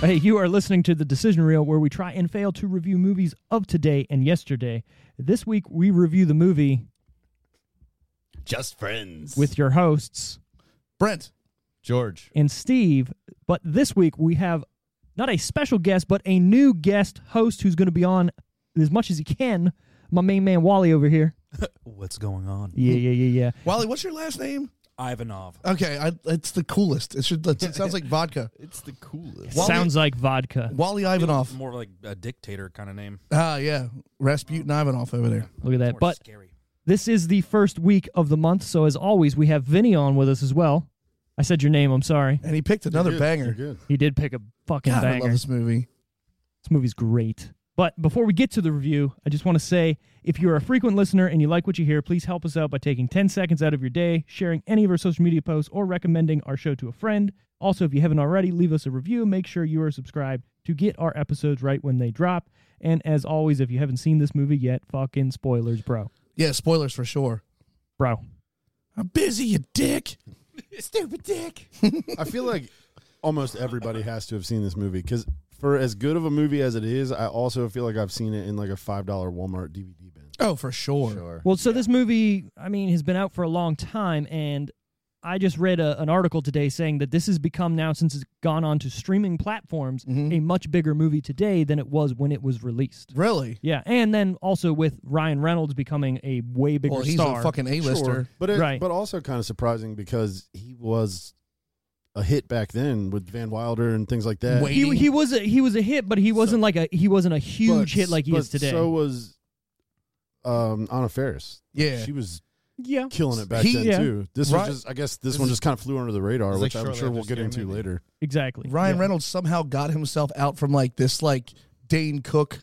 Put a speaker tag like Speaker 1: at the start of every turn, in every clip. Speaker 1: Hey, you are listening to the Decision Reel, where we try and fail to review movies of today and yesterday. This week, we review the movie
Speaker 2: Just friends
Speaker 1: with your hosts
Speaker 2: Brent, George.
Speaker 1: and Steve. But this week, we have not a special guest, but a new guest host who's going to be on as much as he can. My main man Wally over here.
Speaker 3: What's going on?
Speaker 1: Yeah, yeah, yeah, yeah.
Speaker 4: Wally, what's your last name?
Speaker 3: Ivanov.
Speaker 4: Okay, I, it's the coolest. It should. It sounds like vodka.
Speaker 2: It's the coolest.
Speaker 4: Wally-
Speaker 1: Sounds like vodka.
Speaker 4: Wally Ivanov.
Speaker 3: More like a dictator kind of name.
Speaker 4: Ah, yeah, Rasputin Ivanov over there.
Speaker 1: Look at that.
Speaker 3: More
Speaker 1: But
Speaker 3: scary.
Speaker 1: this is the first week of the month, so as always, we have Vinny on with us as well. I said your name. I'm sorry.
Speaker 4: And he picked another
Speaker 2: Good,
Speaker 4: banger.
Speaker 2: you're Good.
Speaker 1: He did pick a fucking
Speaker 4: God, I
Speaker 1: banger.
Speaker 4: love this movie.
Speaker 1: This movie's great. But before we get to the review, I just want to say if you're a frequent listener and you like what you hear, please help us out by taking 10 seconds out of your day, sharing any of our social media posts, or recommending our show to a friend. Also, if you haven't already, leave us a review. Make sure you are subscribed to get our episodes right when they drop. And as always, if you haven't seen this movie yet, fucking spoilers, bro.
Speaker 4: Yeah, spoilers for sure.
Speaker 1: Bro.
Speaker 4: I'm busy, you dick. Stupid dick.
Speaker 2: I feel like almost everybody has to have seen this movie because for as good of a movie as it is, I also feel like I've seen it in like a five dollar Walmart DVD bin.
Speaker 4: Oh, for sure.
Speaker 2: Sure.
Speaker 1: Well, so this movie, I mean, has been out for a long time, and I just read a, an article today saying that this has become now, since it's gone on to streaming platforms,
Speaker 4: Mm-hmm.
Speaker 1: a much bigger movie today than it was when it was released.
Speaker 4: Really?
Speaker 1: Yeah, and then also with Ryan Reynolds becoming a way bigger
Speaker 4: Well, he's
Speaker 1: star.
Speaker 4: a fucking A-lister.
Speaker 2: Sure. But it,
Speaker 1: Right.
Speaker 2: but also kind of surprising because he was a hit back then with Van Wilder and things like that.
Speaker 4: Wait.
Speaker 1: he, he was a, he was a hit, but he wasn't like a he wasn't a huge
Speaker 2: But-
Speaker 1: hit like he
Speaker 2: but
Speaker 1: is today.
Speaker 2: So was um, Anna Faris.
Speaker 4: Yeah.
Speaker 2: She was
Speaker 1: yeah,
Speaker 2: killing it back
Speaker 4: He-
Speaker 2: then
Speaker 1: yeah.
Speaker 2: too. This
Speaker 4: Right.
Speaker 2: was just I guess this,
Speaker 3: This
Speaker 2: one
Speaker 3: is-
Speaker 2: just kind of flew under the radar,
Speaker 3: It's like
Speaker 2: which I'm
Speaker 3: shortly
Speaker 2: sure
Speaker 3: after
Speaker 2: we'll get
Speaker 3: Scary
Speaker 2: into
Speaker 3: Movie.
Speaker 2: later.
Speaker 1: exactly.
Speaker 4: Ryan
Speaker 1: Yeah.
Speaker 4: Reynolds somehow got himself out from like this like Dane Cook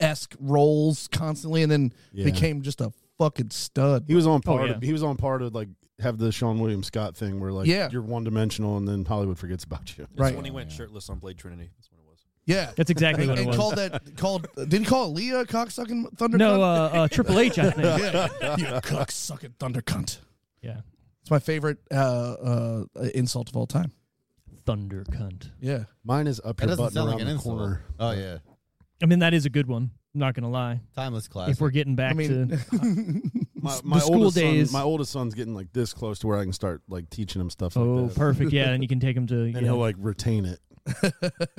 Speaker 4: esque roles constantly, and then
Speaker 2: Yeah.
Speaker 4: became just a fucking stud.
Speaker 2: He was on par.
Speaker 1: Oh, yeah.
Speaker 2: to, he was on par to like have the Sean William Scott thing where like
Speaker 4: Yeah.
Speaker 2: you're one dimensional and then Hollywood forgets about you.
Speaker 3: It's
Speaker 4: Right.
Speaker 3: when he went shirtless on Blade Trinity. That's what it was.
Speaker 4: Yeah.
Speaker 1: That's exactly
Speaker 4: and,
Speaker 1: what it
Speaker 4: and
Speaker 1: was.
Speaker 4: called that called did he call Leah cocksucking thunder?
Speaker 1: no,
Speaker 4: cunt?
Speaker 1: uh, uh, Triple H, I think.
Speaker 4: yeah, you cocksucking thunder cunt.
Speaker 1: Yeah,
Speaker 4: It's my favorite uh, uh, insult of all time.
Speaker 1: Thunder cunt.
Speaker 4: Yeah,
Speaker 2: Mine is up
Speaker 5: That
Speaker 2: your
Speaker 5: doesn't
Speaker 2: butt and
Speaker 5: sound
Speaker 2: around
Speaker 5: like an
Speaker 2: the
Speaker 5: insult.
Speaker 2: corner.
Speaker 5: Oh yeah,
Speaker 1: I mean, that is a good one. I'm not gonna lie.
Speaker 5: timeless
Speaker 1: If
Speaker 5: classic.
Speaker 1: we're getting back
Speaker 4: I mean,
Speaker 1: to
Speaker 2: My,
Speaker 1: the
Speaker 2: my
Speaker 1: school
Speaker 2: oldest
Speaker 1: days-
Speaker 2: Son, my oldest son's getting like this close to where I can start like teaching him stuff.
Speaker 1: Oh,
Speaker 2: like that.
Speaker 1: perfect. Yeah, and you can take him to
Speaker 2: And
Speaker 1: yeah.
Speaker 2: he'll like retain it.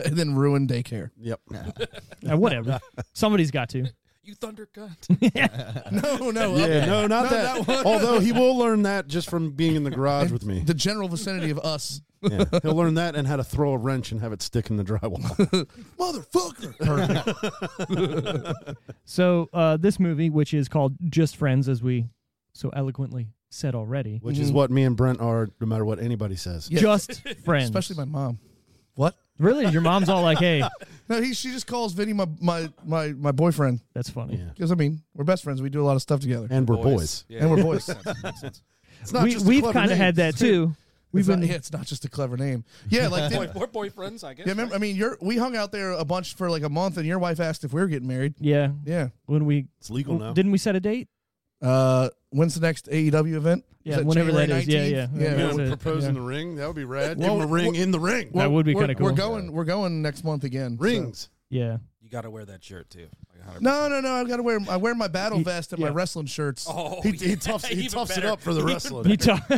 Speaker 4: and then ruin daycare.
Speaker 2: Yep.
Speaker 1: Uh, whatever. Somebody's got to.
Speaker 3: You thunder cunt.
Speaker 4: No, no,
Speaker 2: Yeah.
Speaker 4: okay.
Speaker 2: No, not that. Although he will learn that just from being in the garage with me.
Speaker 4: the general vicinity of us,
Speaker 2: Yeah. He'll learn that and how to throw a wrench and have it stick in the drywall.
Speaker 4: motherfucker.
Speaker 1: So uh, this movie, which is called Just Friends, as we so eloquently said already,
Speaker 2: which is what me and Brent are, no matter what anybody says.
Speaker 4: Yeah.
Speaker 1: just friends.
Speaker 4: Especially my mom. What?
Speaker 1: really, your mom's all like, "Hey,
Speaker 4: No, he she just calls Vinny my my my, my boyfriend
Speaker 1: that's funny."
Speaker 2: Yeah.
Speaker 4: because I mean we're best friends. We do a lot of stuff together,
Speaker 2: And we're boys.
Speaker 3: Yeah,
Speaker 4: and we're
Speaker 3: yeah.
Speaker 4: boys.
Speaker 3: Makes sense.
Speaker 2: It's not
Speaker 1: we
Speaker 2: just a
Speaker 1: we've
Speaker 2: clever
Speaker 1: kind of
Speaker 2: name.
Speaker 1: had that too. We've
Speaker 4: it's
Speaker 1: been
Speaker 4: not, yeah, it's not just a clever name. Yeah, like
Speaker 3: Boy,
Speaker 4: did,
Speaker 3: we're boyfriends, I guess.
Speaker 4: yeah, remember, I mean, you're we hung out there a bunch for like a month, and your wife asked if we were getting married.
Speaker 1: yeah
Speaker 4: Yeah.
Speaker 1: when we
Speaker 2: It's legal now.
Speaker 1: didn't we set a date?
Speaker 4: Uh, when's the next AEW event? Is
Speaker 1: Yeah,
Speaker 4: that
Speaker 1: whenever
Speaker 4: January
Speaker 1: that is.
Speaker 4: 19th?
Speaker 1: Yeah, yeah.
Speaker 2: You
Speaker 1: Yeah.
Speaker 2: know,
Speaker 1: That's it.
Speaker 2: propose in
Speaker 1: Yeah.
Speaker 2: the ring. That would be rad.
Speaker 4: Well,
Speaker 2: Give him a ring
Speaker 4: well,
Speaker 2: in the ring.
Speaker 1: That would be
Speaker 4: We're-
Speaker 1: kinda cool.
Speaker 4: We're going. We're going next month again. so-
Speaker 2: Rings.
Speaker 1: Yeah,
Speaker 3: You got to wear that shirt too. Like 100%.
Speaker 4: No, no, no. I've got to wear. I wear my battle
Speaker 1: He-
Speaker 4: vest and
Speaker 1: yeah.
Speaker 4: my wrestling shirts.
Speaker 3: Oh,
Speaker 2: He, he
Speaker 3: yeah,
Speaker 2: toughs, he
Speaker 3: even
Speaker 2: toughs it
Speaker 3: better.
Speaker 2: up for the
Speaker 3: Even
Speaker 2: wrestling.
Speaker 1: you talk-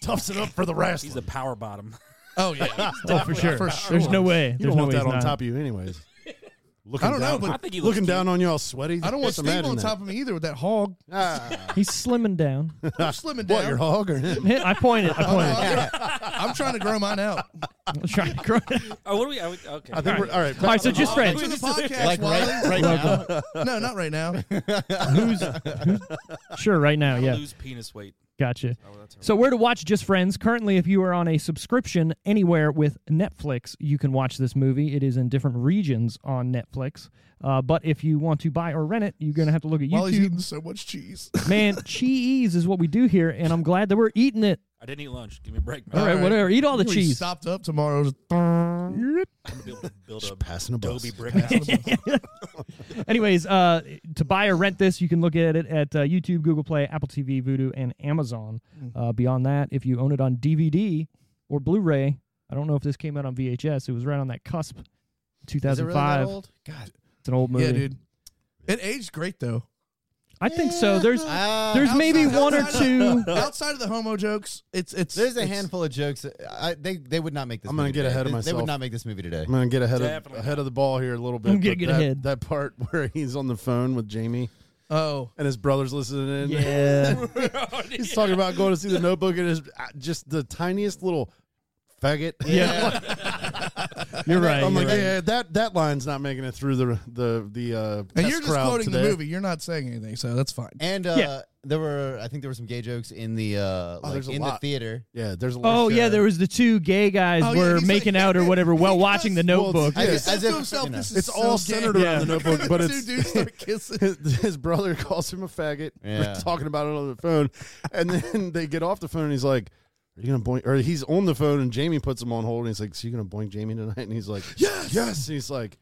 Speaker 2: toughs it up for the
Speaker 3: He's
Speaker 2: wrestling.
Speaker 3: a power bottom.
Speaker 4: Oh yeah.
Speaker 1: oh, for sure.
Speaker 4: For sure.
Speaker 1: There's no way.
Speaker 2: you
Speaker 1: There's
Speaker 2: don't
Speaker 1: no
Speaker 2: want
Speaker 1: way
Speaker 2: that
Speaker 1: he's
Speaker 2: on
Speaker 1: not.
Speaker 2: top of you, anyways. Looking
Speaker 4: I don't know,
Speaker 2: down,
Speaker 4: but-
Speaker 3: I think he looks
Speaker 2: looking down on you all sweaty.
Speaker 4: I don't want Steve on top of me either with that hog.
Speaker 2: Ah,
Speaker 1: He's slimming down.
Speaker 4: I'm slimming
Speaker 2: what,
Speaker 4: down.
Speaker 2: your hog or him?
Speaker 1: I pointed. I
Speaker 4: Oh, no,
Speaker 1: pointed.
Speaker 4: I'm, gonna- I'm trying to grow mine out.
Speaker 1: I'm trying to grow.
Speaker 3: Oh, what are we? Are we okay.
Speaker 2: I think we're all right.
Speaker 1: All right, so just
Speaker 3: Oh,
Speaker 1: friends.
Speaker 4: To the podcast,
Speaker 5: like right,
Speaker 4: Wiley.
Speaker 5: right now.
Speaker 4: No, not right now.
Speaker 1: Who's, who's sure right now?
Speaker 3: I'll
Speaker 1: Yeah.
Speaker 3: lose penis weight.
Speaker 1: Gotcha.
Speaker 3: Oh, that's her.
Speaker 1: So, where to watch Just Friends? Currently, if you are on a subscription anywhere with Netflix, you can watch this movie. It is in different regions on Netflix. Uh, but if you want to buy or rent it, you're going to have to look at
Speaker 4: While he's
Speaker 1: YouTube.
Speaker 4: eating so much cheese.
Speaker 1: Man, cheese is what we do here, and I'm glad that we're eating it.
Speaker 3: I didn't eat lunch. Give me a break, man.
Speaker 1: All right,
Speaker 4: All right.
Speaker 1: whatever. Eat all the
Speaker 4: Really
Speaker 1: cheese. Mm-hmm.
Speaker 4: Stopped up tomorrow.
Speaker 3: I'm gonna be able to build a
Speaker 2: passing a bus.
Speaker 3: Adobe brick house.
Speaker 1: Anyways, uh, to buy or rent this, you can look at it at uh, YouTube, Google Play, Apple TV, Vudu, and Amazon.
Speaker 4: Mm.
Speaker 1: Uh, beyond that, if you own it on DVD or Blu-ray, I don't know if this came out on VHS. It was right on that cusp, 2005.
Speaker 4: God.
Speaker 1: It's an old movie.
Speaker 4: Yeah, dude. It aged great though.
Speaker 1: I think so. There's
Speaker 5: Uh,
Speaker 1: there's
Speaker 4: outside-
Speaker 1: maybe one or
Speaker 4: outside
Speaker 1: two.
Speaker 4: Outside of the homo jokes, it's it's
Speaker 5: There's a
Speaker 4: it's-
Speaker 5: handful of jokes. that- I, they they would not make this.
Speaker 2: I'm gonna
Speaker 5: movie
Speaker 2: get
Speaker 5: today.
Speaker 2: ahead of
Speaker 5: They- They
Speaker 2: myself.
Speaker 5: would not make this movie today.
Speaker 2: I'm gonna get ahead
Speaker 3: Definitely
Speaker 2: of ahead of the ball here a little bit.
Speaker 1: I'm gonna
Speaker 2: but
Speaker 1: get
Speaker 2: that,
Speaker 1: ahead.
Speaker 2: That part where he's on the phone with Jamie
Speaker 4: Oh,
Speaker 2: and his brother's listening in.
Speaker 1: Yeah.
Speaker 2: He's talking about going to see the Notebook and his uh, just the tiniest little faggot.
Speaker 1: yeah. you're
Speaker 4: Oh
Speaker 1: right.
Speaker 2: I'm
Speaker 1: you're
Speaker 2: like,
Speaker 1: right.
Speaker 2: yeah, that that line's not making it through the the the. Uh,
Speaker 4: and
Speaker 2: test
Speaker 4: you're just
Speaker 2: crowd
Speaker 4: quoting
Speaker 2: today.
Speaker 4: the movie. You're not saying anything, so that's fine.
Speaker 5: And uh,
Speaker 1: Yeah.
Speaker 5: there were, I think there were some gay jokes in the uh, like
Speaker 2: Oh, there's a
Speaker 5: in
Speaker 2: lot.
Speaker 5: the theater.
Speaker 2: Yeah, there's a lot.
Speaker 1: Oh
Speaker 2: of
Speaker 1: yeah,
Speaker 2: shit.
Speaker 1: there was the two gay guys
Speaker 4: Oh, yeah,
Speaker 1: were
Speaker 4: he's
Speaker 1: making
Speaker 4: like-
Speaker 1: out or whatever while
Speaker 4: He
Speaker 1: watching the
Speaker 4: does-
Speaker 2: Well,
Speaker 1: Notebook.
Speaker 5: I-
Speaker 4: He
Speaker 5: as
Speaker 4: says
Speaker 5: if,
Speaker 4: to himself,
Speaker 5: you know,
Speaker 4: "This is
Speaker 2: It's
Speaker 4: so
Speaker 2: all
Speaker 4: gay."
Speaker 2: centered around the Notebook, but
Speaker 4: Two
Speaker 2: it's-
Speaker 4: dudes start kissing.
Speaker 2: his, his brother calls him a faggot.
Speaker 5: Yeah.
Speaker 2: We're talking about it on the phone, and then they get off the phone, and he's like, "Are you gonna boink?" Or he's on the phone, and Jamie puts him on hold, and he's like, "So you gonna boink Jamie tonight?" And he's like, "Yes, yes." And he's like,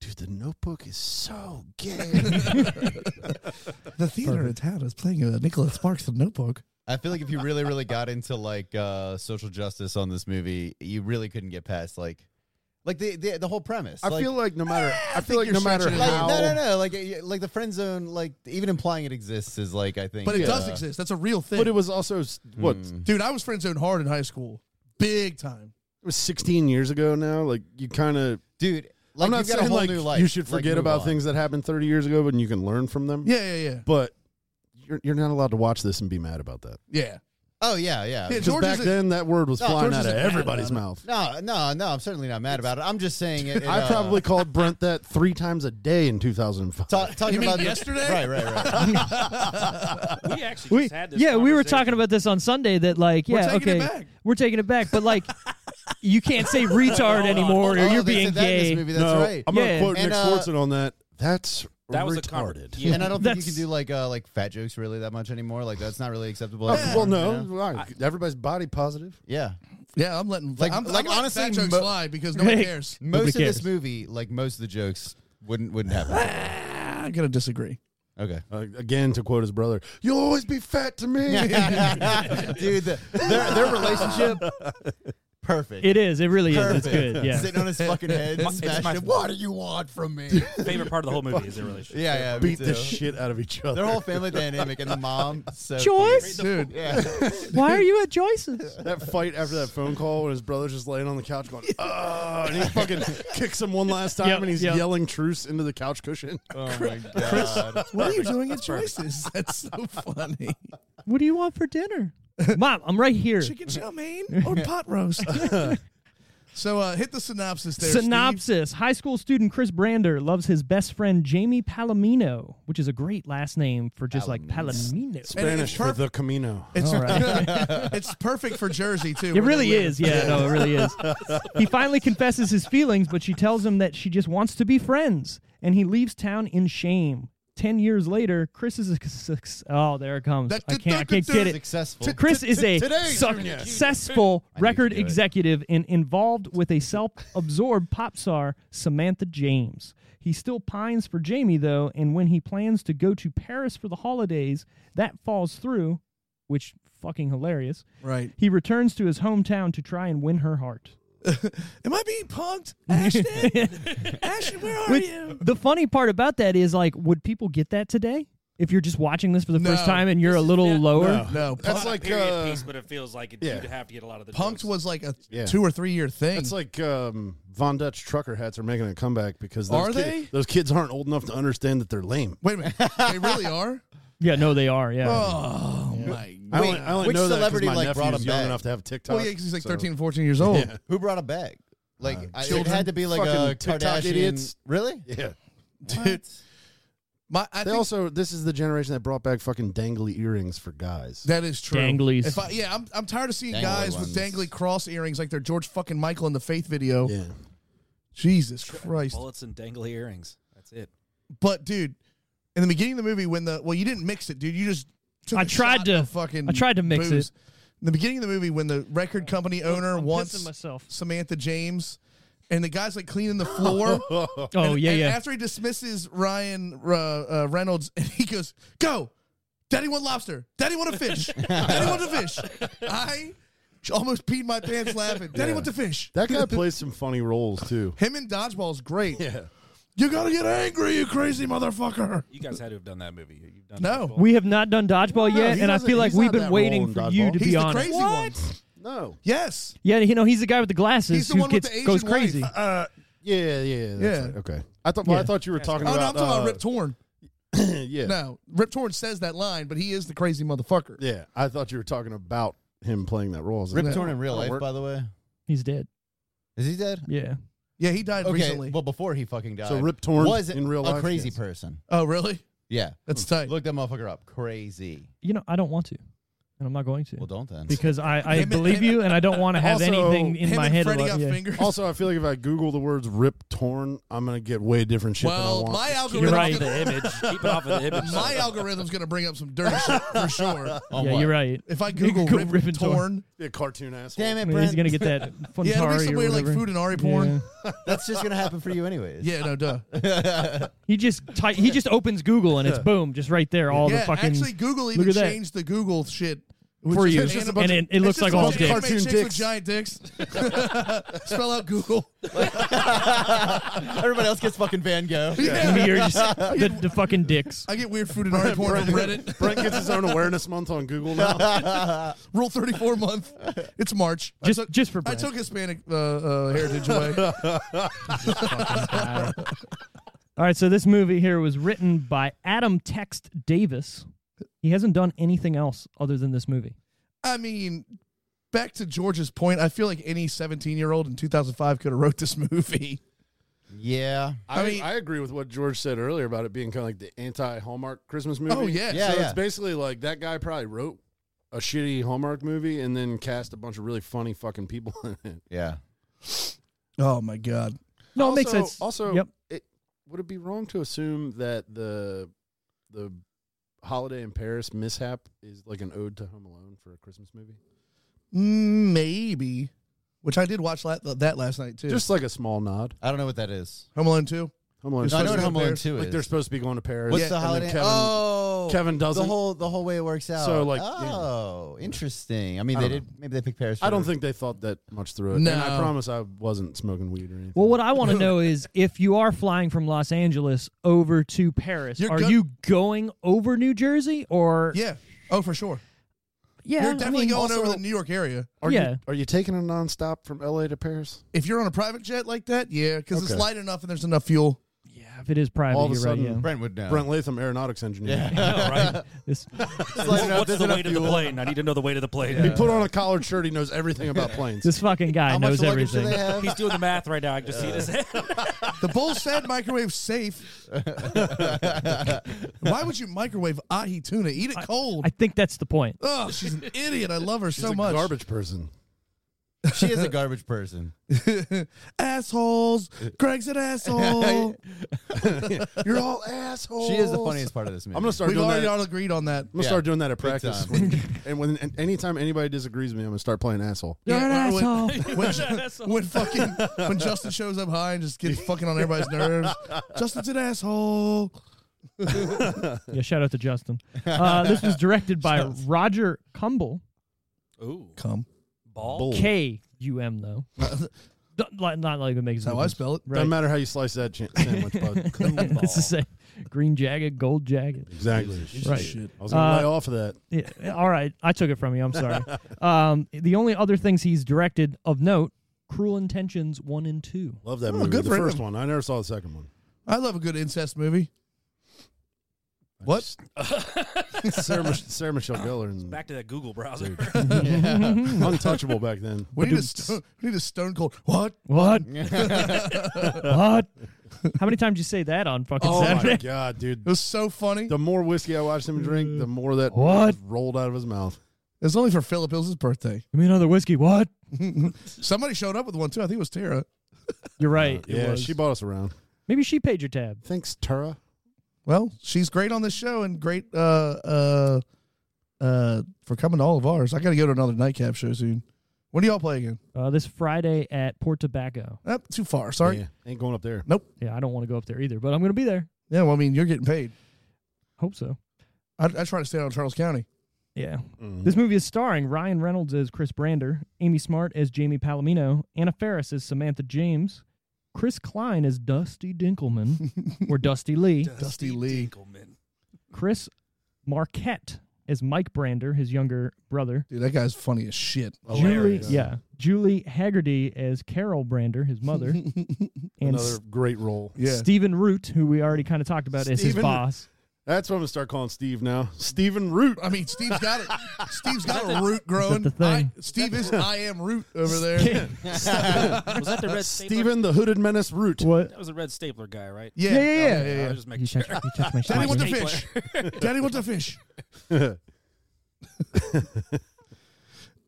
Speaker 2: "Dude, the Notebook is so gay."
Speaker 4: The theater in town is playing a Nicholas Sparks of Notebook.
Speaker 5: I feel like if you really, really got into like uh, social justice on this movie, you really couldn't get past like, like the the, the whole premise.
Speaker 2: I feel like no matter, I feel like
Speaker 4: "Ah, you're
Speaker 2: no matter
Speaker 4: stretching it
Speaker 2: how,
Speaker 5: like, no, no, no, like uh, like the friend zone, like even implying it exists is like I think,
Speaker 4: But it
Speaker 5: uh,
Speaker 4: does exist. That's a real thing.
Speaker 2: but it was also s- what
Speaker 4: Dude, I was friend zoned hard in high school. Big time.
Speaker 2: it was 16 years ago now. Like you kind of.
Speaker 5: dude. Like,
Speaker 2: I'm not
Speaker 5: you've got a
Speaker 2: saying
Speaker 5: whole
Speaker 2: like
Speaker 5: new life.
Speaker 2: you should
Speaker 5: Like,
Speaker 2: forget
Speaker 5: move
Speaker 2: about
Speaker 5: on.
Speaker 2: things that happened 30 years ago, but you can learn from them.
Speaker 4: Yeah, yeah, yeah.
Speaker 2: But you're you're not allowed to watch this and be mad about that.
Speaker 4: Yeah.
Speaker 5: Oh yeah, yeah.
Speaker 4: Yeah,
Speaker 2: 'Cause
Speaker 4: George
Speaker 2: back
Speaker 4: isn't-
Speaker 2: then, that word was
Speaker 5: No,
Speaker 2: flying
Speaker 4: George
Speaker 2: out of
Speaker 4: isn't mad
Speaker 2: everybody's
Speaker 4: about it.
Speaker 2: mouth.
Speaker 5: No, no, no. I'm certainly not mad about it. I'm just saying it. it,
Speaker 2: I
Speaker 5: uh,
Speaker 2: probably called Brent that three times a day in 2005.
Speaker 5: ta- talking
Speaker 4: You mean
Speaker 5: about the-
Speaker 4: yesterday?
Speaker 5: right, right, right.
Speaker 3: we actually
Speaker 1: we,
Speaker 3: just had this.
Speaker 1: yeah, we were
Speaker 3: conversation.
Speaker 1: talking about this on Sunday that like yeah,
Speaker 4: taking it
Speaker 1: okay,
Speaker 4: back.
Speaker 1: we're taking it back, but like you can't say retard
Speaker 3: on,
Speaker 1: anymore
Speaker 5: Oh,
Speaker 1: or you're
Speaker 5: they
Speaker 1: being
Speaker 5: said that in
Speaker 1: gay.
Speaker 5: this movie, that's
Speaker 2: no,
Speaker 5: right.
Speaker 2: I'm
Speaker 1: Yeah.
Speaker 2: gonna quote
Speaker 5: And,
Speaker 2: Nick
Speaker 5: uh,
Speaker 2: Swartzen on that. That's
Speaker 3: That was a conver-
Speaker 2: retarded.
Speaker 3: Yeah.
Speaker 5: and I don't think you
Speaker 1: That's-
Speaker 5: can do like uh, like fat jokes really that much anymore. Like that's not really acceptable.
Speaker 2: Uh,
Speaker 5: anymore,
Speaker 2: Well,
Speaker 5: you
Speaker 2: no,
Speaker 5: know?
Speaker 2: right. everybody's body positive.
Speaker 5: yeah.
Speaker 4: Yeah, I'm letting like,
Speaker 5: Like-
Speaker 4: I'm,
Speaker 5: like,
Speaker 4: I'm letting
Speaker 5: honestly,
Speaker 4: fat jokes
Speaker 5: mo-
Speaker 4: fly because no one
Speaker 1: Hey.
Speaker 4: cares.
Speaker 1: Nobody
Speaker 5: Most of
Speaker 1: cares.
Speaker 5: this movie, like most of the jokes, wouldn't wouldn't happen.
Speaker 4: I'm gonna disagree.
Speaker 5: Okay.
Speaker 2: Uh, again, to quote his brother, "You'll always be fat to me."
Speaker 5: Dude, the, their, their relationship, perfect.
Speaker 1: It is. It really is. It's
Speaker 5: Perfect.
Speaker 1: good. Yeah.
Speaker 5: Sitting on his fucking head,
Speaker 3: My- it's
Speaker 5: smashing
Speaker 3: my-
Speaker 5: him. What do you want from me?
Speaker 3: favorite part of the whole movie is their relationship.
Speaker 5: yeah, yeah. me
Speaker 2: Beat the
Speaker 5: too.
Speaker 2: shit out of each other.
Speaker 5: Their whole family dynamic and the mom. So
Speaker 1: Joyce,
Speaker 4: Dude,
Speaker 5: Yeah.
Speaker 1: why are you at Joyce's?
Speaker 2: that fight after that phone call when his brother's just laying on the couch going, "Oh," and he fucking kicks him one last time,
Speaker 1: Yep,
Speaker 2: and he's
Speaker 1: yep.
Speaker 2: yelling truce into the couch cushion.
Speaker 5: Oh my god.
Speaker 4: what are you doing at Joyce's? That's so funny.
Speaker 1: What do you want for dinner? Mom, I'm right here.
Speaker 4: Chicken chow mein or pot roast? so uh, hit the synopsis there. Steve.
Speaker 1: Synopsis High school student Chris Brander loves his best friend Jamie Palomino, which is a great last name for just like Palomino.
Speaker 4: And it's
Speaker 2: Spanish for
Speaker 4: perf-
Speaker 2: the Camino.
Speaker 4: It's,
Speaker 1: All
Speaker 4: it's perfect for Jersey too.
Speaker 1: It
Speaker 4: where they
Speaker 1: really
Speaker 4: live.
Speaker 1: is. Yeah, no, it really is. He finally confesses his feelings, but she tells him that she just wants to be friends, and he leaves town in shame. Ten years later, Chris is a success. Oh, there it comes.
Speaker 4: That-
Speaker 1: I can't. I can't get it.
Speaker 5: Successful.
Speaker 1: Chris is a
Speaker 2: today, Junior.
Speaker 1: successful
Speaker 5: knew you could
Speaker 1: record
Speaker 5: do it.
Speaker 1: executive and involved with a self-absorbed pop star, Samantha James. He still pines for Jamie though, and when he plans to go to Paris for the holidays, that falls through, which fucking hilarious.
Speaker 4: Right.
Speaker 1: He returns to his hometown to try and win her heart.
Speaker 4: Am I being punked, Ashton? Ashton, where are
Speaker 1: Which-
Speaker 4: you?
Speaker 1: the funny part about that is like, would people get that today? If you're just watching this for the first
Speaker 4: No.
Speaker 1: time and you're a little lower,
Speaker 4: No,
Speaker 2: That's
Speaker 4: punked,
Speaker 2: like,
Speaker 3: period
Speaker 2: uh,
Speaker 3: piece, but it feels like it,
Speaker 2: yeah.
Speaker 3: you'd have to get a lot of the
Speaker 4: punked
Speaker 3: jokes.
Speaker 4: was like a
Speaker 2: Yeah.
Speaker 4: two or three year thing.
Speaker 2: It's like um, Von Dutch trucker hats are making a comeback because those
Speaker 4: Are
Speaker 2: kid-
Speaker 4: they?
Speaker 2: Those kids aren't old enough to understand that they're lame.
Speaker 4: Wait a minute, they really are.
Speaker 1: yeah, no, they are, yeah.
Speaker 4: Oh my.
Speaker 2: I
Speaker 5: Wait,
Speaker 2: only, I only
Speaker 5: which
Speaker 2: know that 'cause
Speaker 5: celebrity,
Speaker 2: my
Speaker 5: like,
Speaker 2: nephew's
Speaker 5: brought 'em
Speaker 2: young
Speaker 5: back?
Speaker 2: enough to have TikTok.
Speaker 4: Well, yeah, 'cause he's like
Speaker 2: so-
Speaker 4: 13, 14 years old.
Speaker 5: Who brought him back? Like I, it
Speaker 2: children.
Speaker 5: had to be like
Speaker 2: Fucking
Speaker 5: a
Speaker 2: TikTok
Speaker 5: Kardashian.
Speaker 2: idiots.
Speaker 5: Really?
Speaker 2: Yeah,
Speaker 4: Dude, My, I
Speaker 2: They
Speaker 4: think
Speaker 2: also this is the generation that brought back fucking dangly earrings for guys.
Speaker 4: that is true.
Speaker 1: Danglies.
Speaker 4: If I, yeah, I'm, I'm tired of seeing
Speaker 5: Dangly
Speaker 4: guys with
Speaker 5: ones.
Speaker 4: dangly cross earrings like they're George fucking Michael in the Faith video.
Speaker 2: yeah.
Speaker 4: Jesus Christ.
Speaker 3: Bullets and dangly earrings. That's it.
Speaker 4: But dude, in the beginning of the movie, when the well, you didn't mix it, dude. You just took
Speaker 1: I
Speaker 4: a
Speaker 1: tried
Speaker 4: shot
Speaker 1: to-
Speaker 4: of fucking.
Speaker 1: I tried to mix
Speaker 4: booze.
Speaker 1: it.
Speaker 4: In the beginning of the movie, when the record company owner
Speaker 1: I'm pissing
Speaker 4: wants
Speaker 1: myself.
Speaker 4: Samantha James, and the guy's like cleaning the floor.
Speaker 1: Oh
Speaker 4: and,
Speaker 1: yeah,
Speaker 4: and
Speaker 1: yeah.
Speaker 4: After he dismisses Ryan uh, uh, Reynolds, and he goes, "Go, Daddy want lobster. Daddy want a fish. Daddy want a fish." I almost peed my pants laughing. Daddy want a fish.
Speaker 2: That guy plays some funny roles too.
Speaker 4: Him in dodgeball is great. Yeah. You gotta get angry, you crazy motherfucker.
Speaker 3: You guys had to have done that movie. You've done
Speaker 4: No.
Speaker 3: Dodgeball.
Speaker 1: we have not done dodgeball
Speaker 2: No,
Speaker 1: yet,
Speaker 2: he
Speaker 1: and I
Speaker 2: doesn't-
Speaker 1: feel like
Speaker 2: he's
Speaker 1: we've
Speaker 2: not
Speaker 1: been
Speaker 2: that
Speaker 1: waiting
Speaker 2: role in
Speaker 1: for you
Speaker 2: dodgeball.
Speaker 1: to
Speaker 4: He's
Speaker 1: be
Speaker 4: the
Speaker 1: honest.
Speaker 4: crazy one.
Speaker 2: No.
Speaker 4: Yes.
Speaker 1: Yeah, you know he's the guy with the glasses
Speaker 4: He's the
Speaker 1: who
Speaker 4: one
Speaker 1: gets
Speaker 4: with the Asian
Speaker 1: goes crazy.
Speaker 4: wife. Uh,
Speaker 2: Yeah, yeah,
Speaker 4: Yeah.
Speaker 2: yeah. Okay. I thought well,
Speaker 1: Yeah.
Speaker 2: I thought you were talking
Speaker 4: oh, no, I'm
Speaker 2: about
Speaker 4: talking about
Speaker 2: uh,
Speaker 4: Rip Torn.
Speaker 2: yeah.
Speaker 4: No, Rip Torn says that line, but he is the crazy motherfucker.
Speaker 2: Yeah, I thought you were talking about him playing that role. I was like,
Speaker 5: Rip
Speaker 2: no,
Speaker 5: Torn in real
Speaker 2: that'll
Speaker 5: life,
Speaker 2: work.
Speaker 5: by the way.
Speaker 1: He's dead.
Speaker 5: Is he dead?
Speaker 1: Yeah.
Speaker 4: Yeah, he died
Speaker 5: Okay,
Speaker 4: recently.
Speaker 5: well before he fucking died.
Speaker 2: So Rip Torn
Speaker 5: was
Speaker 2: in real
Speaker 5: a
Speaker 2: life,
Speaker 5: crazy
Speaker 2: yes.
Speaker 5: person.
Speaker 4: oh, really?
Speaker 5: Yeah,
Speaker 4: That's tight.
Speaker 5: look that motherfucker up. Crazy.
Speaker 1: You know, I don't want to, and I'm not going to
Speaker 5: Well, don't then.
Speaker 1: because I, I
Speaker 4: Him and-
Speaker 1: believe you, and I don't want to have
Speaker 2: Also,
Speaker 1: anything in
Speaker 4: Him
Speaker 1: my
Speaker 4: and
Speaker 1: head.
Speaker 4: Freddie
Speaker 1: about-
Speaker 4: got
Speaker 1: yeah.
Speaker 4: fingers.
Speaker 2: Also, I feel like if I Google the words "Rip Torn," I'm gonna get way different shit
Speaker 4: well,
Speaker 2: than I
Speaker 4: my
Speaker 2: want.
Speaker 4: algorithm.
Speaker 1: You're right.
Speaker 3: the image. Keep it off of the image.
Speaker 4: My algorithm's gonna bring up some dirty shit for sure.
Speaker 5: On
Speaker 1: Yeah,
Speaker 5: what?
Speaker 1: you're right.
Speaker 4: If I
Speaker 1: You
Speaker 4: Google
Speaker 1: go
Speaker 4: Rip,
Speaker 1: Rip and
Speaker 4: Torn,
Speaker 1: Torn.
Speaker 2: yeah, cartoon ass.
Speaker 5: Damn
Speaker 1: I
Speaker 5: it,
Speaker 1: mean,
Speaker 5: Brent.
Speaker 1: he's gonna get that fun
Speaker 4: yeah, it'll be
Speaker 1: Atari
Speaker 4: some
Speaker 1: or
Speaker 4: weird like
Speaker 1: whatever.
Speaker 4: food and Ari porn.
Speaker 5: That's just gonna happen for you anyways.
Speaker 4: Yeah, no, duh.
Speaker 1: He just type, he just opens Google and it's boom, just right there. All
Speaker 4: yeah,
Speaker 1: the fucking
Speaker 4: actually, Google
Speaker 1: look
Speaker 4: even
Speaker 1: at that.
Speaker 4: changed the Google shit.
Speaker 1: For you.
Speaker 4: it's
Speaker 1: And
Speaker 4: a bunch
Speaker 1: it-
Speaker 4: of-
Speaker 1: it
Speaker 4: it's
Speaker 1: looks
Speaker 4: just
Speaker 1: like
Speaker 4: a
Speaker 1: all
Speaker 4: bunch of
Speaker 1: dicks.
Speaker 4: anime
Speaker 2: Cartoon
Speaker 4: chicks with
Speaker 2: dicks.
Speaker 4: giant dicks. Spell out Google.
Speaker 5: Everybody else gets fucking Van Gogh.
Speaker 4: Yeah.
Speaker 1: You're just the, the fucking dicks.
Speaker 4: I get weird food and art porn from Reddit.
Speaker 2: Brent gets his own awareness month on Google now.
Speaker 4: Rule 34 month. It's March. I
Speaker 1: Just
Speaker 4: took-
Speaker 1: just for
Speaker 4: I
Speaker 1: Brent.
Speaker 4: took Hispanic uh, uh, heritage away.
Speaker 1: All right, so this movie here was written by Adam Text Davis. He hasn't done anything else other than this movie.
Speaker 4: I mean, back to George's point, I feel like any 17 year old in 2005 could have wrote this movie.
Speaker 5: Yeah.
Speaker 2: I,
Speaker 4: mean-
Speaker 2: I agree with what George said earlier about it being kind of like the anti Hallmark Christmas movie.
Speaker 4: Oh, yeah.
Speaker 5: Yeah.
Speaker 2: so it's basically like that guy probably wrote a shitty Hallmark movie and then cast a bunch of really funny fucking people in it.
Speaker 5: Yeah.
Speaker 4: Oh, my God.
Speaker 1: No,
Speaker 2: also,
Speaker 1: it makes sense.
Speaker 2: Also,
Speaker 1: Yep.
Speaker 2: it, would it be wrong to assume that the the holiday in Paris mishap is like an ode to Home Alone for a Christmas movie?
Speaker 4: Mm, Maybe. Which I did watch la- that last night, too.
Speaker 2: Just like a small nod.
Speaker 5: I don't know what that is.
Speaker 4: Home Alone 2.
Speaker 2: Home Alone.
Speaker 4: It's
Speaker 5: No, I
Speaker 4: supposed
Speaker 5: know
Speaker 4: to
Speaker 5: what
Speaker 4: go
Speaker 5: Home Alone
Speaker 4: Paris.
Speaker 5: Two
Speaker 2: like
Speaker 5: is.
Speaker 2: they're supposed to be going to Paris.
Speaker 5: What's
Speaker 2: and
Speaker 5: the
Speaker 2: then
Speaker 5: holiday?
Speaker 2: Kevin,
Speaker 5: oh,
Speaker 2: Kevin doesn't.
Speaker 5: the whole the whole way it works out.
Speaker 2: So, like, yeah.
Speaker 5: oh, interesting. I mean,
Speaker 2: I
Speaker 5: they
Speaker 2: don't
Speaker 5: did maybe they picked Paris.
Speaker 2: I don't
Speaker 5: for-
Speaker 2: think they thought that much through it. And
Speaker 4: No.
Speaker 2: I promise I wasn't smoking weed or anything.
Speaker 1: well, what I want to know is if you are flying from Los Angeles over to Paris,
Speaker 4: You're
Speaker 1: are
Speaker 4: go-
Speaker 1: you going over New Jersey or
Speaker 4: Yeah. Oh, for sure.
Speaker 1: Yeah,
Speaker 4: You're
Speaker 1: I
Speaker 4: definitely
Speaker 1: mean,
Speaker 4: going
Speaker 1: also-
Speaker 4: over the New York area.
Speaker 2: are
Speaker 1: yeah.
Speaker 2: you are you taking a nonstop from L.A. to Paris?
Speaker 4: If you're on a private jet like that, yeah, because it's
Speaker 2: Okay.
Speaker 4: light enough and there's enough fuel.
Speaker 1: Yeah, if it is private,
Speaker 2: All of a
Speaker 1: you're
Speaker 2: sudden,
Speaker 1: right. Yeah.
Speaker 5: Brent would know.
Speaker 2: Brent Latham, aeronautics engineer.
Speaker 3: right?
Speaker 1: This-
Speaker 3: What's the weight of the plane? I need to know the weight of the plane.
Speaker 2: He put on a collared shirt. He knows everything about planes.
Speaker 1: this fucking guy
Speaker 5: How
Speaker 1: knows
Speaker 5: much luggage do
Speaker 1: everything.
Speaker 5: they have?
Speaker 3: He's doing the math right now. I can just see this.
Speaker 4: The bull said microwave safe. Why would you microwave ahi tuna? Eat it cold.
Speaker 1: I think that's the point.
Speaker 4: oh, she's an idiot. I love her
Speaker 2: He's
Speaker 4: so
Speaker 2: a
Speaker 4: much.
Speaker 2: garbage person.
Speaker 5: she is a garbage person.
Speaker 4: assholes. Greg's an asshole.
Speaker 2: You're all assholes.
Speaker 5: She is the funniest part of this movie.
Speaker 2: Oh, I'm gonna start
Speaker 4: We've
Speaker 2: doing
Speaker 4: already
Speaker 2: that.
Speaker 4: all agreed on that.
Speaker 2: I'm gonna
Speaker 5: Yeah.
Speaker 2: start doing that at
Speaker 5: Big
Speaker 2: practice.
Speaker 5: time.
Speaker 2: When- and when and anytime anybody disagrees with me, I'm gonna start playing asshole.
Speaker 1: You're an
Speaker 4: Yeah,
Speaker 1: asshole.
Speaker 4: when, when, when fucking when Justin shows up high and just gets fucking on everybody's nerves. Justin's an asshole.
Speaker 1: yeah, shout out to Justin. Uh, this was directed by Roger Cumble.
Speaker 3: Ooh,
Speaker 4: Come.
Speaker 3: ball.
Speaker 2: Bull.
Speaker 1: K U M though. Don't- like- not like it makes
Speaker 4: That's how I spell it.
Speaker 1: Right.
Speaker 2: Doesn't matter how you slice that ch- sandwich, bud.
Speaker 1: it's the same. Green jacket, gold jacket.
Speaker 2: exactly.
Speaker 1: Right. Uh,
Speaker 2: I was gonna lay off of that.
Speaker 1: Yeah, all right, I took it from you. I'm sorry. um, the only other things he's directed of note: Cruel Intentions one and two.
Speaker 2: Love that
Speaker 4: Oh,
Speaker 2: movie.
Speaker 4: good
Speaker 2: the
Speaker 4: for
Speaker 2: first
Speaker 4: him.
Speaker 2: one. I never saw the second one.
Speaker 4: I love a good incest movie. What?
Speaker 2: Sarah, Mich- Sarah Michelle Gellar and
Speaker 3: Back to that Google browser.
Speaker 2: untouchable back then.
Speaker 4: We need, a sto- we need a stone cold. What?
Speaker 1: What? what? How many times you say that on fucking
Speaker 2: Oh my
Speaker 1: Saturday?
Speaker 2: god, dude!
Speaker 4: It was so funny.
Speaker 2: The more whiskey I watched him drink, the more that
Speaker 1: What?
Speaker 2: rolled out of his mouth.
Speaker 4: It was only for Philip. It was his birthday.
Speaker 1: Give me another whiskey. What?
Speaker 4: Somebody showed up with one too. I think it was Tara.
Speaker 1: You're right. it
Speaker 2: yeah,
Speaker 1: was.
Speaker 2: she bought us around.
Speaker 1: Maybe she paid your tab.
Speaker 2: Thanks, Tara.
Speaker 4: Well, she's great on this show and great uh uh uh for coming to all of ours. I got to go to another nightcap show soon. When do y'all play again?
Speaker 1: Uh, this Friday at Port Tobacco.
Speaker 4: Up too far. Sorry.
Speaker 2: Yeah, ain't going up there.
Speaker 1: Yeah, I don't want to go up there either, but I'm going to be there.
Speaker 4: Yeah. Well, I mean, you're getting paid.
Speaker 1: Hope so.
Speaker 4: I, I try to stay out of Charles County.
Speaker 1: Yeah.
Speaker 4: Mm-hmm.
Speaker 2: Mhm.
Speaker 1: This movie is starring Ryan Reynolds as Chris Brander, Amy Smart as Jamie Palomino, Anna Faris as Samantha James, Chris Klein as Dusty Dinkelman or Dusty Lee,
Speaker 4: Dusty Lee.
Speaker 3: Dinkelman.
Speaker 1: Chris Marquette as Mike Brander, his younger brother,
Speaker 4: Dude, that guy's funny as shit.
Speaker 1: Julie,
Speaker 2: Hilarious.
Speaker 1: yeah, Julie Haggerty as Carol Brander, his mother, and
Speaker 2: Another great role.
Speaker 4: Yeah.
Speaker 1: Stephen Root, who we already kind of talked about as his
Speaker 2: Stephen-
Speaker 1: boss.
Speaker 2: That's what I'm gonna start calling Steve now. Steven Root.
Speaker 4: I mean, Steve's got it. Steve's got a root growing.
Speaker 1: the thing?
Speaker 4: I, Steve is I am root over there.
Speaker 3: Was that the red stapler?
Speaker 2: Steven the Hooded Menace Root.
Speaker 1: What?
Speaker 4: Oh
Speaker 3: That was a red stapler guy, right?
Speaker 4: Yeah.
Speaker 1: Yeah, yeah, yeah.
Speaker 3: I
Speaker 4: yeah, yeah.
Speaker 3: was just making
Speaker 1: You
Speaker 3: sure.
Speaker 1: touched, you touched my
Speaker 4: Daddy wants
Speaker 1: shoulder.
Speaker 4: a fish. Daddy wants a fish.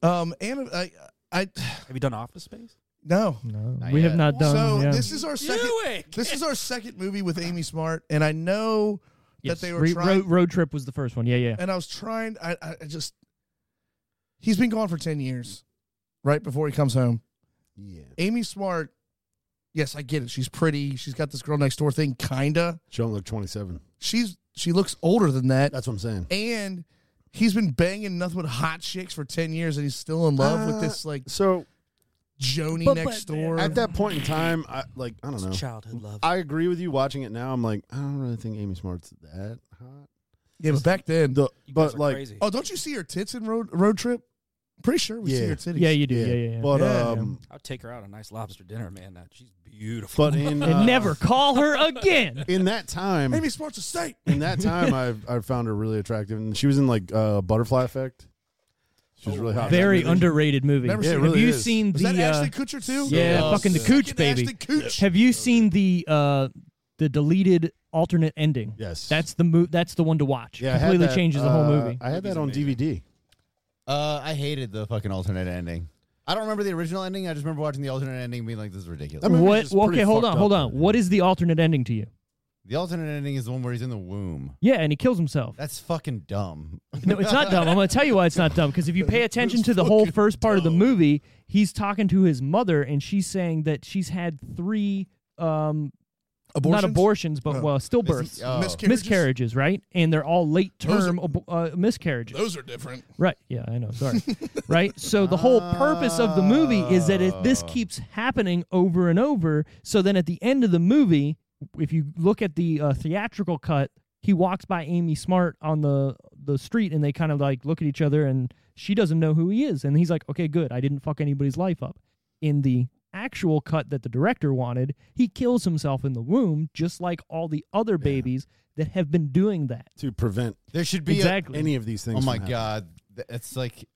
Speaker 4: um, and I, I
Speaker 3: Have you done Office Space?
Speaker 4: no.
Speaker 1: No,
Speaker 5: Not
Speaker 1: we have
Speaker 5: yet.
Speaker 1: not done.
Speaker 4: so
Speaker 1: yeah.
Speaker 4: this is our second.
Speaker 3: it.
Speaker 4: This is our second movie with Amy Smart, and I know
Speaker 1: Yes,
Speaker 4: that they were
Speaker 1: Re-
Speaker 4: trying.
Speaker 1: road, road trip was the first one. Yeah, yeah.
Speaker 4: and I was trying. I, I I just he's been gone for ten years, right before he comes home.
Speaker 2: Yeah.
Speaker 4: Amy Smart. Yes, I get it. She's pretty. She's got this girl next door thing, kinda.
Speaker 2: Show him like 27.
Speaker 4: She's she looks older than that,
Speaker 2: That's what I'm saying.
Speaker 4: and he's been banging nothing but hot chicks for ten years, and he's still in love with
Speaker 2: Uh,
Speaker 4: this like
Speaker 2: So
Speaker 4: Joni
Speaker 1: But-
Speaker 4: next
Speaker 1: but-
Speaker 4: door.
Speaker 2: at that point in time, I like I don't know.
Speaker 3: Childhood love.
Speaker 2: I agree with you. Watching it now, I'm like I don't really think Amy Smart's that hot.
Speaker 4: yeah, but back then,
Speaker 2: The-
Speaker 3: You guys
Speaker 2: but
Speaker 3: are
Speaker 2: like
Speaker 3: crazy.
Speaker 4: oh, don't you see her tits in road road trip? pretty sure we see
Speaker 2: Yeah.
Speaker 4: her titties.
Speaker 1: Yeah, you do. Yeah, yeah, yeah.
Speaker 2: But
Speaker 4: Yeah.
Speaker 2: um,
Speaker 3: I'll take her out a nice lobster dinner, man. That she's beautiful.
Speaker 2: but
Speaker 1: and
Speaker 2: in uh,
Speaker 1: never call her again.
Speaker 2: in that time,
Speaker 4: Amy Smart's a saint.
Speaker 2: in that time, I I found her really attractive, and she was in like uh, Butterfly Effect. She was really
Speaker 1: Oh,
Speaker 2: hot.
Speaker 1: Very
Speaker 2: That movie.
Speaker 1: underrated movie.
Speaker 4: Never Yeah,
Speaker 2: it seen it.
Speaker 1: Have
Speaker 2: really
Speaker 1: you
Speaker 2: is.
Speaker 1: seen
Speaker 4: Was
Speaker 1: the?
Speaker 4: that Ashley
Speaker 1: uh,
Speaker 4: Coocher too?
Speaker 1: yeah,
Speaker 2: Yeah.
Speaker 1: fucking the
Speaker 2: Yeah.
Speaker 1: Cooch
Speaker 4: Fucking
Speaker 1: baby.
Speaker 4: Ashton Kutch.
Speaker 1: Have you seen the uh, the deleted alternate ending?
Speaker 2: Yes.
Speaker 1: That's the mo- That's the one to watch.
Speaker 2: Yeah, I had
Speaker 1: completely
Speaker 2: that,
Speaker 1: changes the whole
Speaker 2: uh,
Speaker 1: movie.
Speaker 2: I had that on DVD.
Speaker 5: Uh, I hated the fucking alternate ending. I don't remember the original ending. I just remember watching the alternate ending and being like, this is ridiculous.
Speaker 2: That movie's
Speaker 1: what?
Speaker 2: just
Speaker 1: well,
Speaker 2: pretty
Speaker 1: okay, hold
Speaker 2: fucked
Speaker 1: on,
Speaker 2: up.
Speaker 1: hold on. What is the alternate ending to you?
Speaker 5: The alternate ending is the one where he's in the womb.
Speaker 1: Yeah, and he kills himself.
Speaker 5: That's fucking dumb.
Speaker 1: No, it's not dumb. I'm going to tell you why it's not dumb. Because if you pay attention to the whole first part of the movie, he's talking to his mother, and she's saying that she's had three, um, not abortions, but
Speaker 2: Uh,
Speaker 4: No.
Speaker 1: well, stillbirths,
Speaker 5: Oh.
Speaker 4: Miscarriages?
Speaker 1: miscarriages, right? And they're all late
Speaker 4: Those are-
Speaker 1: term abo- uh, miscarriages.
Speaker 4: Those are different.
Speaker 1: Right. Yeah, I know. Sorry. right. So the whole purpose of the movie is that it,
Speaker 5: Ah.
Speaker 1: this keeps happening over and over. So then at the end of the movie, if you look at the uh, theatrical cut, he walks by Amy Smart on the the street, and they kind of like look at each other, and she doesn't know who he is, and he's like, "Okay, good, I didn't fuck anybody's life up." In the actual cut that the director wanted, he kills himself in the womb, just like all the other babies that have been doing that.
Speaker 2: to prevent
Speaker 5: There should be a-
Speaker 1: exactly.
Speaker 2: any of these things.
Speaker 5: oh my
Speaker 2: from happening.
Speaker 5: god, Th- it's like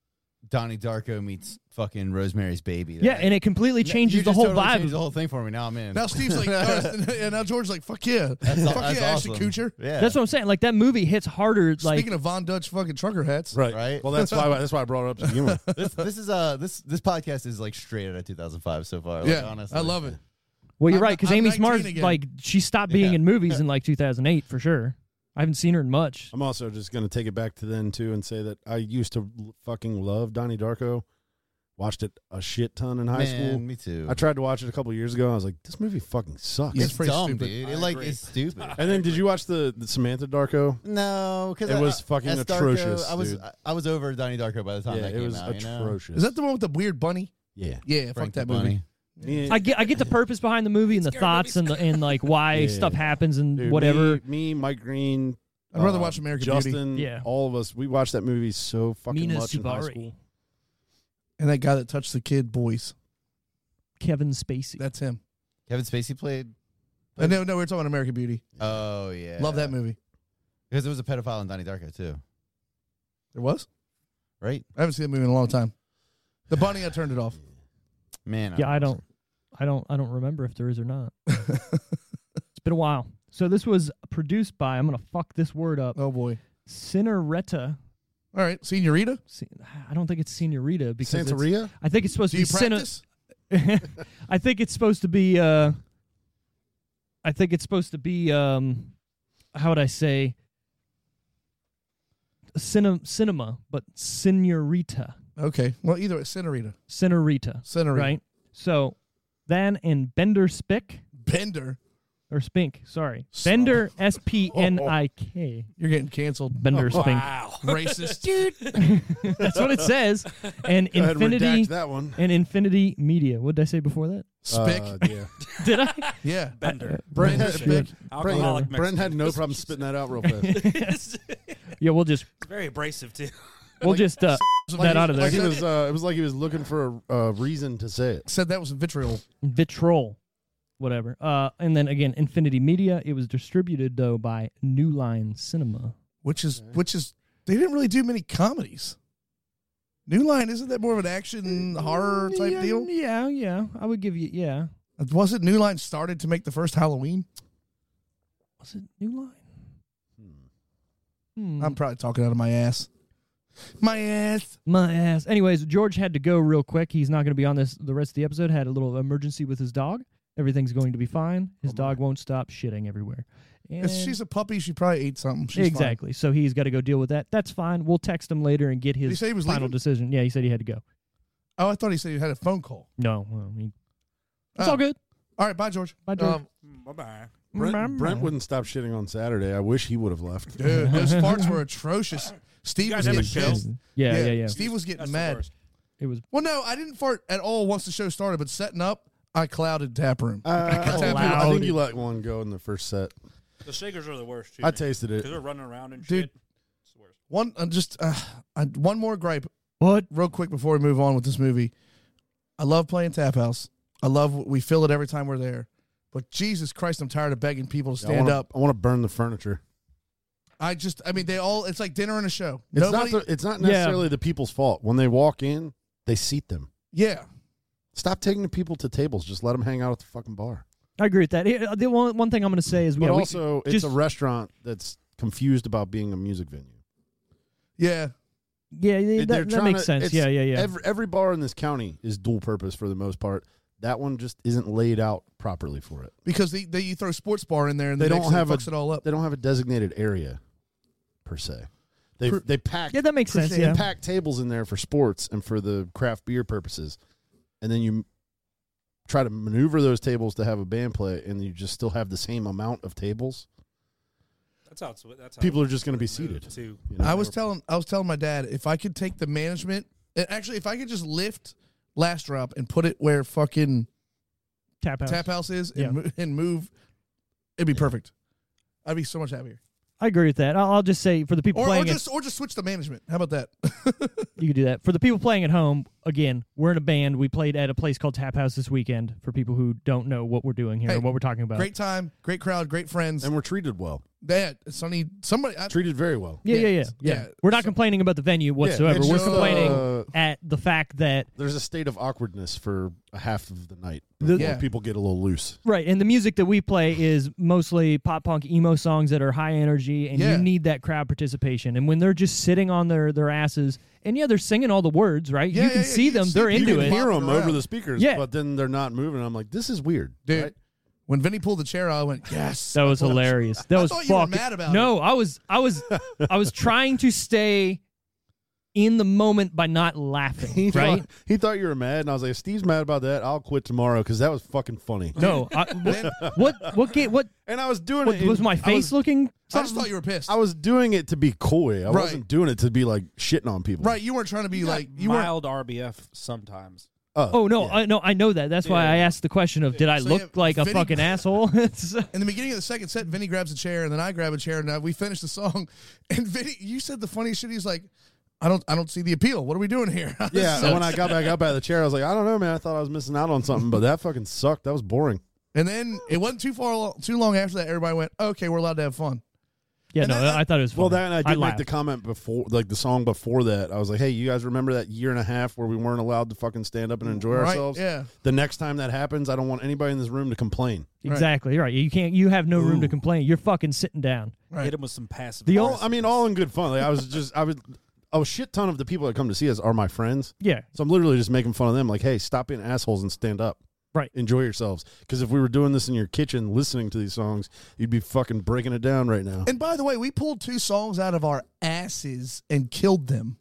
Speaker 5: Donnie Darko meets fucking Rosemary's Baby.
Speaker 1: yeah, and it completely
Speaker 5: You
Speaker 1: changes the
Speaker 5: just
Speaker 1: whole
Speaker 5: totally
Speaker 1: vibe.
Speaker 5: changed The whole thing for me. Now I'm in.
Speaker 4: Now Steve's like, uh, and now George's like, fuck yeah,
Speaker 5: That's,
Speaker 4: fuck
Speaker 5: that's
Speaker 4: yeah,
Speaker 5: awesome.
Speaker 4: Ashton Kutcher.
Speaker 5: Yeah,
Speaker 1: That's what I'm saying. Like that movie hits harder. Like
Speaker 4: Speaking of Von Dutch fucking trucker hats,
Speaker 2: Right.
Speaker 5: Right?
Speaker 2: Well, that's why that's why I brought it up to begin with.
Speaker 5: this, this is uh this this podcast is like straight out of 2005 so far. Like,
Speaker 4: yeah,
Speaker 5: honestly,
Speaker 4: I love it.
Speaker 1: well, you're
Speaker 4: I'm-
Speaker 1: right because
Speaker 4: I'm
Speaker 1: Amy
Speaker 4: 19
Speaker 1: Smart
Speaker 4: again.
Speaker 1: like she stopped being
Speaker 5: Yeah.
Speaker 1: in movies in like 2008 for sure. I haven't seen her in much.
Speaker 2: I'm also just going to take it back to then too and say that I used to l- fucking love Donnie Darko. Watched it a shit ton in high
Speaker 5: Man,
Speaker 2: school.
Speaker 5: Me too.
Speaker 2: I tried to watch it a couple years ago. and I was like, this movie fucking sucks.
Speaker 4: Yeah.
Speaker 5: it's
Speaker 4: It's pretty
Speaker 5: dumb,
Speaker 4: stupid.
Speaker 5: dude. It
Speaker 3: I
Speaker 5: like
Speaker 3: agree.
Speaker 5: it's stupid.
Speaker 2: And then did you watch the, the Samantha Darko?
Speaker 5: No, because
Speaker 2: It was fucking atrocious,
Speaker 5: I was
Speaker 2: dude.
Speaker 5: I, I was over Donnie Darko by the time
Speaker 2: yeah,
Speaker 5: that
Speaker 2: it
Speaker 5: came
Speaker 2: was
Speaker 5: out. you know?
Speaker 2: atrocious.
Speaker 4: Is that the one with the weird bunny?
Speaker 2: yeah.
Speaker 4: Yeah,
Speaker 5: Frank
Speaker 4: fuck that
Speaker 5: the
Speaker 4: movie.
Speaker 5: Bunny.
Speaker 2: Me-
Speaker 1: I get I get the purpose behind the movie and the
Speaker 3: Scary
Speaker 1: thoughts and the and like why
Speaker 2: Yeah.
Speaker 1: stuff happens and
Speaker 2: dude,
Speaker 1: whatever.
Speaker 2: Me, me, Mike Green.
Speaker 4: I'd rather
Speaker 2: uh,
Speaker 4: watch American Beauty.
Speaker 2: Justin.
Speaker 1: Yeah.
Speaker 2: All of us. We watched that movie so fucking
Speaker 1: Mina
Speaker 2: much in high
Speaker 1: Subari.
Speaker 2: school.
Speaker 4: And that guy that touched the kid, boys,
Speaker 1: Kevin Spacey.
Speaker 4: that's him.
Speaker 5: Kevin Spacey played.
Speaker 4: Uh, no, no, we we're talking about American Beauty.
Speaker 5: Oh yeah,
Speaker 4: Love that movie.
Speaker 5: because there was a pedophile in Donnie Darko too,
Speaker 4: There was.
Speaker 5: right?
Speaker 4: I haven't seen that movie in a long time. The bunny, I turned it off.
Speaker 5: Man,
Speaker 1: yeah, I don't, I don't, I don't remember if there is or not. It's been a while. So this was produced by I'm gonna fuck this word up.
Speaker 4: Oh boy.
Speaker 1: Cineretta.
Speaker 4: All right, Senorita.
Speaker 1: Se- I don't think it's Senorita because it's-
Speaker 2: Santeria?
Speaker 1: I think it's supposed
Speaker 4: Do
Speaker 1: to
Speaker 4: you
Speaker 1: be Cine-
Speaker 4: practice?
Speaker 1: I think it's supposed to be. Uh, I think it's supposed to be. Um, how would I say? Cinema, cinema, but senorita,
Speaker 4: okay. Well, either way, Senorita.
Speaker 1: senorita,
Speaker 4: Senorita.
Speaker 1: right? So, then and Bender Spick
Speaker 4: Bender.
Speaker 1: or Spink, sorry, Bender S P N I K,
Speaker 4: You're getting canceled. Oh,
Speaker 1: Bender Spink.
Speaker 3: Wow.
Speaker 4: Racist. Dude.
Speaker 1: That's what it says. And
Speaker 2: Go ahead and redact
Speaker 1: Infinity
Speaker 2: that one.
Speaker 1: and Infinity Media. What did I say before that?
Speaker 4: Spick.
Speaker 2: Uh, yeah.
Speaker 1: Did I?
Speaker 4: yeah.
Speaker 3: Bender.
Speaker 2: Uh, Brent,
Speaker 4: Bender
Speaker 2: had,
Speaker 4: Spick.
Speaker 3: Alcoholic
Speaker 2: Brent, Brent had no problem spitting that out real fast.
Speaker 3: it's
Speaker 1: Yeah, we'll just
Speaker 3: very abrasive too.
Speaker 1: we'll just uh, that out of there.
Speaker 2: Like he was, uh, it was like he was looking for a uh, reason to say it.
Speaker 4: Said that was vitriol.
Speaker 1: Vitrol, whatever. Uh, and then again, Infinity Media. It was distributed though by New Line Cinema.
Speaker 4: which is which is they didn't really do many comedies. New Line isn't that more of an action horror type
Speaker 1: yeah,
Speaker 4: deal?
Speaker 1: Yeah, yeah. I would give you. Yeah,
Speaker 4: Was it New Line started to make the first Halloween?
Speaker 1: was it New Line? Hmm.
Speaker 4: I'm probably talking out of my ass. My ass.
Speaker 1: My ass. Anyways, George had to go real quick. He's not going to be on this the rest of the episode. Had a little emergency with his dog. Everything's going to be fine. His dog won't stop shitting everywhere. And
Speaker 4: If Oh, she's a puppy. She probably ate something. She's fine.
Speaker 1: exactly. So he's got to go deal with that. That's fine. We'll text him later and get
Speaker 4: he
Speaker 1: his
Speaker 4: say he was
Speaker 1: final
Speaker 4: leaving?
Speaker 1: decision. Yeah, he said he had to go.
Speaker 4: Oh, I thought he said he had a phone call.
Speaker 1: No, well, he- it's
Speaker 4: Ah.
Speaker 1: all good.
Speaker 4: All right, bye, George.
Speaker 1: Bye,
Speaker 3: Um,
Speaker 1: George.
Speaker 3: Bye bye.
Speaker 2: Brent, Brent wouldn't stop shitting on Saturday. I wish he would have left.
Speaker 4: Dude, those farts were atrocious. Steve
Speaker 3: You
Speaker 4: was
Speaker 3: guys
Speaker 4: getting
Speaker 3: have a show?
Speaker 4: pissed.
Speaker 1: Yeah, yeah, yeah.
Speaker 4: Steve was getting
Speaker 3: That's the
Speaker 4: mad.
Speaker 3: worst.
Speaker 1: It was
Speaker 4: Well, no, I didn't fart at all once the show started, but setting up, I clouded tap room.
Speaker 2: Uh, I, think you, I
Speaker 1: Loud.
Speaker 2: think you let one go in the first set.
Speaker 3: The shakers are the worst. Too,
Speaker 2: I tasted it.
Speaker 3: because they're running around and
Speaker 4: Dude.
Speaker 3: shit. It's the worst.
Speaker 4: One, uh, just uh, I, one more gripe. What? Real quick before we move on with this movie, I love playing Tap House. I love we feel it every time we're there. But Jesus Christ, I'm tired of begging people to
Speaker 2: I
Speaker 4: stand
Speaker 2: wanna-
Speaker 4: up.
Speaker 2: I want to burn the furniture.
Speaker 4: I just, I mean, they all. It's like dinner and a show.
Speaker 2: It's
Speaker 4: Nobody.
Speaker 2: not. The, it's not
Speaker 1: Yeah.
Speaker 2: necessarily the people's fault. When they walk in, they seat them.
Speaker 4: yeah.
Speaker 2: Stop taking the people to tables. Just let them hang out at the fucking bar.
Speaker 1: I agree with that. Yeah, The one, one thing I'm going to say is
Speaker 2: But
Speaker 1: yeah, we-
Speaker 2: also, it's
Speaker 1: just-
Speaker 2: a restaurant that's confused about being a music venue.
Speaker 4: Yeah.
Speaker 1: yeah, yeah,
Speaker 2: They're
Speaker 1: that, that
Speaker 2: trying
Speaker 1: makes
Speaker 2: to-
Speaker 1: sense.
Speaker 2: it's-
Speaker 1: Yeah, yeah, yeah.
Speaker 2: Every, every bar in this county is dual purpose for the most part. That one just isn't laid out properly for it.
Speaker 4: Because they, they you throw sports bar in there and
Speaker 2: They
Speaker 4: the
Speaker 2: don't
Speaker 4: next thing
Speaker 2: have a-
Speaker 4: fucks it all up.
Speaker 2: They don't have a designated area, per se. They they pack
Speaker 1: yeah, that makes sense.
Speaker 4: Christine
Speaker 1: Yeah.
Speaker 2: pack tables in there for sports and for the craft beer purposes, and then you m- try to maneuver those tables to have a band play, and you just still have the same amount of tables.
Speaker 3: That's how. It's, that's how
Speaker 2: People
Speaker 3: it's
Speaker 2: are just going to be
Speaker 3: moved,
Speaker 2: seated.
Speaker 3: Too.
Speaker 2: you know?
Speaker 4: I was telling I was telling my dad if I could take the management and actually if I could just lift last drop and put it where fucking
Speaker 1: Tap house.
Speaker 4: tap house is and,
Speaker 1: Yeah.
Speaker 4: mo- and move, it'd be perfect. I'd be so much happier.
Speaker 1: I agree with that. I'll, I'll just say for the people
Speaker 4: Or, or
Speaker 1: playing, at,
Speaker 4: just or just switch the management. How about that?
Speaker 1: you can do that. For the people playing at home, again, we're in a band. We played at a place called Tap House this weekend. For people who don't know what we're doing here
Speaker 4: Hey,
Speaker 1: and what we're talking about,
Speaker 4: great time, great crowd, great friends.
Speaker 2: and we're treated well,
Speaker 4: That Sonny, somebody. I,
Speaker 2: treated very well.
Speaker 1: Yeah, yeah, yeah, yeah.
Speaker 4: Yes. Yeah.
Speaker 1: We're not complaining about the venue whatsoever.
Speaker 2: it's
Speaker 1: we're
Speaker 2: just,
Speaker 1: complaining
Speaker 2: uh,
Speaker 1: at the fact that
Speaker 2: There's a state of awkwardness for a half of the night. before
Speaker 4: Yeah.
Speaker 2: people get a little loose.
Speaker 1: Right, and the music that we play is mostly pop punk emo songs that are high energy, and
Speaker 4: Yeah.
Speaker 1: you need that crowd participation. And when they're just sitting on their their asses, and yeah, they're singing all the words, right?
Speaker 4: Yeah,
Speaker 1: you
Speaker 4: yeah,
Speaker 1: can
Speaker 4: yeah,
Speaker 1: see
Speaker 4: you
Speaker 1: them;
Speaker 4: see
Speaker 1: they're
Speaker 4: people
Speaker 1: into
Speaker 2: you
Speaker 1: it.
Speaker 2: can hear
Speaker 4: Bopping
Speaker 2: them over
Speaker 4: around.
Speaker 2: the speakers,
Speaker 1: Yeah.
Speaker 2: but then they're not moving. I'm like, this is weird,
Speaker 4: Dude.
Speaker 2: right?
Speaker 4: when Vinny pulled the chair out, I went yes.
Speaker 1: That was hilarious. That
Speaker 4: I
Speaker 1: was
Speaker 4: thought you were
Speaker 1: fucking-
Speaker 4: mad about
Speaker 1: no, I was, I was, I was trying to stay in the moment by not laughing.
Speaker 2: He
Speaker 1: Right?
Speaker 2: Thought, he thought you were mad, and I was like, if Steve's mad about that. I'll quit tomorrow because that was fucking funny.
Speaker 1: No, I, what, what, what, ga- what,
Speaker 2: And I was doing
Speaker 1: what
Speaker 2: it. in-
Speaker 1: was my
Speaker 2: I
Speaker 1: face looking?
Speaker 4: I just thought you were pissed.
Speaker 2: I was doing it to be coy. I
Speaker 4: Right.
Speaker 2: wasn't doing it to be like shitting on people.
Speaker 4: right, you weren't trying to be like you weren't.
Speaker 3: mild RBF sometimes.
Speaker 1: Oh no, I, no, I know that. That's why I asked the question of, did I
Speaker 4: So,
Speaker 1: look
Speaker 4: yeah,
Speaker 1: like a
Speaker 4: Vinny-
Speaker 1: fucking asshole? It's-
Speaker 4: In the beginning of the second set, Vinny grabs a chair, and then I grab a chair, and uh, we finish the song. And Vinny, you said the funniest shit. He's like, "I don't, I don't see the appeal. What are we doing here?"
Speaker 2: Yeah. and when I got back up out of the chair, I was like, I don't know, man. I thought I was missing out on something, but that fucking sucked. That was boring.
Speaker 4: And then it wasn't too far, too long after that. Everybody went, "Okay, we're allowed to have fun."
Speaker 1: Yeah,
Speaker 4: And
Speaker 1: no,
Speaker 4: I-
Speaker 1: I, thought it was funny.
Speaker 2: Well, that and I did make
Speaker 1: laughed.
Speaker 2: the comment before, like the song before that. I was like, "Hey, you guys remember that year and a half where we weren't allowed to fucking stand up and enjoy
Speaker 4: Mm, Right,
Speaker 2: ourselves?
Speaker 4: yeah.
Speaker 2: The next time that happens, I don't want anybody in this room to complain.
Speaker 1: Exactly right. You can't. You have no room to complain. You're fucking sitting down.
Speaker 4: Right.
Speaker 3: Hit him with some passive.
Speaker 1: The
Speaker 2: All, I mean, all in good fun. Like I was just, I was, a shit ton of the people that come to see us are my friends.
Speaker 1: Yeah.
Speaker 2: So I'm literally just making fun of them. Like, hey, stop being assholes and stand up.
Speaker 1: Right.
Speaker 2: Enjoy yourselves. Because if we were doing this in your kitchen, listening to these songs, you'd be fucking breaking it down right now.
Speaker 4: And by the way, we pulled two songs out of our asses and killed them.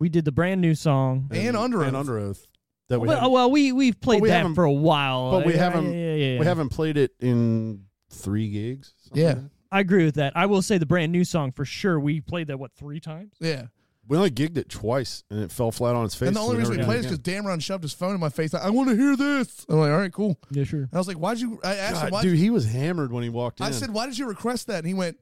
Speaker 1: We did the brand new song.
Speaker 4: And Under
Speaker 2: And
Speaker 4: Oath.
Speaker 2: under oath. That we
Speaker 1: well,
Speaker 2: haven't-
Speaker 1: well, we we've played
Speaker 2: But we
Speaker 1: that
Speaker 2: haven't-
Speaker 1: for a while.
Speaker 2: but we
Speaker 1: Yeah,
Speaker 2: haven't
Speaker 1: Yeah, yeah, yeah.
Speaker 2: we haven't played it in three gigs. something
Speaker 4: Yeah.
Speaker 2: like that.
Speaker 1: I agree with that. I will say the brand new song for sure. We played that what three times?
Speaker 4: Yeah.
Speaker 2: we only gigged it twice, and it fell flat on its face.
Speaker 4: and the only reason we
Speaker 2: never
Speaker 4: played is
Speaker 2: did it
Speaker 4: because Damron shoved his phone in my face. Like, I want to hear this. I'm like, all right, cool.
Speaker 1: Yeah, sure.
Speaker 4: And I was like, why'd you? I asked
Speaker 2: again.
Speaker 4: him,
Speaker 2: God,
Speaker 4: why?
Speaker 2: dude, he was hammered when he walked in.
Speaker 4: I said, why did you request that? And he went,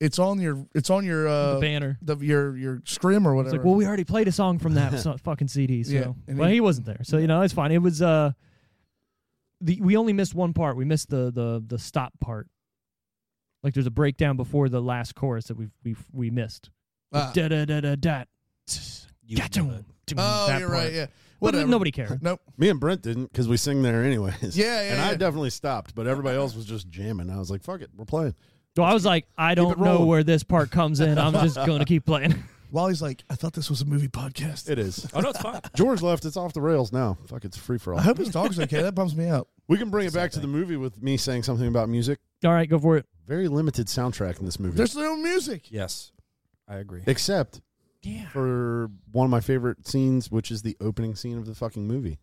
Speaker 4: it's on your, it's on your,
Speaker 1: The
Speaker 4: uh,
Speaker 1: banner.
Speaker 4: the, your, your scrim or
Speaker 1: It's
Speaker 4: whatever.
Speaker 1: like, well, we already played a song from that so- fucking CD. So,
Speaker 4: Yeah, and
Speaker 1: well,
Speaker 4: he-
Speaker 1: he wasn't there, so you know that's fine. It was uh, the we only missed one part. We missed the the the stop part. Like there's a breakdown before the last chorus that we we we missed.
Speaker 4: Ah.
Speaker 1: Da da da da da.
Speaker 3: You know it.
Speaker 4: oh,
Speaker 1: That
Speaker 4: you're
Speaker 1: part.
Speaker 4: right. Yeah.
Speaker 1: But
Speaker 4: Whatever.
Speaker 1: nobody cared.
Speaker 4: Nope.
Speaker 2: me and Brent didn't because we sing there anyways.
Speaker 4: Yeah, yeah,
Speaker 2: And I
Speaker 4: yeah.
Speaker 2: definitely stopped, but everybody else was just jamming. I was like, fuck it, we're playing.
Speaker 1: So I was like, I don't
Speaker 2: it
Speaker 1: know
Speaker 2: rolling.
Speaker 1: where this part comes in. I'm just going to keep playing.
Speaker 4: Wally's like, I thought this was a movie podcast.
Speaker 2: It is.
Speaker 3: Oh no, it's fine.
Speaker 2: George left. It's off the rails now. Fuck, it's free for all.
Speaker 4: I hope his dog's okay. That bums me out.
Speaker 2: We can bring it back to the movie with me saying something about music.
Speaker 1: All right, go for it.
Speaker 2: Very limited soundtrack in this movie,
Speaker 4: There's no music.
Speaker 3: Yes, I agree.
Speaker 2: except
Speaker 1: Yeah.
Speaker 2: for one of my favorite scenes, which is the opening scene of the fucking movie,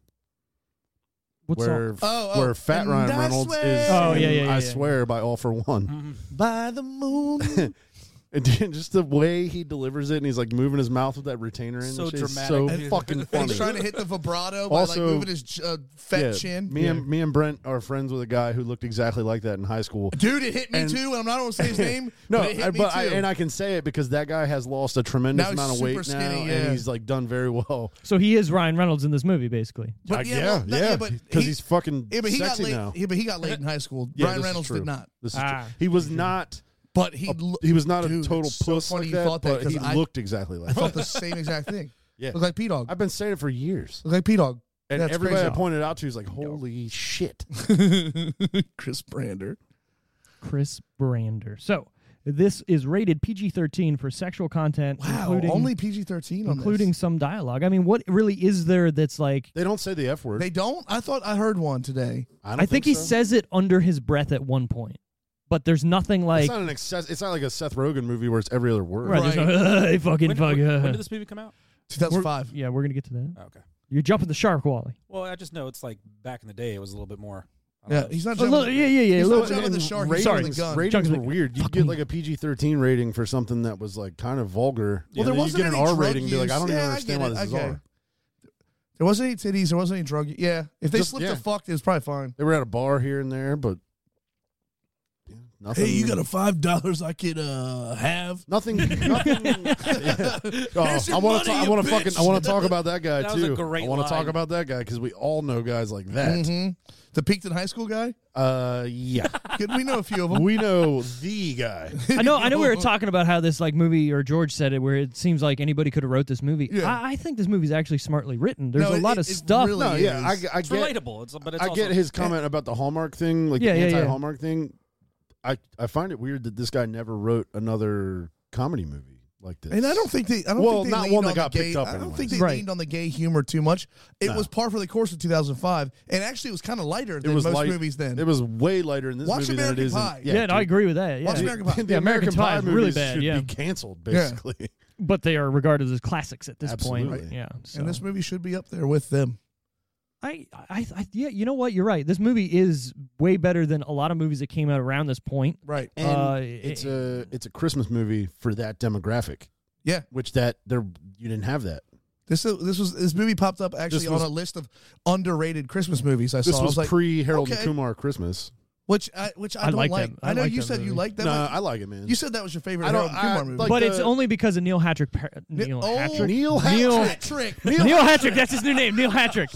Speaker 1: What's up?
Speaker 2: where
Speaker 4: Oh, oh.
Speaker 2: where Fat
Speaker 4: And
Speaker 2: Ryan
Speaker 4: I
Speaker 2: Reynolds
Speaker 4: swear- Mm-hmm.
Speaker 2: is.
Speaker 1: Oh, yeah,
Speaker 2: singing
Speaker 1: yeah, yeah,
Speaker 2: I
Speaker 1: yeah.
Speaker 2: swear by all for one.
Speaker 4: By the moon.
Speaker 2: And dude, just the way he delivers it, and he's like moving his mouth with that retainer in.
Speaker 3: So
Speaker 2: and shit is
Speaker 3: dramatic,
Speaker 2: so
Speaker 3: dude.
Speaker 2: fucking
Speaker 4: And
Speaker 2: funny.
Speaker 4: he's trying to hit the vibrato by
Speaker 2: Also-
Speaker 4: like moving his uh, fat
Speaker 2: Yeah,
Speaker 4: chin.
Speaker 2: Me and me and Brent are friends with a guy who looked exactly like that in high school.
Speaker 4: Dude, it hit me
Speaker 2: And-
Speaker 4: too, and I'm not going to say his name.
Speaker 2: No,
Speaker 4: but it hit
Speaker 2: I,
Speaker 4: me
Speaker 2: but
Speaker 4: too.
Speaker 2: I, and I can say it because that guy has lost a tremendous
Speaker 4: Now he's
Speaker 2: amount of
Speaker 4: super
Speaker 2: weight
Speaker 4: skinny,
Speaker 2: now,
Speaker 4: yeah.
Speaker 2: and he's like done very well.
Speaker 1: So he is Ryan Reynolds in this movie, basically.
Speaker 4: but
Speaker 2: I-
Speaker 4: well, no, yeah, but
Speaker 2: because
Speaker 4: he-
Speaker 2: he's fucking
Speaker 4: Yeah, but he got
Speaker 2: sexy
Speaker 4: late.
Speaker 2: now.
Speaker 4: Yeah, but he got late in high school.
Speaker 2: Yeah, this
Speaker 4: Brian
Speaker 2: is
Speaker 4: Reynolds
Speaker 2: true.
Speaker 4: did not.
Speaker 2: This is true.
Speaker 1: Ah.
Speaker 2: He was not.
Speaker 4: But he lo-
Speaker 2: He was not a
Speaker 4: Dude,
Speaker 2: total
Speaker 4: it's so
Speaker 2: puss
Speaker 4: funny
Speaker 2: like
Speaker 4: you
Speaker 2: that,
Speaker 4: thought that,
Speaker 2: but
Speaker 4: 'cause
Speaker 2: he
Speaker 4: I-
Speaker 2: looked exactly like.
Speaker 4: felt
Speaker 2: that.
Speaker 4: the same exact thing.
Speaker 2: Yeah.
Speaker 4: Look like P Dog.
Speaker 2: I've been saying it for years,
Speaker 4: Look like P Dog.
Speaker 2: and
Speaker 4: That's
Speaker 2: everybody
Speaker 4: crazy.
Speaker 2: I pointed out to is like, "Holy shit!"
Speaker 4: Chris Brander.
Speaker 1: Chris Brander. So this is rated PG 13 for sexual content,
Speaker 4: Wow.
Speaker 1: including,
Speaker 4: only PG 13 on
Speaker 1: including
Speaker 4: this.
Speaker 1: some dialogue. I mean, what really is there that's like.
Speaker 2: They don't say the f word.
Speaker 4: They don't? I thought I heard one today.
Speaker 2: I, don't
Speaker 1: I think he
Speaker 2: so.
Speaker 1: says it under his breath at one point, but there's nothing like.
Speaker 2: it's not an excess. It's not like a Seth Rogen movie where it's every other word.
Speaker 1: Right, there's no, "Hey, fucking
Speaker 3: When,
Speaker 1: fuck.
Speaker 3: when-
Speaker 1: uh."
Speaker 3: when did this movie come out?
Speaker 4: 2005.
Speaker 1: yeah, we're going to get to that.
Speaker 3: Oh, okay.
Speaker 1: You're jumping the shark, Wally.
Speaker 3: Well, I just know it's like back in the day, it was a little bit more. I don't
Speaker 4: Yeah,
Speaker 3: know.
Speaker 4: he's not
Speaker 1: A little-
Speaker 4: jumping-
Speaker 1: yeah, yeah, yeah. a
Speaker 4: he's
Speaker 1: little-
Speaker 4: not jumping the shark. He's jumping the
Speaker 2: ratings,
Speaker 4: gun.
Speaker 2: ratings
Speaker 1: Jumping
Speaker 2: were
Speaker 1: the-
Speaker 2: weird. You'd
Speaker 1: Fuck
Speaker 2: get
Speaker 1: me.
Speaker 2: like a PG thirteen rating for something that was like kind of vulgar.
Speaker 4: Well,
Speaker 2: And
Speaker 4: there
Speaker 2: then
Speaker 4: wasn't
Speaker 2: you get an
Speaker 4: any
Speaker 2: R
Speaker 4: drug
Speaker 2: rating. and Be like,
Speaker 4: use.
Speaker 2: I don't
Speaker 4: Yeah,
Speaker 2: even
Speaker 4: I get
Speaker 2: understand why
Speaker 4: it.
Speaker 2: this is
Speaker 4: Okay.
Speaker 2: R.
Speaker 4: There wasn't any titties. There wasn't any drug. Yeah. If they
Speaker 2: Just-
Speaker 4: slipped
Speaker 2: yeah.
Speaker 4: a fuck, it was probably fine.
Speaker 2: They were at a bar here and there, but yeah, nothing.
Speaker 4: five dollars I could uh have.
Speaker 2: nothing. nothing yeah. Oh,
Speaker 4: Here's your
Speaker 2: I
Speaker 4: money,
Speaker 2: want to. I
Speaker 4: you
Speaker 2: want to fucking. I want
Speaker 4: bitch.
Speaker 2: to talk about that guy
Speaker 3: That was
Speaker 2: too.
Speaker 3: a great
Speaker 2: I want to talk
Speaker 3: line.
Speaker 2: about that guy because we all know guys like that.
Speaker 4: hmm The Peakton High School guy.
Speaker 2: Uh, yeah,
Speaker 4: Could we know a few of them?
Speaker 2: we know the guy.
Speaker 1: I know, I know. We were talking about how this like movie, or George said it, where it seems like anybody could have wrote this movie.
Speaker 4: Yeah.
Speaker 1: I, I think this movie's actually smartly written. There's
Speaker 4: No,
Speaker 1: a
Speaker 4: it-
Speaker 1: lot of
Speaker 4: it- it
Speaker 1: stuff.
Speaker 4: really-
Speaker 2: No, yeah, I,
Speaker 4: is-
Speaker 2: I
Speaker 3: it's
Speaker 2: get.
Speaker 3: relatable. It's but it's
Speaker 2: I
Speaker 3: also,
Speaker 2: get his comment about the Hallmark thing, like
Speaker 1: Yeah,
Speaker 2: the
Speaker 1: yeah, yeah.
Speaker 2: anti Hallmark thing. I I find it weird that this guy never wrote another comedy movie like this.
Speaker 4: And I don't think they. I don't
Speaker 2: Well,
Speaker 4: think they
Speaker 2: not
Speaker 4: leaned
Speaker 2: one
Speaker 4: on
Speaker 2: that got
Speaker 4: the gay,
Speaker 2: picked up
Speaker 4: I don't
Speaker 2: anyways.
Speaker 4: think they
Speaker 1: Right.
Speaker 4: leaned on the gay humor too much. It
Speaker 2: No.
Speaker 4: was par for the course of 2005, and actually it was kind of lighter
Speaker 2: it
Speaker 4: than
Speaker 2: was
Speaker 4: most
Speaker 2: light-
Speaker 4: movies then.
Speaker 2: It was way lighter in this
Speaker 4: Watch
Speaker 2: movie than it
Speaker 4: American
Speaker 2: is. in-
Speaker 4: Pie.
Speaker 1: yeah, and I agree with that. Yeah,
Speaker 4: Watch American Pie.
Speaker 2: The,
Speaker 1: Yeah, American
Speaker 2: American
Speaker 1: Pie
Speaker 2: Pie
Speaker 1: is really
Speaker 2: movies
Speaker 1: bad,
Speaker 2: should
Speaker 1: yeah.
Speaker 2: be canceled
Speaker 4: Yeah.
Speaker 2: basically.
Speaker 1: but they are regarded as classics at this point.
Speaker 2: Absolutely.
Speaker 1: Yeah, so.
Speaker 4: and this movie should be up there with them.
Speaker 1: I, I, I, yeah, you know what? You're right. This movie is way better than a lot of movies that came out around this point.
Speaker 4: Right.
Speaker 2: And
Speaker 1: Uh,
Speaker 2: it's a it's a Christmas movie for that demographic,
Speaker 4: Yeah.
Speaker 2: which that there you didn't have that.
Speaker 4: This this was this movie popped up actually
Speaker 2: This was-
Speaker 4: on a list of underrated Christmas movies I
Speaker 2: This
Speaker 4: saw. I
Speaker 2: was,
Speaker 4: was like,
Speaker 2: pre Harold and
Speaker 4: okay.
Speaker 2: Kumar Christmas.
Speaker 4: which I which I,
Speaker 1: I
Speaker 4: don't
Speaker 1: like
Speaker 4: like.
Speaker 1: that- I
Speaker 4: I, know
Speaker 1: like
Speaker 4: you
Speaker 1: that
Speaker 4: said you
Speaker 1: movie.
Speaker 4: liked that.
Speaker 2: No,
Speaker 4: one.
Speaker 2: I like it, man.
Speaker 4: you said that was your favorite
Speaker 2: I
Speaker 4: Harold
Speaker 2: don't-
Speaker 4: and Kumar
Speaker 2: I-
Speaker 4: movie.
Speaker 2: like-
Speaker 1: but
Speaker 2: the-
Speaker 1: it's only because of Neil Hatrick. par- Neil
Speaker 4: oh,
Speaker 1: Hatrick.
Speaker 2: Neil
Speaker 4: Neil
Speaker 2: Neil
Speaker 4: Patrick.
Speaker 1: Neil Hatrick. That's his new name. Neil Hatrick.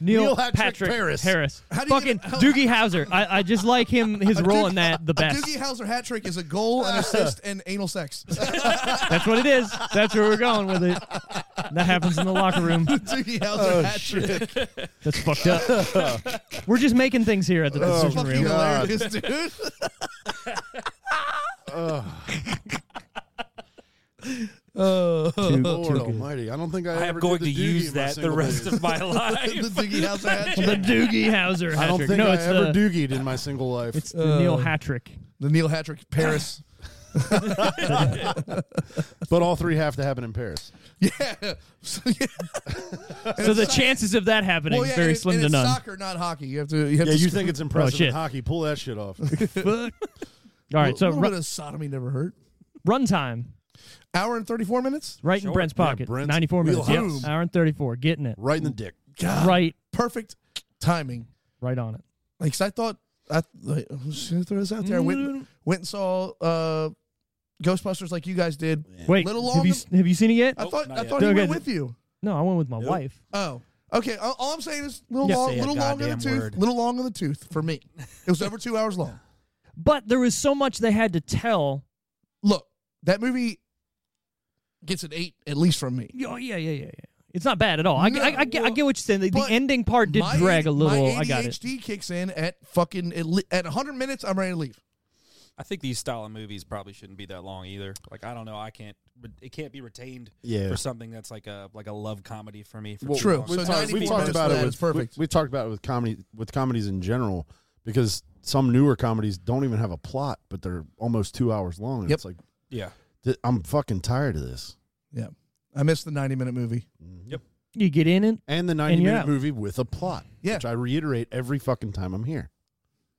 Speaker 1: Neil,
Speaker 2: Neil Patrick
Speaker 1: Patrick,
Speaker 2: Harris.
Speaker 1: Harris.
Speaker 4: How do you
Speaker 1: Fucking
Speaker 4: get- how-
Speaker 1: Doogie Howser. I, I just like him. His role in that the
Speaker 4: A
Speaker 1: best.
Speaker 4: Doogie Howser hat trick is a goal, an assist, and anal sex.
Speaker 1: That's what it is. That's where we're going with it. That happens in the locker room.
Speaker 4: Doogie Howser
Speaker 2: Oh,
Speaker 4: hat trick.
Speaker 1: That's fucked up. We're just making things here at the
Speaker 2: Oh,
Speaker 1: decision
Speaker 4: Fucking
Speaker 1: room.
Speaker 2: God.
Speaker 4: hilarious, dude.
Speaker 1: Too- too
Speaker 2: Lord
Speaker 1: good.
Speaker 2: Almighty! I don't think I,
Speaker 3: I am
Speaker 2: ever
Speaker 3: going to
Speaker 2: did the Doogie
Speaker 3: use
Speaker 2: in my
Speaker 3: that the
Speaker 2: single
Speaker 3: rest
Speaker 2: life.
Speaker 3: of my
Speaker 4: the
Speaker 3: life.
Speaker 4: Doogie Howser hat
Speaker 1: The
Speaker 4: trick.
Speaker 1: Doogie Howser.
Speaker 2: I
Speaker 1: hat
Speaker 2: don't
Speaker 1: trick.
Speaker 2: think
Speaker 1: no,
Speaker 2: I
Speaker 1: it's the,
Speaker 2: ever doogied in my single life.
Speaker 1: It's the Neil
Speaker 4: Uh,
Speaker 1: Hatrick.
Speaker 4: The Neil hat trick Paris.
Speaker 2: but all three have to happen in Paris.
Speaker 4: yeah. So, yeah.
Speaker 1: So the chances of that happening
Speaker 4: Well, yeah,
Speaker 1: very
Speaker 4: and it-
Speaker 1: slim
Speaker 4: and
Speaker 1: to
Speaker 4: it's
Speaker 1: none.
Speaker 4: soccer, not hockey. You have to. You have
Speaker 2: Yeah,
Speaker 4: to
Speaker 2: you
Speaker 4: score.
Speaker 2: think it's impressive
Speaker 1: Oh, shit.
Speaker 2: in hockey? Pull that shit off.
Speaker 1: All right,
Speaker 4: a
Speaker 1: so
Speaker 4: little
Speaker 1: ru-
Speaker 4: bit of sodomy never hurt.
Speaker 1: run time
Speaker 4: Hour and thirty-four minutes.
Speaker 1: right in
Speaker 3: Sure.
Speaker 1: Brent's
Speaker 2: Yeah,
Speaker 1: pocket.
Speaker 2: Brent's
Speaker 1: 94 minutes.
Speaker 2: wheelhouse.
Speaker 1: Yep. Hour and 34. Getting it.
Speaker 2: Right in the dick.
Speaker 4: God,
Speaker 1: Right,
Speaker 4: perfect timing.
Speaker 1: right on it.
Speaker 4: Like 'cause I thought, I like, I'm just gonna throw this out there. I went, went and saw uh, Ghostbusters like you guys did.
Speaker 1: Wait,
Speaker 4: Little
Speaker 1: have you,
Speaker 4: long-
Speaker 1: have you seen it yet?
Speaker 4: I
Speaker 3: Nope,
Speaker 4: thought,
Speaker 3: Oh, not
Speaker 4: I
Speaker 3: yet.
Speaker 4: thought he
Speaker 1: Okay.
Speaker 4: went with you.
Speaker 1: No, I went with my
Speaker 3: Nope.
Speaker 1: wife.
Speaker 4: Oh, okay. All, all I'm saying is little
Speaker 1: Yeah.
Speaker 4: long,
Speaker 3: Say a
Speaker 4: little long in the
Speaker 3: goddamn
Speaker 4: tooth,
Speaker 3: word.
Speaker 4: little long in the tooth for me. It was over two hours long.
Speaker 1: But there was so much they had to tell.
Speaker 4: Look, that movie gets an eight at least from me.
Speaker 1: Oh, yeah, yeah, yeah, yeah. It's not bad at all. I,
Speaker 4: No,
Speaker 1: I, I, get, I
Speaker 4: well,
Speaker 1: get what you're saying. The, the
Speaker 4: but
Speaker 1: ending part did
Speaker 4: My
Speaker 1: drag a
Speaker 4: AD
Speaker 1: little.
Speaker 4: My ADHD
Speaker 1: I got it.
Speaker 4: kicks in at fucking at, le- at 100 minutes. I'm ready to leave.
Speaker 3: I think these style of movies probably shouldn't be that long either. Like I don't know, I can't. It can't be retained
Speaker 2: Yeah.
Speaker 3: for something that's like a like a love comedy for me. For
Speaker 2: Well,
Speaker 3: too
Speaker 4: True.
Speaker 3: long.
Speaker 4: So
Speaker 2: We've
Speaker 4: now-
Speaker 2: talked,
Speaker 4: 94
Speaker 2: we've talked
Speaker 4: minutes
Speaker 2: about
Speaker 4: for
Speaker 2: it
Speaker 4: that
Speaker 2: with
Speaker 4: is perfect.
Speaker 2: We, have talked about it with comedy with comedies in general because some newer comedies don't even have a plot, but they're almost two hours long. And
Speaker 4: Yep.
Speaker 2: It's like
Speaker 3: yeah.
Speaker 2: th- I'm fucking tired of this.
Speaker 4: Yeah, I missed the 90 minute movie.
Speaker 1: You get in it.
Speaker 2: And the 90
Speaker 1: you're
Speaker 2: minute
Speaker 1: out.
Speaker 2: movie with a plot,
Speaker 4: Yeah.
Speaker 2: which I reiterate every fucking time I'm here.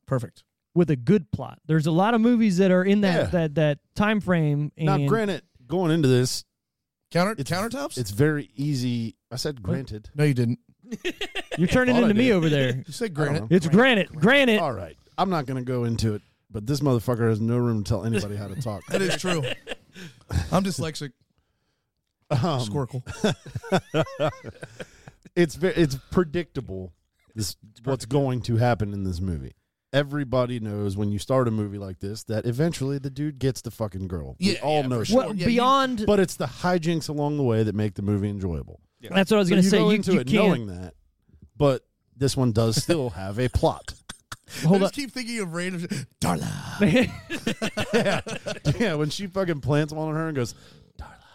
Speaker 4: Perfect.
Speaker 1: with a good plot. There's a lot of movies that are in that
Speaker 2: Yeah.
Speaker 1: that that time frame. And
Speaker 2: now, granted, going into this,
Speaker 4: Counter
Speaker 2: It's-
Speaker 4: countertops.
Speaker 2: it's very easy. I said granted.
Speaker 4: no, you didn't.
Speaker 1: you're turning
Speaker 2: I thought I
Speaker 1: into me
Speaker 2: did.
Speaker 1: over there.
Speaker 4: You said
Speaker 2: I
Speaker 4: granite.
Speaker 2: don't know.
Speaker 1: It's granite, granite.
Speaker 2: All right, I'm not gonna go into it, but this motherfucker has no room to tell anybody how to talk.
Speaker 4: That is true. I'm dyslexic.
Speaker 2: Um,
Speaker 4: Squircle.
Speaker 2: it's ve- it's predictable this what's going to happen in this movie. Everybody knows when you start a movie like this that eventually the dude gets the fucking girl. we
Speaker 4: Yeah, yeah,
Speaker 2: all know,
Speaker 4: for
Speaker 2: that.
Speaker 4: sure.
Speaker 1: Well,
Speaker 4: Yeah, you-
Speaker 1: beyond
Speaker 2: but it's the hijinks along the way that make the movie enjoyable.
Speaker 1: that's what I was
Speaker 2: So
Speaker 1: gonna
Speaker 2: you
Speaker 1: say.
Speaker 2: go
Speaker 1: you
Speaker 2: into
Speaker 1: you
Speaker 2: it
Speaker 1: can't
Speaker 2: knowing that, but this one does still have a plot.
Speaker 4: I
Speaker 1: hold
Speaker 4: just
Speaker 1: up.
Speaker 4: keep thinking of random. shit. Darla.
Speaker 2: yeah, yeah. When she fucking plants one on her and goes,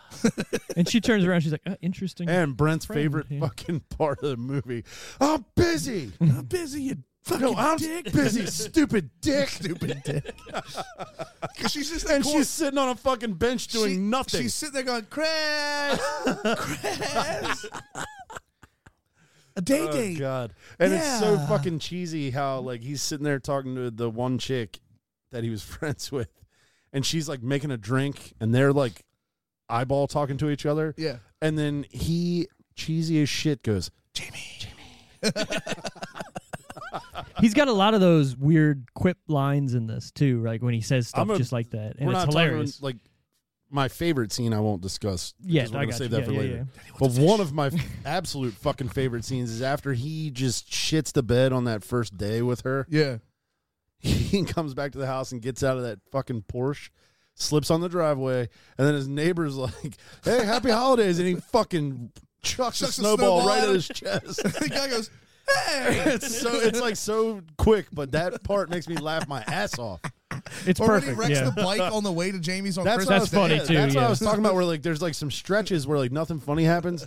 Speaker 1: and she turns around. She's like, uh interesting.
Speaker 2: and Brent's
Speaker 1: Friend,
Speaker 2: favorite
Speaker 1: yeah.
Speaker 2: fucking part of the movie, I'm busy.
Speaker 4: I'm busy. You fucking
Speaker 2: No, I'm
Speaker 4: dick.
Speaker 2: busy, stupid dick.
Speaker 4: Stupid dick. Because she's just
Speaker 2: And
Speaker 4: cool.
Speaker 2: she's sitting on a fucking bench doing
Speaker 4: she-
Speaker 2: nothing.
Speaker 4: She's sitting there going, Chris, Chris, a day
Speaker 2: Oh
Speaker 4: date.
Speaker 2: god! And it's so
Speaker 4: Yeah.
Speaker 2: fucking cheesy how like he's sitting there talking to the one chick that he was friends with, and she's like making a drink, and they're like eyeball talking to each other.
Speaker 4: Yeah.
Speaker 2: And then he cheesy as shit goes,
Speaker 1: He's got a lot of those weird quip lines in this too. Like when he says stuff
Speaker 2: I'm a-
Speaker 1: just like that, and
Speaker 2: "We're
Speaker 1: it's
Speaker 2: not
Speaker 1: hilarious.
Speaker 2: talking like." My favorite scene I won't discuss.
Speaker 1: Yeah,
Speaker 2: because we're
Speaker 1: I
Speaker 2: gonna
Speaker 1: got
Speaker 2: save
Speaker 1: you.
Speaker 2: that
Speaker 1: Yeah,
Speaker 2: for
Speaker 1: yeah,
Speaker 2: later.
Speaker 1: yeah.
Speaker 2: But one of my absolute fucking favorite scenes is after he just shits the bed on that first day with her.
Speaker 4: Yeah.
Speaker 2: He comes back to the house and gets out of that fucking Porsche, slips on the driveway, and then his neighbor's like, "Hey, happy holidays!" And he fucking chucks a
Speaker 4: Chucks a
Speaker 2: snowball,
Speaker 4: snowball
Speaker 2: right
Speaker 4: at
Speaker 2: at
Speaker 4: him.
Speaker 2: his chest.
Speaker 4: The guy goes, hey.
Speaker 2: it's so it's like so quick, but that part makes me laugh my ass off.
Speaker 1: it's
Speaker 4: Or when
Speaker 1: perfect.
Speaker 4: he wrecks
Speaker 1: yeah.
Speaker 4: the bike on the way to Jamie's on
Speaker 2: That's what I
Speaker 4: Christmas
Speaker 2: was,
Speaker 4: Day.
Speaker 1: funny,
Speaker 2: yeah,
Speaker 1: too,
Speaker 2: That's what
Speaker 1: yeah.
Speaker 2: I was talking about. Where like there's like some stretches where like nothing funny happens,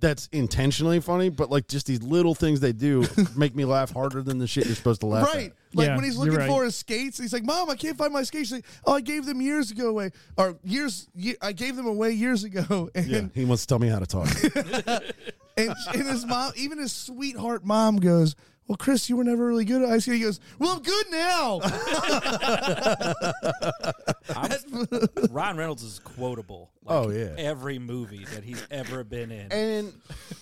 Speaker 2: that's intentionally funny, but like just these little things they do make me laugh harder than the shit you're supposed to laugh. at.
Speaker 4: Right. Like
Speaker 1: Yeah,
Speaker 4: when he's
Speaker 1: you're
Speaker 4: looking
Speaker 1: right.
Speaker 4: for his skates, he's like, Mom, I can't find my skates. She's like, oh, I gave them years ago away. Or years, ye- I gave them away years ago. And,
Speaker 2: Yeah, he wants to tell me how to talk.
Speaker 4: and, and his mom, even his sweetheart mom goes, Well, Chris, you were never really good at ice skating. He goes, Well, I'm good now.
Speaker 3: Ryan Reynolds is quotable. Like,
Speaker 2: Oh, yeah.
Speaker 3: every movie that he's ever been in.
Speaker 2: and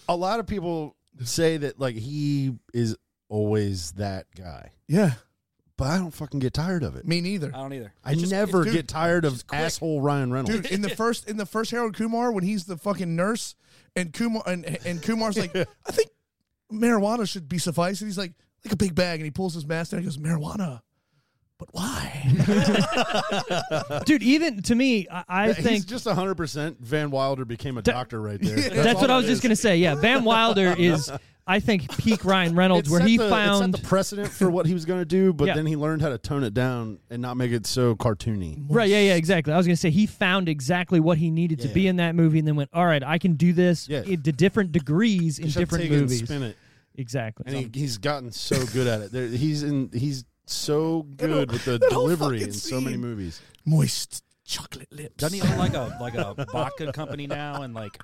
Speaker 2: a lot of people say that like he is always that guy,
Speaker 4: yeah.
Speaker 2: but I don't fucking get tired of it.
Speaker 4: Me neither.
Speaker 3: I don't either.
Speaker 2: I
Speaker 3: It's just-
Speaker 2: never
Speaker 4: dude,
Speaker 2: get tired of
Speaker 3: quick.
Speaker 2: asshole Ryan Reynolds.
Speaker 4: dude in the first in the first harold kumar when he's the fucking nurse and kumar and, and kumar's like i think marijuana should be suffice. And he's like, like a big bag, and he pulls his mask down. He goes, marijuana, but why?
Speaker 1: dude. Even to me, I, I
Speaker 2: He's
Speaker 1: think
Speaker 2: just 100% Van Wilder became a doctor right there.
Speaker 4: Yeah.
Speaker 1: that's, what
Speaker 2: all
Speaker 1: I was
Speaker 2: it
Speaker 1: just
Speaker 2: is.
Speaker 1: gonna say. Yeah, Van Wilder is, I think, peak Ryan Reynolds,
Speaker 2: It
Speaker 1: where
Speaker 2: set
Speaker 1: he
Speaker 2: the,
Speaker 1: found
Speaker 2: it set the precedent for what he was going to do, but
Speaker 1: Yeah.
Speaker 2: then he learned how to tone it down and not make it so cartoony.
Speaker 1: Right, yeah, yeah, exactly. I was gonna say he found exactly what he needed to be in that movie, and then went, "All right, I can do this
Speaker 2: Yeah.
Speaker 1: in to different degrees in
Speaker 2: Just have to
Speaker 1: different
Speaker 2: take it and
Speaker 1: movies."
Speaker 2: spin it.
Speaker 1: Exactly.
Speaker 2: and he, he's gotten so good at it. There, he's in. He's so
Speaker 4: That whole-
Speaker 2: good with the
Speaker 4: that whole
Speaker 2: delivery
Speaker 4: fucking
Speaker 2: in so many
Speaker 4: scene.
Speaker 2: movies.
Speaker 4: Moist chocolate lips.
Speaker 3: Doesn't he own like a like a vodka company now and like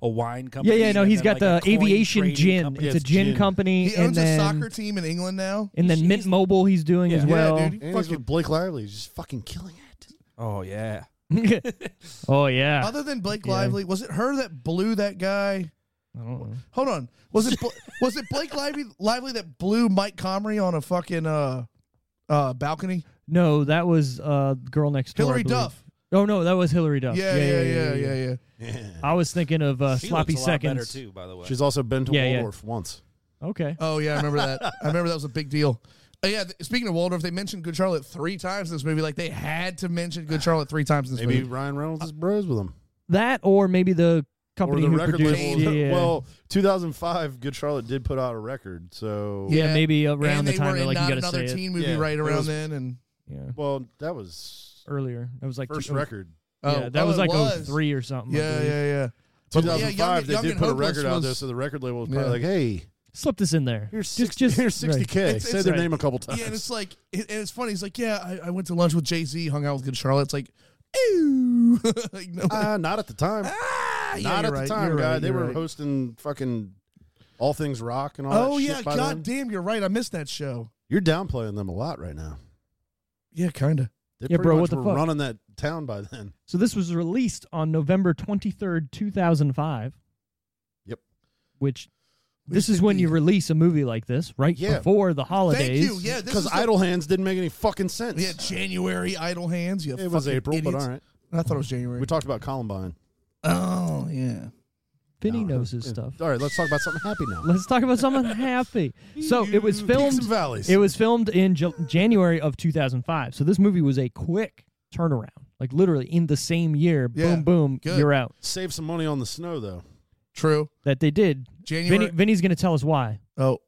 Speaker 3: a wine
Speaker 1: yeah,
Speaker 3: company?
Speaker 1: yeah, no,
Speaker 3: he's
Speaker 1: he's got the aviation gin.
Speaker 2: Yeah,
Speaker 1: It's a
Speaker 2: it's
Speaker 1: gin,
Speaker 2: gin.
Speaker 1: company,
Speaker 4: He
Speaker 1: and
Speaker 4: owns
Speaker 1: then
Speaker 4: a soccer team in England now.
Speaker 1: and then
Speaker 3: He's-
Speaker 1: Mint
Speaker 3: he's-
Speaker 1: Mobile he's doing
Speaker 3: Yeah.
Speaker 1: as
Speaker 3: Yeah,
Speaker 1: well.
Speaker 4: dude, he
Speaker 2: And he's
Speaker 4: fucking,
Speaker 2: with Blake Lively. He's just fucking killing it.
Speaker 3: Oh yeah,
Speaker 1: oh yeah.
Speaker 4: other than Blake
Speaker 1: Yeah.
Speaker 4: Lively, was it her that blew that guy?
Speaker 1: I don't know.
Speaker 4: Hold on, was it Bla- was it Blake Lively, Lively that blew Mike Comrie on a fucking uh uh balcony?
Speaker 1: No, that was uh, girl next door. I
Speaker 4: Hillary
Speaker 1: believe.
Speaker 4: Duff.
Speaker 1: Oh no, that was Hillary Duff.
Speaker 4: Yeah, yeah, yeah, yeah, yeah.
Speaker 1: I was thinking of uh,
Speaker 3: she
Speaker 1: sloppy
Speaker 3: looks a lot
Speaker 1: seconds.
Speaker 3: better too. By the way,
Speaker 2: She's also been to
Speaker 1: Yeah, yeah.
Speaker 2: Waldorf once.
Speaker 1: Okay.
Speaker 4: Oh yeah, I remember that. I remember that was a big deal. Uh, yeah, th- speaking of Waldorf, they mentioned Good Charlotte three times in this movie. Like they had to mention Good Charlotte three times in this
Speaker 2: Maybe
Speaker 4: movie.
Speaker 2: Ryan Reynolds
Speaker 4: Uh,
Speaker 2: is bros with him,
Speaker 1: That or maybe the
Speaker 2: or
Speaker 1: company
Speaker 2: the
Speaker 1: who
Speaker 2: record
Speaker 1: produced.
Speaker 2: label.
Speaker 1: yeah.
Speaker 2: Well, 2005, Good Charlotte did put out a record. So
Speaker 1: yeah, maybe around
Speaker 4: and
Speaker 1: the
Speaker 4: they
Speaker 1: time
Speaker 4: were
Speaker 1: they're
Speaker 4: in
Speaker 1: like
Speaker 4: not
Speaker 1: you gotta
Speaker 4: another
Speaker 1: say
Speaker 4: teen movie
Speaker 2: Yeah,
Speaker 4: right
Speaker 2: it
Speaker 4: around
Speaker 2: was-
Speaker 4: then, and
Speaker 1: it. Yeah.
Speaker 2: well, that was
Speaker 1: earlier. That was like
Speaker 2: first
Speaker 1: oh,
Speaker 2: record.
Speaker 4: oh,
Speaker 1: yeah, that
Speaker 4: oh,
Speaker 1: was
Speaker 4: it
Speaker 1: like
Speaker 4: was.
Speaker 1: 03 or something. I
Speaker 4: Yeah, yeah,
Speaker 1: believe.
Speaker 4: yeah. But, yeah,
Speaker 2: 2005,
Speaker 4: Young-
Speaker 2: they
Speaker 4: Young
Speaker 2: did
Speaker 4: and
Speaker 2: put a
Speaker 4: Hopeless
Speaker 2: record out there,
Speaker 4: was-
Speaker 2: so the record label was probably
Speaker 4: Yeah.
Speaker 2: like, "Hey,
Speaker 1: Slip this in there.
Speaker 2: here's
Speaker 1: Just-
Speaker 2: 60,
Speaker 1: just-
Speaker 2: here's 60k."
Speaker 1: right.
Speaker 2: Say their
Speaker 1: Right.
Speaker 2: name a couple times.
Speaker 4: Yeah, and it's like, it, and it's funny. It's like, yeah, I, I went to lunch with Jay Z, hung out with Good Charlotte. It's like, ew, like no,
Speaker 2: Uh, not at the time.
Speaker 4: ah, yeah,
Speaker 2: Not
Speaker 4: you're
Speaker 2: at
Speaker 4: right,
Speaker 2: the time,
Speaker 4: you're
Speaker 2: guy.
Speaker 4: right,
Speaker 2: they
Speaker 4: you're
Speaker 2: were
Speaker 4: right.
Speaker 2: hosting fucking all things rock and all
Speaker 4: Oh
Speaker 2: that
Speaker 4: yeah,
Speaker 2: shit. by
Speaker 4: god
Speaker 2: then.
Speaker 4: damn, you're right. I missed that show.
Speaker 2: You're downplaying them a lot right now.
Speaker 4: Yeah, kinda.
Speaker 2: They
Speaker 1: Yeah,
Speaker 2: pretty
Speaker 1: bro,
Speaker 2: much
Speaker 1: what the
Speaker 2: were
Speaker 1: fuck?
Speaker 2: running that town by then.
Speaker 1: So this was released on November 23rd, 2005.
Speaker 2: Yep.
Speaker 1: Which this is when you release a movie like this, right
Speaker 2: Yeah.
Speaker 1: before the holidays.
Speaker 4: Thank you. Yeah, this
Speaker 2: Because
Speaker 4: is the-
Speaker 2: Idle Hands didn't make any fucking sense.
Speaker 4: Yeah, January idle hands. You
Speaker 2: it was
Speaker 4: fucking
Speaker 2: April,
Speaker 4: idiots.
Speaker 2: but all right.
Speaker 4: I thought it was January.
Speaker 2: We talked about Columbine.
Speaker 4: oh yeah.
Speaker 1: Finney
Speaker 2: No.
Speaker 1: knows his
Speaker 2: Yeah.
Speaker 1: stuff.
Speaker 2: All right, let's talk about something happy now.
Speaker 1: Let's talk about something happy. So it was
Speaker 2: Peaks
Speaker 1: filmed.
Speaker 2: and valleys.
Speaker 1: It was filmed in J- January of 2005. So this movie was a quick turnaround. Like literally in the same year,
Speaker 4: Yeah,
Speaker 1: boom, boom,
Speaker 4: good.
Speaker 1: you're out.
Speaker 2: Save some money on the snow though.
Speaker 4: True.
Speaker 1: That they did.
Speaker 4: January.
Speaker 1: Vinny, Vinny's going to tell us why.
Speaker 4: oh,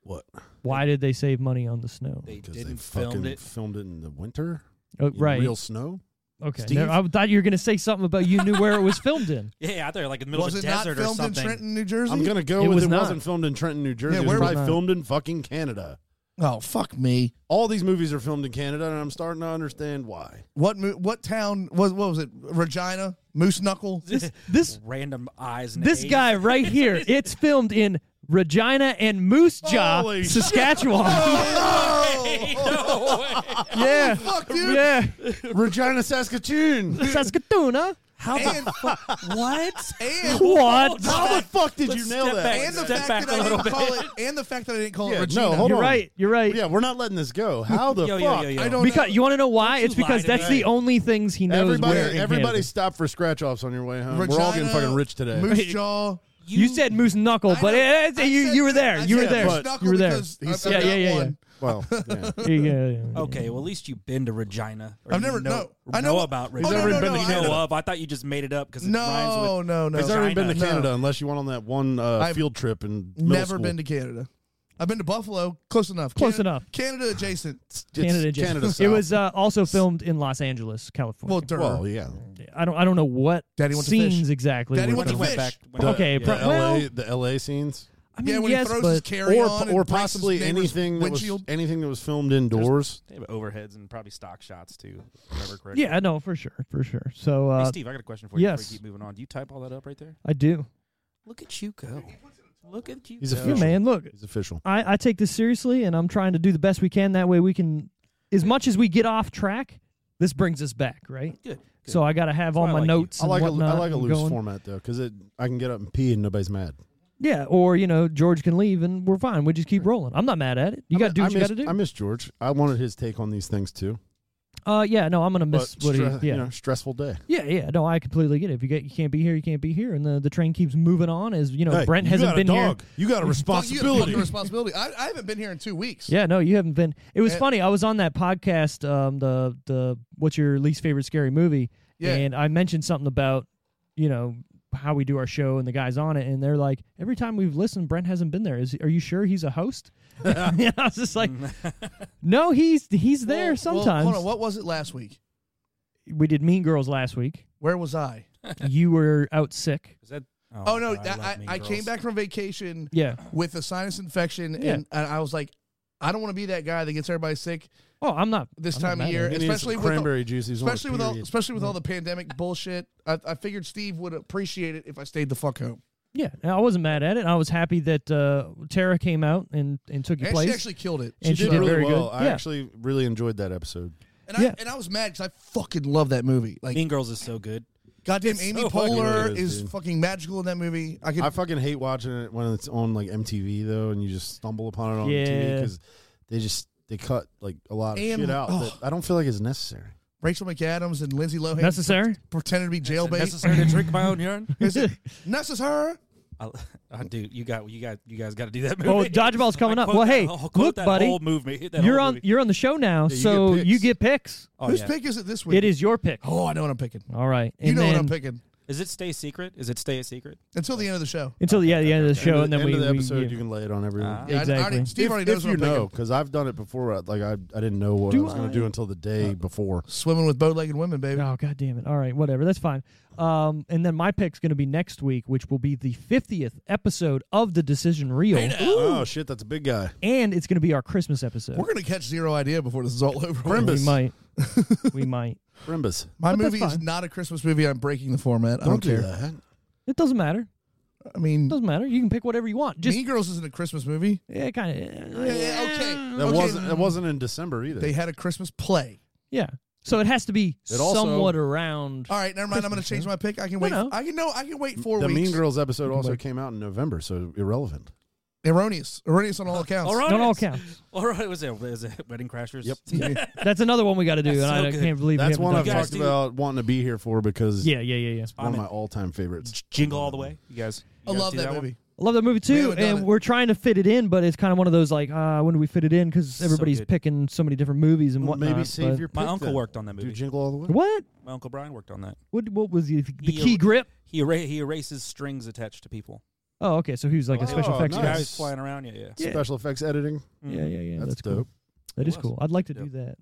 Speaker 2: What?
Speaker 1: Why did they save money on the snow?
Speaker 3: they
Speaker 2: Because they
Speaker 3: didn't
Speaker 2: fucking
Speaker 3: film it.
Speaker 2: filmed it in the winter.
Speaker 1: Oh,
Speaker 2: in
Speaker 1: right.
Speaker 2: Real snow.
Speaker 1: Okay.
Speaker 4: Steve?
Speaker 1: No, I thought you were going to say something about you knew where it was filmed in.
Speaker 3: Yeah, out there like in the middle
Speaker 4: was
Speaker 3: of
Speaker 4: it
Speaker 3: a
Speaker 4: not
Speaker 3: desert or
Speaker 4: filmed in
Speaker 3: something.
Speaker 4: Trenton, New Jersey?
Speaker 2: I'm gonna go
Speaker 1: It
Speaker 2: with
Speaker 1: was
Speaker 2: it
Speaker 1: not.
Speaker 2: wasn't filmed in Trenton, New Jersey.
Speaker 4: Yeah,
Speaker 2: it
Speaker 4: where
Speaker 2: was
Speaker 4: was
Speaker 2: probably
Speaker 1: it?
Speaker 2: filmed in fucking Canada.
Speaker 4: oh fuck me.
Speaker 2: All these movies are filmed in Canada, and I'm starting to understand why.
Speaker 4: What mo- what town was what was it? Regina, Moose Knuckle.
Speaker 1: This this
Speaker 3: Random eyes. And
Speaker 1: this
Speaker 3: A's.
Speaker 1: guy right here. It's filmed in Regina and Moose Jaw,
Speaker 2: Holy shit.
Speaker 1: Saskatchewan.
Speaker 3: no way.
Speaker 1: yeah.
Speaker 4: Fuck dude.
Speaker 1: Yeah.
Speaker 2: Regina, Saskatoon.
Speaker 1: Saskatoon, huh?
Speaker 3: How
Speaker 4: And,
Speaker 3: what?
Speaker 4: and,
Speaker 1: What?
Speaker 2: How the fuck did you nail
Speaker 3: step
Speaker 2: that?
Speaker 3: back.
Speaker 4: and the
Speaker 3: Step
Speaker 4: fact
Speaker 3: back
Speaker 4: that I
Speaker 3: a little
Speaker 4: didn't call it and the fact that I didn't call it
Speaker 2: Yeah, no,
Speaker 4: Regina.
Speaker 2: hold
Speaker 1: You're
Speaker 2: on.
Speaker 1: right. You're right.
Speaker 2: Yeah, we're not letting this go. How the
Speaker 3: Yo, yo,
Speaker 2: fuck?
Speaker 3: yo, yo.
Speaker 4: I don't
Speaker 1: Because
Speaker 4: know.
Speaker 1: you want to know why?
Speaker 3: Don't
Speaker 1: It's
Speaker 3: you lie
Speaker 1: because
Speaker 3: to
Speaker 1: that's
Speaker 3: me.
Speaker 1: the only things he knows
Speaker 2: Everybody,
Speaker 1: where in
Speaker 2: everybody,
Speaker 1: Canada.
Speaker 2: stop for scratch offs on your way home.
Speaker 4: Regina,
Speaker 2: we're all getting fucking rich today.
Speaker 4: Moose Jaw.
Speaker 1: You, said Moose Knuckle,
Speaker 4: I
Speaker 1: but it,
Speaker 4: know. I
Speaker 1: it- you
Speaker 4: said-
Speaker 1: you were there.
Speaker 4: I
Speaker 1: You were
Speaker 4: said
Speaker 1: there.
Speaker 4: Moose Knuckle
Speaker 1: You were there.
Speaker 4: because I've- I've
Speaker 1: Yeah,
Speaker 4: got
Speaker 1: yeah, yeah,
Speaker 4: one.
Speaker 1: yeah.
Speaker 2: well, yeah.
Speaker 1: Yeah, yeah, yeah.
Speaker 3: Okay, well at least you've been to Regina. or
Speaker 4: I've
Speaker 3: you
Speaker 4: never-
Speaker 3: know,
Speaker 4: no, I know-
Speaker 3: know about
Speaker 4: Oh, no,
Speaker 3: Regina.
Speaker 2: never
Speaker 4: no,
Speaker 2: been
Speaker 4: no,
Speaker 2: to
Speaker 4: I
Speaker 3: know
Speaker 2: Canada.
Speaker 3: of. I thought you just made it up because it rhymes
Speaker 4: No,
Speaker 3: with.
Speaker 4: no, no.
Speaker 2: He's never even been to
Speaker 4: No.
Speaker 2: Canada unless you went on that one uh,
Speaker 4: I've
Speaker 2: field trip and
Speaker 4: Never been to Canada. I've been to Buffalo. Close enough.
Speaker 1: Close
Speaker 4: Canada,
Speaker 1: enough.
Speaker 4: Canada adjacent.
Speaker 1: Canada. Jason.
Speaker 2: Canada.
Speaker 1: It
Speaker 2: South.
Speaker 1: was uh, also filmed in Los Angeles, California.
Speaker 4: Well, dirt.
Speaker 2: well, yeah.
Speaker 1: I don't I don't know what
Speaker 4: Daddy went to
Speaker 1: scenes
Speaker 4: fish.
Speaker 1: exactly.
Speaker 4: Daddy
Speaker 1: were
Speaker 4: went to
Speaker 1: filmed.
Speaker 4: fish.
Speaker 3: when-
Speaker 1: Okay,
Speaker 2: yeah,
Speaker 1: pro- well-
Speaker 2: LA, the LA scenes,
Speaker 1: I mean,
Speaker 4: yeah, when
Speaker 1: yes,
Speaker 4: he throws
Speaker 1: but
Speaker 4: his carry
Speaker 2: or
Speaker 4: on,
Speaker 2: or
Speaker 4: and breaks his
Speaker 2: possibly
Speaker 4: neighbor's
Speaker 2: anything that was
Speaker 4: windshield.
Speaker 2: anything that was filmed indoors.
Speaker 3: They have overheads and probably stock shots too. if I remember correctly.
Speaker 1: yeah, no, for sure, for sure. So uh,
Speaker 3: Hey, Steve, I got a question for you.
Speaker 1: yes.
Speaker 3: Before we keep moving on. Do you type all that up right there?
Speaker 1: I do.
Speaker 3: Look at you go. Look at you.
Speaker 2: He's a
Speaker 3: go.
Speaker 1: Yeah,
Speaker 2: Official.
Speaker 1: man, look,
Speaker 2: It's official.
Speaker 1: I, I take this seriously, and I'm trying to do the best we can. That way, we can, as much as we get off track, this brings us back, right?
Speaker 3: Good. good.
Speaker 1: So I got to have all
Speaker 3: That's why I
Speaker 1: my
Speaker 3: like you.
Speaker 1: notes.
Speaker 2: I like a,
Speaker 1: and
Speaker 2: I
Speaker 1: whatnot
Speaker 2: like a
Speaker 1: and
Speaker 2: loose
Speaker 1: going.
Speaker 2: format though, because it I can get up and pee and nobody's mad.
Speaker 1: Yeah, or you know, George can leave, and we're fine. We just keep rolling. I'm not mad at it. You got to do
Speaker 2: I
Speaker 1: what you
Speaker 2: miss-
Speaker 1: got to do.
Speaker 2: I miss George. I wanted his take on these things too.
Speaker 1: Uh, yeah, no, I'm gonna
Speaker 2: But
Speaker 1: miss Woody.
Speaker 2: stre-
Speaker 1: yeah,
Speaker 2: you know, stressful day.
Speaker 1: yeah, yeah. No, I completely get it. If you get, you can't be here, you can't be here, and the, the train keeps moving on. As you know,
Speaker 2: Hey,
Speaker 1: Brent
Speaker 2: you
Speaker 1: hasn't
Speaker 2: got
Speaker 1: been
Speaker 2: a
Speaker 1: here.
Speaker 2: dog. You got
Speaker 4: Fuck, you
Speaker 2: a
Speaker 4: got
Speaker 2: responsibility.
Speaker 4: fucking responsibility. I, I haven't been here in two weeks.
Speaker 1: Yeah, no, you haven't been. It was
Speaker 4: And-
Speaker 1: funny. I was on that podcast, um, the the what's your least favorite scary movie?
Speaker 4: Yeah.
Speaker 1: and I mentioned something about you know how we do our show and the guys on it, and they're like, every time we've listened, Brent hasn't been there. Is are you sure he's a host? yeah, I was just like, no, he's he's there
Speaker 4: Well, well,
Speaker 1: sometimes.
Speaker 4: hold on. What was it last week?
Speaker 1: we did Mean Girls last week.
Speaker 4: Where was I?
Speaker 1: you were out sick.
Speaker 3: Is that?
Speaker 4: Oh, no,
Speaker 3: God,
Speaker 4: I,
Speaker 3: love
Speaker 4: I,
Speaker 3: Mean
Speaker 4: I came
Speaker 3: Girls.
Speaker 4: back from vacation
Speaker 1: Yeah.
Speaker 4: with a sinus infection,
Speaker 1: Yeah.
Speaker 4: and, and I was like, I don't want to be that guy that gets everybody sick
Speaker 1: Oh, I'm not
Speaker 4: this
Speaker 1: I'm not
Speaker 4: time
Speaker 1: mad
Speaker 4: of
Speaker 1: at
Speaker 4: year,
Speaker 1: it.
Speaker 2: He needs
Speaker 4: especially
Speaker 2: some
Speaker 4: with the,
Speaker 2: cranberry juice. He's on a
Speaker 4: especially with all
Speaker 2: period.
Speaker 4: especially with all the pandemic bullshit. I, I figured Steve would appreciate it if I stayed the fuck home.
Speaker 1: Yeah, and I wasn't mad at it. I was happy that uh, Tara came out and, and took your
Speaker 4: And
Speaker 1: place.
Speaker 4: she actually killed it.
Speaker 1: and she
Speaker 2: did
Speaker 1: did
Speaker 2: really
Speaker 1: very good.
Speaker 2: well. I
Speaker 1: yeah.
Speaker 2: actually really enjoyed that episode.
Speaker 4: And I
Speaker 1: Yeah.
Speaker 4: and I was mad because I fucking love that movie. Like
Speaker 3: Mean Girls is so good.
Speaker 4: goddamn
Speaker 3: it's
Speaker 4: Amy
Speaker 3: so fucking
Speaker 4: Poehler
Speaker 2: good,
Speaker 4: is
Speaker 2: dude.
Speaker 4: fucking magical in that movie. I could
Speaker 2: I fucking hate watching it when it's on like MTV though, and you just stumble upon it on TV
Speaker 1: Yeah.
Speaker 2: because they just they cut like a lot of
Speaker 4: And-
Speaker 2: shit out.
Speaker 4: oh.
Speaker 2: that I don't feel like it's necessary.
Speaker 4: Rachel McAdams and Lindsay Lohan
Speaker 1: Necessary?
Speaker 4: pre- pretended to be jailbait.
Speaker 3: Necessary to drink my own urine.
Speaker 4: Is it necessary?
Speaker 3: I, I do. You got. You got. You guys got to do that movie.
Speaker 1: Oh, Dodgeball's coming
Speaker 3: I
Speaker 1: up.
Speaker 3: quote
Speaker 1: Well,
Speaker 3: that
Speaker 1: hey,
Speaker 3: whole- quote
Speaker 1: look,
Speaker 3: that
Speaker 1: buddy,
Speaker 3: Whole movie. that
Speaker 1: you're
Speaker 3: whole
Speaker 1: on
Speaker 3: movie.
Speaker 1: you're on the show now,
Speaker 2: you
Speaker 1: so
Speaker 2: get picks.
Speaker 1: you get picks.
Speaker 3: Oh,
Speaker 4: Whose
Speaker 3: yeah.
Speaker 4: pick is it this week?
Speaker 1: It is your pick.
Speaker 4: Oh, I know what I'm picking.
Speaker 1: All right,
Speaker 4: You
Speaker 1: and
Speaker 4: know
Speaker 1: then
Speaker 4: what I'm picking.
Speaker 3: Is it stay secret? Is it stay a secret?
Speaker 4: Until the end of the show.
Speaker 1: until the, yeah, the end of the show,
Speaker 2: end
Speaker 1: and then
Speaker 2: of, end
Speaker 1: we
Speaker 2: of the
Speaker 1: we-
Speaker 2: episode,
Speaker 1: yeah.
Speaker 2: you can lay it on everyone.
Speaker 3: Ah.
Speaker 4: Yeah, I- I already-
Speaker 1: Exactly.
Speaker 4: Steve already
Speaker 2: if,
Speaker 4: knows
Speaker 2: if
Speaker 4: what
Speaker 2: you
Speaker 4: I'm
Speaker 2: know,
Speaker 4: picking.
Speaker 2: because I've done it before. Like I, I didn't know what I
Speaker 1: Do
Speaker 2: was going
Speaker 1: I?
Speaker 2: to do until the day before.
Speaker 4: Swimming with bow-legged women, baby.
Speaker 1: Oh god damn it! All right, whatever, that's fine. Um, and then my pick's going to be next week, which will be the fiftieth episode of the Decision Reel,
Speaker 2: Oh shit, that's a big guy.
Speaker 1: and it's going to be our Christmas episode.
Speaker 4: We're gonna catch zero idea before this is all over.
Speaker 1: we
Speaker 2: Grimbus,
Speaker 1: might, we might.
Speaker 2: Grimbus,
Speaker 4: My
Speaker 1: But that's
Speaker 4: movie is
Speaker 1: fine.
Speaker 4: not a Christmas movie. I'm breaking the format. I don't,
Speaker 2: don't do
Speaker 4: care.
Speaker 2: that.
Speaker 1: It doesn't matter.
Speaker 4: I mean,
Speaker 1: Doesn't matter. You can pick whatever you want. Just
Speaker 4: Mean Girls isn't a Christmas movie.
Speaker 1: yeah, kind of.
Speaker 4: Yeah, okay.
Speaker 2: That
Speaker 4: Okay.
Speaker 2: wasn't. That wasn't in December either.
Speaker 4: They had a Christmas play.
Speaker 1: Yeah. So it has to be
Speaker 2: It also- Uh,
Speaker 1: somewhat around.
Speaker 4: All right, never mind. I'm going
Speaker 1: Christmas,
Speaker 4: to change
Speaker 1: huh?
Speaker 4: my pick. I can wait.
Speaker 1: no.
Speaker 4: I can no. I can wait four
Speaker 2: the
Speaker 4: weeks.
Speaker 2: Mean Girls episode also
Speaker 1: wait.
Speaker 2: came out in November, so irrelevant.
Speaker 4: Erroneous. Erroneous on all accounts.
Speaker 3: All right.
Speaker 1: Don't all count.
Speaker 3: All right. Was it? Was it Wedding Crashers?
Speaker 2: Yep.
Speaker 1: That's another one we got to do,
Speaker 3: That's
Speaker 1: and
Speaker 3: so
Speaker 1: I
Speaker 3: good.
Speaker 1: can't believe
Speaker 2: That's
Speaker 1: we
Speaker 2: one
Speaker 1: haven't
Speaker 2: I've
Speaker 1: done
Speaker 3: guys
Speaker 2: talked
Speaker 3: do-
Speaker 2: about wanting to be here for because
Speaker 1: that. Yeah, yeah, yeah, yeah.
Speaker 2: one of
Speaker 3: I'm
Speaker 2: my all-time favorites.
Speaker 3: Jingle all the way. You guys.
Speaker 4: I
Speaker 3: you guys
Speaker 4: love
Speaker 3: do
Speaker 4: that,
Speaker 3: one?
Speaker 4: movie.
Speaker 1: I love that movie
Speaker 4: We
Speaker 1: too,
Speaker 4: haven't done
Speaker 1: and
Speaker 4: it.
Speaker 1: we're trying to fit it in, but it's kind of one of those like, ah, when do we fit it in? Because
Speaker 3: So
Speaker 1: everybody's
Speaker 3: good.
Speaker 1: picking so many different movies and
Speaker 2: Well,
Speaker 1: whatnot.
Speaker 2: maybe save
Speaker 1: uh, but-
Speaker 2: your. Pick
Speaker 3: My uncle
Speaker 2: then.
Speaker 3: worked on that
Speaker 2: Do
Speaker 3: movie.
Speaker 2: Jingle all the way.
Speaker 1: What?
Speaker 3: My uncle Brian worked on that.
Speaker 1: What? What was the, the
Speaker 3: He-
Speaker 1: key grip?
Speaker 3: He era- he erases strings attached to people.
Speaker 1: Oh, okay. So he was like a special
Speaker 2: Oh,
Speaker 1: effects
Speaker 2: nice.
Speaker 1: guy.
Speaker 3: Guys flying around. Yeah, yeah.
Speaker 1: Yeah.
Speaker 2: Special effects editing.
Speaker 3: Mhm.
Speaker 1: Yeah, yeah, yeah.
Speaker 2: That's,
Speaker 1: That's, cool.
Speaker 2: dope.
Speaker 1: That is
Speaker 3: It was.
Speaker 1: cool. I'd like to
Speaker 3: Yep.
Speaker 1: do that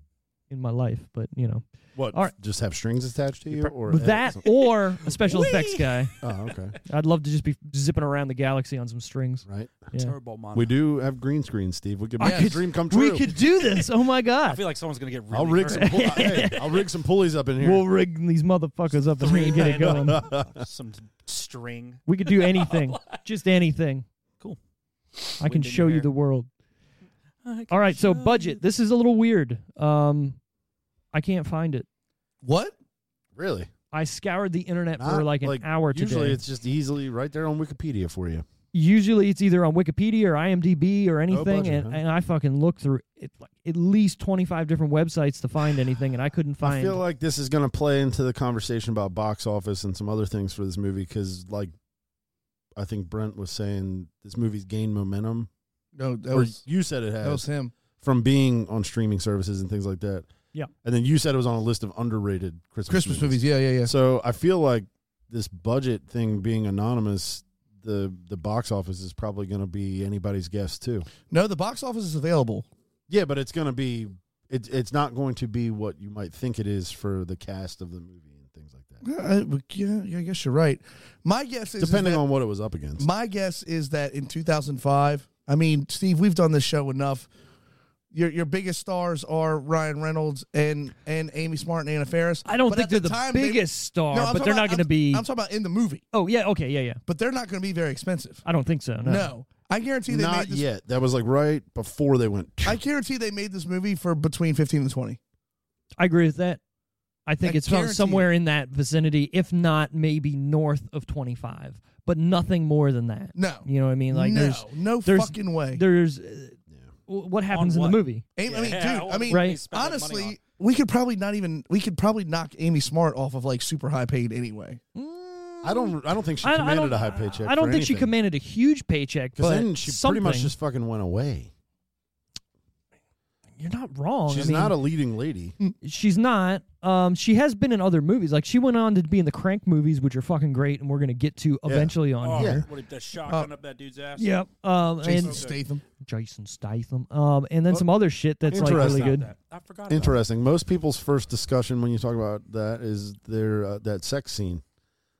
Speaker 1: in my life, but you know,
Speaker 2: What?
Speaker 1: All right.
Speaker 2: Just have strings attached to you, or
Speaker 1: with
Speaker 2: edit
Speaker 1: that
Speaker 2: some-
Speaker 1: or a special effects guy,
Speaker 2: Oh, okay.
Speaker 1: I'd love to just be zipping around the galaxy on some strings.
Speaker 2: Right.
Speaker 1: Yeah.
Speaker 3: Turbo Mon.
Speaker 2: We do have green screen, Steve. We could
Speaker 1: I
Speaker 2: make
Speaker 1: could-
Speaker 2: a dream come
Speaker 1: We
Speaker 2: true.
Speaker 1: could do this. Oh my
Speaker 3: I
Speaker 1: god.
Speaker 3: feel like someone's gonna get really.
Speaker 2: I'll rig some.
Speaker 3: hurt.
Speaker 2: Pull- hey, I'll rig some pulleys up in here.
Speaker 1: We'll rig these motherfuckers up and we can get it going.
Speaker 3: some string.
Speaker 1: We could do anything, just anything.
Speaker 3: Cool.
Speaker 1: I can
Speaker 3: Wind in
Speaker 1: show
Speaker 3: your
Speaker 1: you
Speaker 3: hair.
Speaker 1: the world. All right, so budget. This is a little weird. Um, I can't find it.
Speaker 4: What?
Speaker 2: Really?
Speaker 1: I scoured the internet for
Speaker 2: Not
Speaker 1: like an hour today.
Speaker 2: Usually, it's just easily right there on Wikipedia for you.
Speaker 1: usually it's either on Wikipedia or IMDb or anything,
Speaker 2: budget,
Speaker 1: and,
Speaker 2: huh?
Speaker 1: and I fucking looked through it, like at least twenty five different websites to find anything, and I couldn't
Speaker 2: I
Speaker 1: find.
Speaker 2: feel like this is going to play into the conversation about box office and some other things for this movie because, like, I think Brent was saying this movie's gained momentum,
Speaker 4: No, that
Speaker 2: or
Speaker 4: was
Speaker 2: you said it
Speaker 4: that was
Speaker 2: has
Speaker 4: him.
Speaker 2: from being on streaming services and things like that.
Speaker 1: Yeah.
Speaker 2: and then you said it was on a list of underrated Christmas
Speaker 4: Christmas movies. Yeah, yeah, yeah.
Speaker 2: So I feel like this budget thing being anonymous, the the box office is probably going to be anybody's guess too.
Speaker 4: No, the box office is available.
Speaker 2: Yeah, but it's going to be it, it's not going to be what you might think it is for the cast of the movie and things like that.
Speaker 4: Yeah, I, Uh, yeah, yeah, I guess you're right. My guess is, is
Speaker 2: Depending
Speaker 4: that-
Speaker 2: on what it was up against.
Speaker 4: my guess is that in 2005. I mean, Steve, we've done this show enough. Your your biggest stars are Ryan Reynolds and and Amy Smart and Anna Faris.
Speaker 1: I don't
Speaker 4: But
Speaker 1: think
Speaker 4: at
Speaker 1: they're
Speaker 4: the
Speaker 1: the,
Speaker 4: time, they-
Speaker 1: biggest star,
Speaker 4: No, I'm
Speaker 1: but
Speaker 4: talking
Speaker 1: they're
Speaker 4: about-
Speaker 1: not going to
Speaker 4: I'm-
Speaker 1: be.
Speaker 4: I'm talking about in the movie,
Speaker 1: oh yeah, okay, yeah, yeah.
Speaker 4: but they're not going to be very expensive.
Speaker 1: I don't think so. No.
Speaker 4: No, I guarantee they
Speaker 2: not
Speaker 4: made this.
Speaker 2: yet. That was like right before they went.
Speaker 4: I guarantee they made this movie for between 15 and 20.
Speaker 1: I agree with that. I think
Speaker 4: I
Speaker 1: it's found
Speaker 4: guarantee
Speaker 1: somewhere in that vicinity, if not maybe north of twenty five, but nothing more than that.
Speaker 4: No.
Speaker 1: You know what I mean? Like
Speaker 4: no,
Speaker 1: there's
Speaker 4: no
Speaker 1: there's-
Speaker 4: fucking way.
Speaker 1: there's. Uh, w- What happens in
Speaker 3: what?
Speaker 1: the movie?
Speaker 4: Amy- I mean,
Speaker 3: Yeah,
Speaker 4: dude, I
Speaker 3: what
Speaker 4: mean,
Speaker 3: would
Speaker 1: Right.
Speaker 3: they spend that money
Speaker 4: honestly, we could probably not even we could probably knock Amy Smart off of like super high paid anyway.
Speaker 2: I don't. I don't think she
Speaker 1: I- I
Speaker 2: commanded
Speaker 1: don't-
Speaker 2: a high paycheck.
Speaker 1: I don't
Speaker 2: for
Speaker 1: think she
Speaker 2: anything.
Speaker 1: commanded a huge paycheck, but
Speaker 2: Because then she
Speaker 1: something.
Speaker 2: pretty much just fucking went away.
Speaker 1: You're not wrong. I
Speaker 2: She's
Speaker 1: mean,
Speaker 2: not a leading lady.
Speaker 1: She's not. Um, she has been in other movies. Like she went on to be in the Crank movies, which are fucking great, and we're gonna get to eventually on
Speaker 3: Oh,
Speaker 1: here. Uh,
Speaker 3: what, that shotgun up that dude's ass.
Speaker 1: Yep. Um,
Speaker 4: Jason
Speaker 1: and
Speaker 4: Statham.
Speaker 1: Jason Statham. Um, and then some other shit that's like really
Speaker 2: Interesting.
Speaker 1: good.
Speaker 3: That. I forgot. about
Speaker 2: Interesting. Most people's first discussion when you talk about that is their uh, that sex scene.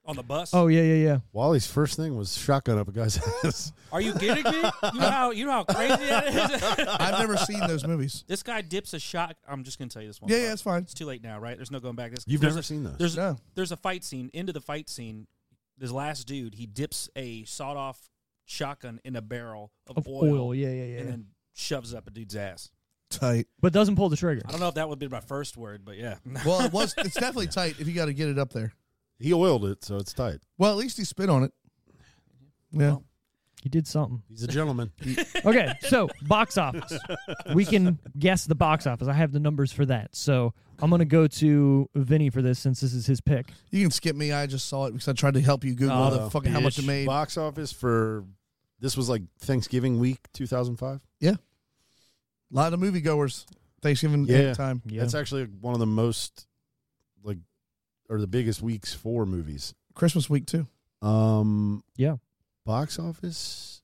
Speaker 3: that. on the bus.
Speaker 1: Oh yeah, yeah, yeah.
Speaker 2: Wally's first thing was shotgun up a guy's ass.
Speaker 3: Are you kidding me? You know how you know how crazy that is.
Speaker 4: I've never seen those movies.
Speaker 3: this guy dips a shot. I'm just gonna tell you this one.
Speaker 4: Yeah,
Speaker 3: part.
Speaker 4: yeah, it's fine.
Speaker 3: It's too late now, right? There's no going back. This
Speaker 2: You've
Speaker 3: there's
Speaker 2: never
Speaker 3: a-
Speaker 2: seen those.
Speaker 3: There's
Speaker 4: No.
Speaker 3: there's a fight scene. Into the fight scene, this last dude he dips a sawed off shotgun in a barrel of,
Speaker 1: Of oil. Yeah, yeah, yeah.
Speaker 3: and then shoves up a dude's ass.
Speaker 4: Tight.
Speaker 1: but doesn't pull the trigger.
Speaker 3: I don't know if that would be my first word, but yeah.
Speaker 4: Well, it was. It's definitely tight if you got to get it up there.
Speaker 2: He oiled it, so it's tight.
Speaker 4: Well, at least he spit on it. Yeah.
Speaker 3: Well,
Speaker 1: He did something.
Speaker 2: He's a gentleman.
Speaker 1: Okay, so box office. We can guess the box office. I have the numbers for that. So I'm gonna go to Vinny for this since this is his pick.
Speaker 4: you can skip me. I just saw it because I tried to help you Google
Speaker 1: Oh,
Speaker 4: the fucking how much it
Speaker 2: Bitch.
Speaker 4: made.
Speaker 2: Box office for this was like Thanksgiving week 2005.
Speaker 4: A lot of moviegoers. Thanksgiving
Speaker 2: Yeah.
Speaker 4: time.
Speaker 1: Yeah.
Speaker 2: That's actually one of the most like or the biggest weeks for movies.
Speaker 4: Christmas week too.
Speaker 2: Um
Speaker 1: Yeah.
Speaker 2: Box office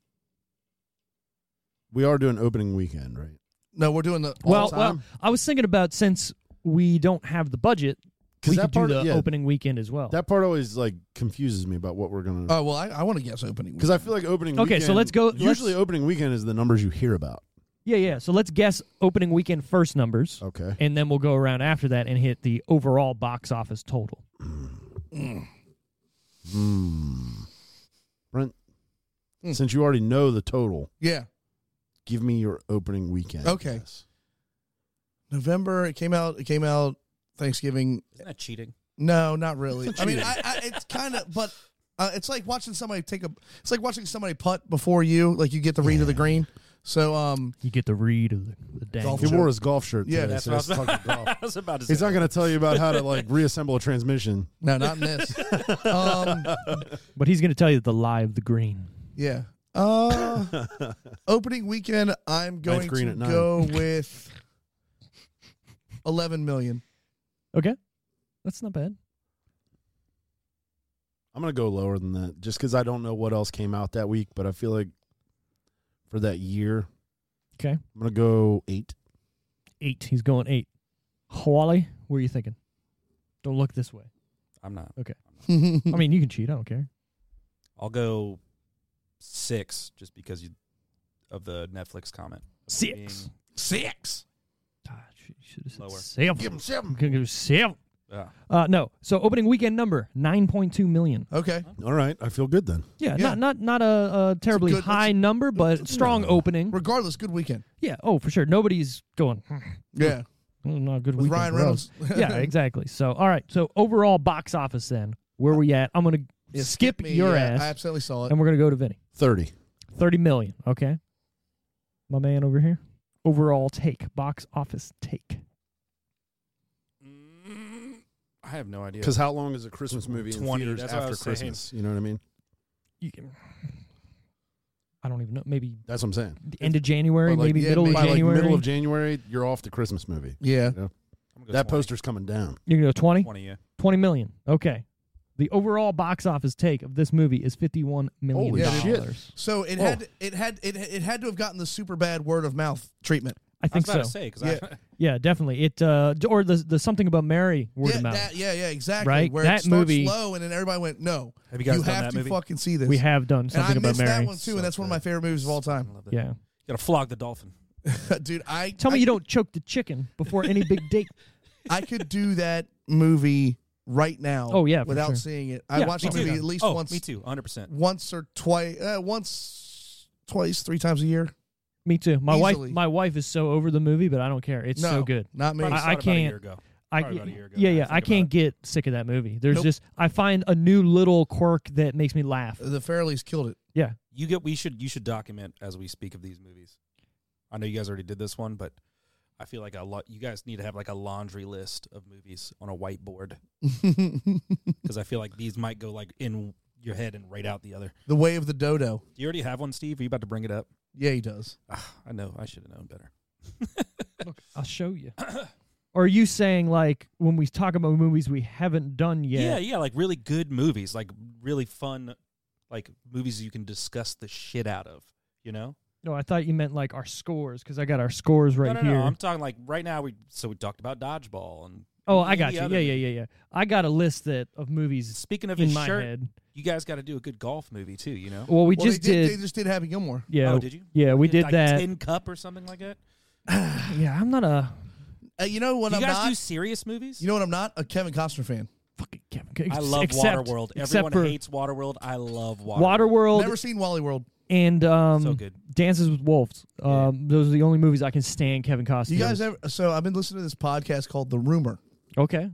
Speaker 2: We are doing opening weekend, right?
Speaker 4: No, we're doing the all
Speaker 1: well,
Speaker 4: time.
Speaker 1: well, I was thinking about since we don't have the budget,
Speaker 2: 'Cause
Speaker 1: we
Speaker 2: that
Speaker 1: could
Speaker 2: part-
Speaker 1: do the
Speaker 2: yeah.
Speaker 1: opening weekend as well.
Speaker 2: That part always like confuses me about what we're going to
Speaker 4: Oh well, I, I want to guess opening.
Speaker 2: Cuz I feel like opening
Speaker 1: Uh, Okay, so
Speaker 2: weekend-
Speaker 1: let's go-
Speaker 2: Usually
Speaker 1: let's-
Speaker 2: opening weekend is the numbers you hear about.
Speaker 1: yeah, yeah. So let's guess opening weekend first numbers,
Speaker 2: Okay.
Speaker 1: and then we'll go around after that and hit the overall box office total.
Speaker 2: Brent
Speaker 3: Hmm.
Speaker 4: Mm.
Speaker 2: since you already know the total,
Speaker 4: yeah,
Speaker 2: give me your opening weekend.
Speaker 4: Okay.
Speaker 2: guess.
Speaker 4: November. It came out. It came out Thanksgiving.
Speaker 3: isn't that cheating?
Speaker 4: No, not really. I mean, I, I, it's kind of, but uh, it's like watching somebody take a. It's like watching somebody putt before you. Like you get the read of the green. So um,
Speaker 1: You get the read of the, the dang.
Speaker 4: Golf
Speaker 2: He
Speaker 4: Sure.
Speaker 2: wore his golf shirt
Speaker 4: Yeah,
Speaker 2: today,
Speaker 4: that's
Speaker 2: so it's talking golf.
Speaker 3: I was about to say.
Speaker 2: He's not going to tell you about how to like reassemble a transmission.
Speaker 4: no, not in this. um,
Speaker 1: But he's going to tell you the lie of the green.
Speaker 4: yeah. Uh, opening weekend. I'm going
Speaker 2: green
Speaker 4: to
Speaker 2: at nine.
Speaker 4: go with eleven million.
Speaker 1: Okay, that's not bad.
Speaker 2: I'm going to go lower than that just because I don't know what else came out that week, but I feel like for that year,
Speaker 1: Okay,
Speaker 2: I'm going to go eight.
Speaker 1: eight. He's going eight. Hawali, what are you thinking? Don't look this way.
Speaker 3: I'm not.
Speaker 1: I mean, you can cheat. I don't care.
Speaker 3: I'll go six just because you of the Netflix comment.
Speaker 1: Six.
Speaker 4: Six.
Speaker 1: Ah, sh- you should have said
Speaker 3: Lower.
Speaker 1: seven.
Speaker 2: Give him seven.
Speaker 1: I'm gonna give him seven.
Speaker 3: Yeah.
Speaker 1: Uh, no. So opening weekend number nine point two million.
Speaker 4: Okay.
Speaker 2: All right. I feel good then.
Speaker 1: Yeah,
Speaker 4: Yeah.
Speaker 1: Not, not not a, a terribly
Speaker 4: good- that's
Speaker 1: high number, but strong opening.
Speaker 4: Regardless, good weekend.
Speaker 1: Yeah. Oh, for sure. Nobody's going. "Hmm,
Speaker 4: Yeah.
Speaker 1: mm, Not a good
Speaker 4: With
Speaker 1: weekend
Speaker 4: Ryan
Speaker 1: for us."
Speaker 4: Reynolds.
Speaker 1: yeah, exactly. So all right. So overall box office then where we at? I'm gonna
Speaker 4: Yeah,
Speaker 1: skip,
Speaker 4: me.
Speaker 1: your
Speaker 4: Yeah,
Speaker 1: ass,
Speaker 4: I absolutely saw it.
Speaker 1: and we're gonna go to Vinny.
Speaker 2: 30.
Speaker 1: Thirty million. Okay. My man over here. Overall take box office take.
Speaker 3: Mm, I have no idea.
Speaker 2: Because how long is a Christmas movie in
Speaker 3: 20,
Speaker 2: theaters
Speaker 3: that's what I
Speaker 2: after
Speaker 3: was saying.
Speaker 2: Christmas? You know what I mean?
Speaker 1: You can, I don't even know. Maybe
Speaker 2: That's what I'm saying.
Speaker 1: the end of January,
Speaker 2: But, like,
Speaker 1: maybe
Speaker 4: yeah,
Speaker 1: middle
Speaker 4: maybe
Speaker 1: of
Speaker 2: By
Speaker 1: January.
Speaker 2: like middle of January, you're off the Christmas movie.
Speaker 4: Yeah.
Speaker 3: I'm gonna go 20.
Speaker 2: That poster's coming down.
Speaker 1: You're gonna go 20?
Speaker 3: 20, yeah.
Speaker 1: 20 million. Okay. The overall box office take of this movie is 51 million
Speaker 2: Holy
Speaker 1: dollars.
Speaker 2: shit.
Speaker 4: So it
Speaker 2: Oh.
Speaker 4: had it had it it had to have gotten the super bad word of mouth treatment.
Speaker 1: I
Speaker 3: I was
Speaker 1: think
Speaker 3: about
Speaker 1: so.
Speaker 3: to say 'cause
Speaker 4: Yeah.
Speaker 3: I,
Speaker 1: Yeah, definitely. It uh d- or the the something about Mary word
Speaker 4: yeah,
Speaker 1: of mouth.
Speaker 4: that- yeah, yeah, exactly.
Speaker 1: Right?
Speaker 4: Where
Speaker 1: That
Speaker 4: it starts
Speaker 1: movie-
Speaker 4: slow and then everybody went, "No,
Speaker 3: Have you guys done
Speaker 4: have
Speaker 3: that
Speaker 4: to
Speaker 3: movie?
Speaker 4: fucking see this."
Speaker 1: we have done
Speaker 4: and I
Speaker 1: something about
Speaker 4: missed that
Speaker 1: Mary.
Speaker 4: one too, and that's one of my favorite movies of all time.
Speaker 3: love that.
Speaker 1: Yeah.
Speaker 3: You gotta flog the dolphin.
Speaker 4: Dude, I
Speaker 1: Tell
Speaker 4: I,
Speaker 1: me you don't choke the chicken before any big date.
Speaker 4: I could do that movie right now.
Speaker 1: Oh, yeah, for
Speaker 4: without
Speaker 1: sure.
Speaker 4: seeing it. I
Speaker 1: Yeah,
Speaker 4: watched
Speaker 1: me
Speaker 4: the movie
Speaker 3: Dude,
Speaker 4: at least
Speaker 3: oh,
Speaker 4: once,
Speaker 3: Me too, 100%.
Speaker 4: once or twice, uh, once, twice, three times a year.
Speaker 1: Me too. My
Speaker 4: Easily.
Speaker 1: wife my wife is so over the movie, but I don't care. It's
Speaker 4: no,
Speaker 1: so good.
Speaker 4: Not me.
Speaker 3: Probably
Speaker 1: I-
Speaker 3: saw
Speaker 1: I
Speaker 3: it about a
Speaker 1: can't-
Speaker 3: year ago.
Speaker 1: I,
Speaker 3: Probably about a year ago
Speaker 1: yeah,
Speaker 3: now I
Speaker 1: yeah.
Speaker 3: think
Speaker 1: I
Speaker 3: about
Speaker 1: can't
Speaker 3: it.
Speaker 1: get sick of that movie. There's
Speaker 4: Nope.
Speaker 1: just I find a new little quirk that makes me laugh.
Speaker 4: the Farrellys killed it.
Speaker 1: Yeah.
Speaker 3: You get we should you should document as we speak of these movies. I know you guys already did this one, but I feel like a lot. You guys need to have like a laundry list of movies on a whiteboard because I feel like these might go like in your head and right out the other.
Speaker 4: the Way of the Dodo.
Speaker 3: Do you already have one, Steve? Are you about to bring it up?
Speaker 4: Yeah, he does.
Speaker 3: Ah, I know. I should have known better.
Speaker 1: I'll show you. Or are you saying like when we talk about movies we haven't done yet?
Speaker 3: yeah, yeah, like really good movies, like really fun, like movies you can discuss the shit out of. You know?
Speaker 1: No, I thought you meant like our scores because I got our scores right
Speaker 3: no, no,
Speaker 1: here.
Speaker 3: no. I'm talking like right now. We so we talked about dodgeball and
Speaker 1: oh, I got
Speaker 3: the
Speaker 1: you. Yeah,
Speaker 3: other
Speaker 1: yeah, yeah, yeah. I got a list that of movies
Speaker 3: Speaking of
Speaker 1: in
Speaker 3: his
Speaker 1: my
Speaker 3: shirt,
Speaker 1: head.
Speaker 3: you guys got to do a good golf movie too. You know?
Speaker 1: Well, we
Speaker 4: Well,
Speaker 1: just
Speaker 4: they did,
Speaker 1: did.
Speaker 4: They just did Happy Gilmore.
Speaker 1: yeah,
Speaker 3: Oh, did you?
Speaker 1: yeah, we
Speaker 3: Hit,
Speaker 1: did
Speaker 3: like,
Speaker 1: that.
Speaker 3: Tin cup or something like that.
Speaker 1: Yeah, I'm not a
Speaker 4: Uh, you know what
Speaker 3: Do you
Speaker 4: I'm
Speaker 3: guys
Speaker 4: not.
Speaker 3: do serious movies?
Speaker 4: you know what I'm not a Kevin Costner fan.
Speaker 1: fucking Kevin. Ex-
Speaker 3: I love
Speaker 1: except,
Speaker 3: Waterworld.
Speaker 1: Except
Speaker 3: Everyone
Speaker 1: for
Speaker 3: hates Waterworld. I love Waterworld.
Speaker 1: Waterworld
Speaker 4: Never seen Wally World.
Speaker 1: and um,
Speaker 3: So good.
Speaker 1: Dances with Wolves. Um,
Speaker 3: Yeah.
Speaker 1: Those are the only movies I can stand Kevin Costner.
Speaker 4: You guys ever? So I've been listening to this podcast called The Rumor.
Speaker 1: okay?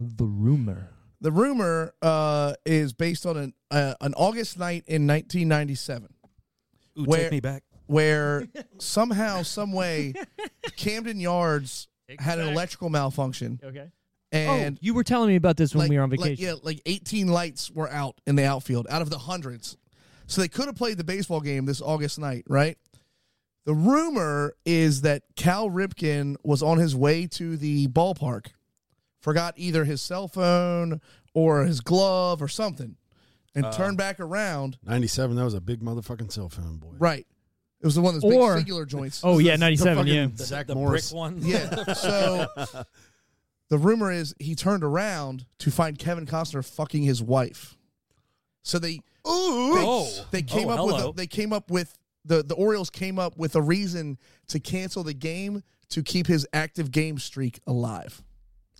Speaker 1: The rumor.
Speaker 4: The rumor uh, is based on an uh, an August night in 1997,
Speaker 3: Ooh,
Speaker 4: Where-
Speaker 3: take me back.
Speaker 4: where somehow, some way, Camden Yards had an electrical malfunction,
Speaker 1: Okay.
Speaker 4: and
Speaker 1: oh, you were telling me about this when
Speaker 4: like,
Speaker 1: we were on
Speaker 4: like,
Speaker 1: vacation.
Speaker 4: yeah, like 18 lights were out in the outfield, out of the hundreds. So they could have played the baseball game this August night, right? The rumor is that Cal Ripken was on his way to the ballpark, forgot either his cell phone or his glove or something, and turned back around.
Speaker 2: 97, that was a big motherfucking cell phone, boy.
Speaker 4: Right. It was the one that's big
Speaker 1: Or-
Speaker 4: singular joints.
Speaker 1: Oh yeah,
Speaker 2: The
Speaker 1: ninety seven.
Speaker 2: fucking
Speaker 1: Yeah.
Speaker 3: The,
Speaker 2: Zach
Speaker 3: the
Speaker 2: Morris.
Speaker 3: brick one.
Speaker 4: Yeah. So the rumor is he turned around to find Kevin Costner fucking his wife. So they
Speaker 3: Oh.
Speaker 4: they, they came
Speaker 3: Oh,
Speaker 4: up with
Speaker 3: hello.
Speaker 4: a, they came up with the the Orioles came up with a reason to cancel the game to keep his active game streak alive.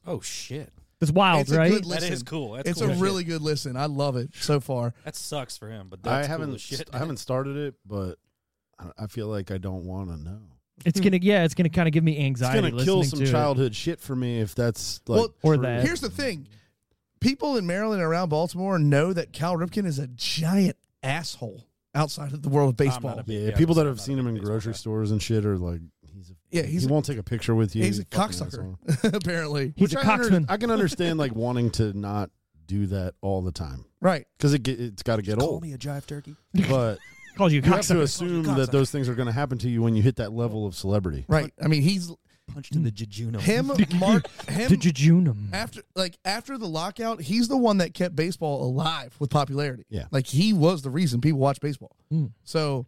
Speaker 3: Oh shit.
Speaker 1: It's wild,
Speaker 4: It's a
Speaker 1: right?
Speaker 4: good
Speaker 3: That
Speaker 4: listen.
Speaker 3: is cool. That's
Speaker 4: it's
Speaker 3: cool
Speaker 4: a
Speaker 3: shit.
Speaker 4: really good listen. I love it so far.
Speaker 3: That sucks for him, but
Speaker 2: I
Speaker 3: that's
Speaker 2: haven't,
Speaker 3: cool as shit.
Speaker 2: I haven't started it, but I- I feel like I don't want to know.
Speaker 1: It's gonna yeah, it's gonna kind of give me
Speaker 2: It's
Speaker 1: anxiety.
Speaker 2: gonna kill
Speaker 1: listening
Speaker 2: some
Speaker 1: to it.
Speaker 2: childhood shit for me if that's like
Speaker 4: Well,
Speaker 1: or
Speaker 2: true.
Speaker 1: that.
Speaker 4: Here's the thing: people in Maryland and around Baltimore know that Cal Ripken is a giant asshole outside of the world of
Speaker 3: not
Speaker 4: baseball.
Speaker 3: a
Speaker 2: Yeah,
Speaker 3: Yeah,
Speaker 2: people that
Speaker 3: I'm
Speaker 2: have
Speaker 3: not
Speaker 2: seen
Speaker 3: a
Speaker 2: him in
Speaker 3: big baseball
Speaker 2: grocery
Speaker 3: guy.
Speaker 2: stores and shit are like, he's a,
Speaker 4: Yeah, he's
Speaker 2: he
Speaker 4: a-
Speaker 2: won't take a picture with you.
Speaker 4: He's a
Speaker 2: fucking
Speaker 4: cocksucker,
Speaker 2: asshole.
Speaker 4: apparently.
Speaker 1: He's a
Speaker 2: I under-
Speaker 1: coxman.
Speaker 2: I can understand like wanting to not do that all the time
Speaker 4: Right.
Speaker 2: because it get, it's got to get
Speaker 3: Call
Speaker 2: old.
Speaker 3: me a jive turkey.
Speaker 2: But
Speaker 1: Calls you a
Speaker 2: you have to
Speaker 1: cocksucker.
Speaker 2: assume that those things are going to happen to you when you hit that level of celebrity.
Speaker 4: Right. I mean, he's
Speaker 3: Punched in the jejunum.
Speaker 4: him, Mark, him.
Speaker 1: Did you June 'em?
Speaker 4: After like after the lockout, he's the one that kept baseball alive with popularity.
Speaker 2: Yeah.
Speaker 4: like he was the reason people watch baseball.
Speaker 1: Mm.
Speaker 4: So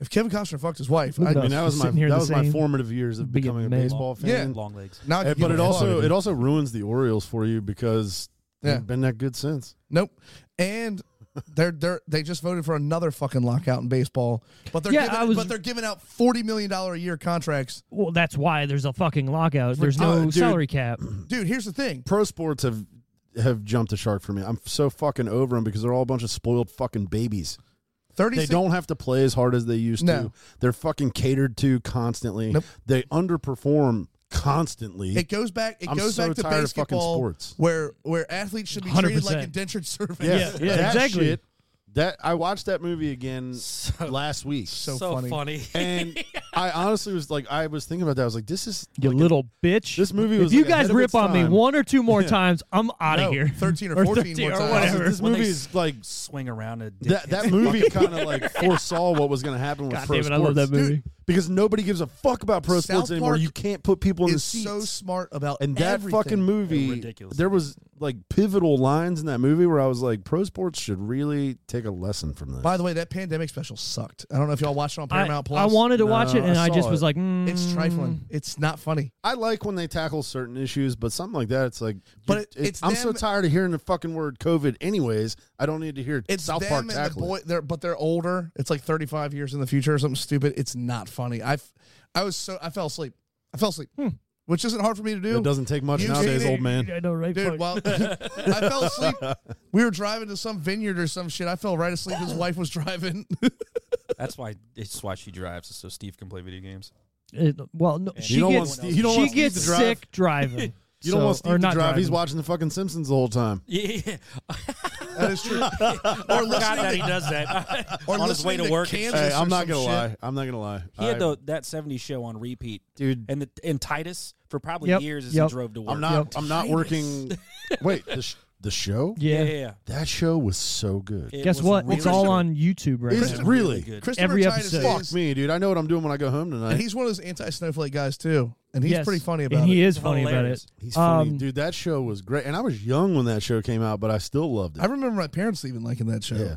Speaker 4: if Kevin Costner fucked his wife,
Speaker 1: Look
Speaker 4: I,
Speaker 1: at
Speaker 2: I mean,
Speaker 1: us
Speaker 2: that was my
Speaker 1: sitting here
Speaker 2: that
Speaker 1: the
Speaker 2: was my
Speaker 1: same,
Speaker 2: formative years of
Speaker 1: being
Speaker 2: becoming a
Speaker 1: made.
Speaker 2: baseball fan.
Speaker 4: Yeah.
Speaker 3: Long legs.
Speaker 4: now I
Speaker 2: Eh,
Speaker 4: could
Speaker 2: but
Speaker 4: give
Speaker 2: it
Speaker 4: a fuck.
Speaker 2: also it also ruins the Orioles for you because they've
Speaker 4: Yeah.
Speaker 2: been that good since.
Speaker 4: nope. And they're they're they just voted for another fucking lockout in baseball. But they're
Speaker 1: Yeah,
Speaker 4: giving,
Speaker 1: I was-
Speaker 4: but they're giving out forty million dollar a year contracts.
Speaker 1: Well, that's why there's a fucking lockout. There's
Speaker 2: Oh,
Speaker 1: no
Speaker 2: dude.
Speaker 1: salary cap.
Speaker 4: Dude, here's the thing.
Speaker 2: Pro sports have have jumped the shark for me. I'm so fucking over them because they're all a bunch of spoiled fucking babies.
Speaker 4: Thirty.
Speaker 2: They don't have to play as hard as they used to.
Speaker 4: No.
Speaker 2: They're fucking catered to constantly.
Speaker 4: Nope.
Speaker 2: They underperform constantly.
Speaker 4: It goes back. It
Speaker 2: I'm
Speaker 4: goes
Speaker 2: so
Speaker 4: back to
Speaker 2: tired of fucking
Speaker 4: basketball,
Speaker 2: sports.
Speaker 4: where where athletes should be treated
Speaker 1: 100%.
Speaker 4: like indentured servants.
Speaker 1: Yeah. yeah,
Speaker 2: that
Speaker 1: exactly.
Speaker 2: shit- that I watched that movie again
Speaker 3: So-
Speaker 2: last week,
Speaker 4: So,
Speaker 3: so funny.
Speaker 4: funny.
Speaker 2: and I honestly was like, I was thinking about that. I was like, this is
Speaker 1: You
Speaker 2: like a-
Speaker 1: little bitch.
Speaker 2: this movie
Speaker 1: If
Speaker 2: was
Speaker 1: you
Speaker 2: like ahead
Speaker 1: guys
Speaker 2: of
Speaker 1: rip
Speaker 2: its
Speaker 1: on me
Speaker 2: time.
Speaker 1: one or two more
Speaker 2: Yeah.
Speaker 1: times, I'm out of
Speaker 4: No,
Speaker 1: here.
Speaker 4: 13 or 14 more
Speaker 1: or
Speaker 4: times.
Speaker 2: I was like,
Speaker 1: whatever.
Speaker 2: this
Speaker 3: When they
Speaker 2: movie
Speaker 3: s-
Speaker 2: is like
Speaker 3: Swing around a dick.
Speaker 2: that. That movie kind of like foresaw what was going to happen with
Speaker 1: God
Speaker 2: pro
Speaker 1: damn it, I
Speaker 2: sports.
Speaker 1: love that movie.
Speaker 2: Dude, because nobody gives a fuck about pro
Speaker 4: South
Speaker 2: sports anymore.
Speaker 4: Park
Speaker 2: you can't put people in the
Speaker 4: is
Speaker 2: seats.
Speaker 4: so smart about
Speaker 2: And that
Speaker 4: Oh, everything.
Speaker 2: fucking movie,
Speaker 3: They're ridiculous.
Speaker 2: there was like pivotal lines in that movie where I was like, pro sports should really take a lesson from this.
Speaker 4: By the way, that pandemic special sucked. I don't know if y'all watched it on
Speaker 1: I,
Speaker 4: Paramount Plus.
Speaker 1: I wanted to watch
Speaker 2: No,
Speaker 1: it, and
Speaker 2: I
Speaker 1: I, just
Speaker 2: saw
Speaker 1: was
Speaker 2: it.
Speaker 1: like, mm,
Speaker 4: It's trifling. It's not funny.
Speaker 2: I like when they tackle certain issues, but something like that, it's like,
Speaker 4: But
Speaker 2: you-
Speaker 4: it- it's
Speaker 2: I'm so
Speaker 4: them-
Speaker 2: tired of hearing the fucking word COVID. Anyways, I don't need to hear
Speaker 4: It's
Speaker 2: South
Speaker 4: them
Speaker 2: Park
Speaker 4: and
Speaker 2: tackle.
Speaker 4: the
Speaker 2: it.
Speaker 4: boy, they're, but they're older. It's like 35 years in the future or something stupid. It's not funny. I, f- I was so I fell asleep. I fell asleep,
Speaker 1: Hmm.
Speaker 4: which isn't hard for me to do.
Speaker 2: That doesn't take much
Speaker 4: You
Speaker 2: nowadays,
Speaker 4: see it?
Speaker 2: old man.
Speaker 1: I know, right? Fuck.
Speaker 4: Dude, well, I fell asleep. We were driving to some vineyard or some shit. I fell right asleep. His wife was driving.
Speaker 3: That's why. It's why she drives, so Steve can play video games.
Speaker 1: It- well, no, she
Speaker 2: you don't want
Speaker 1: gets
Speaker 2: Steve, you don't
Speaker 1: she
Speaker 2: want Steve
Speaker 1: gets
Speaker 2: to drive.
Speaker 1: sick driving.
Speaker 2: You don't want
Speaker 1: So-
Speaker 2: Steve
Speaker 1: or
Speaker 2: to
Speaker 1: not
Speaker 2: drive. He's
Speaker 1: driving.
Speaker 2: watching the fucking Simpsons the whole time.
Speaker 3: Yeah.
Speaker 4: That is true. or
Speaker 3: God that
Speaker 4: listening
Speaker 3: he
Speaker 4: to,
Speaker 3: does that
Speaker 4: or
Speaker 3: on his
Speaker 4: listening
Speaker 3: way to
Speaker 4: to
Speaker 3: work.
Speaker 4: Kansas
Speaker 2: Hey, I'm
Speaker 4: or
Speaker 2: not
Speaker 4: some
Speaker 2: gonna
Speaker 4: shit.
Speaker 2: lie. I'm not gonna lie.
Speaker 3: He had
Speaker 2: I-
Speaker 3: the, that '70s show on repeat,
Speaker 2: dude.
Speaker 3: and the, and Titus for probably
Speaker 1: Yep,
Speaker 3: years as
Speaker 1: yep.
Speaker 3: he drove to work.
Speaker 2: I'm not. I'm not working. Wait, the, sh- the show?
Speaker 3: Yeah,
Speaker 1: Yeah.
Speaker 3: yeah. yeah.
Speaker 2: That show was so good.
Speaker 3: It
Speaker 1: Guess
Speaker 3: was
Speaker 1: what?
Speaker 3: really
Speaker 1: it's all
Speaker 3: good.
Speaker 1: on YouTube right
Speaker 2: Is it
Speaker 1: now.
Speaker 2: really?
Speaker 3: good.
Speaker 4: Christopher
Speaker 1: Every
Speaker 4: Titus
Speaker 1: episode.
Speaker 2: Fuck
Speaker 4: is-
Speaker 2: me, dude. I know what I'm doing when I go home
Speaker 4: And
Speaker 2: tonight.
Speaker 4: he's one of those anti-snowflake guys too, and he's
Speaker 1: Yes.
Speaker 4: pretty funny about
Speaker 1: And he
Speaker 4: it.
Speaker 1: is funny
Speaker 3: Hilarious.
Speaker 1: about it.
Speaker 2: He's funny,
Speaker 1: Um,
Speaker 2: dude. That show was great, and I was young when that show came out, but I still loved it.
Speaker 4: I remember my parents even liking that show.
Speaker 2: Yeah.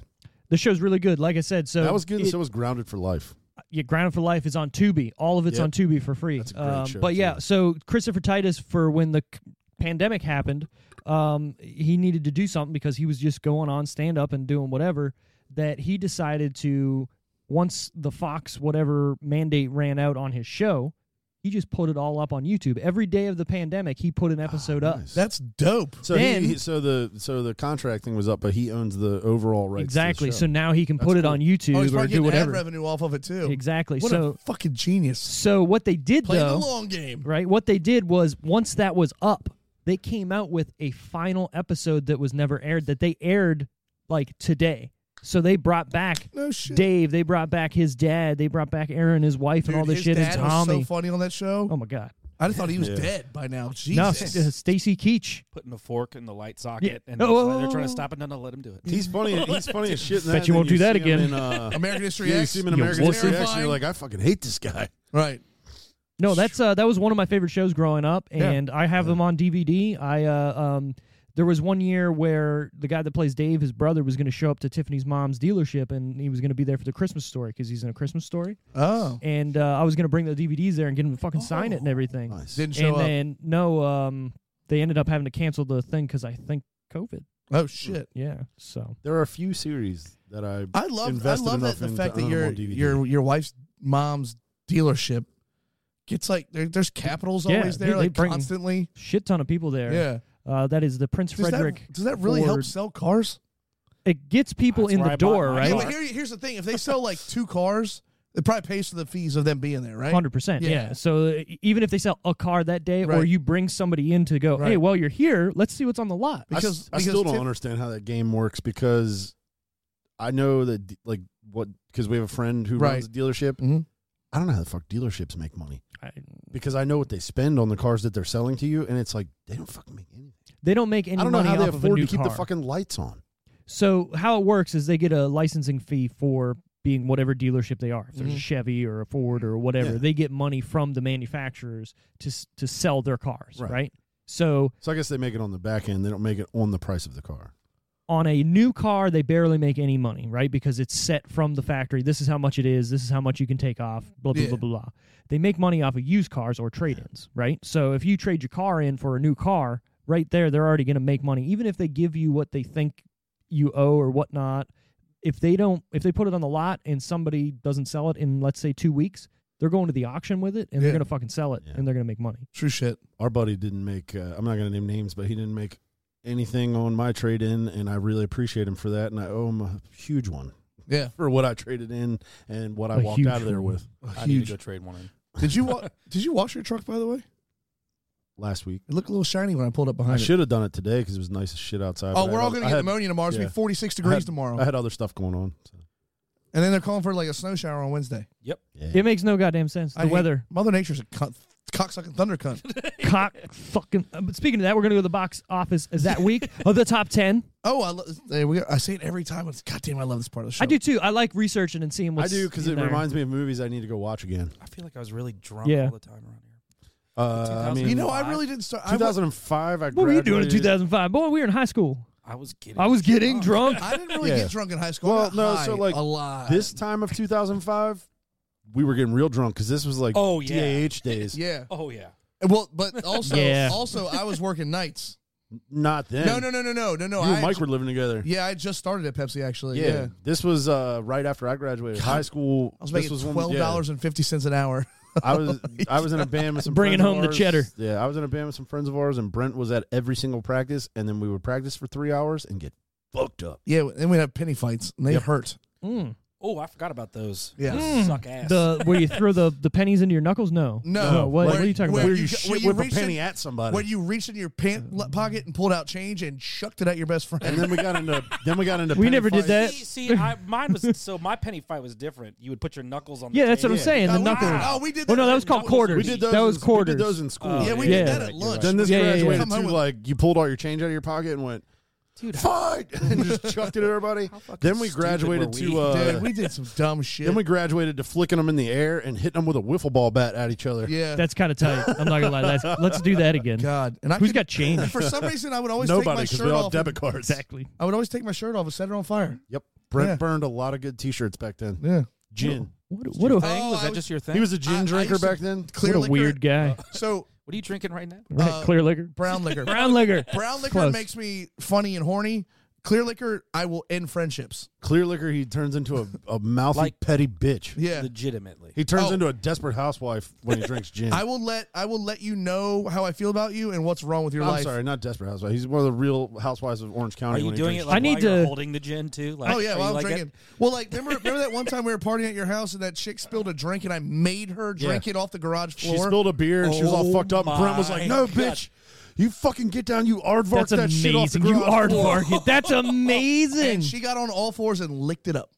Speaker 1: The show's really good. Like I said, so
Speaker 2: that was good.
Speaker 1: It,
Speaker 2: and so was Grounded for Life.
Speaker 1: yeah, Grounded for Life is on Tubi. All of it's
Speaker 2: Yep.
Speaker 1: on Tubi for free.
Speaker 2: That's a great
Speaker 1: um,
Speaker 2: show,
Speaker 1: but yeah,
Speaker 2: too.
Speaker 1: so Christopher Titus for when the c- pandemic happened, um, he needed to do something because he was just going on stand up and doing whatever. That he decided to once the Fox whatever mandate ran out on his show, he just put it all up on YouTube. Every day of the pandemic, he put an episode up.
Speaker 2: Ah, Nice.
Speaker 4: That's dope.
Speaker 2: so he-
Speaker 1: then-
Speaker 2: he, so the so the contract thing was up, but he owns the overall rights. to the
Speaker 1: Exactly.
Speaker 2: show.
Speaker 1: So now he can
Speaker 2: That's
Speaker 1: put it
Speaker 2: cool.
Speaker 1: on
Speaker 4: Oh, he's
Speaker 1: YouTube or
Speaker 4: probably
Speaker 1: do
Speaker 4: getting ad
Speaker 1: whatever.
Speaker 4: revenue off of it too.
Speaker 1: Exactly.
Speaker 4: What
Speaker 1: so
Speaker 4: a fucking genius.
Speaker 1: so what they did
Speaker 4: Playing
Speaker 1: though,
Speaker 4: the long game.
Speaker 1: right? What they did was once that was up, they came out with a final episode that was never aired that they aired like today. So they brought back
Speaker 4: No shit.
Speaker 1: Dave, they brought back his dad, they brought back Aaron, his wife,
Speaker 4: Dude,
Speaker 1: and all this
Speaker 4: his
Speaker 1: shit,
Speaker 4: dad
Speaker 1: and
Speaker 4: was
Speaker 1: Tommy.
Speaker 4: so funny on that show.
Speaker 1: oh my god!
Speaker 4: I just thought he was
Speaker 2: Yeah.
Speaker 4: dead by now.
Speaker 1: No,
Speaker 4: Jesus.
Speaker 1: St- uh, Stacy Keach.
Speaker 3: Putting a fork in the light socket,
Speaker 1: Yeah.
Speaker 3: and
Speaker 1: Oh,
Speaker 3: they're
Speaker 1: oh,
Speaker 3: trying to
Speaker 1: oh.
Speaker 3: stop it. No, no, let him do it.
Speaker 2: he's funny. He's funny as shit. in
Speaker 1: Bet
Speaker 2: that,
Speaker 1: you
Speaker 2: and
Speaker 1: won't
Speaker 2: then
Speaker 1: do that
Speaker 2: see him
Speaker 1: again.
Speaker 2: In, uh,
Speaker 4: American History
Speaker 2: yeah, you
Speaker 4: X.
Speaker 2: see him in
Speaker 1: You
Speaker 2: American
Speaker 1: wussy.
Speaker 2: History X, and you're
Speaker 4: Terrifying.
Speaker 2: like, I fucking hate this guy.
Speaker 4: Right.
Speaker 1: No, that's uh, that was one of my favorite shows growing up,
Speaker 4: Yeah.
Speaker 1: and I have them on DVD. I uh, um, there was one year where the guy that plays Dave, his brother, was going to show up to Tiffany's mom's dealership, and he was going to be there for the Christmas story because he's in a Christmas story,
Speaker 4: Oh.
Speaker 1: and uh, I was going to bring the DVDs there and get him to fucking sign it and everything.
Speaker 2: Nice.
Speaker 4: Didn't show
Speaker 1: And
Speaker 4: up.
Speaker 1: then no, um, they ended up having to cancel the thing because I think COVID.
Speaker 4: oh shit.
Speaker 1: Yeah, so
Speaker 2: There are a few series that I
Speaker 4: I love I
Speaker 2: invested
Speaker 4: love that
Speaker 2: enough
Speaker 4: the
Speaker 2: in
Speaker 4: fact
Speaker 2: to
Speaker 4: that
Speaker 2: own them
Speaker 4: your
Speaker 2: on DVD.
Speaker 4: your your wife's mom's dealership gets like there, there's capitals
Speaker 1: Yeah,
Speaker 4: always
Speaker 1: they-
Speaker 4: there
Speaker 1: they
Speaker 4: like
Speaker 1: bring-
Speaker 4: constantly.
Speaker 1: shit ton of people there.
Speaker 4: Yeah.
Speaker 1: uh, that is the Prince
Speaker 4: Does
Speaker 1: Frederick.
Speaker 4: that, does that really help
Speaker 1: Ford.
Speaker 4: sell cars?
Speaker 1: It gets people
Speaker 3: That's
Speaker 1: in
Speaker 3: where
Speaker 1: the
Speaker 3: I bought
Speaker 1: door,
Speaker 3: my
Speaker 4: Yeah,
Speaker 1: right?
Speaker 3: car.
Speaker 4: but here, here's the thing: if they sell like two cars, it probably pays for the fees of them being there, right?
Speaker 1: Hundred percent,
Speaker 4: Yeah.
Speaker 1: yeah. So uh, even if they sell a car that day, or
Speaker 4: Right.
Speaker 1: you bring somebody in to go, hey,
Speaker 4: Right.
Speaker 1: well, you're here. Let's see what's on the lot.
Speaker 2: I s-
Speaker 4: because-
Speaker 2: I,
Speaker 4: because
Speaker 2: still don't
Speaker 4: Tiff-
Speaker 2: understand how that game works because I know that d- like what because we have a friend who
Speaker 4: Right.
Speaker 2: runs a dealership.
Speaker 1: Mm-hmm.
Speaker 4: Mhm.
Speaker 2: I don't know how the fuck dealerships make money
Speaker 1: I-
Speaker 2: because I know what they spend on the cars that they're selling to you, and it's like they don't fucking make anything.
Speaker 1: They don't make any
Speaker 2: I don't know
Speaker 1: money
Speaker 2: how they
Speaker 1: off of a
Speaker 2: afford
Speaker 1: new
Speaker 2: to keep
Speaker 1: car.
Speaker 2: the fucking lights on.
Speaker 1: so how it works is they get a licensing fee for being whatever dealership they are. If there's a
Speaker 4: Mhm.
Speaker 1: Chevy or a Ford or whatever,
Speaker 2: Mm-hmm. Yeah.
Speaker 1: they get money from the manufacturers to s- to sell their cars,
Speaker 2: Right.
Speaker 1: right? So
Speaker 2: So I guess they make it on the back end. They don't make it on the price of the car.
Speaker 1: on a new car, they barely make any money, right? Because it's set from the factory. This is how much it is. This is how much you can take off. Blah blah
Speaker 4: Yeah.
Speaker 1: blah blah blah. They make money off of used cars or trade-ins, right? So if you trade your car in for a new car, right there, they're already going to make money. Even if they give you what they think you owe or whatnot, if they don't, if they put it on the lot and somebody doesn't sell it in, let's say, two weeks, they're going to the auction with it and they're
Speaker 4: Yeah.
Speaker 1: going to fucking sell it
Speaker 2: Yeah.
Speaker 1: and they're going to make money.
Speaker 4: True shit.
Speaker 2: Our buddy didn't make. Uh, I'm not gonna name names, but he didn't make anything on my trade in, and I really appreciate him for that, and I owe him a huge one
Speaker 4: Yeah.
Speaker 2: for what I traded in and what I
Speaker 1: A
Speaker 2: walked
Speaker 1: huge
Speaker 2: out of there
Speaker 1: one.
Speaker 2: with
Speaker 3: I need to go trade one in.
Speaker 4: Did you wa- did you wash your truck by the way?
Speaker 2: last week.
Speaker 4: It looked a little shiny when I pulled up
Speaker 2: I
Speaker 4: behind it.
Speaker 2: should have done it today because it was nice as shit outside.
Speaker 4: Oh,
Speaker 2: but I
Speaker 4: we're
Speaker 2: had
Speaker 4: all
Speaker 2: oth-
Speaker 4: gonna
Speaker 2: I
Speaker 4: get
Speaker 2: had-
Speaker 4: phoneia tomorrow. It's
Speaker 2: yeah.
Speaker 4: gonna be 46
Speaker 2: I
Speaker 4: degrees
Speaker 2: had-
Speaker 4: tomorrow,
Speaker 2: I had other stuff going on. So.
Speaker 4: and then they're calling for like a snow shower on Wednesday.
Speaker 1: It makes no goddamn sense. The
Speaker 4: I hate-
Speaker 1: weather.
Speaker 4: Mother Nature's a cunt, cocksucking thunder cunt.
Speaker 1: cock fucking. uh, But speaking of that, we're gonna go to the box office. Is that week of the top ten?
Speaker 4: oh, I, lo- there we go. I say it every time. It's goddamn. I love this part of the show.
Speaker 1: I do too. I like researching and seeing
Speaker 2: I
Speaker 1: what's.
Speaker 2: do because
Speaker 1: in
Speaker 2: it
Speaker 1: there.
Speaker 2: reminds me of movies I need to go watch again.
Speaker 3: I feel like I was really drunk
Speaker 1: Yeah.
Speaker 3: all the time around here.
Speaker 2: Uh, I
Speaker 3: 2000.
Speaker 2: mean,
Speaker 4: You know,
Speaker 3: Five.
Speaker 4: I really didn't start. I, wa-
Speaker 2: 2005. I
Speaker 1: What were you doing in
Speaker 2: graduated-
Speaker 1: 2005, boy? We were in high school.
Speaker 3: I was getting.
Speaker 1: I was
Speaker 4: Oh,
Speaker 1: getting drunk.
Speaker 4: I didn't really
Speaker 2: Yeah.
Speaker 4: get drunk in high school. I
Speaker 2: Well,
Speaker 4: got
Speaker 2: no,
Speaker 4: high
Speaker 2: so, like,
Speaker 4: a lot.
Speaker 2: This time of 2005, we were getting real drunk because this was like
Speaker 3: Oh, yeah.
Speaker 2: DAH days.
Speaker 4: yeah.
Speaker 3: Oh yeah.
Speaker 4: Well, but also,
Speaker 1: Yeah.
Speaker 4: also, I was working nights.
Speaker 2: Not then.
Speaker 4: No, no, no, no, no, no, no.
Speaker 2: You and
Speaker 4: I
Speaker 2: Mike were living together.
Speaker 4: Yeah, I just started at Pepsi actually.
Speaker 2: Yeah.
Speaker 4: Yeah,
Speaker 2: This was uh, right after I graduated high school.
Speaker 4: I was
Speaker 2: this
Speaker 4: making
Speaker 2: was when-
Speaker 4: twelve
Speaker 2: yeah.
Speaker 4: dollars and fifty cents an hour.
Speaker 2: I was I was in a band with some
Speaker 1: Bringing
Speaker 2: friends of
Speaker 1: home the
Speaker 2: ours.
Speaker 1: cheddar.
Speaker 2: Yeah, I was in a band with some friends of ours, and Brent was at every single practice, and then we would practice for three hours and get fucked up.
Speaker 4: Yeah, and we'd have penny fights, and they
Speaker 2: Yep.
Speaker 4: hurt.
Speaker 1: Mm.
Speaker 3: Oh, I forgot about those.
Speaker 4: Yeah.
Speaker 3: Those
Speaker 1: Mm.
Speaker 3: Suck ass.
Speaker 1: The where you throw the, the pennies into your knuckles? No.
Speaker 4: No.
Speaker 1: what,
Speaker 4: Where-
Speaker 1: what are you talking
Speaker 4: where
Speaker 1: about?
Speaker 4: you-
Speaker 2: Shit
Speaker 4: when
Speaker 2: whip a
Speaker 4: reached in-
Speaker 2: penny at somebody.
Speaker 4: when you reached in your pant le- pocket and pulled out change and chucked it at your best friend.
Speaker 2: and then we got into then we got into
Speaker 1: We
Speaker 2: penny
Speaker 1: never did
Speaker 2: fights.
Speaker 1: that.
Speaker 3: see, see I, mine was so my penny fight was different. You would put your knuckles on.
Speaker 1: Yeah,
Speaker 3: the
Speaker 1: that's what I'm
Speaker 3: table.
Speaker 1: saying.
Speaker 4: Oh,
Speaker 1: The
Speaker 4: we-
Speaker 1: knuckles.
Speaker 4: Oh, we did.
Speaker 1: Well, no,
Speaker 4: at-
Speaker 1: that was called quarters.
Speaker 2: We did those.
Speaker 1: That was
Speaker 2: in-
Speaker 1: quarters.
Speaker 2: We did those in school.
Speaker 3: Oh,
Speaker 4: Yeah, we
Speaker 1: Yeah.
Speaker 4: did that at
Speaker 3: You're
Speaker 4: lunch.
Speaker 3: right.
Speaker 2: Then this
Speaker 1: Yeah, yeah, yeah.
Speaker 2: graduated
Speaker 4: Come home
Speaker 2: too.
Speaker 4: with-
Speaker 2: Like you pulled all your change out of your pocket and went,
Speaker 3: Dude,
Speaker 2: fight, and just chucked it at everybody. Then we
Speaker 3: stupid
Speaker 2: graduated
Speaker 3: were we?
Speaker 2: to. Uh,
Speaker 4: Dude, we did some dumb shit.
Speaker 2: then we graduated to flicking them in the air and hitting them with a wiffle ball bat at each other.
Speaker 4: yeah.
Speaker 1: That's kind of tight. I'm not gonna lie. That's, let's do that again.
Speaker 4: God. And I
Speaker 1: Who's
Speaker 4: could-
Speaker 1: got change?
Speaker 4: For some reason, I would always take
Speaker 2: Nobody,
Speaker 4: my
Speaker 2: because
Speaker 4: shirt
Speaker 2: we all
Speaker 4: off.
Speaker 2: have debit cards.
Speaker 1: Exactly.
Speaker 4: I would always take my shirt off and set it on fire.
Speaker 2: Yep. Brent
Speaker 4: Yeah.
Speaker 2: burned a lot of good T-shirts back then.
Speaker 4: Yeah.
Speaker 2: Gin.
Speaker 1: What? do- What? do-
Speaker 4: Oh,
Speaker 3: thing? was
Speaker 4: I
Speaker 3: that
Speaker 4: was-
Speaker 3: just your thing?
Speaker 2: He was a gin
Speaker 4: I- I
Speaker 2: drinker
Speaker 4: used to-
Speaker 2: back then.
Speaker 4: Clear
Speaker 1: what a
Speaker 4: liquor-
Speaker 1: weird guy.
Speaker 4: So
Speaker 3: what are you drinking right now?
Speaker 1: right.
Speaker 4: uh,
Speaker 1: clear liquor.
Speaker 4: brown liquor.
Speaker 1: Brown liquor.
Speaker 4: Brown liquor
Speaker 1: Close.
Speaker 4: makes me funny and horny. Clear liquor, I will end friendships.
Speaker 2: Clear liquor. He turns into a, a mouthy,
Speaker 3: Like-
Speaker 2: petty bitch.
Speaker 4: Yeah.
Speaker 3: Legitimately.
Speaker 2: He turns
Speaker 4: Oh.
Speaker 2: into a desperate housewife when he drinks gin.
Speaker 4: I will let I will let you know how I feel about you and what's wrong with your
Speaker 2: I'm
Speaker 4: life.
Speaker 2: sorry, not desperate housewife. He's one of the real housewives of Orange
Speaker 3: Are
Speaker 2: County.
Speaker 3: you
Speaker 2: when he
Speaker 3: doing it
Speaker 2: drinks
Speaker 3: like
Speaker 1: I need
Speaker 3: while you're
Speaker 1: to-
Speaker 3: holding the gin too? Like,
Speaker 4: Oh yeah,
Speaker 3: are
Speaker 4: well,
Speaker 3: you
Speaker 4: I'm
Speaker 3: like that?
Speaker 4: drinking. Well, like remember remember that one time we were partying at your house and that chick spilled a drink and I made her drink
Speaker 2: Yeah.
Speaker 4: it off the garage
Speaker 2: She
Speaker 4: floor.
Speaker 2: spilled a beer and she was all
Speaker 3: Oh
Speaker 2: fucked up. And Brent was like,
Speaker 3: my
Speaker 2: "No,
Speaker 3: God.
Speaker 2: bitch, you fucking get down, you
Speaker 1: That's
Speaker 2: aardvark that shit off the
Speaker 1: amazing. You
Speaker 2: garage
Speaker 1: are
Speaker 2: floor."
Speaker 1: market. That's amazing.
Speaker 4: and she got on all fours and licked it up.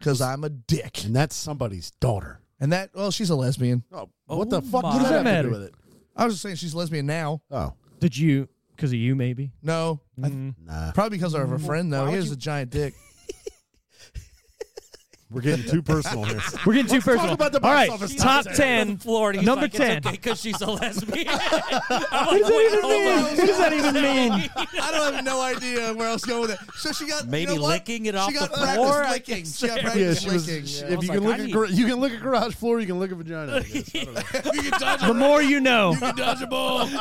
Speaker 4: Cause I'm a dick.
Speaker 2: And that's somebody's daughter.
Speaker 4: And that well, she's a lesbian.
Speaker 2: Oh,
Speaker 3: Oh
Speaker 2: what the fuck
Speaker 3: my-
Speaker 2: does
Speaker 1: Doesn't
Speaker 2: that, have to do
Speaker 1: matter.
Speaker 2: with it?
Speaker 4: I was just saying she's a lesbian now.
Speaker 2: Oh,
Speaker 1: Did you? Because of you, maybe.
Speaker 4: No. I-
Speaker 2: nah.
Speaker 4: probably because of her friend though. He has a giant dick.
Speaker 2: We're getting too personal here.
Speaker 1: We're getting too personal.
Speaker 2: about the box
Speaker 1: All right,
Speaker 2: office
Speaker 1: top
Speaker 2: content.
Speaker 1: ten.
Speaker 3: Florida. He's
Speaker 1: Number
Speaker 3: like,
Speaker 1: 10.
Speaker 3: It's okay because she's a lesbian. I'm
Speaker 1: What
Speaker 3: like,
Speaker 1: does that even
Speaker 3: wait, hold
Speaker 1: mean?
Speaker 3: on.
Speaker 1: What does that even mean?
Speaker 4: I don't have no idea where I was going with it. So she got
Speaker 3: Maybe
Speaker 4: you know what?
Speaker 3: licking it off
Speaker 4: She got
Speaker 3: the
Speaker 4: practice
Speaker 3: floor, I
Speaker 4: licking.
Speaker 3: guess.
Speaker 4: She got
Speaker 3: Yeah,
Speaker 2: Yeah,
Speaker 4: practice
Speaker 2: she was.
Speaker 4: licking.
Speaker 2: If
Speaker 4: Yeah.
Speaker 2: you
Speaker 3: was
Speaker 2: can
Speaker 3: like, I
Speaker 2: look at
Speaker 3: need-
Speaker 2: gar- you can look at garage floor, you can look at vagina. I guess. I don't know.
Speaker 4: You can dodge
Speaker 1: The more you know.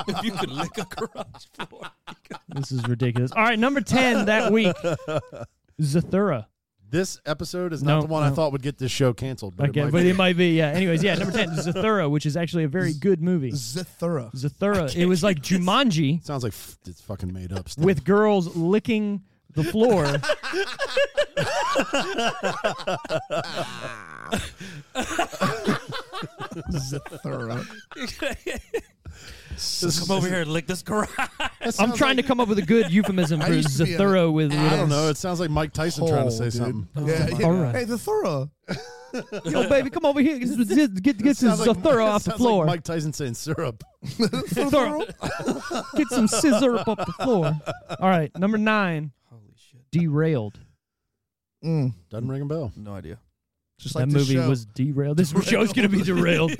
Speaker 3: if you could lick a garage floor.
Speaker 1: This is ridiculous. All right, number ten that week. Zathura.
Speaker 2: This episode is
Speaker 1: No,
Speaker 2: not the one I
Speaker 1: no.
Speaker 2: thought would get this show canceled. But
Speaker 1: I
Speaker 2: it
Speaker 1: guess,
Speaker 2: might
Speaker 1: but
Speaker 2: be.
Speaker 1: it might be. Yeah. Anyways, yeah. Number ten, Zathura, which is actually a very good movie.
Speaker 4: Zathura.
Speaker 1: Zathura. It was like Jumanji
Speaker 2: sounds like f- it's fucking made up. Stuff.
Speaker 1: with girls licking the floor.
Speaker 4: Zathura.
Speaker 3: Come over here and lick this garage.
Speaker 1: I'm trying to come up with a good euphemism for
Speaker 4: I used to be a-
Speaker 1: Zathura with.
Speaker 2: I don't
Speaker 1: with
Speaker 2: know. It sounds like Mike Tyson trying to say
Speaker 4: Hole, Oh, dude.
Speaker 2: something.
Speaker 4: Yeah, yeah.
Speaker 1: All right.
Speaker 4: Hey, the thorough.
Speaker 1: a, Yo, baby, come over here. Get get, get this
Speaker 2: Sounds like-
Speaker 1: Zathura off the
Speaker 2: sounds like
Speaker 1: floor.
Speaker 2: Mike Tyson saying syrup.
Speaker 1: Throw- Get some scissor up the floor. All right, number nine.
Speaker 3: Holy shit.
Speaker 1: Derailed.
Speaker 4: Mm,
Speaker 2: Doesn't ring a bell.
Speaker 3: No idea.
Speaker 4: just
Speaker 1: that
Speaker 4: like this
Speaker 1: movie
Speaker 4: show.
Speaker 1: was derailed. This show's gonna be derailed.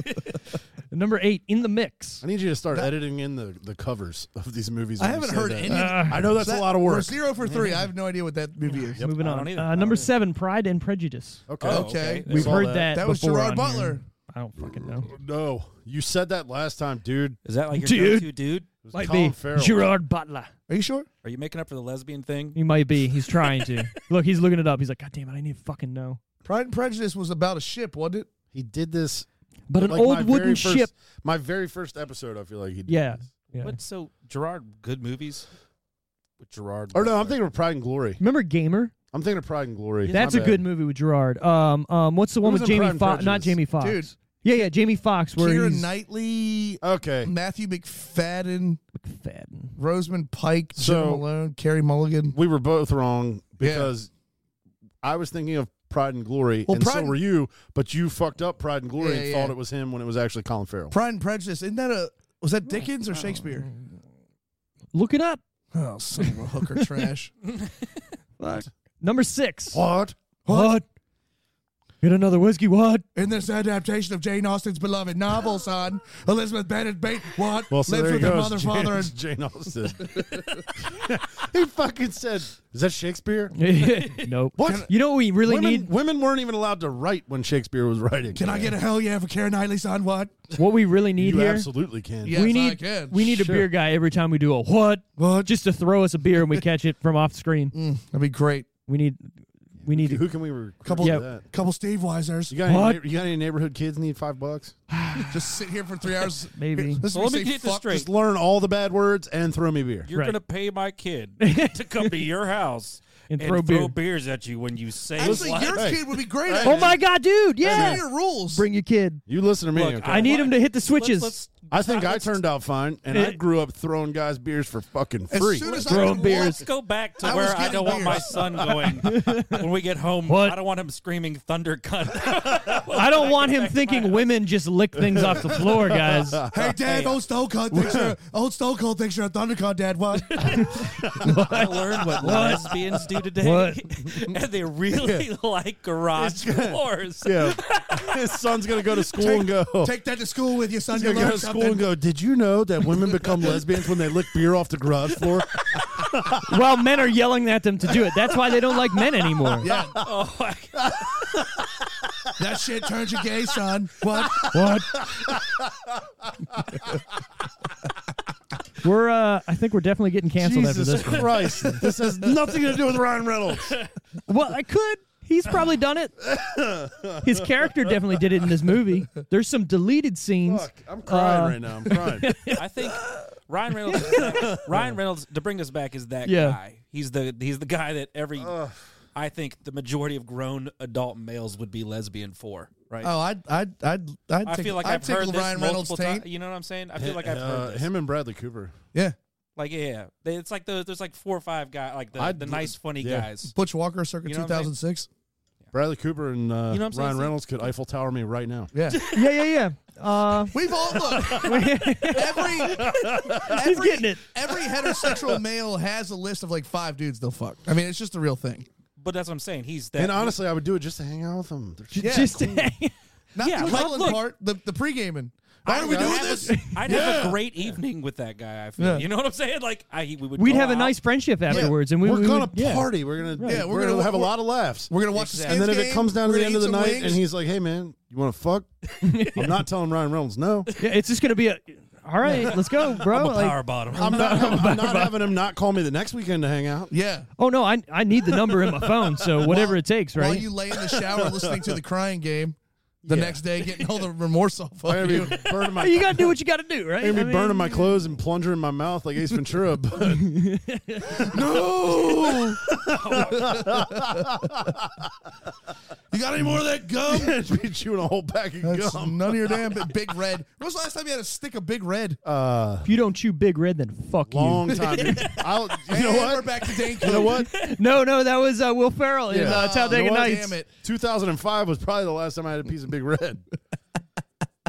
Speaker 1: number eight. In the mix.
Speaker 2: I need you to start editing in the, the covers of these movies.
Speaker 4: I
Speaker 2: when you
Speaker 4: haven't
Speaker 2: say
Speaker 4: heard
Speaker 2: that.
Speaker 4: any.
Speaker 1: Ah.
Speaker 2: I know that's
Speaker 4: That-
Speaker 2: a lot of
Speaker 4: We're
Speaker 2: work.
Speaker 4: zero for three. I have no idea what that movie is.
Speaker 1: Moving
Speaker 3: I don't
Speaker 1: on.
Speaker 3: either.
Speaker 1: Uh,
Speaker 3: I
Speaker 1: number
Speaker 3: don't either.
Speaker 1: seven. Pride and Prejudice.
Speaker 2: Oh, Okay.
Speaker 4: Okay.
Speaker 1: We've
Speaker 2: saw
Speaker 1: heard
Speaker 2: that.
Speaker 1: that.
Speaker 4: That was
Speaker 1: before
Speaker 4: Gerard
Speaker 1: on here.
Speaker 4: Butler.
Speaker 1: I don't fucking know.
Speaker 2: No, you said that last time, dude. It
Speaker 3: Is that like your
Speaker 1: Dude.
Speaker 3: go-to dude?
Speaker 2: was
Speaker 1: Might
Speaker 2: Colin
Speaker 1: be
Speaker 2: Farrell.
Speaker 1: Gerard Butler.
Speaker 4: Are you sure?
Speaker 3: Are you making up for the lesbian thing?
Speaker 1: He might be. He's trying to. Look, he's looking it up. He's like, God damn it, I need to fucking know.
Speaker 4: Pride and Prejudice was about a ship, wasn't it?
Speaker 2: He did this.
Speaker 1: But an
Speaker 2: like, my
Speaker 1: old
Speaker 2: very
Speaker 1: wooden
Speaker 2: first-
Speaker 1: ship.
Speaker 2: My very first episode, I feel like he did.
Speaker 1: Yeah. yeah.
Speaker 3: What? So Gerard, good movies with Gerard.
Speaker 2: Or Oh, no, I'm
Speaker 3: Butler.
Speaker 2: thinking of Pride and Glory.
Speaker 1: Remember Gamer?
Speaker 2: I'm thinking of Pride and Glory.
Speaker 1: That's
Speaker 2: My
Speaker 1: a
Speaker 2: bad.
Speaker 1: good movie with Gerard. Um, um, what's the one
Speaker 2: was
Speaker 1: with
Speaker 2: in Pride
Speaker 1: Jamie
Speaker 2: and
Speaker 1: Fox? Not
Speaker 2: Prejudice?
Speaker 1: Jamie Fox.
Speaker 4: Dude.
Speaker 1: Yeah, yeah, Jamie Fox. Where
Speaker 4: Keira
Speaker 1: he's
Speaker 4: Knightley, uh,
Speaker 2: Okay.
Speaker 4: Matthew McFadden,
Speaker 1: McFadden.
Speaker 4: Roseman Pike, Jim
Speaker 2: So-
Speaker 4: Malone, Carrie Mulligan.
Speaker 2: We were both wrong
Speaker 4: Yeah.
Speaker 2: because I was thinking of Pride and Glory,
Speaker 4: Well,
Speaker 2: and
Speaker 4: Pride
Speaker 2: so
Speaker 4: and-
Speaker 2: were you, but you fucked up Pride and Glory
Speaker 4: Yeah,
Speaker 2: and
Speaker 4: yeah.
Speaker 2: thought it was him when it was actually Colin Farrell.
Speaker 4: Pride and Prejudice. Isn't that a was that Dickens or Shakespeare?
Speaker 1: Look it up.
Speaker 4: Oh, son of a hooker trash.
Speaker 1: Number six.
Speaker 2: what?
Speaker 1: What? Get another whiskey. What?
Speaker 4: In this adaptation of Jane Austen's beloved novel, son, Elizabeth Bennet Bate what
Speaker 2: Well, so
Speaker 4: lives
Speaker 2: there
Speaker 4: with
Speaker 2: you
Speaker 4: her
Speaker 2: go.
Speaker 4: mother,
Speaker 2: It's
Speaker 4: father, and
Speaker 2: Jane, Jane Austen. he fucking said, "Is that Shakespeare?"
Speaker 1: nope.
Speaker 2: What?
Speaker 1: You know what we really
Speaker 2: women,
Speaker 1: need?
Speaker 2: women weren't even allowed to write when Shakespeare was writing.
Speaker 4: Can I get a hell yeah for Karen Knightley, son? What?
Speaker 1: What we really need
Speaker 2: You
Speaker 1: here?
Speaker 2: absolutely can.
Speaker 4: Yeah. Yes,
Speaker 1: we
Speaker 4: I
Speaker 1: need
Speaker 4: can.
Speaker 1: we need a beer guy every time we do a what?
Speaker 4: What?
Speaker 1: Just to throw us a beer and we catch it from off screen.
Speaker 2: Mm,
Speaker 4: That'd be great.
Speaker 1: We need we need
Speaker 2: Who can we recruit
Speaker 4: Couple-
Speaker 2: for
Speaker 1: Yeah.
Speaker 2: that?
Speaker 4: Couple Steve Weisers.
Speaker 2: You got, any,
Speaker 1: What?
Speaker 2: neigh- you got any neighborhood kids need five bucks?
Speaker 4: Just sit here for three hours.
Speaker 1: Maybe.
Speaker 4: This is
Speaker 3: Well,
Speaker 4: when
Speaker 3: let
Speaker 4: you
Speaker 3: me
Speaker 4: say
Speaker 3: get this
Speaker 4: fuck.
Speaker 3: straight.
Speaker 2: Just learn all the bad words and throw me beer.
Speaker 3: You're
Speaker 1: Right.
Speaker 3: gonna pay my kid to come to your house
Speaker 1: and,
Speaker 3: and
Speaker 1: throw, beer.
Speaker 3: beers at you when you say.
Speaker 4: Actually,
Speaker 3: what?
Speaker 4: your kid would be great at
Speaker 1: Oh
Speaker 4: it.
Speaker 1: my god, dude!
Speaker 4: Here are
Speaker 1: Yeah,
Speaker 4: your rules.
Speaker 1: bring your kid.
Speaker 2: You listen to me.
Speaker 3: Look,
Speaker 2: okay?
Speaker 1: I need him to hit the
Speaker 3: Let's-
Speaker 1: switches.
Speaker 3: let's-
Speaker 2: I think I turned out fine, and I
Speaker 1: It-
Speaker 2: grew up throwing guys beers for fucking
Speaker 4: as
Speaker 2: free.
Speaker 4: soon as
Speaker 1: Throw
Speaker 4: I
Speaker 1: him
Speaker 4: could
Speaker 1: beers.
Speaker 4: walk,
Speaker 3: Let's go back to
Speaker 4: I was
Speaker 3: where I
Speaker 4: getting
Speaker 3: don't want my
Speaker 4: beers.
Speaker 3: son going when we get home.
Speaker 1: What?
Speaker 3: I don't want him screaming thunder cunt.
Speaker 1: I don't want him thinking women just lick things off the floor, guys.
Speaker 4: Hey, Dad, old Stone Cold thinks you're old Stone Cold thinks you're a Thundercon, Dad. What?
Speaker 3: I learned what lesbians do today,
Speaker 1: What?
Speaker 3: and they really like garage floors.
Speaker 2: yeah, his son's gonna go to school and go.
Speaker 4: Take that to school with you, son.
Speaker 2: He's
Speaker 4: You
Speaker 2: gonna go
Speaker 4: learn
Speaker 2: to school
Speaker 4: something.
Speaker 2: and go. Did you know that women become lesbians when they lick beer off the garage floor?
Speaker 1: Well, men are yelling at them to do it. That's why they don't like men anymore.
Speaker 4: Yeah,
Speaker 3: Oh, my God.
Speaker 4: that shit turns you gay, son. What?
Speaker 1: What? we're, uh, I think we're definitely getting canceled after
Speaker 2: Jesus
Speaker 1: this. one.
Speaker 2: Christ! This has nothing to do with Ryan Reynolds.
Speaker 1: Well, I could. He's probably done it. His character definitely did it in this movie. There's some deleted scenes.
Speaker 2: Fuck, I'm crying
Speaker 1: Uh,
Speaker 2: right now. I'm crying.
Speaker 3: I think Ryan Reynolds. is that- Ryan Reynolds to bring us back is that
Speaker 1: Yeah.
Speaker 3: guy. He's the he's the guy that every. I think the majority of grown adult males would be lesbian for. Right.
Speaker 4: Oh, I'd, I'd, I'd, I'd
Speaker 3: I
Speaker 4: take-
Speaker 3: feel like
Speaker 4: I'd
Speaker 3: I've
Speaker 4: take
Speaker 3: heard this
Speaker 4: Ryan Reynolds
Speaker 3: multiple times.
Speaker 4: taint.
Speaker 3: You know what I'm saying? I feel like I've
Speaker 2: Uh,
Speaker 3: heard this.
Speaker 2: him and Bradley Cooper.
Speaker 4: Yeah,
Speaker 3: Like yeah, they, it's like the, there's like four or five guy like the,
Speaker 2: I'd-
Speaker 3: the nice funny
Speaker 2: yeah.
Speaker 3: guys.
Speaker 4: Butch Walker, circa
Speaker 3: You know what I'm saying?
Speaker 4: 2006.
Speaker 2: Bradley Cooper and uh,
Speaker 3: You know what I'm saying?
Speaker 2: Ryan Reynolds could Eiffel Tower me right now.
Speaker 4: Yeah,
Speaker 1: Yeah, yeah, yeah. Uh,
Speaker 4: we've all look. Every,
Speaker 1: he's
Speaker 4: every,
Speaker 1: getting it.
Speaker 4: every heterosexual male has a list of like five dudes they'll fuck. I mean, it's just a real thing.
Speaker 3: But that's what I'm saying. He's that.
Speaker 2: And honestly, I would do it just to hang out with him. They're just-
Speaker 4: Yeah,
Speaker 1: Just
Speaker 4: Not
Speaker 3: Yeah,
Speaker 4: the
Speaker 3: look,
Speaker 4: cuddling
Speaker 3: look.
Speaker 4: part, the the pre-gaming. Why
Speaker 3: I
Speaker 4: are we
Speaker 3: would
Speaker 4: doing
Speaker 3: have
Speaker 4: this?
Speaker 3: A, I'd have a great evening with that guy. I feel.
Speaker 4: Yeah.
Speaker 3: You know what I'm saying? Like I, we would.
Speaker 1: we'd
Speaker 3: go
Speaker 1: have a
Speaker 3: out.
Speaker 1: nice friendship afterwards, and we,
Speaker 2: we're
Speaker 1: we
Speaker 2: gonna
Speaker 1: would, yeah.
Speaker 2: party. We're gonna
Speaker 4: Yeah,
Speaker 2: yeah.
Speaker 4: we're
Speaker 2: We're, gonna,
Speaker 4: gonna-
Speaker 2: have a
Speaker 4: we're-
Speaker 2: lot of laughs.
Speaker 4: We're gonna watch
Speaker 3: Exactly.
Speaker 4: the
Speaker 2: and
Speaker 4: Skins
Speaker 2: then if it
Speaker 4: game,
Speaker 2: comes down to
Speaker 4: we're
Speaker 2: the
Speaker 4: gonna
Speaker 2: end of
Speaker 4: eat some
Speaker 2: the night,
Speaker 4: wings.
Speaker 2: and he's like, "Hey man, you want to fuck?" I'm not telling Ryan Reynolds no.
Speaker 1: Yeah, it's just gonna be a. All right, let's go, bro.
Speaker 3: I'm a
Speaker 1: Like,
Speaker 3: power bottom.
Speaker 2: I'm not, I'm not having him not call me the next weekend to hang out.
Speaker 4: yeah.
Speaker 1: oh no, I I need the number in my phone, so whatever it takes,
Speaker 4: While
Speaker 1: right?
Speaker 4: you lay in the shower listening to the crying game, the
Speaker 2: Yeah.
Speaker 4: next day getting all the remorse off
Speaker 2: I'm
Speaker 4: of
Speaker 2: gonna
Speaker 4: you.
Speaker 2: be burning my,
Speaker 1: Oh, you gotta do what you gotta do, right?
Speaker 2: I'm gonna
Speaker 1: I
Speaker 2: be
Speaker 1: mean-
Speaker 2: burning my clothes and plunger in my mouth like Ace Ventura. But
Speaker 4: No. you got any more of that gum?
Speaker 2: be chewing a whole pack of
Speaker 4: That's
Speaker 2: gum.
Speaker 4: none of your damn bi- big red. When was the last time you had a stick of big red?
Speaker 2: Uh,
Speaker 1: If you don't chew Big Red, then fuck
Speaker 2: long time. dude. I'll, you know
Speaker 4: And We're
Speaker 2: what?
Speaker 4: back to Dane
Speaker 2: You know
Speaker 4: Cook.
Speaker 2: what?
Speaker 1: you. No, no, that was uh, Will Ferrell in
Speaker 2: Yeah.
Speaker 1: uh,
Speaker 2: Oh,
Speaker 1: Talladega
Speaker 4: you know what?
Speaker 1: Nights.
Speaker 4: Damn it.
Speaker 2: 2005 was probably the last time I had a piece of Big Red.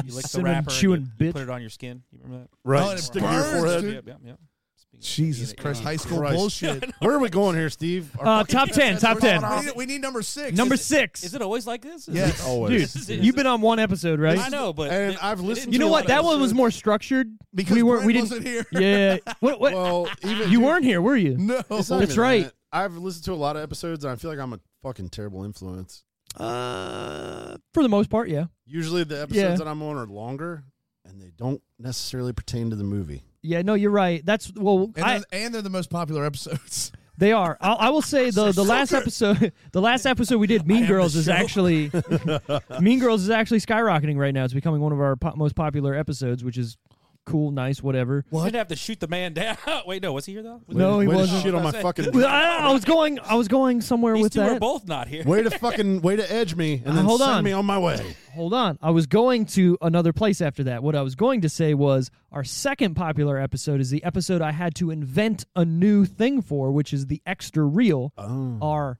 Speaker 3: You lick the
Speaker 1: cinnamon
Speaker 3: wrapper, and
Speaker 1: chewing
Speaker 3: you
Speaker 1: bitch.
Speaker 3: put it on your skin. You remember
Speaker 4: Oh,
Speaker 2: Right.
Speaker 4: and it
Speaker 2: Stick it in your
Speaker 4: burns,
Speaker 2: forehead.
Speaker 3: that?
Speaker 4: Dude.
Speaker 3: Yep, yep, yep. Speaking of
Speaker 4: Jesus
Speaker 3: eating it,
Speaker 4: Christ,
Speaker 3: yeah.
Speaker 4: high school
Speaker 2: Christ.
Speaker 4: bullshit.
Speaker 2: Where are we going here, Steve? Our
Speaker 1: Uh, top ten, top
Speaker 4: We're-
Speaker 1: ten,
Speaker 4: We need, we need number six.
Speaker 1: number
Speaker 4: Is it-
Speaker 1: six.
Speaker 3: Is it always like this? Is
Speaker 4: Yes.
Speaker 3: it-
Speaker 2: Always.
Speaker 1: Dude,
Speaker 3: Is it-
Speaker 1: you've been on one episode, right?
Speaker 3: I know, but
Speaker 2: And
Speaker 3: it-
Speaker 2: I've
Speaker 3: it
Speaker 2: listened
Speaker 3: didn't
Speaker 1: You know
Speaker 3: do
Speaker 1: what?
Speaker 3: a
Speaker 1: That
Speaker 3: lot
Speaker 1: one
Speaker 3: of-
Speaker 1: was more structured
Speaker 4: Because
Speaker 1: we
Speaker 4: Brent
Speaker 1: weren't. We didn't.
Speaker 4: wasn't here.
Speaker 1: Yeah. What? What?
Speaker 2: Well, even Oh,
Speaker 1: you weren't here, were you?
Speaker 4: No.
Speaker 2: It's not
Speaker 1: That's
Speaker 2: even
Speaker 1: right.
Speaker 2: that. I've listened to a lot of episodes, and I feel like I'm a fucking terrible influence.
Speaker 1: Uh, for the most part, yeah.
Speaker 2: Usually, the episodes
Speaker 1: Yeah.
Speaker 2: that I'm on are longer, and they don't necessarily pertain to the movie.
Speaker 1: Yeah, no, you're right. That's well,
Speaker 4: And,
Speaker 1: I,
Speaker 4: they're, and they're the most popular episodes.
Speaker 1: they are. I'll, I will say the the last episode, the last episode we did, Mean
Speaker 3: am the
Speaker 1: Girls is
Speaker 3: show.
Speaker 1: actually Mean Girls is actually skyrocketing right now. It's becoming one of our po- most popular episodes, which is cool, nice, whatever.
Speaker 3: What? Didn't have to shoot the man down. Wait, no, was he here though?
Speaker 1: No, he
Speaker 2: way
Speaker 1: wasn't.
Speaker 2: To shit on my
Speaker 3: That's it.
Speaker 2: fucking.
Speaker 1: Well, I, I was going, I was going somewhere
Speaker 3: These
Speaker 1: with
Speaker 3: two
Speaker 1: that.
Speaker 3: are both not here.
Speaker 2: way to fucking way to edge me, and then
Speaker 1: Uh, hold
Speaker 2: send
Speaker 1: on.
Speaker 2: me on my way.
Speaker 1: Hold on, I was going to another place after that. What I was going to say was our second popular episode is the episode I had to invent a new thing for, which is the extra reel,
Speaker 2: Oh.
Speaker 1: our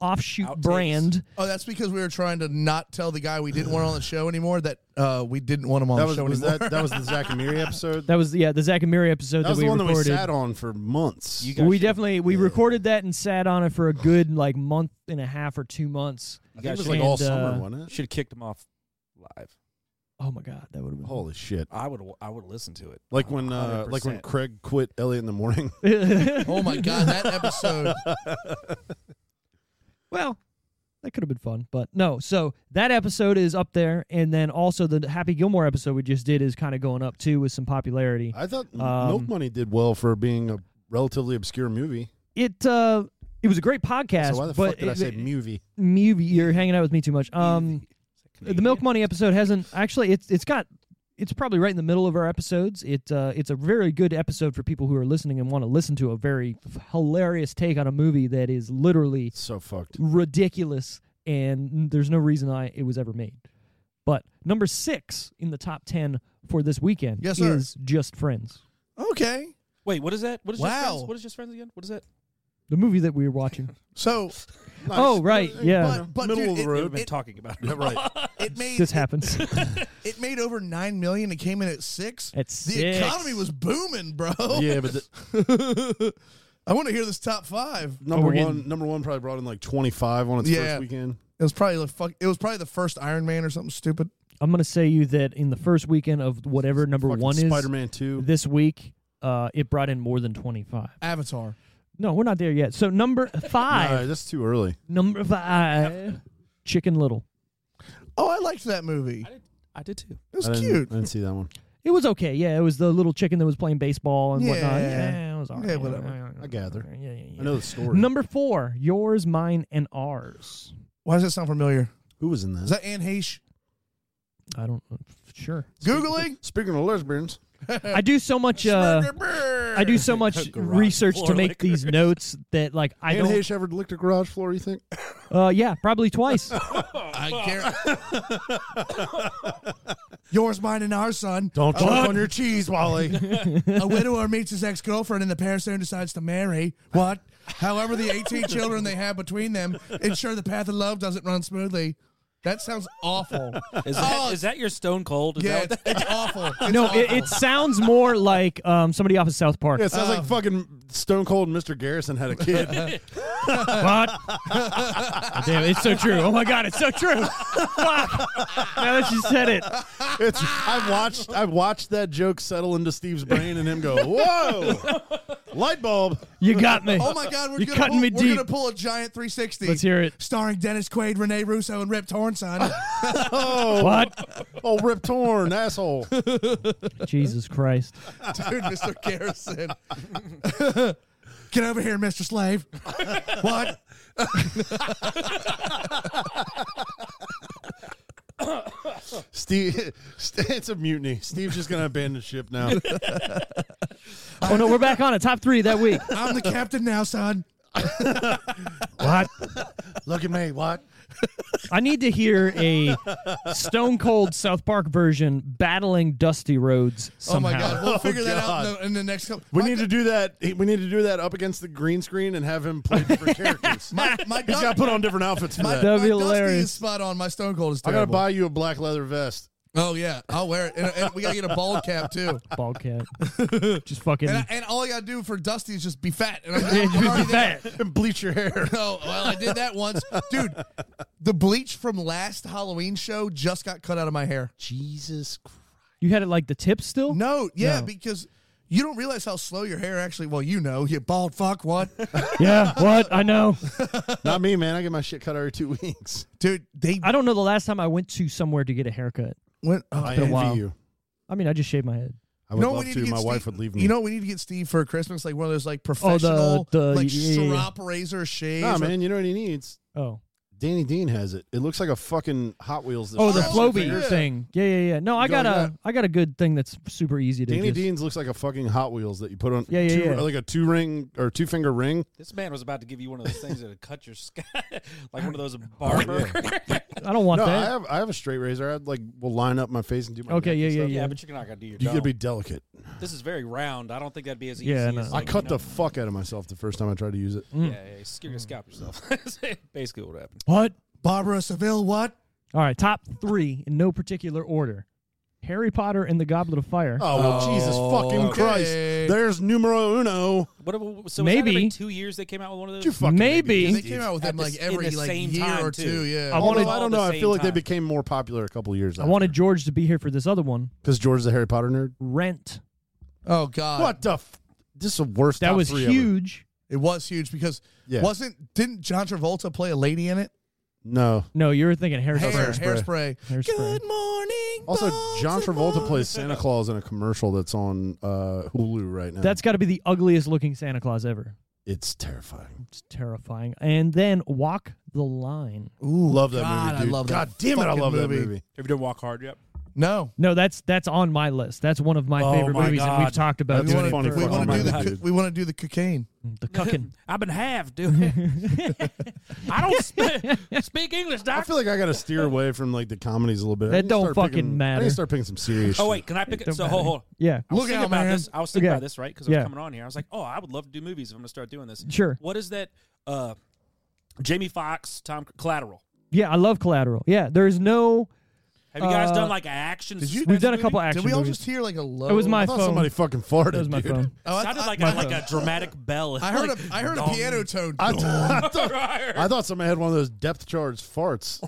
Speaker 1: offshoot
Speaker 3: Outtakes.
Speaker 1: brand.
Speaker 4: Oh, that's because we were trying to not tell the guy we didn't want on the show anymore that uh, we didn't want him on
Speaker 2: That
Speaker 4: the
Speaker 2: was,
Speaker 4: show
Speaker 2: was
Speaker 4: anymore.
Speaker 2: that that was the Zach and Miri episode. That,
Speaker 1: That was yeah the Zach and Miri episode that,
Speaker 2: was
Speaker 1: we
Speaker 2: the one
Speaker 1: recorded.
Speaker 2: that we sat on for months.
Speaker 3: You guys
Speaker 1: we
Speaker 3: should-
Speaker 1: definitely we recorded that and sat on it for a good like month and a half or two months.
Speaker 3: You
Speaker 2: it
Speaker 3: guys
Speaker 2: was
Speaker 3: should,
Speaker 2: like
Speaker 1: and,
Speaker 2: all
Speaker 1: uh,
Speaker 2: summer, wasn't it?
Speaker 3: should have kicked him off live.
Speaker 1: Oh my god, that would have been
Speaker 2: Holy shit!
Speaker 3: I would I would listen to it.
Speaker 2: Like when uh, like when
Speaker 3: 100%.
Speaker 2: Craig quit Ellie in the morning.
Speaker 4: oh my god, that episode.
Speaker 1: well, that could have been fun, but no. So that episode is up there, and then also the Happy Gilmore episode we just did is kind of going up too with some popularity.
Speaker 2: I thought M-
Speaker 1: Um,
Speaker 2: Milk Money did well for being a relatively obscure movie.
Speaker 1: It uh, it was a great podcast.
Speaker 2: So why the
Speaker 1: but
Speaker 2: fuck did I
Speaker 1: it-
Speaker 2: say movie?
Speaker 1: movie? You're hanging out with me too much. Um, the Milk Money episode hasn't actually. It's it's got it's probably right in the middle of our episodes. It uh, it's a very good episode for people who are listening and want to listen to a very f- hilarious take on a movie that is literally
Speaker 2: So fucked.
Speaker 1: ridiculous, and there's no reason I it was ever made. But number six in the top ten for this weekend
Speaker 4: Yes, sir.
Speaker 1: is Just Friends,
Speaker 4: Okay.
Speaker 3: Wait, what is that? What is just
Speaker 4: Wow.
Speaker 3: friends? What is just friends again? What is that?
Speaker 1: the movie that we were watching.
Speaker 4: So,
Speaker 1: Oh, right, yeah.
Speaker 4: but, but
Speaker 2: Middle
Speaker 4: dude,
Speaker 2: of the
Speaker 4: it-
Speaker 2: road.
Speaker 3: We've been
Speaker 4: it-
Speaker 3: talking about it.
Speaker 2: Yeah, right.
Speaker 4: It made
Speaker 1: this
Speaker 4: it-
Speaker 1: happens.
Speaker 4: It made over nine million. It came in at six.
Speaker 1: At
Speaker 4: the
Speaker 1: six.
Speaker 4: economy was booming, bro.
Speaker 2: yeah, but the,
Speaker 4: I want to hear this top five.
Speaker 2: number
Speaker 1: we're
Speaker 2: one,
Speaker 1: getting-
Speaker 2: number one probably brought in like twenty five on its
Speaker 4: Yeah.
Speaker 2: first weekend.
Speaker 4: It was probably the fuck. It was probably the first Iron Man or something stupid.
Speaker 1: I'm gonna say you that in the first weekend of whatever number one is
Speaker 2: Spider Man two.
Speaker 1: this week, uh, it brought in more than 25.
Speaker 4: Avatar.
Speaker 1: No, we're not there yet. So number
Speaker 2: No,
Speaker 1: five,
Speaker 2: that's too early.
Speaker 1: number five, Chicken Little.
Speaker 4: Oh, I liked that movie. It
Speaker 3: I did too.
Speaker 4: was
Speaker 2: I didn't,
Speaker 4: cute.
Speaker 2: I didn't see that one.
Speaker 1: It was okay. Yeah, it was the little chicken that was playing baseball and whatnot.
Speaker 4: Yeah.
Speaker 1: Yeah, it was all right.
Speaker 4: Yeah, whatever.
Speaker 2: I gather.
Speaker 1: Yeah, yeah, yeah.
Speaker 2: I know the story.
Speaker 1: Number four, yours, mine, and ours.
Speaker 4: Why does that sound familiar?
Speaker 2: Who was in
Speaker 4: Is
Speaker 2: that?
Speaker 4: that Anne Heche?
Speaker 1: I don't uh, sure.
Speaker 4: Googling.
Speaker 2: Speaking of lesbians,
Speaker 1: I do so much. Uh, I do so much
Speaker 3: Garage
Speaker 1: research to
Speaker 3: floor
Speaker 1: make
Speaker 3: liquor.
Speaker 1: these notes that like I
Speaker 2: Anne
Speaker 1: don't.
Speaker 2: Heche ever licked a garage floor. You think?
Speaker 1: Uh, yeah, probably twice.
Speaker 4: I care. Yours, mine, and our son.
Speaker 2: Don't
Speaker 4: choke
Speaker 2: on your cheese, Wally.
Speaker 4: A widower meets his ex girlfriend, and the pair soon decides to marry. What? However, the 18 children they have between them ensure the path of love doesn't run smoothly. That sounds awful.
Speaker 3: Is that,
Speaker 4: Oh.
Speaker 3: is that your Stone Cold? Is
Speaker 4: Yeah,
Speaker 3: that
Speaker 4: it's, it's awful. It's
Speaker 1: no,
Speaker 4: awful.
Speaker 1: it, it sounds more like um, somebody off of South Park.
Speaker 2: Yeah, it sounds like fucking Stone Cold and Mr. Garrison had a kid.
Speaker 1: What? God damn, it, it's so true. Oh my god, it's so true. Fuck. Now that you said it,
Speaker 2: it's I've watched I've watched that joke settle into Steve's brain and him go, Whoa Light bulb.
Speaker 1: you got me.
Speaker 4: Oh my God, we're
Speaker 1: You're
Speaker 4: gonna
Speaker 1: cutting
Speaker 4: pull,
Speaker 1: me
Speaker 4: we're
Speaker 1: deep.
Speaker 4: gonna pull a giant 360.
Speaker 1: Let's hear it.
Speaker 4: Starring Dennis Quaid, Rene Russo, and Rip Torn, son.
Speaker 2: Oh
Speaker 1: What?
Speaker 2: oh rip torn, asshole.
Speaker 1: Jesus Christ.
Speaker 4: Dude, Mr. Garrison. Get over here, Mr. Slave. what?
Speaker 2: Steve it's a mutiny. Steve's just gonna abandon ship now.
Speaker 1: Oh no, we're back on it. Top three that week.
Speaker 4: I'm the captain now, son.
Speaker 1: What?
Speaker 2: Look at me, what?
Speaker 1: I need to hear a Stone Cold South Park version battling Dusty Roads somehow.
Speaker 4: Oh my God, we'll
Speaker 2: Oh,
Speaker 4: figure that out in
Speaker 2: God.
Speaker 4: the, in the next couple.
Speaker 2: We
Speaker 4: my,
Speaker 2: need to do that we need to do that up against the green screen and have him play different characters.
Speaker 4: My, my,
Speaker 2: He's gotta
Speaker 4: dust,
Speaker 2: put on different outfits for
Speaker 4: my,
Speaker 2: that.
Speaker 1: That'd
Speaker 4: my
Speaker 1: be
Speaker 4: Dusty
Speaker 1: hilarious.
Speaker 4: is spot on. My Stone Cold is
Speaker 2: I gotta
Speaker 4: terrible.
Speaker 2: buy you a black leather vest.
Speaker 4: oh yeah, I'll wear it, and, and we gotta get a bald cap too.
Speaker 1: Ball cat. Just fucking.
Speaker 4: And, I, and all I gotta do for Dusty is just be fat. And I'm,
Speaker 1: Yeah,
Speaker 4: I'm
Speaker 1: just
Speaker 4: already
Speaker 1: be
Speaker 4: there.
Speaker 1: fat.
Speaker 2: And bleach your hair.
Speaker 4: No, well, I did that once, dude. The bleach from last Halloween show just got cut out of my hair.
Speaker 2: Jesus Christ.
Speaker 1: You had it like the tip still?
Speaker 4: No, yeah,
Speaker 1: No.
Speaker 4: because you don't realize how slow your hair actually. Well, you know, you bald fuck. What,
Speaker 1: Yeah. What? I know.
Speaker 2: Not me, man. I get my shit cut every two weeks.
Speaker 4: dude? They
Speaker 1: I don't know the last time I went to somewhere to get a haircut.
Speaker 4: went. Oh,
Speaker 2: I
Speaker 1: been a
Speaker 2: envy
Speaker 1: while.
Speaker 2: you.
Speaker 1: I mean, I just shaved my head.
Speaker 2: I would
Speaker 4: no, we
Speaker 2: love
Speaker 4: need
Speaker 2: to.
Speaker 4: to. get
Speaker 2: My
Speaker 4: Steve,
Speaker 2: wife would leave me. Oh,
Speaker 4: You know, what we need to get Steve for Christmas, like one of those like professional,
Speaker 1: the-
Speaker 4: like
Speaker 1: yeah, yeah, yeah.
Speaker 4: strop razor shaves.
Speaker 2: nah, man. You know what he needs?
Speaker 1: Oh.
Speaker 2: Danny Dean has it. It looks like a fucking Hot Wheels. that
Speaker 1: Oh, the
Speaker 2: snaps your
Speaker 1: Floby
Speaker 2: fingers.
Speaker 1: thing. Yeah, yeah, yeah. No, I
Speaker 2: You
Speaker 1: got
Speaker 2: got
Speaker 1: a,
Speaker 2: that?
Speaker 1: I got a good thing that's super easy to
Speaker 2: Danny
Speaker 1: just-
Speaker 2: Dean's looks like a fucking Hot Wheels that you put on.
Speaker 1: Yeah, yeah,
Speaker 2: two,
Speaker 1: yeah.
Speaker 2: Like a two ring or two finger ring.
Speaker 3: This man was about to give you one of those things that would cut your sky, like one of those barber.
Speaker 1: I don't want
Speaker 2: no, I
Speaker 1: that.
Speaker 2: have I have a straight razor. I like will line up my face and do my.
Speaker 1: Okay,
Speaker 2: neck
Speaker 1: yeah,
Speaker 2: and
Speaker 1: yeah,
Speaker 2: stuff.
Speaker 1: yeah.
Speaker 3: yeah, but you're not gonna do your.
Speaker 2: You
Speaker 3: dome.
Speaker 2: gotta be delicate.
Speaker 3: This is very round. I don't think that'd be as easy.
Speaker 1: Yeah, no.
Speaker 3: as,
Speaker 1: I
Speaker 3: like,
Speaker 2: I cut
Speaker 3: you
Speaker 2: the
Speaker 3: know,
Speaker 2: fuck out of myself the first time I tried to use it.
Speaker 3: Yeah, yeah, scare your scalp yourself. That's Basically, what happened.
Speaker 1: what?
Speaker 4: Barbara Seville. What?
Speaker 1: All right, top three in no particular order: Harry Potter and the Goblet of Fire.
Speaker 2: Oh, well, Jesus fucking
Speaker 4: okay.
Speaker 2: Christ! There's numero uno.
Speaker 3: What? So was that
Speaker 1: Maybe.
Speaker 3: every two years they came out with one of those.
Speaker 2: You fucking
Speaker 1: Maybe.
Speaker 4: They
Speaker 2: idiot.
Speaker 4: came out with them
Speaker 3: At the
Speaker 4: like
Speaker 3: s- in
Speaker 4: every
Speaker 3: the
Speaker 4: like
Speaker 3: same
Speaker 4: year
Speaker 3: time,
Speaker 4: or
Speaker 3: too.
Speaker 4: two. Yeah,
Speaker 1: I
Speaker 2: Although
Speaker 1: wanted-
Speaker 2: I
Speaker 3: all
Speaker 2: don't
Speaker 3: the
Speaker 2: know. I
Speaker 3: same
Speaker 2: feel like they
Speaker 3: time.
Speaker 2: became more popular a couple years.
Speaker 1: I wanted George to be here for this other one,
Speaker 2: because George the Harry Potter nerd.
Speaker 1: Rent.
Speaker 4: Oh God,
Speaker 2: What the? F- this is the worst.
Speaker 1: Uh, That
Speaker 2: top
Speaker 1: was
Speaker 2: three ever.
Speaker 1: huge.
Speaker 4: It was huge because
Speaker 2: Yeah.
Speaker 4: wasn't didn't John Travolta play a lady in it?
Speaker 2: No.
Speaker 1: No, you were thinking hairspray.
Speaker 4: Hair,
Speaker 2: Hairspray.
Speaker 4: hairspray.
Speaker 1: Hairspray.
Speaker 4: Good morning.
Speaker 2: Also, John
Speaker 4: Baltimore.
Speaker 2: Travolta plays Santa Claus in a commercial that's on uh, Hulu right now.
Speaker 1: That's got to be the ugliest looking Santa Claus ever.
Speaker 2: it's terrifying.
Speaker 1: It's terrifying. And then Walk the Line.
Speaker 2: Ooh, love that
Speaker 4: God,
Speaker 2: movie.
Speaker 4: I
Speaker 2: dude.
Speaker 4: love that
Speaker 2: God damn it, I
Speaker 4: fucking
Speaker 2: love that
Speaker 4: movie.
Speaker 2: movie.
Speaker 3: Have you done Walk Hard yet?
Speaker 4: No.
Speaker 1: No, that's that's on my list. That's one of my
Speaker 3: Oh
Speaker 1: favorite
Speaker 3: my
Speaker 1: movies, and we've
Speaker 3: God.
Speaker 1: talked about
Speaker 2: That's
Speaker 4: we
Speaker 1: doing
Speaker 4: wanna-
Speaker 2: funny
Speaker 4: we
Speaker 2: for
Speaker 4: wanna
Speaker 2: all
Speaker 4: do
Speaker 2: my
Speaker 4: the
Speaker 2: dudes.
Speaker 4: we want to do the cocaine.
Speaker 1: it. the cucking.
Speaker 3: I've been half, dude. I don't spe- speak English,
Speaker 2: I
Speaker 3: doc.
Speaker 2: feel like I got to steer away from like the comedies a little bit.
Speaker 1: That
Speaker 2: I need to
Speaker 1: don't
Speaker 2: start
Speaker 1: fucking
Speaker 2: picking- I need
Speaker 1: matter.
Speaker 2: to start picking some serious.
Speaker 3: Oh
Speaker 2: shit.
Speaker 3: wait, can I pick it?
Speaker 1: don't
Speaker 3: So
Speaker 1: matter.
Speaker 3: hold, hold.
Speaker 1: yeah,
Speaker 3: I
Speaker 4: Look
Speaker 3: was thinking
Speaker 4: out,
Speaker 3: about
Speaker 4: man.
Speaker 3: this. I was thinking
Speaker 1: Okay.
Speaker 3: about this, right? Because I was
Speaker 1: Yeah.
Speaker 3: coming on here. I was like, oh, I would love to do movies if I'm going to start doing this.
Speaker 1: sure.
Speaker 3: What is that? Uh, Jamie Foxx, Tom Collateral.
Speaker 1: Yeah, I love Collateral. Yeah, there's no.
Speaker 3: Have you guys
Speaker 1: Uh,
Speaker 3: done like action?
Speaker 4: Did you-
Speaker 3: suspense
Speaker 1: We've done a
Speaker 3: movie?
Speaker 1: couple
Speaker 4: Did
Speaker 1: action
Speaker 4: we all
Speaker 1: movies.
Speaker 4: just hear like a low?
Speaker 1: It was my
Speaker 2: I thought
Speaker 1: phone.
Speaker 2: somebody fucking farted.
Speaker 1: that was my
Speaker 2: dude.
Speaker 1: phone.
Speaker 4: Oh, I,
Speaker 3: sounded
Speaker 4: I-
Speaker 3: like
Speaker 4: I,
Speaker 3: a, like a dramatic bell.
Speaker 4: heard
Speaker 3: Like,
Speaker 4: a I heard a
Speaker 3: dong.
Speaker 4: piano tone.
Speaker 2: I, th- I thought, I thought somebody had one of those depth charge farts.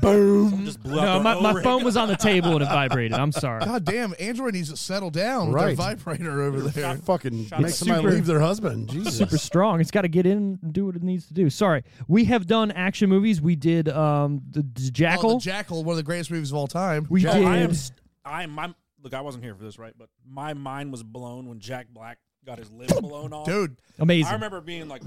Speaker 2: Boom.
Speaker 3: Just blew
Speaker 1: No,
Speaker 3: out
Speaker 1: my,
Speaker 3: their
Speaker 1: my
Speaker 3: O-ring.
Speaker 1: phone was on the table and it vibrated. I'm sorry.
Speaker 4: God damn, Android needs to settle down
Speaker 2: Right.
Speaker 4: with their vibrator over there.
Speaker 2: Fucking
Speaker 3: Shut
Speaker 2: make
Speaker 3: up.
Speaker 2: somebody
Speaker 1: Super-
Speaker 2: leave their husband. Jesus.
Speaker 1: super strong. It's got to get in and do what it needs to do. Sorry, we have done action movies. We did um the, the Jackal.
Speaker 4: Oh, the Jackal, one of the greatest movies of all time.
Speaker 1: we
Speaker 3: Oh,
Speaker 1: did.
Speaker 3: I am. st- I am. I'm, look, I wasn't here for this, right? But my mind was blown when Jack Black got his lip blown off.
Speaker 4: Dude,
Speaker 1: Amazing.
Speaker 3: I remember being like,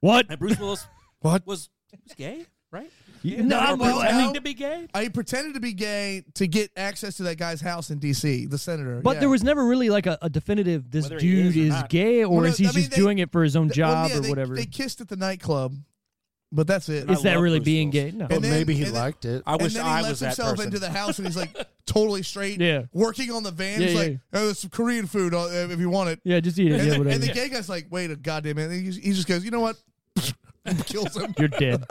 Speaker 1: what?
Speaker 3: and Bruce Willis
Speaker 4: What?
Speaker 3: was was gay, right?
Speaker 1: Yeah, no,
Speaker 4: no,
Speaker 1: I'm-
Speaker 4: well,
Speaker 1: I mean,
Speaker 4: no.
Speaker 3: to be gay.
Speaker 4: I pretended to be gay to get access to that guy's house in D.C. The senator,
Speaker 1: but
Speaker 4: yeah.
Speaker 1: there was never really like a, a definitive. This
Speaker 3: Whether he
Speaker 1: dude
Speaker 3: is or
Speaker 1: is,
Speaker 3: not.
Speaker 1: gay, or
Speaker 4: Well, no,
Speaker 1: is he
Speaker 4: I mean,
Speaker 1: just
Speaker 4: they-
Speaker 1: doing it for his own
Speaker 4: Th- well,
Speaker 1: job
Speaker 4: yeah,
Speaker 1: or
Speaker 4: they,
Speaker 1: whatever?
Speaker 4: They kissed at the nightclub, but that's it.
Speaker 3: I
Speaker 1: is that
Speaker 3: love
Speaker 1: really
Speaker 3: Bruce
Speaker 1: being
Speaker 3: Willis.
Speaker 1: gay? No.
Speaker 2: But
Speaker 4: And then-
Speaker 2: maybe he
Speaker 4: and then-
Speaker 2: liked it.
Speaker 3: I
Speaker 4: and
Speaker 3: wish
Speaker 4: then he
Speaker 3: I
Speaker 4: lets
Speaker 3: was that
Speaker 4: himself
Speaker 3: person.
Speaker 4: into the house, and he's like totally straight,
Speaker 1: Yeah.
Speaker 4: working on the van.
Speaker 1: Yeah,
Speaker 4: he's
Speaker 1: yeah.
Speaker 4: like, "Oh, there's some Korean food uh, if you want it."
Speaker 1: Yeah, just eat it.
Speaker 4: And,
Speaker 1: Yeah,
Speaker 4: the,
Speaker 1: whatever.
Speaker 4: and the gay guy's like, "Wait a goddamn minute!" He, he just goes, "You know what?" Kills him.
Speaker 1: You're dead.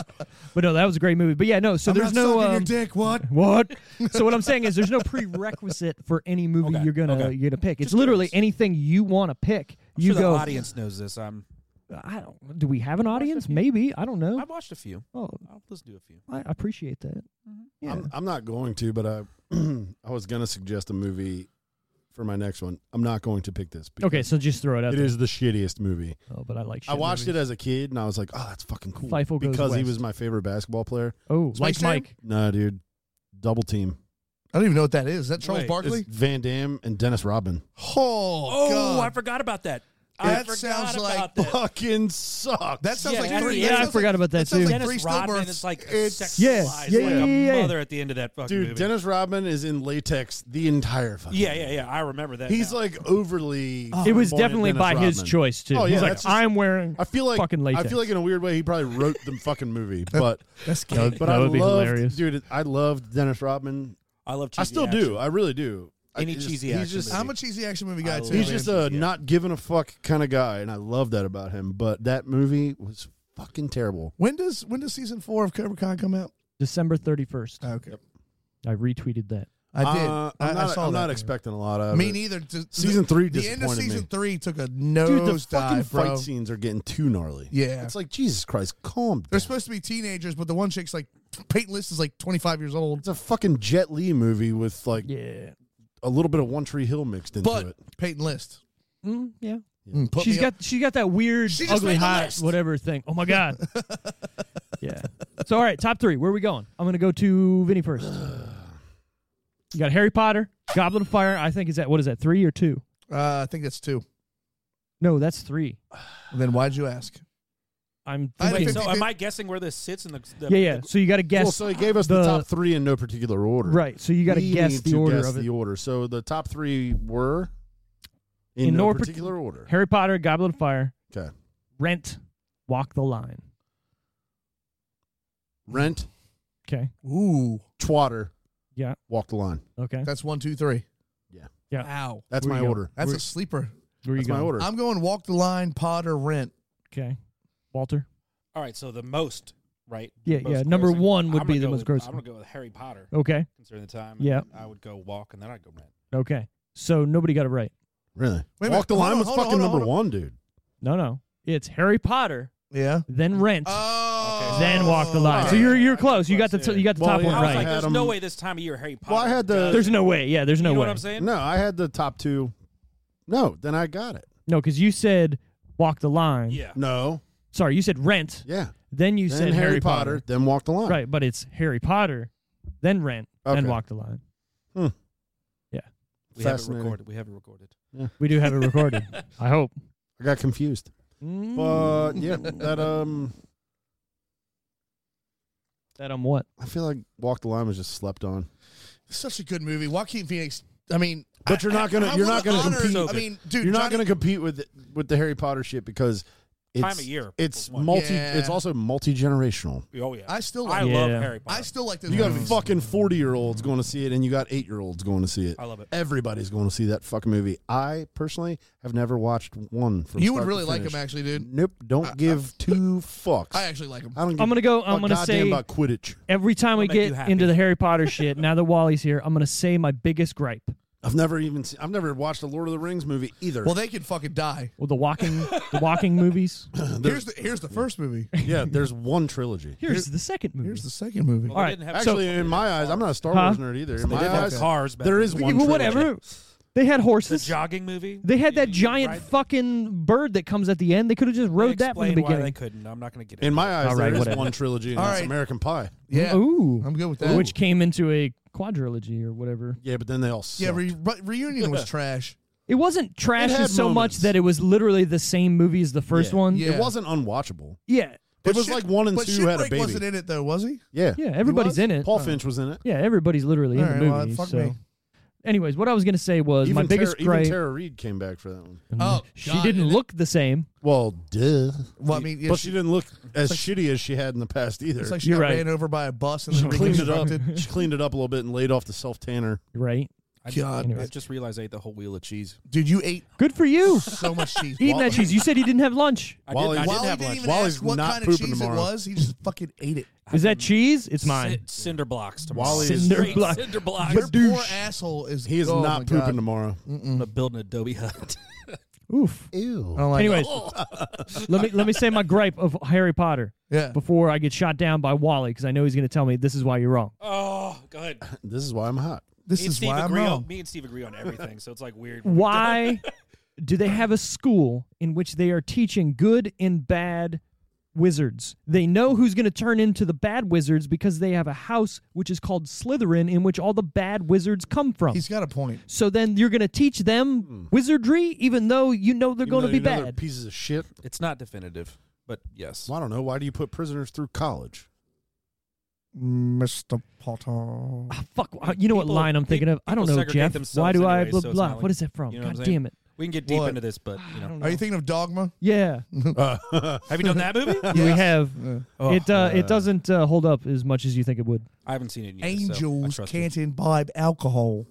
Speaker 1: But no, that was a great movie. But yeah, no. So
Speaker 4: I'm
Speaker 1: there's
Speaker 4: not
Speaker 1: no.
Speaker 4: sucking
Speaker 1: um,
Speaker 4: your dick. What?
Speaker 1: What? so what I'm saying is there's no prerequisite for any movie
Speaker 3: Okay,
Speaker 1: you're gonna
Speaker 3: okay.
Speaker 1: you're gonna pick. It's
Speaker 3: Just
Speaker 1: literally
Speaker 3: curious.
Speaker 1: anything you want to pick. you
Speaker 3: sure
Speaker 1: go.
Speaker 3: The audience knows this. I'm.
Speaker 1: I don't. Do we have an audience? Maybe I don't know.
Speaker 3: I've watched a few.
Speaker 1: Oh,
Speaker 3: I'll just do a few.
Speaker 1: I appreciate that. Yeah.
Speaker 2: I'm, I'm not going to, but I I was gonna suggest a movie for my next one. I'm not going to pick this. because
Speaker 1: okay, so just throw it out.
Speaker 2: It
Speaker 1: there.
Speaker 2: is the shittiest movie.
Speaker 1: Oh, but I like. Shit
Speaker 2: I watched
Speaker 1: movies.
Speaker 2: it as a kid and I was like, oh, that's fucking cool.
Speaker 1: Fievel Goes
Speaker 2: because he
Speaker 1: West.
Speaker 2: was my favorite basketball player.
Speaker 1: Oh,
Speaker 4: Space
Speaker 1: like
Speaker 4: Jam?
Speaker 1: Mike.
Speaker 2: Nah, dude. Double team.
Speaker 4: I don't even know what that is. Is that Charles
Speaker 3: Wait,
Speaker 4: Barkley?
Speaker 2: It's Van Damme and Dennis Rodman.
Speaker 4: Oh,
Speaker 3: Oh, I
Speaker 4: God.
Speaker 3: forgot about that. I
Speaker 4: That
Speaker 3: forgot
Speaker 4: sounds
Speaker 3: about
Speaker 4: like-
Speaker 3: that.
Speaker 2: Fucking sucks.
Speaker 4: that sounds
Speaker 3: Yeah,
Speaker 4: like
Speaker 3: Henry-
Speaker 4: three.
Speaker 3: yeah,
Speaker 4: that
Speaker 3: I
Speaker 4: sounds
Speaker 1: forgot
Speaker 4: like-
Speaker 1: about that
Speaker 4: sounds
Speaker 1: too.
Speaker 4: like three
Speaker 3: Dennis Rodman
Speaker 4: stillbirths.
Speaker 3: is like
Speaker 4: It's-
Speaker 3: sexualized
Speaker 1: Yeah, yeah,
Speaker 3: like
Speaker 1: yeah,
Speaker 3: a
Speaker 1: yeah, yeah.
Speaker 3: mother at the end of that fucking
Speaker 2: Dude,
Speaker 3: movie.
Speaker 2: Dennis Rodman is in latex the entire fucking
Speaker 3: yeah, yeah, yeah. I remember that.
Speaker 2: He's
Speaker 3: now.
Speaker 2: like
Speaker 1: it
Speaker 2: overly.
Speaker 1: was
Speaker 2: flamboyant
Speaker 1: definitely
Speaker 2: Oh, Dennis
Speaker 1: by his
Speaker 2: Rodman.
Speaker 1: choice too.
Speaker 2: Oh, yeah,
Speaker 1: He's like,
Speaker 2: that's just-
Speaker 1: I'm wearing.
Speaker 2: I feel like
Speaker 1: Fucking
Speaker 2: I
Speaker 1: latex.
Speaker 2: feel like in a weird way he probably wrote the fucking movie, but
Speaker 4: That's
Speaker 1: No,
Speaker 4: gay.
Speaker 2: but
Speaker 1: that
Speaker 2: I
Speaker 1: would be
Speaker 2: loved,
Speaker 1: hilarious.
Speaker 2: dude. I loved Dennis Rodman.
Speaker 3: I love. Cheesy
Speaker 2: I still
Speaker 3: action.
Speaker 2: do. I really do. I
Speaker 3: Any
Speaker 2: just-
Speaker 3: cheesy
Speaker 2: he's
Speaker 3: action
Speaker 2: Just,
Speaker 3: movie.
Speaker 4: I'm a cheesy action movie guy
Speaker 3: I
Speaker 4: too.
Speaker 3: love
Speaker 2: he's
Speaker 4: man.
Speaker 2: just a
Speaker 3: Yeah.
Speaker 2: not giving a fuck kind of guy, and I love that about him. But that movie was fucking terrible.
Speaker 4: When does when does season four of Cobra Kai come out?
Speaker 1: December 31st.
Speaker 4: Okay,
Speaker 1: I retweeted that.
Speaker 4: I did.
Speaker 2: Uh,
Speaker 4: I,
Speaker 2: I'm not,
Speaker 4: I saw
Speaker 2: am
Speaker 4: that.
Speaker 2: not expecting a lot of
Speaker 4: Me
Speaker 2: it.
Speaker 4: neither. Just-
Speaker 2: Season three
Speaker 4: The end of
Speaker 2: disappointed
Speaker 4: season
Speaker 2: me.
Speaker 4: three took a
Speaker 2: Dude, the
Speaker 4: nose
Speaker 2: fucking
Speaker 4: dive, bro.
Speaker 2: fight scenes are getting too gnarly.
Speaker 4: Yeah.
Speaker 2: it's like Jesus Christ, calm
Speaker 4: They're
Speaker 2: down.
Speaker 4: supposed to be teenagers, but the one chick's like Peyton List is like 25 years old.
Speaker 2: It's a fucking Jet Li movie with like
Speaker 1: Yeah.
Speaker 2: a little bit of One Tree Hill mixed into
Speaker 4: But
Speaker 2: it.
Speaker 4: Peyton List,
Speaker 1: Mm, yeah.
Speaker 4: Mm, put
Speaker 1: she's
Speaker 4: me
Speaker 1: got
Speaker 4: up.
Speaker 1: she's got that weird
Speaker 4: She just
Speaker 1: ugly
Speaker 4: made the
Speaker 1: hot
Speaker 4: list.
Speaker 1: whatever thing. Oh my god. yeah. So all right, top three. Where are we going? I'm gonna go to Vinny first. You got Harry Potter, Goblet of Fire. I think is that what is that three or two?
Speaker 4: Uh, I think that's two.
Speaker 1: No, that's three.
Speaker 4: Then why'd you ask?
Speaker 1: I'm
Speaker 4: I
Speaker 1: thinking.
Speaker 3: Wait,
Speaker 4: think-
Speaker 3: so am I guessing where this sits in the? the
Speaker 1: yeah, yeah.
Speaker 3: the-
Speaker 1: So you got to guess.
Speaker 2: Well, so he gave us the,
Speaker 1: the-
Speaker 2: top three in no particular order.
Speaker 1: right. So you got to
Speaker 2: We
Speaker 1: guess
Speaker 2: need
Speaker 1: the
Speaker 2: to
Speaker 1: order
Speaker 2: guess
Speaker 1: of it.
Speaker 2: the order. So the top three were in,
Speaker 1: In
Speaker 2: no
Speaker 1: no par-
Speaker 2: particular order.
Speaker 1: Harry Potter, Goblet of Fire,
Speaker 2: Okay.
Speaker 1: Rent, Walk the Line.
Speaker 2: Rent,
Speaker 1: Okay.
Speaker 4: Ooh,
Speaker 2: Twatter,
Speaker 1: Yeah.
Speaker 2: Walk the Line.
Speaker 1: Okay.
Speaker 4: that's one, two, three.
Speaker 2: Yeah.
Speaker 1: Yeah.
Speaker 4: Wow,
Speaker 2: That's
Speaker 1: Where
Speaker 2: my
Speaker 1: you go?
Speaker 2: order.
Speaker 4: that's
Speaker 1: We're-
Speaker 4: a sleeper.
Speaker 1: Where you
Speaker 2: That's my
Speaker 1: going?
Speaker 2: order.
Speaker 4: I'm going walk the line, Potter rent.
Speaker 1: Okay. Walter.
Speaker 3: All right. So the most right.
Speaker 1: Yeah,
Speaker 3: Most
Speaker 1: yeah, number
Speaker 3: grossing.
Speaker 1: one would
Speaker 3: I'm
Speaker 1: be
Speaker 3: gonna
Speaker 1: the
Speaker 3: go
Speaker 1: most
Speaker 3: with-
Speaker 1: grossing.
Speaker 3: I'm gonna go with Harry Potter
Speaker 1: Okay.
Speaker 3: considering the time.
Speaker 1: Yeah.
Speaker 3: I would go walk and then I'd go rent.
Speaker 1: Okay. So nobody got it right.
Speaker 2: really?
Speaker 4: Wait a
Speaker 2: Walk
Speaker 4: minute.
Speaker 2: the
Speaker 4: Hold
Speaker 2: Line
Speaker 4: on,
Speaker 2: was
Speaker 4: hold on,
Speaker 2: fucking
Speaker 4: hold on,
Speaker 2: number
Speaker 4: hold
Speaker 2: one, dude.
Speaker 1: No, no. It's Harry Potter,
Speaker 4: Yeah.
Speaker 1: then Rent,
Speaker 4: Oh.
Speaker 1: then Walk the Line.
Speaker 2: all
Speaker 1: So you're
Speaker 3: right.
Speaker 1: you're close. You got the
Speaker 3: Close,
Speaker 1: t-
Speaker 3: yeah.
Speaker 1: you got the
Speaker 2: Well,
Speaker 1: top
Speaker 2: yeah,
Speaker 1: one
Speaker 3: I was
Speaker 1: right.
Speaker 3: like, there's
Speaker 2: Adam-
Speaker 3: no way this time of year Harry Potter.
Speaker 2: Well, I had the-
Speaker 3: does-
Speaker 1: there's no way. Yeah, there's
Speaker 3: you
Speaker 1: no way.
Speaker 3: know what I'm saying?
Speaker 2: No, I had the top two. No, then I got it.
Speaker 1: No, because you said Walk the Line.
Speaker 3: Yeah.
Speaker 2: No.
Speaker 1: Sorry, you said Rent.
Speaker 2: Yeah.
Speaker 1: Then you
Speaker 2: then
Speaker 1: said
Speaker 2: Harry Potter, then Walk the Line.
Speaker 1: Right, but it's Harry Potter, then Rent, then
Speaker 2: Okay.
Speaker 1: Walk the Line.
Speaker 3: We have it
Speaker 2: Fascinating.
Speaker 3: recorded. We have it recorded.
Speaker 1: We do have it recorded. I hope.
Speaker 2: I got confused. Mm. But yeah, that um
Speaker 1: that I'm what?
Speaker 2: I feel like Walk the Line was just slept on.
Speaker 4: Such a good movie. Joaquin Phoenix. I mean,
Speaker 2: But you're not gonna-
Speaker 4: I- I
Speaker 2: you're
Speaker 4: wanna
Speaker 2: not gonna
Speaker 4: honor-
Speaker 2: compete.
Speaker 4: I mean, dude,
Speaker 2: You're not
Speaker 4: Johnny-
Speaker 2: going to compete with with the Harry Potter shit because it's,
Speaker 3: of year,
Speaker 2: It's
Speaker 3: for one.
Speaker 2: multi.
Speaker 4: Yeah.
Speaker 2: It's also multi generational.
Speaker 3: Oh yeah,
Speaker 4: I still
Speaker 3: I
Speaker 4: like-
Speaker 3: love
Speaker 1: Yeah.
Speaker 3: Harry Potter.
Speaker 4: I still like this.
Speaker 2: You got
Speaker 4: movie.
Speaker 2: fucking forty year olds going to see it, and you got eight year olds going to see it.
Speaker 3: I love it.
Speaker 2: Everybody's going to see that fucking movie. I personally have never watched one. From
Speaker 4: You would
Speaker 2: start to
Speaker 4: really like
Speaker 2: finish.
Speaker 4: him, actually, dude.
Speaker 2: Nope. Don't give two fucks.
Speaker 4: I actually like him.
Speaker 2: I don't give
Speaker 1: I'm gonna go-
Speaker 2: a
Speaker 1: I'm gonna
Speaker 2: goddamn
Speaker 1: say-
Speaker 2: about Quidditch.
Speaker 1: Every time we
Speaker 3: make you
Speaker 1: get
Speaker 3: happy.
Speaker 1: into the Harry Potter shit, now that Wally's here, I'm gonna say my biggest gripe.
Speaker 2: I've never even. Seen, I've never watched a Lord of the Rings movie either.
Speaker 4: Well, they can fucking die.
Speaker 1: Well, the walking, the walking movies.
Speaker 4: Here's the here's the first movie.
Speaker 2: yeah, there's one trilogy.
Speaker 1: Here's the second movie.
Speaker 4: Here's the second movie.
Speaker 3: Well, they
Speaker 1: All right,
Speaker 3: didn't have
Speaker 2: Actually, in my eyes, I'm not a Star
Speaker 1: Huh?
Speaker 2: Wars nerd either. In my
Speaker 3: didn't have
Speaker 2: eyes,
Speaker 3: cars back
Speaker 2: There
Speaker 3: then.
Speaker 2: is
Speaker 1: Yeah,
Speaker 2: one.
Speaker 1: but
Speaker 2: trilogy.
Speaker 1: whatever. They had
Speaker 3: the
Speaker 1: horses.
Speaker 3: jogging movie.
Speaker 1: they had
Speaker 3: You-
Speaker 1: that
Speaker 3: you
Speaker 1: giant
Speaker 3: ride-
Speaker 1: fucking bird that comes at the end. They could have just
Speaker 3: they
Speaker 1: rode that from the
Speaker 3: explain Why
Speaker 1: beginning.
Speaker 3: they couldn't. I'm not going to get
Speaker 2: In
Speaker 3: into
Speaker 2: my eyes,
Speaker 1: All
Speaker 2: there is
Speaker 1: right, whatever.
Speaker 2: one trilogy, and
Speaker 4: All
Speaker 2: that's
Speaker 4: right.
Speaker 2: American Pie.
Speaker 4: Yeah,
Speaker 1: Ooh,
Speaker 4: I'm good with that.
Speaker 1: Which came into a quadrilogy or whatever.
Speaker 2: Yeah, but then they all suck.
Speaker 4: yeah, re- re- reunion was trash.
Speaker 1: It wasn't trash
Speaker 2: had
Speaker 1: so much
Speaker 2: moments.
Speaker 1: that it was literally the same movie as the first
Speaker 2: Yeah.
Speaker 1: one.
Speaker 4: Yeah.
Speaker 2: It wasn't unwatchable.
Speaker 1: yeah,
Speaker 2: it was
Speaker 4: Shit-
Speaker 2: like one and
Speaker 4: but
Speaker 2: two had a
Speaker 4: Shitbreak
Speaker 2: baby.
Speaker 4: wasn't in it though, was he?
Speaker 2: Yeah,
Speaker 1: Yeah, everybody's
Speaker 2: was.
Speaker 1: in it.
Speaker 2: Paul Finch was in it.
Speaker 1: Yeah, everybody's literally
Speaker 4: All
Speaker 1: in
Speaker 4: right,
Speaker 1: the movie.
Speaker 4: well, fuck
Speaker 1: so,
Speaker 4: me.
Speaker 1: anyways, what I was gonna say was my
Speaker 2: even
Speaker 1: biggest
Speaker 2: Tara,
Speaker 1: gripe.
Speaker 2: even Tara Reed came back for that one.
Speaker 4: Oh,
Speaker 1: she
Speaker 4: God,
Speaker 1: didn't
Speaker 4: and it-
Speaker 1: look the same.
Speaker 2: Well, duh.
Speaker 4: Well, I mean, yeah,
Speaker 2: but she,
Speaker 4: she,
Speaker 2: didn't look as shitty as she had in the past either.
Speaker 4: it's like she
Speaker 1: You're
Speaker 4: got
Speaker 1: right.
Speaker 4: ran over by a bus and then
Speaker 2: cleaned it up.
Speaker 4: reconstructed.
Speaker 2: she cleaned it up a little bit and laid off the self tanner.
Speaker 1: Right?
Speaker 3: I,
Speaker 4: God.
Speaker 3: just, I
Speaker 1: Anyways.
Speaker 3: just realized I ate the whole wheel of cheese.
Speaker 4: Dude, you ate
Speaker 1: Good for you.
Speaker 4: so much cheese.
Speaker 1: Eating that cheese. You said you didn't have lunch.
Speaker 3: I
Speaker 2: Wally-
Speaker 3: did, I
Speaker 2: Wally
Speaker 4: While
Speaker 3: didn't
Speaker 4: he
Speaker 3: have
Speaker 4: didn't
Speaker 3: lunch.
Speaker 4: even
Speaker 2: Wally's
Speaker 4: ask what
Speaker 2: not
Speaker 4: kind of cheese
Speaker 2: pooping tomorrow.
Speaker 4: it was, he just fucking ate it.
Speaker 1: Is that cheese? It's
Speaker 3: Cin-
Speaker 1: mine.
Speaker 3: Cinder blocks tomorrow.
Speaker 2: Wally is-
Speaker 1: Cinder
Speaker 3: Straight
Speaker 1: block.
Speaker 3: Cinder blocks.
Speaker 4: Your
Speaker 3: I'm
Speaker 4: poor asshole is.
Speaker 2: He is
Speaker 4: oh my
Speaker 2: not pooping
Speaker 4: God.
Speaker 2: tomorrow.
Speaker 3: gonna build an adobe hut.
Speaker 1: Oof.
Speaker 4: I don't like
Speaker 1: Anyways, let me let me say my gripe of Harry Potter
Speaker 4: it. yeah.
Speaker 1: before I get shot down by Wally because I know he's going to tell me this is why you're wrong.
Speaker 3: oh, go ahead.
Speaker 2: This is why I'm hot.
Speaker 4: This
Speaker 3: Me and
Speaker 4: is
Speaker 3: Steve
Speaker 4: why I'm
Speaker 3: agree
Speaker 4: wrong.
Speaker 3: on me and Steve agree on everything, so it's like weird.
Speaker 1: Why do they have a school in which they are teaching good and bad wizards? They know who's going to turn into the bad wizards because they have a house which is called Slytherin in which all the bad wizards come from.
Speaker 4: He's got a point.
Speaker 1: so then you're going to teach
Speaker 3: Hmm.
Speaker 1: them wizardry even though you know they're going to
Speaker 2: Even though
Speaker 1: be
Speaker 2: you know they're
Speaker 1: bad.
Speaker 2: pieces of shit.
Speaker 3: It's not definitive, but yes.
Speaker 2: Well, I don't know. Why do you put prisoners through college?
Speaker 4: Mr. Potter.
Speaker 1: Ah, Fuck, uh, you know what
Speaker 3: People-
Speaker 1: line I'm thinking of? I don't
Speaker 3: people
Speaker 1: know,
Speaker 3: segregate
Speaker 1: Jeff. Why
Speaker 3: themselves
Speaker 1: do I
Speaker 3: anyway,
Speaker 1: blah
Speaker 3: so it's
Speaker 1: blah?
Speaker 3: not like-
Speaker 1: what is that from?
Speaker 3: you know what
Speaker 1: God
Speaker 3: I'm saying?
Speaker 1: damn it!
Speaker 3: We can get deep
Speaker 4: What?
Speaker 3: into this, but you know.
Speaker 4: Are you thinking of Dogma?
Speaker 1: Yeah,
Speaker 2: Uh,
Speaker 3: Have you done that movie?
Speaker 1: we have.
Speaker 4: Yeah.
Speaker 1: it uh, it doesn't uh, hold up as much as you think it would.
Speaker 3: I haven't seen it yet.
Speaker 4: Angels
Speaker 3: so I trust you.
Speaker 4: can't imbibe alcohol.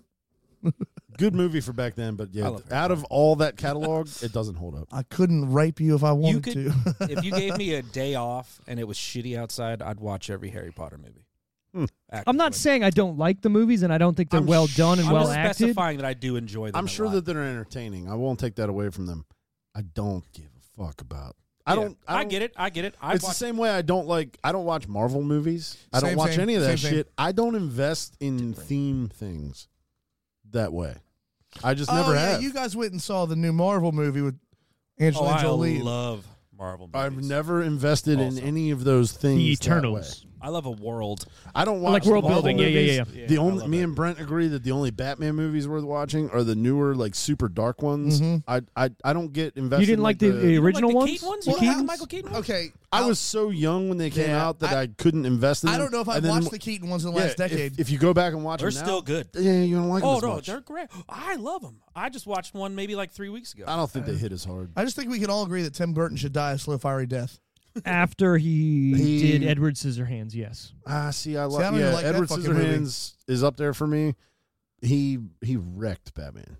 Speaker 2: good movie for back then, but
Speaker 3: I
Speaker 2: yeah,
Speaker 3: love Harry
Speaker 2: out of all that catalog, it doesn't hold up.
Speaker 4: I couldn't rape you if I wanted
Speaker 3: You could,
Speaker 4: to.
Speaker 3: if you gave me a day off and it was shitty outside, I'd watch every Harry Potter movie. Act-
Speaker 1: Hmm. I'm not saying I don't like the movies and I don't think they're
Speaker 2: I'm
Speaker 1: well done and
Speaker 3: I'm
Speaker 1: well
Speaker 3: just
Speaker 1: acted.
Speaker 3: specifying that I do enjoy them.
Speaker 2: I'm
Speaker 3: a
Speaker 2: sure
Speaker 3: lot.
Speaker 2: that they're entertaining. I won't take that away from them. I don't give a fuck about. I
Speaker 3: Yeah.
Speaker 2: don't. I,
Speaker 3: I,
Speaker 2: don't-
Speaker 3: get it. I get it. I
Speaker 2: It's the
Speaker 3: watch
Speaker 2: same way I don't like. I don't watch Marvel movies. I don't
Speaker 4: Same,
Speaker 2: watch
Speaker 4: same,
Speaker 2: any of that
Speaker 4: same, same.
Speaker 2: shit. I don't invest in theme things that way. I just
Speaker 4: oh,
Speaker 2: never
Speaker 4: yeah,
Speaker 2: have.
Speaker 4: you guys went and saw the new Marvel movie with
Speaker 3: Oh,
Speaker 4: Angelina
Speaker 3: I
Speaker 4: Jolie.
Speaker 3: love Marvel. Movies.
Speaker 2: I've never invested
Speaker 3: Also.
Speaker 2: in any of those things.
Speaker 1: The
Speaker 2: that way.
Speaker 1: Eternals.
Speaker 3: I love a world.
Speaker 2: I don't
Speaker 1: Like
Speaker 2: watch
Speaker 1: world
Speaker 2: Marvel
Speaker 1: building, yeah, yeah,
Speaker 2: movies.
Speaker 3: yeah, yeah.
Speaker 2: The
Speaker 3: Yeah, I
Speaker 2: only
Speaker 3: love
Speaker 2: me
Speaker 3: that.
Speaker 2: and Brent agree that the only Batman movies worth watching are the newer, like super dark ones. I, I I don't get invested.
Speaker 1: Mm-hmm. You didn't
Speaker 2: in,
Speaker 1: like the, the original
Speaker 3: like the Keaton
Speaker 1: ones?
Speaker 3: ones?
Speaker 1: The
Speaker 3: You like
Speaker 1: Keatons?
Speaker 3: Michael Keaton ones?
Speaker 4: Okay,
Speaker 2: I was so young when they came
Speaker 4: Yeah,
Speaker 2: out that I,
Speaker 4: I-
Speaker 2: couldn't invest in.
Speaker 4: I
Speaker 2: them.
Speaker 4: don't know if
Speaker 2: And
Speaker 4: I've
Speaker 2: then-
Speaker 4: watched the Keaton ones in the
Speaker 2: yeah,
Speaker 4: last
Speaker 2: if-
Speaker 4: decade.
Speaker 2: If, you go back and watch,
Speaker 3: They're
Speaker 2: them now,
Speaker 3: still good.
Speaker 2: Yeah, you don't like.
Speaker 3: Oh
Speaker 2: them as
Speaker 3: no,
Speaker 2: much.
Speaker 3: they're great. I love them. I just watched one maybe like three weeks ago.
Speaker 2: I don't think they hit as hard.
Speaker 4: I just think we can all agree that Tim Burton should die a slow, fiery death.
Speaker 1: After he,
Speaker 2: He-
Speaker 1: did Edward Scissorhands, yes.
Speaker 2: Ah, see, I
Speaker 4: See, I
Speaker 2: love.
Speaker 4: don't even
Speaker 2: Yeah,
Speaker 4: like that
Speaker 2: Edward
Speaker 4: fucking movie.
Speaker 2: Scissorhands is up there for me. He he wrecked Batman.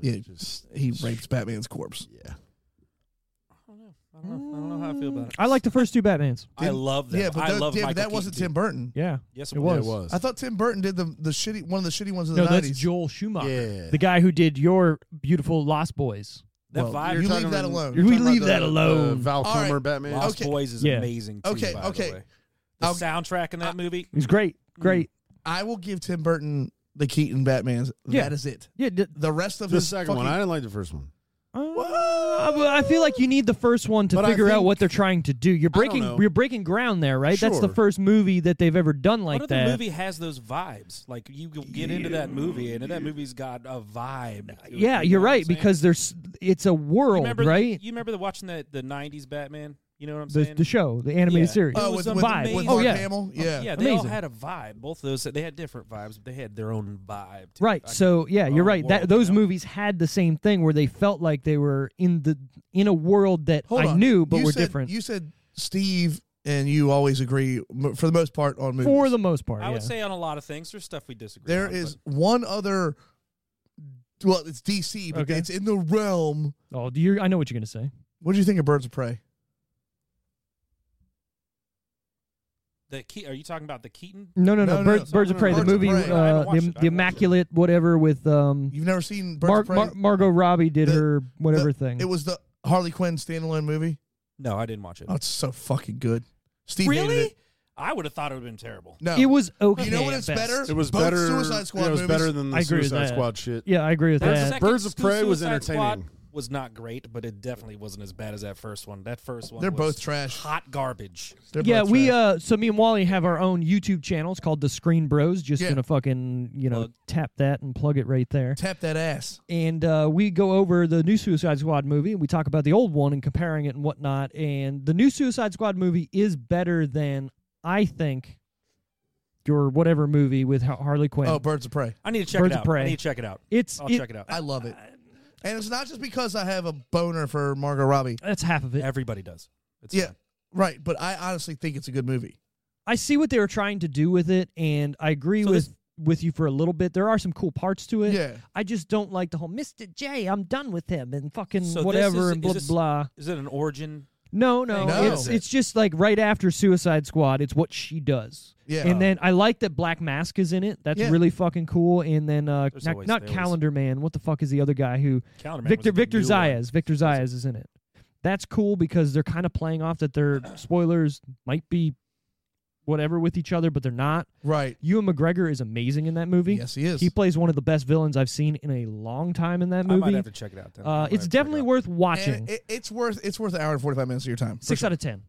Speaker 4: Yeah.
Speaker 2: Just
Speaker 4: He rapes Batman's corpse.
Speaker 2: yeah.
Speaker 3: I don't know. I don't know. I don't know how I feel about it.
Speaker 1: I like the first two Batmans.
Speaker 3: I love them.
Speaker 4: Yeah, but
Speaker 3: I
Speaker 4: that,
Speaker 3: love
Speaker 4: yeah, but
Speaker 3: Michael
Speaker 4: that wasn't
Speaker 3: Keaton,
Speaker 4: Tim Burton.
Speaker 1: Yeah.
Speaker 3: too. Yes,
Speaker 1: It
Speaker 2: Yeah,
Speaker 1: was.
Speaker 2: it was.
Speaker 4: I thought Tim Burton did the, the shitty one of the shitty ones in the
Speaker 1: No, that's
Speaker 4: nineties.
Speaker 1: Joel Schumacher,
Speaker 2: Yeah.
Speaker 1: the guy who did your beautiful Lost Boys.
Speaker 3: That
Speaker 4: Well,
Speaker 3: vibe.
Speaker 4: you're
Speaker 3: You're
Speaker 4: leave
Speaker 3: talking
Speaker 4: that
Speaker 3: about
Speaker 4: alone.
Speaker 1: We
Speaker 4: You're talking about
Speaker 1: leave
Speaker 4: the-
Speaker 1: that
Speaker 2: Uh,
Speaker 1: alone.
Speaker 2: Val
Speaker 4: All right.
Speaker 2: Kilmer Batman.
Speaker 3: Lost
Speaker 4: Okay.
Speaker 3: Boys is
Speaker 1: Yeah.
Speaker 3: amazing. Too,
Speaker 4: Okay,
Speaker 3: by the
Speaker 4: okay.
Speaker 3: way. The
Speaker 4: I'll-
Speaker 3: soundtrack in that movie.
Speaker 1: He's great. Great.
Speaker 4: I will give Tim Burton the Keaton Batman's.
Speaker 1: Yeah.
Speaker 4: That is it.
Speaker 1: Yeah. d-
Speaker 4: The rest of
Speaker 2: the
Speaker 4: his
Speaker 2: second one. I
Speaker 4: fucking-
Speaker 2: didn't like the first one.
Speaker 1: uh, I I feel like you need the first one to
Speaker 2: But I
Speaker 1: figure out
Speaker 2: think-
Speaker 1: what they're trying to do. You're
Speaker 2: I don't
Speaker 1: breaking
Speaker 2: know.
Speaker 1: you're breaking ground there, right? That's the
Speaker 2: Sure.
Speaker 1: first movie that they've ever done like
Speaker 3: What other
Speaker 1: that.
Speaker 3: movie has those vibes? Like you go- get into that movie, and that movie's got a vibe. to it,
Speaker 1: Yeah,
Speaker 3: you
Speaker 1: you're
Speaker 3: know what I'm
Speaker 1: right
Speaker 3: saying?
Speaker 1: because there's it's a world,
Speaker 3: remember,
Speaker 1: right?
Speaker 3: You remember the watching that the '90s Batman? You know what I'm
Speaker 1: the,
Speaker 3: saying?
Speaker 1: the show, the animated
Speaker 3: Yeah.
Speaker 1: series.
Speaker 3: It
Speaker 4: Oh,
Speaker 3: was
Speaker 4: with, with,
Speaker 1: amazing.
Speaker 4: with
Speaker 1: Oh,
Speaker 4: Mark
Speaker 1: yeah.
Speaker 4: Hamill. Yeah.
Speaker 3: yeah, they all
Speaker 1: Amazing.
Speaker 3: had a vibe. Both of those they had different vibes, but they had their own vibe. to
Speaker 1: Right.
Speaker 3: it. I
Speaker 1: So yeah, you're
Speaker 3: own
Speaker 1: right. That
Speaker 3: Oh, world,
Speaker 1: those
Speaker 3: you know?
Speaker 1: movies had the same thing where they felt like they were in the in a world that
Speaker 4: Hold
Speaker 1: I
Speaker 4: on.
Speaker 1: knew but
Speaker 4: you
Speaker 1: were
Speaker 4: said,
Speaker 1: different
Speaker 4: You said Steve and you always agree m- for the most part on movies.
Speaker 1: for the most part.
Speaker 3: I
Speaker 1: yeah.
Speaker 3: would say on a lot of things, there's stuff we disagree.
Speaker 4: There
Speaker 3: on,
Speaker 4: is
Speaker 3: but
Speaker 4: one other. Well, it's DC, but
Speaker 1: Okay.
Speaker 4: it's in the realm.
Speaker 1: Oh, do you I know what you're going to say.
Speaker 4: What do you think of Birds of Prey?
Speaker 3: the Ke- Are you talking about the Keaton?
Speaker 1: No, no,
Speaker 4: No,
Speaker 1: no.
Speaker 4: no,
Speaker 1: Birds,
Speaker 4: no,
Speaker 1: Birds of
Speaker 4: no,
Speaker 1: Prey,
Speaker 4: no,
Speaker 1: the
Speaker 4: Birds of
Speaker 1: movie,
Speaker 4: Prey.
Speaker 3: I haven't
Speaker 1: uh, the,
Speaker 3: watched it. I haven't
Speaker 1: the
Speaker 3: watched it.
Speaker 1: Immaculate, whatever, with um,
Speaker 4: You've never seen Birds
Speaker 1: Mar-
Speaker 4: of Prey?
Speaker 1: Mar- Margot Robbie did
Speaker 4: The-
Speaker 1: her whatever
Speaker 4: the-
Speaker 1: thing.
Speaker 4: it was the Harley Quinn standalone movie.
Speaker 3: No, I didn't watch it.
Speaker 4: Oh, it's so fucking good. Steve hated
Speaker 3: really?
Speaker 4: it.
Speaker 3: I would have thought it would have been terrible.
Speaker 4: No,
Speaker 1: It was okay.
Speaker 4: You know what?
Speaker 1: at
Speaker 4: It's
Speaker 1: best.
Speaker 4: better.
Speaker 2: It was
Speaker 4: Both
Speaker 2: better.
Speaker 4: Suicide Squad
Speaker 2: yeah, it was
Speaker 4: movies.
Speaker 2: better than the
Speaker 1: I agree with
Speaker 2: Suicide
Speaker 1: that.
Speaker 2: Squad shit.
Speaker 1: Yeah, I agree with
Speaker 3: That
Speaker 1: that.
Speaker 3: second
Speaker 2: Birds of
Speaker 3: Su-
Speaker 2: Prey was
Speaker 3: Suicide Squad
Speaker 2: entertaining.
Speaker 3: was not great, but it definitely wasn't as bad as that first one. That first one.
Speaker 4: They're
Speaker 3: was
Speaker 4: both trash.
Speaker 3: Hot garbage.
Speaker 4: They're
Speaker 1: yeah,
Speaker 4: both
Speaker 1: we
Speaker 4: trash.
Speaker 1: uh, so me and Wally have our own YouTube channels called the Screen Bros. Just
Speaker 4: Yeah.
Speaker 1: gonna fucking you know
Speaker 3: Plug.
Speaker 1: tap that and plug it right there.
Speaker 4: tap that ass.
Speaker 1: and uh, we go over the new Suicide Squad movie and we talk about the old one and comparing it and whatnot. And the new Suicide Squad movie is better than I think your whatever movie with Har- Harley Quinn.
Speaker 4: Oh, Birds of Prey.
Speaker 3: I need to check
Speaker 1: Birds
Speaker 3: it
Speaker 1: of
Speaker 3: out.
Speaker 1: Prey.
Speaker 3: I need to check it out.
Speaker 1: it's
Speaker 3: I'll
Speaker 1: it-
Speaker 3: check it out.
Speaker 4: I love it. And it's not just because I have a boner for Margot Robbie.
Speaker 1: That's half of it.
Speaker 3: Everybody does. It's
Speaker 4: Yeah,
Speaker 3: fine.
Speaker 4: right. But I honestly think it's a good movie.
Speaker 1: I see what they were trying to do with it, and I agree
Speaker 3: So
Speaker 1: with with you for a little bit. There are some cool parts to it.
Speaker 4: Yeah.
Speaker 1: I just don't like the whole Mr. J. I'm done with him and fucking
Speaker 3: So this
Speaker 1: whatever
Speaker 3: is-
Speaker 1: and
Speaker 3: is
Speaker 1: blah
Speaker 3: this-
Speaker 1: blah.
Speaker 3: Is it an origin?
Speaker 1: No, no,
Speaker 4: No.
Speaker 1: It's it's just like right after Suicide Squad, it's what she does.
Speaker 4: Yeah.
Speaker 1: And then I like that Black Mask is in it. That's
Speaker 4: Yeah.
Speaker 1: really fucking cool. And then uh,
Speaker 3: There's
Speaker 1: not,
Speaker 3: always-
Speaker 1: not
Speaker 3: there was-
Speaker 1: Calendar Man. What the fuck is the other guy who
Speaker 3: Calendar Man
Speaker 1: Victor
Speaker 3: was the
Speaker 1: Victor
Speaker 3: new one.
Speaker 1: Zayas? Victor Zayas is in it. That's cool because they're kind of playing off that their spoilers might be whatever with each other, but they're not.
Speaker 4: Right.
Speaker 1: Ewan McGregor is amazing in that movie.
Speaker 4: Yes, he is.
Speaker 1: He plays one of the best villains I've seen in a long time in that
Speaker 3: I might
Speaker 1: movie.
Speaker 3: have to check it out. Then. I might
Speaker 1: Uh,
Speaker 3: have to
Speaker 1: it's
Speaker 3: check it
Speaker 1: definitely
Speaker 3: out.
Speaker 1: worth watching.
Speaker 4: and it, it's worth it's worth an hour and forty five minutes of your time. Eh, for
Speaker 1: Six
Speaker 4: sure.
Speaker 1: out of ten.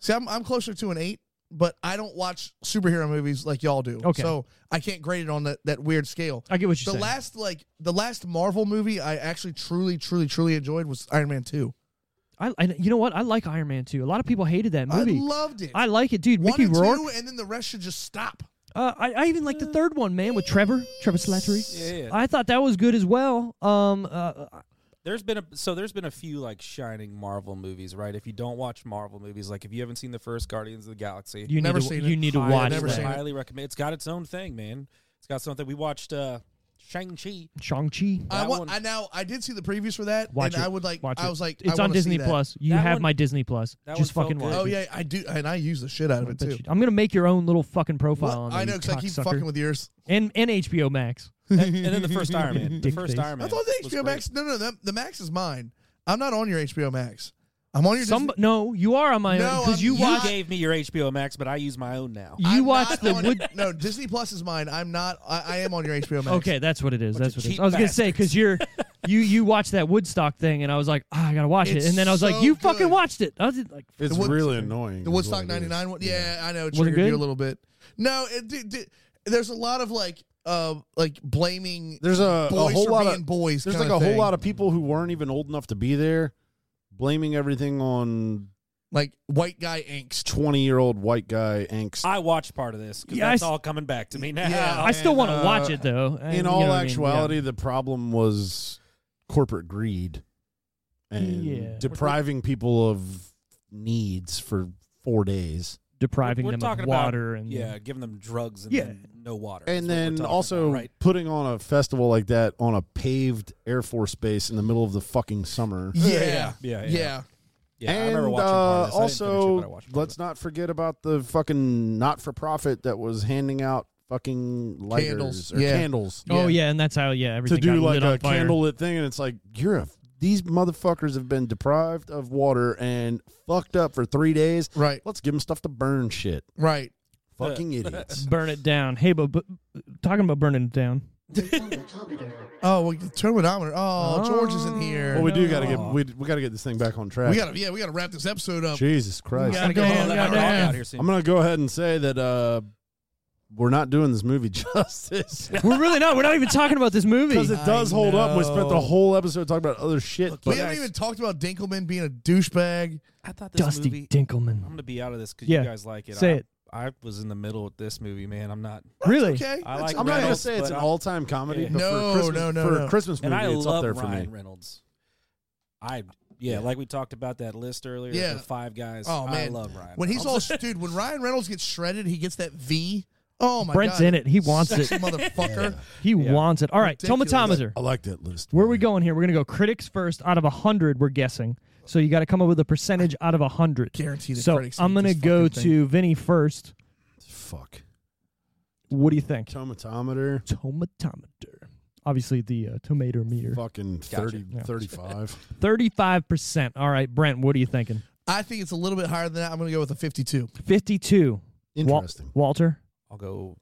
Speaker 4: See, I'm I'm closer to an eight, but I don't watch superhero movies like y'all do.
Speaker 1: Okay.
Speaker 4: So I can't grade it on that, that weird scale.
Speaker 1: I get what you're
Speaker 4: the
Speaker 1: saying.
Speaker 4: last like the last Marvel movie I actually truly truly truly enjoyed was Iron Man two.
Speaker 1: I, I you know what? I like Iron Man 2. A lot of people hated that
Speaker 4: I
Speaker 1: movie.
Speaker 4: loved it.
Speaker 1: I like it, dude.
Speaker 4: One
Speaker 1: Mickey
Speaker 4: and
Speaker 1: Rourke.
Speaker 4: two, Eh. and then the rest should just stop.
Speaker 1: Uh, I, I even like the third one, man, with Trevor, Trevor Slattery.
Speaker 3: Yeah, yeah.
Speaker 1: I thought that was good as well. Um, uh,
Speaker 3: There's been a so there's been a few like shining Marvel movies, right? If you don't watch Marvel movies, like if you haven't seen the first Guardians of the Galaxy,
Speaker 1: you
Speaker 4: Never
Speaker 1: need to,
Speaker 4: seen
Speaker 1: you
Speaker 4: it.
Speaker 1: need to
Speaker 3: highly,
Speaker 1: watch
Speaker 4: never
Speaker 1: that.
Speaker 4: seen it.
Speaker 3: highly recommend. It's got its own thing, man. It's got something. We watched uh, Shang Chi.
Speaker 1: Shang Chi.
Speaker 4: I,
Speaker 3: That
Speaker 4: wa-
Speaker 3: one-
Speaker 4: I now I did see the previews for that,
Speaker 1: Watch
Speaker 4: and
Speaker 1: it.
Speaker 4: I would like.
Speaker 1: Watch
Speaker 4: I
Speaker 1: it.
Speaker 4: was like, I
Speaker 1: it's on
Speaker 4: wanna see
Speaker 1: Disney
Speaker 4: that.
Speaker 1: Plus. You
Speaker 3: That
Speaker 1: have
Speaker 3: one-
Speaker 1: my Disney Plus.
Speaker 3: that
Speaker 1: Just
Speaker 3: one
Speaker 1: fucking
Speaker 3: felt
Speaker 1: watch
Speaker 3: good.
Speaker 4: Oh
Speaker 1: it.
Speaker 4: yeah, I do, and I use the shit out of
Speaker 1: I
Speaker 4: it
Speaker 1: bet
Speaker 4: too.
Speaker 1: you- I'm gonna make your own little fucking profile.
Speaker 4: What?
Speaker 1: On
Speaker 4: I
Speaker 1: there,
Speaker 4: know
Speaker 1: you
Speaker 4: because I keep
Speaker 1: cocksucker.
Speaker 4: fucking with yours.
Speaker 1: and and HBO Max.
Speaker 3: and, and then the first Iron Man. The
Speaker 1: Dick
Speaker 3: first
Speaker 1: face.
Speaker 3: Iron Man.
Speaker 4: I thought the
Speaker 3: was
Speaker 4: HBO
Speaker 3: great.
Speaker 4: Max. No, no, the, the Max is mine. I'm not on your HBO Max. I'm on your
Speaker 1: Some
Speaker 4: Disney.
Speaker 1: no, you are on my
Speaker 4: No,
Speaker 1: own because
Speaker 4: I'm
Speaker 1: you
Speaker 4: not.
Speaker 3: You
Speaker 1: watch
Speaker 3: gave me your HBO Max, but I use my own now.
Speaker 1: you
Speaker 4: I'm
Speaker 1: watch
Speaker 4: not
Speaker 1: the
Speaker 4: on-
Speaker 1: Wood
Speaker 4: No, Disney Plus is mine. I'm not. I, I am on your HBO Max.
Speaker 1: Okay, that's what it is.
Speaker 3: Bunch
Speaker 1: That's
Speaker 3: of
Speaker 1: what it is.
Speaker 3: cheap
Speaker 1: I was gonna say because you're you you watched that Woodstock thing, and I was like, ah, I gotta watch
Speaker 4: It's
Speaker 1: it, and then I was
Speaker 4: so
Speaker 1: like, you fucking
Speaker 4: good.
Speaker 1: watched it. I was like,
Speaker 2: It's
Speaker 4: The Wood-
Speaker 2: really annoying.
Speaker 4: The
Speaker 2: is what
Speaker 4: Woodstock
Speaker 2: it
Speaker 4: '99
Speaker 2: is.
Speaker 4: one. Yeah, I know. It
Speaker 1: Was it
Speaker 4: triggered
Speaker 1: good?
Speaker 4: you a little bit. No, it, did did- there's a lot of like, uh, like blaming.
Speaker 2: There's a, a
Speaker 4: boys
Speaker 2: whole
Speaker 4: for
Speaker 2: lot
Speaker 4: being
Speaker 2: of
Speaker 4: boys.
Speaker 2: there's like a whole lot of people who weren't even old enough to be there, blaming everything on
Speaker 4: like white guy angst.
Speaker 2: twenty year old white guy angst.
Speaker 3: I watched part of this because
Speaker 1: Yeah, I
Speaker 3: that's
Speaker 1: s-
Speaker 3: all coming back to me now.
Speaker 4: Yeah.
Speaker 1: I still
Speaker 2: And,
Speaker 1: want to
Speaker 2: uh,
Speaker 1: watch it though. and, you
Speaker 2: In
Speaker 1: know
Speaker 2: all
Speaker 1: what I mean? Yeah.
Speaker 2: actuality, the problem was corporate greed and
Speaker 1: Yeah.
Speaker 2: depriving people of needs for four days.
Speaker 1: depriving
Speaker 3: We're
Speaker 1: them
Speaker 3: talking
Speaker 1: of
Speaker 3: about-
Speaker 1: water and
Speaker 3: yeah, giving them drugs and
Speaker 1: Yeah.
Speaker 3: then no water. That's
Speaker 2: and
Speaker 3: what we're
Speaker 2: then
Speaker 3: talking
Speaker 2: also
Speaker 3: about, right.
Speaker 2: putting on a festival like that on a paved Air Force base in the middle of the fucking summer.
Speaker 4: Yeah,
Speaker 3: Yeah, yeah,
Speaker 4: yeah.
Speaker 3: Yeah, I
Speaker 2: and
Speaker 3: remember watching part
Speaker 2: uh,
Speaker 3: of this. I didn't finish it, but I
Speaker 2: also,
Speaker 3: watched part of
Speaker 2: let's not forget about the fucking not for profit that was handing out fucking lighters
Speaker 4: Candles,
Speaker 2: or
Speaker 4: yeah.
Speaker 2: candles
Speaker 1: Oh
Speaker 4: Yeah.
Speaker 1: yeah, and that's how yeah
Speaker 2: to
Speaker 1: everything
Speaker 2: do
Speaker 1: got
Speaker 2: like
Speaker 1: lit on
Speaker 2: a
Speaker 1: fire.
Speaker 2: candlelit thing. And it's like, you're a. These motherfuckers have been deprived of water and fucked up for three days.
Speaker 4: Right,
Speaker 2: Let's give them stuff to burn shit.
Speaker 4: right.
Speaker 2: Fucking idiots.
Speaker 1: Burn it down. Hey, but, but talking about burning it down.
Speaker 4: Oh, well, the thermometer. Oh, George isn't here.
Speaker 2: well, we do got to get we, we got to get this thing back on track.
Speaker 4: we gotta, yeah, we gotta wrap this episode up.
Speaker 2: Jesus Christ.
Speaker 1: gotta
Speaker 3: it.
Speaker 1: go
Speaker 3: Oh,
Speaker 1: Yeah, yeah,
Speaker 3: let my rock
Speaker 1: yeah.
Speaker 3: out here soon.
Speaker 2: I'm gonna go ahead and say that uh, we're not doing this movie justice
Speaker 1: We're really not. We're not even talking about this movie.
Speaker 2: because it does
Speaker 3: I
Speaker 2: hold up. We spent the
Speaker 3: know.
Speaker 2: whole episode talking about other shit.
Speaker 3: Look,
Speaker 4: We
Speaker 2: but
Speaker 3: yeah.
Speaker 4: haven't
Speaker 3: guys-
Speaker 4: even talked about Dinkelman being a douchebag.
Speaker 3: I thought this
Speaker 1: Dusty
Speaker 3: movie. I'm
Speaker 1: Dinkelman.
Speaker 3: gonna be out of this because
Speaker 1: Yeah.
Speaker 3: you guys like it.
Speaker 1: Say
Speaker 3: I,
Speaker 1: it.
Speaker 3: I was in the middle with this movie, man. I'm not,
Speaker 1: Really?
Speaker 4: Okay. Oh
Speaker 3: I
Speaker 4: that's
Speaker 3: like
Speaker 2: I'm not gonna
Speaker 3: Reynolds,
Speaker 2: say it's
Speaker 3: but
Speaker 2: an
Speaker 3: I'm-
Speaker 2: all-time comedy.
Speaker 3: Yeah.
Speaker 2: But
Speaker 4: No,
Speaker 2: for a Christmas,
Speaker 4: no, no,
Speaker 2: for a
Speaker 4: no.
Speaker 2: Christmas
Speaker 3: and
Speaker 2: movie,
Speaker 3: I
Speaker 2: it's
Speaker 3: love
Speaker 2: up there for
Speaker 3: Ryan
Speaker 2: me.
Speaker 3: Reynolds. I yeah, like we talked about that list earlier.
Speaker 4: Yeah.
Speaker 3: the five guys.
Speaker 4: Oh man,
Speaker 3: I love Ryan.
Speaker 4: When he's all
Speaker 3: Reynolds.
Speaker 4: dude, when Ryan Reynolds gets shredded, he gets that V. Oh my
Speaker 1: Brent's
Speaker 4: god,
Speaker 1: in it. He wants it.
Speaker 4: Sexy motherfucker.
Speaker 1: He wants it. All right,
Speaker 4: Ridiculous.
Speaker 1: Tomatometer.
Speaker 2: I like that list.
Speaker 1: Where are we going here? We're gonna go critics first. Out of hundred, we're guessing. So you got to come up with a percentage out of hundred.
Speaker 4: Guarantee the
Speaker 1: So
Speaker 4: critics.
Speaker 1: I'm
Speaker 4: hate
Speaker 1: gonna
Speaker 4: this
Speaker 1: go
Speaker 4: fucking thing.
Speaker 1: to Vinny first.
Speaker 2: Fuck.
Speaker 1: What do you think?
Speaker 2: Tomatometer.
Speaker 1: Tomatometer. Obviously the uh, tomato meter.
Speaker 2: Fucking thirty,
Speaker 1: Yeah.
Speaker 2: thirty-five. 35.
Speaker 1: Thirty-five percent. All right, Brent. What are you thinking?
Speaker 4: I think it's a little bit higher than that. I'm gonna go with a 52.
Speaker 1: Fifty-two. Wal-
Speaker 2: Interesting.
Speaker 1: Walter.
Speaker 3: I'll go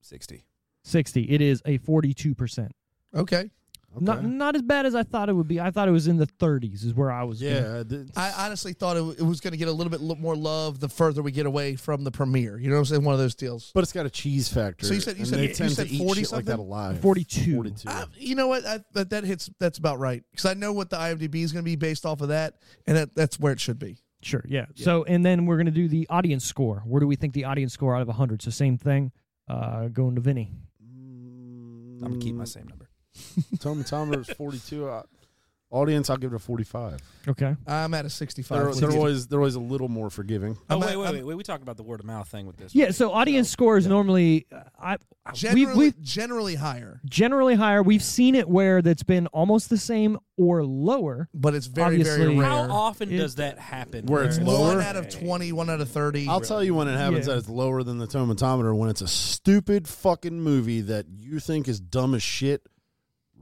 Speaker 3: sixty.
Speaker 1: Sixty. It is a forty-two percent.
Speaker 4: Okay.
Speaker 1: Not not as bad as I thought it would be. I thought it was in the thirties. Is where I was. gonna-
Speaker 2: yeah. I did-
Speaker 4: I honestly thought it, it was gonna get a little bit lo- more love the further we get away from the premiere. You know what I'm saying? One of those deals.
Speaker 2: but it's got a cheese factor.
Speaker 4: So you said- you
Speaker 2: and
Speaker 4: said-
Speaker 2: they
Speaker 4: you
Speaker 2: tend
Speaker 4: said
Speaker 2: to eat
Speaker 4: 40
Speaker 2: shit like that
Speaker 4: something?
Speaker 2: alive.
Speaker 1: 42.
Speaker 2: 42.
Speaker 4: I, you know what? I, that, that hits. That's about right because I know what the IMDb is going to be based off of that, and that, that's where it should be.
Speaker 1: Sure. Yeah. So, and then we're going to do the audience score. Where do we think the audience score out of 100? So, same thing. Uh, going to Vinny.
Speaker 3: I'm gonna keep my same number.
Speaker 2: Tomatometer is 42. Uh, audience, I'll give it a 45.
Speaker 1: Okay.
Speaker 4: I'm at a 65.
Speaker 2: They're,
Speaker 4: with
Speaker 2: they're
Speaker 4: you.
Speaker 2: always they're always a little more forgiving.
Speaker 3: Oh
Speaker 4: I'm
Speaker 3: wait,
Speaker 4: at-
Speaker 3: wait,
Speaker 4: I'm-
Speaker 3: wait, wait. We talked about the word of mouth thing with this.
Speaker 1: Yeah. So, audience score is normally, uh, I, I-
Speaker 4: generally,
Speaker 1: we've, we've
Speaker 4: generally higher,
Speaker 1: generally higher. We've seen it where that's been almost the same or lower.
Speaker 4: but it's very very
Speaker 1: Obviously.
Speaker 4: rare.
Speaker 3: How often
Speaker 1: It-
Speaker 3: does that happen?
Speaker 2: Where it's low-
Speaker 4: One
Speaker 2: Lower?
Speaker 4: out of 20, one out of 30.
Speaker 2: I'll tell you when it happens
Speaker 1: Yeah.
Speaker 2: that it's lower than the tomatometer when it's a stupid fucking movie that you think is dumb as shit.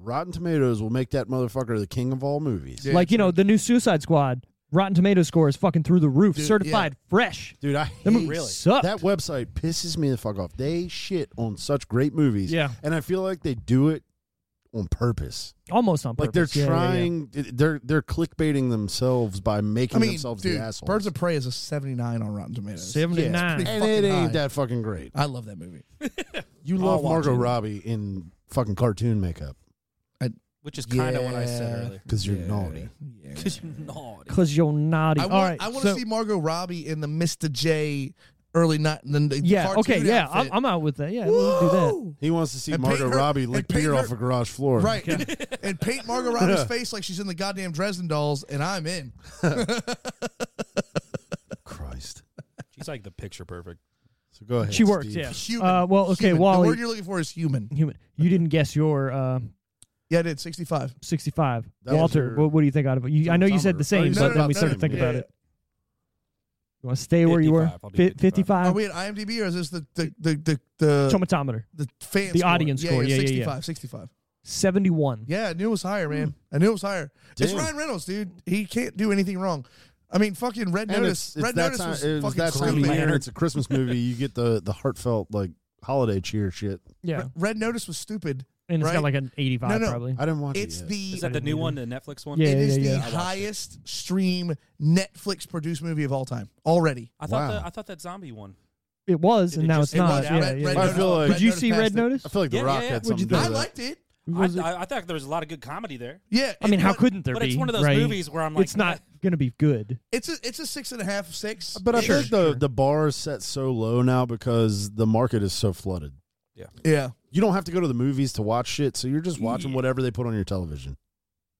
Speaker 2: Rotten Tomatoes will make that motherfucker the king of all movies.
Speaker 4: Yeah,
Speaker 1: like, you
Speaker 4: true.
Speaker 1: know, the new Suicide Squad, Rotten Tomatoes score is fucking through the roof.
Speaker 4: Dude,
Speaker 1: certified fresh.
Speaker 2: Dude, I
Speaker 1: That movie
Speaker 2: hate-
Speaker 3: Really?
Speaker 1: sucked.
Speaker 2: that website pisses me the fuck off. They shit on such great movies.
Speaker 1: Yeah.
Speaker 2: And I feel like they do it on purpose.
Speaker 1: almost on
Speaker 2: Like
Speaker 1: purpose. Yeah,
Speaker 2: they're
Speaker 1: yeah, yeah.
Speaker 2: trying they're they're clickbaiting themselves by making
Speaker 4: I mean,
Speaker 2: themselves
Speaker 4: dude,
Speaker 2: the assholes.
Speaker 4: Birds of Prey is a 79 on Rotten Tomatoes.
Speaker 1: 79.
Speaker 4: pretty-
Speaker 2: and
Speaker 4: fucking
Speaker 2: it ain't
Speaker 4: high.
Speaker 2: that fucking great.
Speaker 4: I love that movie.
Speaker 2: You
Speaker 3: I'll
Speaker 2: love
Speaker 3: watch
Speaker 2: Margot
Speaker 3: it.
Speaker 2: Robbie in fucking cartoon makeup
Speaker 3: Which is kind of what I said
Speaker 4: Yeah.
Speaker 3: earlier.
Speaker 2: because you're naughty.
Speaker 4: Yeah.
Speaker 3: Because you're naughty.
Speaker 1: Because you're naughty.
Speaker 4: I
Speaker 1: All
Speaker 4: want,
Speaker 1: right.
Speaker 4: I want
Speaker 1: so-
Speaker 4: to see Margot Robbie in the Mr. J early night. The, the
Speaker 1: Yeah.
Speaker 4: cartoon
Speaker 1: Okay. Yeah. I'm,
Speaker 4: outfit.
Speaker 1: I'm out with that. Yeah. We'll do that.
Speaker 4: Woo!
Speaker 2: He wants to see
Speaker 4: And paint
Speaker 2: Margot
Speaker 4: her-
Speaker 2: Robbie
Speaker 4: and
Speaker 2: lick
Speaker 4: paint
Speaker 2: beer
Speaker 4: her-
Speaker 2: off a garage floor.
Speaker 4: Right. and paint Margot Robbie's face like she's in the goddamn Dresden dolls, and I'm in.
Speaker 2: Christ.
Speaker 3: She's like the picture perfect.
Speaker 2: So go ahead.
Speaker 1: She works,
Speaker 2: Steve.
Speaker 1: yeah.
Speaker 4: Human.
Speaker 1: Uh, well, okay,
Speaker 4: Human. The
Speaker 1: Wally.
Speaker 4: word you're looking for is human.
Speaker 1: Human. You didn't guess your uh,
Speaker 4: Yeah, I did. 65.
Speaker 1: 65.
Speaker 2: That was
Speaker 1: Walter,
Speaker 2: your-
Speaker 1: what, what do you think out of it? You, I know you said the
Speaker 2: Tomatometer. Oh,
Speaker 1: same,
Speaker 2: you
Speaker 4: said
Speaker 1: but
Speaker 4: about
Speaker 1: then we started to
Speaker 4: that.
Speaker 1: think
Speaker 4: Yeah,
Speaker 1: about
Speaker 4: yeah.
Speaker 1: it. You want to stay where you were?
Speaker 3: 55, I'll do
Speaker 1: Fi
Speaker 4: Are
Speaker 1: 55?
Speaker 4: Oh, we uh, at IMDb or is this the the the the,
Speaker 1: Tomatometer.
Speaker 4: the, the fan
Speaker 1: The
Speaker 4: score?
Speaker 1: audience
Speaker 4: yeah,
Speaker 1: score.
Speaker 4: Yeah,
Speaker 1: Yeah, yeah,
Speaker 4: 65,
Speaker 1: yeah.
Speaker 4: 65.
Speaker 1: 71.
Speaker 4: Yeah, I knew it was higher, man. I knew it was higher. It's
Speaker 2: Hmm. Damn.
Speaker 4: Ryan Reynolds, dude. He can't do anything wrong. I mean, fucking Red
Speaker 2: And
Speaker 4: Notice.
Speaker 2: it's, it's
Speaker 4: Red
Speaker 2: that
Speaker 4: Notice
Speaker 2: time,
Speaker 4: was
Speaker 2: it was
Speaker 4: fucking
Speaker 2: that time of
Speaker 4: stupid.
Speaker 3: man.
Speaker 2: year. It's a Christmas movie. You get the, the heartfelt like holiday cheer shit.
Speaker 1: Yeah.
Speaker 4: Red Notice was stupid.
Speaker 1: And it's
Speaker 4: Right.
Speaker 1: got like an 85
Speaker 4: No, no.
Speaker 1: probably.
Speaker 2: I didn't watch
Speaker 4: It's
Speaker 2: it. yet.
Speaker 4: the
Speaker 3: Is that the new one, the Netflix one?
Speaker 1: Yeah,
Speaker 4: it
Speaker 1: yeah,
Speaker 4: is
Speaker 1: yeah. I
Speaker 4: the
Speaker 3: watched it.
Speaker 4: highest stream Netflix produced movie of all time already.
Speaker 3: I thought
Speaker 2: Wow.
Speaker 3: the, I thought that zombie one.
Speaker 1: It was,
Speaker 3: Did
Speaker 1: and
Speaker 3: it
Speaker 1: now
Speaker 3: just-
Speaker 1: it's
Speaker 3: it
Speaker 1: not.
Speaker 3: was out?
Speaker 1: Yeah,
Speaker 4: Red-
Speaker 1: yeah.
Speaker 4: Red
Speaker 2: I
Speaker 4: Notice-
Speaker 2: feel like-
Speaker 1: Did you
Speaker 4: Notice
Speaker 1: see
Speaker 4: passed
Speaker 1: Red
Speaker 4: it.
Speaker 1: Notice?
Speaker 2: I feel like The
Speaker 3: Yeah,
Speaker 2: Rock
Speaker 3: yeah,
Speaker 2: had
Speaker 3: yeah.
Speaker 1: What'd you
Speaker 2: something to do
Speaker 1: think?
Speaker 4: I
Speaker 2: with
Speaker 4: liked it.
Speaker 3: I,
Speaker 1: Was it-
Speaker 3: I, I thought there was a lot of good comedy there.
Speaker 4: Yeah,
Speaker 1: I mean,
Speaker 4: it-
Speaker 1: how
Speaker 4: but
Speaker 1: couldn't there
Speaker 3: But
Speaker 1: be?
Speaker 3: it's one of those
Speaker 1: right?
Speaker 3: movies where I'm like,
Speaker 1: It's not going to be good.
Speaker 4: It's a it's a six and a half, six.
Speaker 2: But I
Speaker 4: ish.
Speaker 2: think the, the bar is set so low now because the market is so flooded.
Speaker 4: yeah,
Speaker 2: You don't have to go to the movies to watch shit, so you're just watching whatever they put on your television.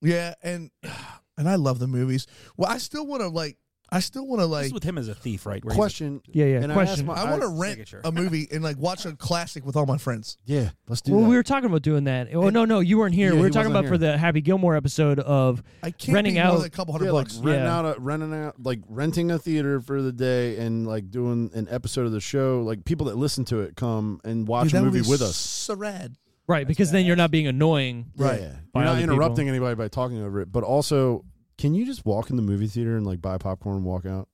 Speaker 4: yeah, and and I love the movies. Well, I still want to like, I still want to
Speaker 3: This
Speaker 4: like,
Speaker 3: is with him as a thief, right? Where he's
Speaker 2: Question.
Speaker 1: Yeah, yeah.
Speaker 2: And I asked
Speaker 1: Question.
Speaker 2: my-
Speaker 4: I want to
Speaker 2: I-
Speaker 4: rent
Speaker 3: Signature.
Speaker 4: a movie and like watch a classic with all my friends.
Speaker 2: Yeah, let's do
Speaker 1: Well,
Speaker 2: that.
Speaker 1: we were talking about doing that. Oh,
Speaker 4: It-
Speaker 1: no, no, you weren't here.
Speaker 2: Yeah,
Speaker 1: we were
Speaker 2: he
Speaker 1: talking
Speaker 2: wasn't
Speaker 1: about for
Speaker 2: here.
Speaker 1: the Happy Gilmore episode of
Speaker 4: I can't
Speaker 1: Renting
Speaker 4: be more
Speaker 1: out-
Speaker 4: than a couple hundred
Speaker 2: yeah, like
Speaker 4: bucks.
Speaker 2: renting
Speaker 1: Yeah.
Speaker 2: out a renting out like renting a theater for the day and like doing an episode of the show. Like people that listen to it come and watch
Speaker 4: Dude, that
Speaker 2: a movie
Speaker 4: would be
Speaker 2: with us.
Speaker 4: So rad.
Speaker 1: Right, because then you're not being annoying.
Speaker 4: Right.
Speaker 2: Yeah. You're
Speaker 1: By
Speaker 2: not
Speaker 1: other
Speaker 2: interrupting anybody by talking over it. But also, can you just walk in the movie theater and like buy popcorn and walk out?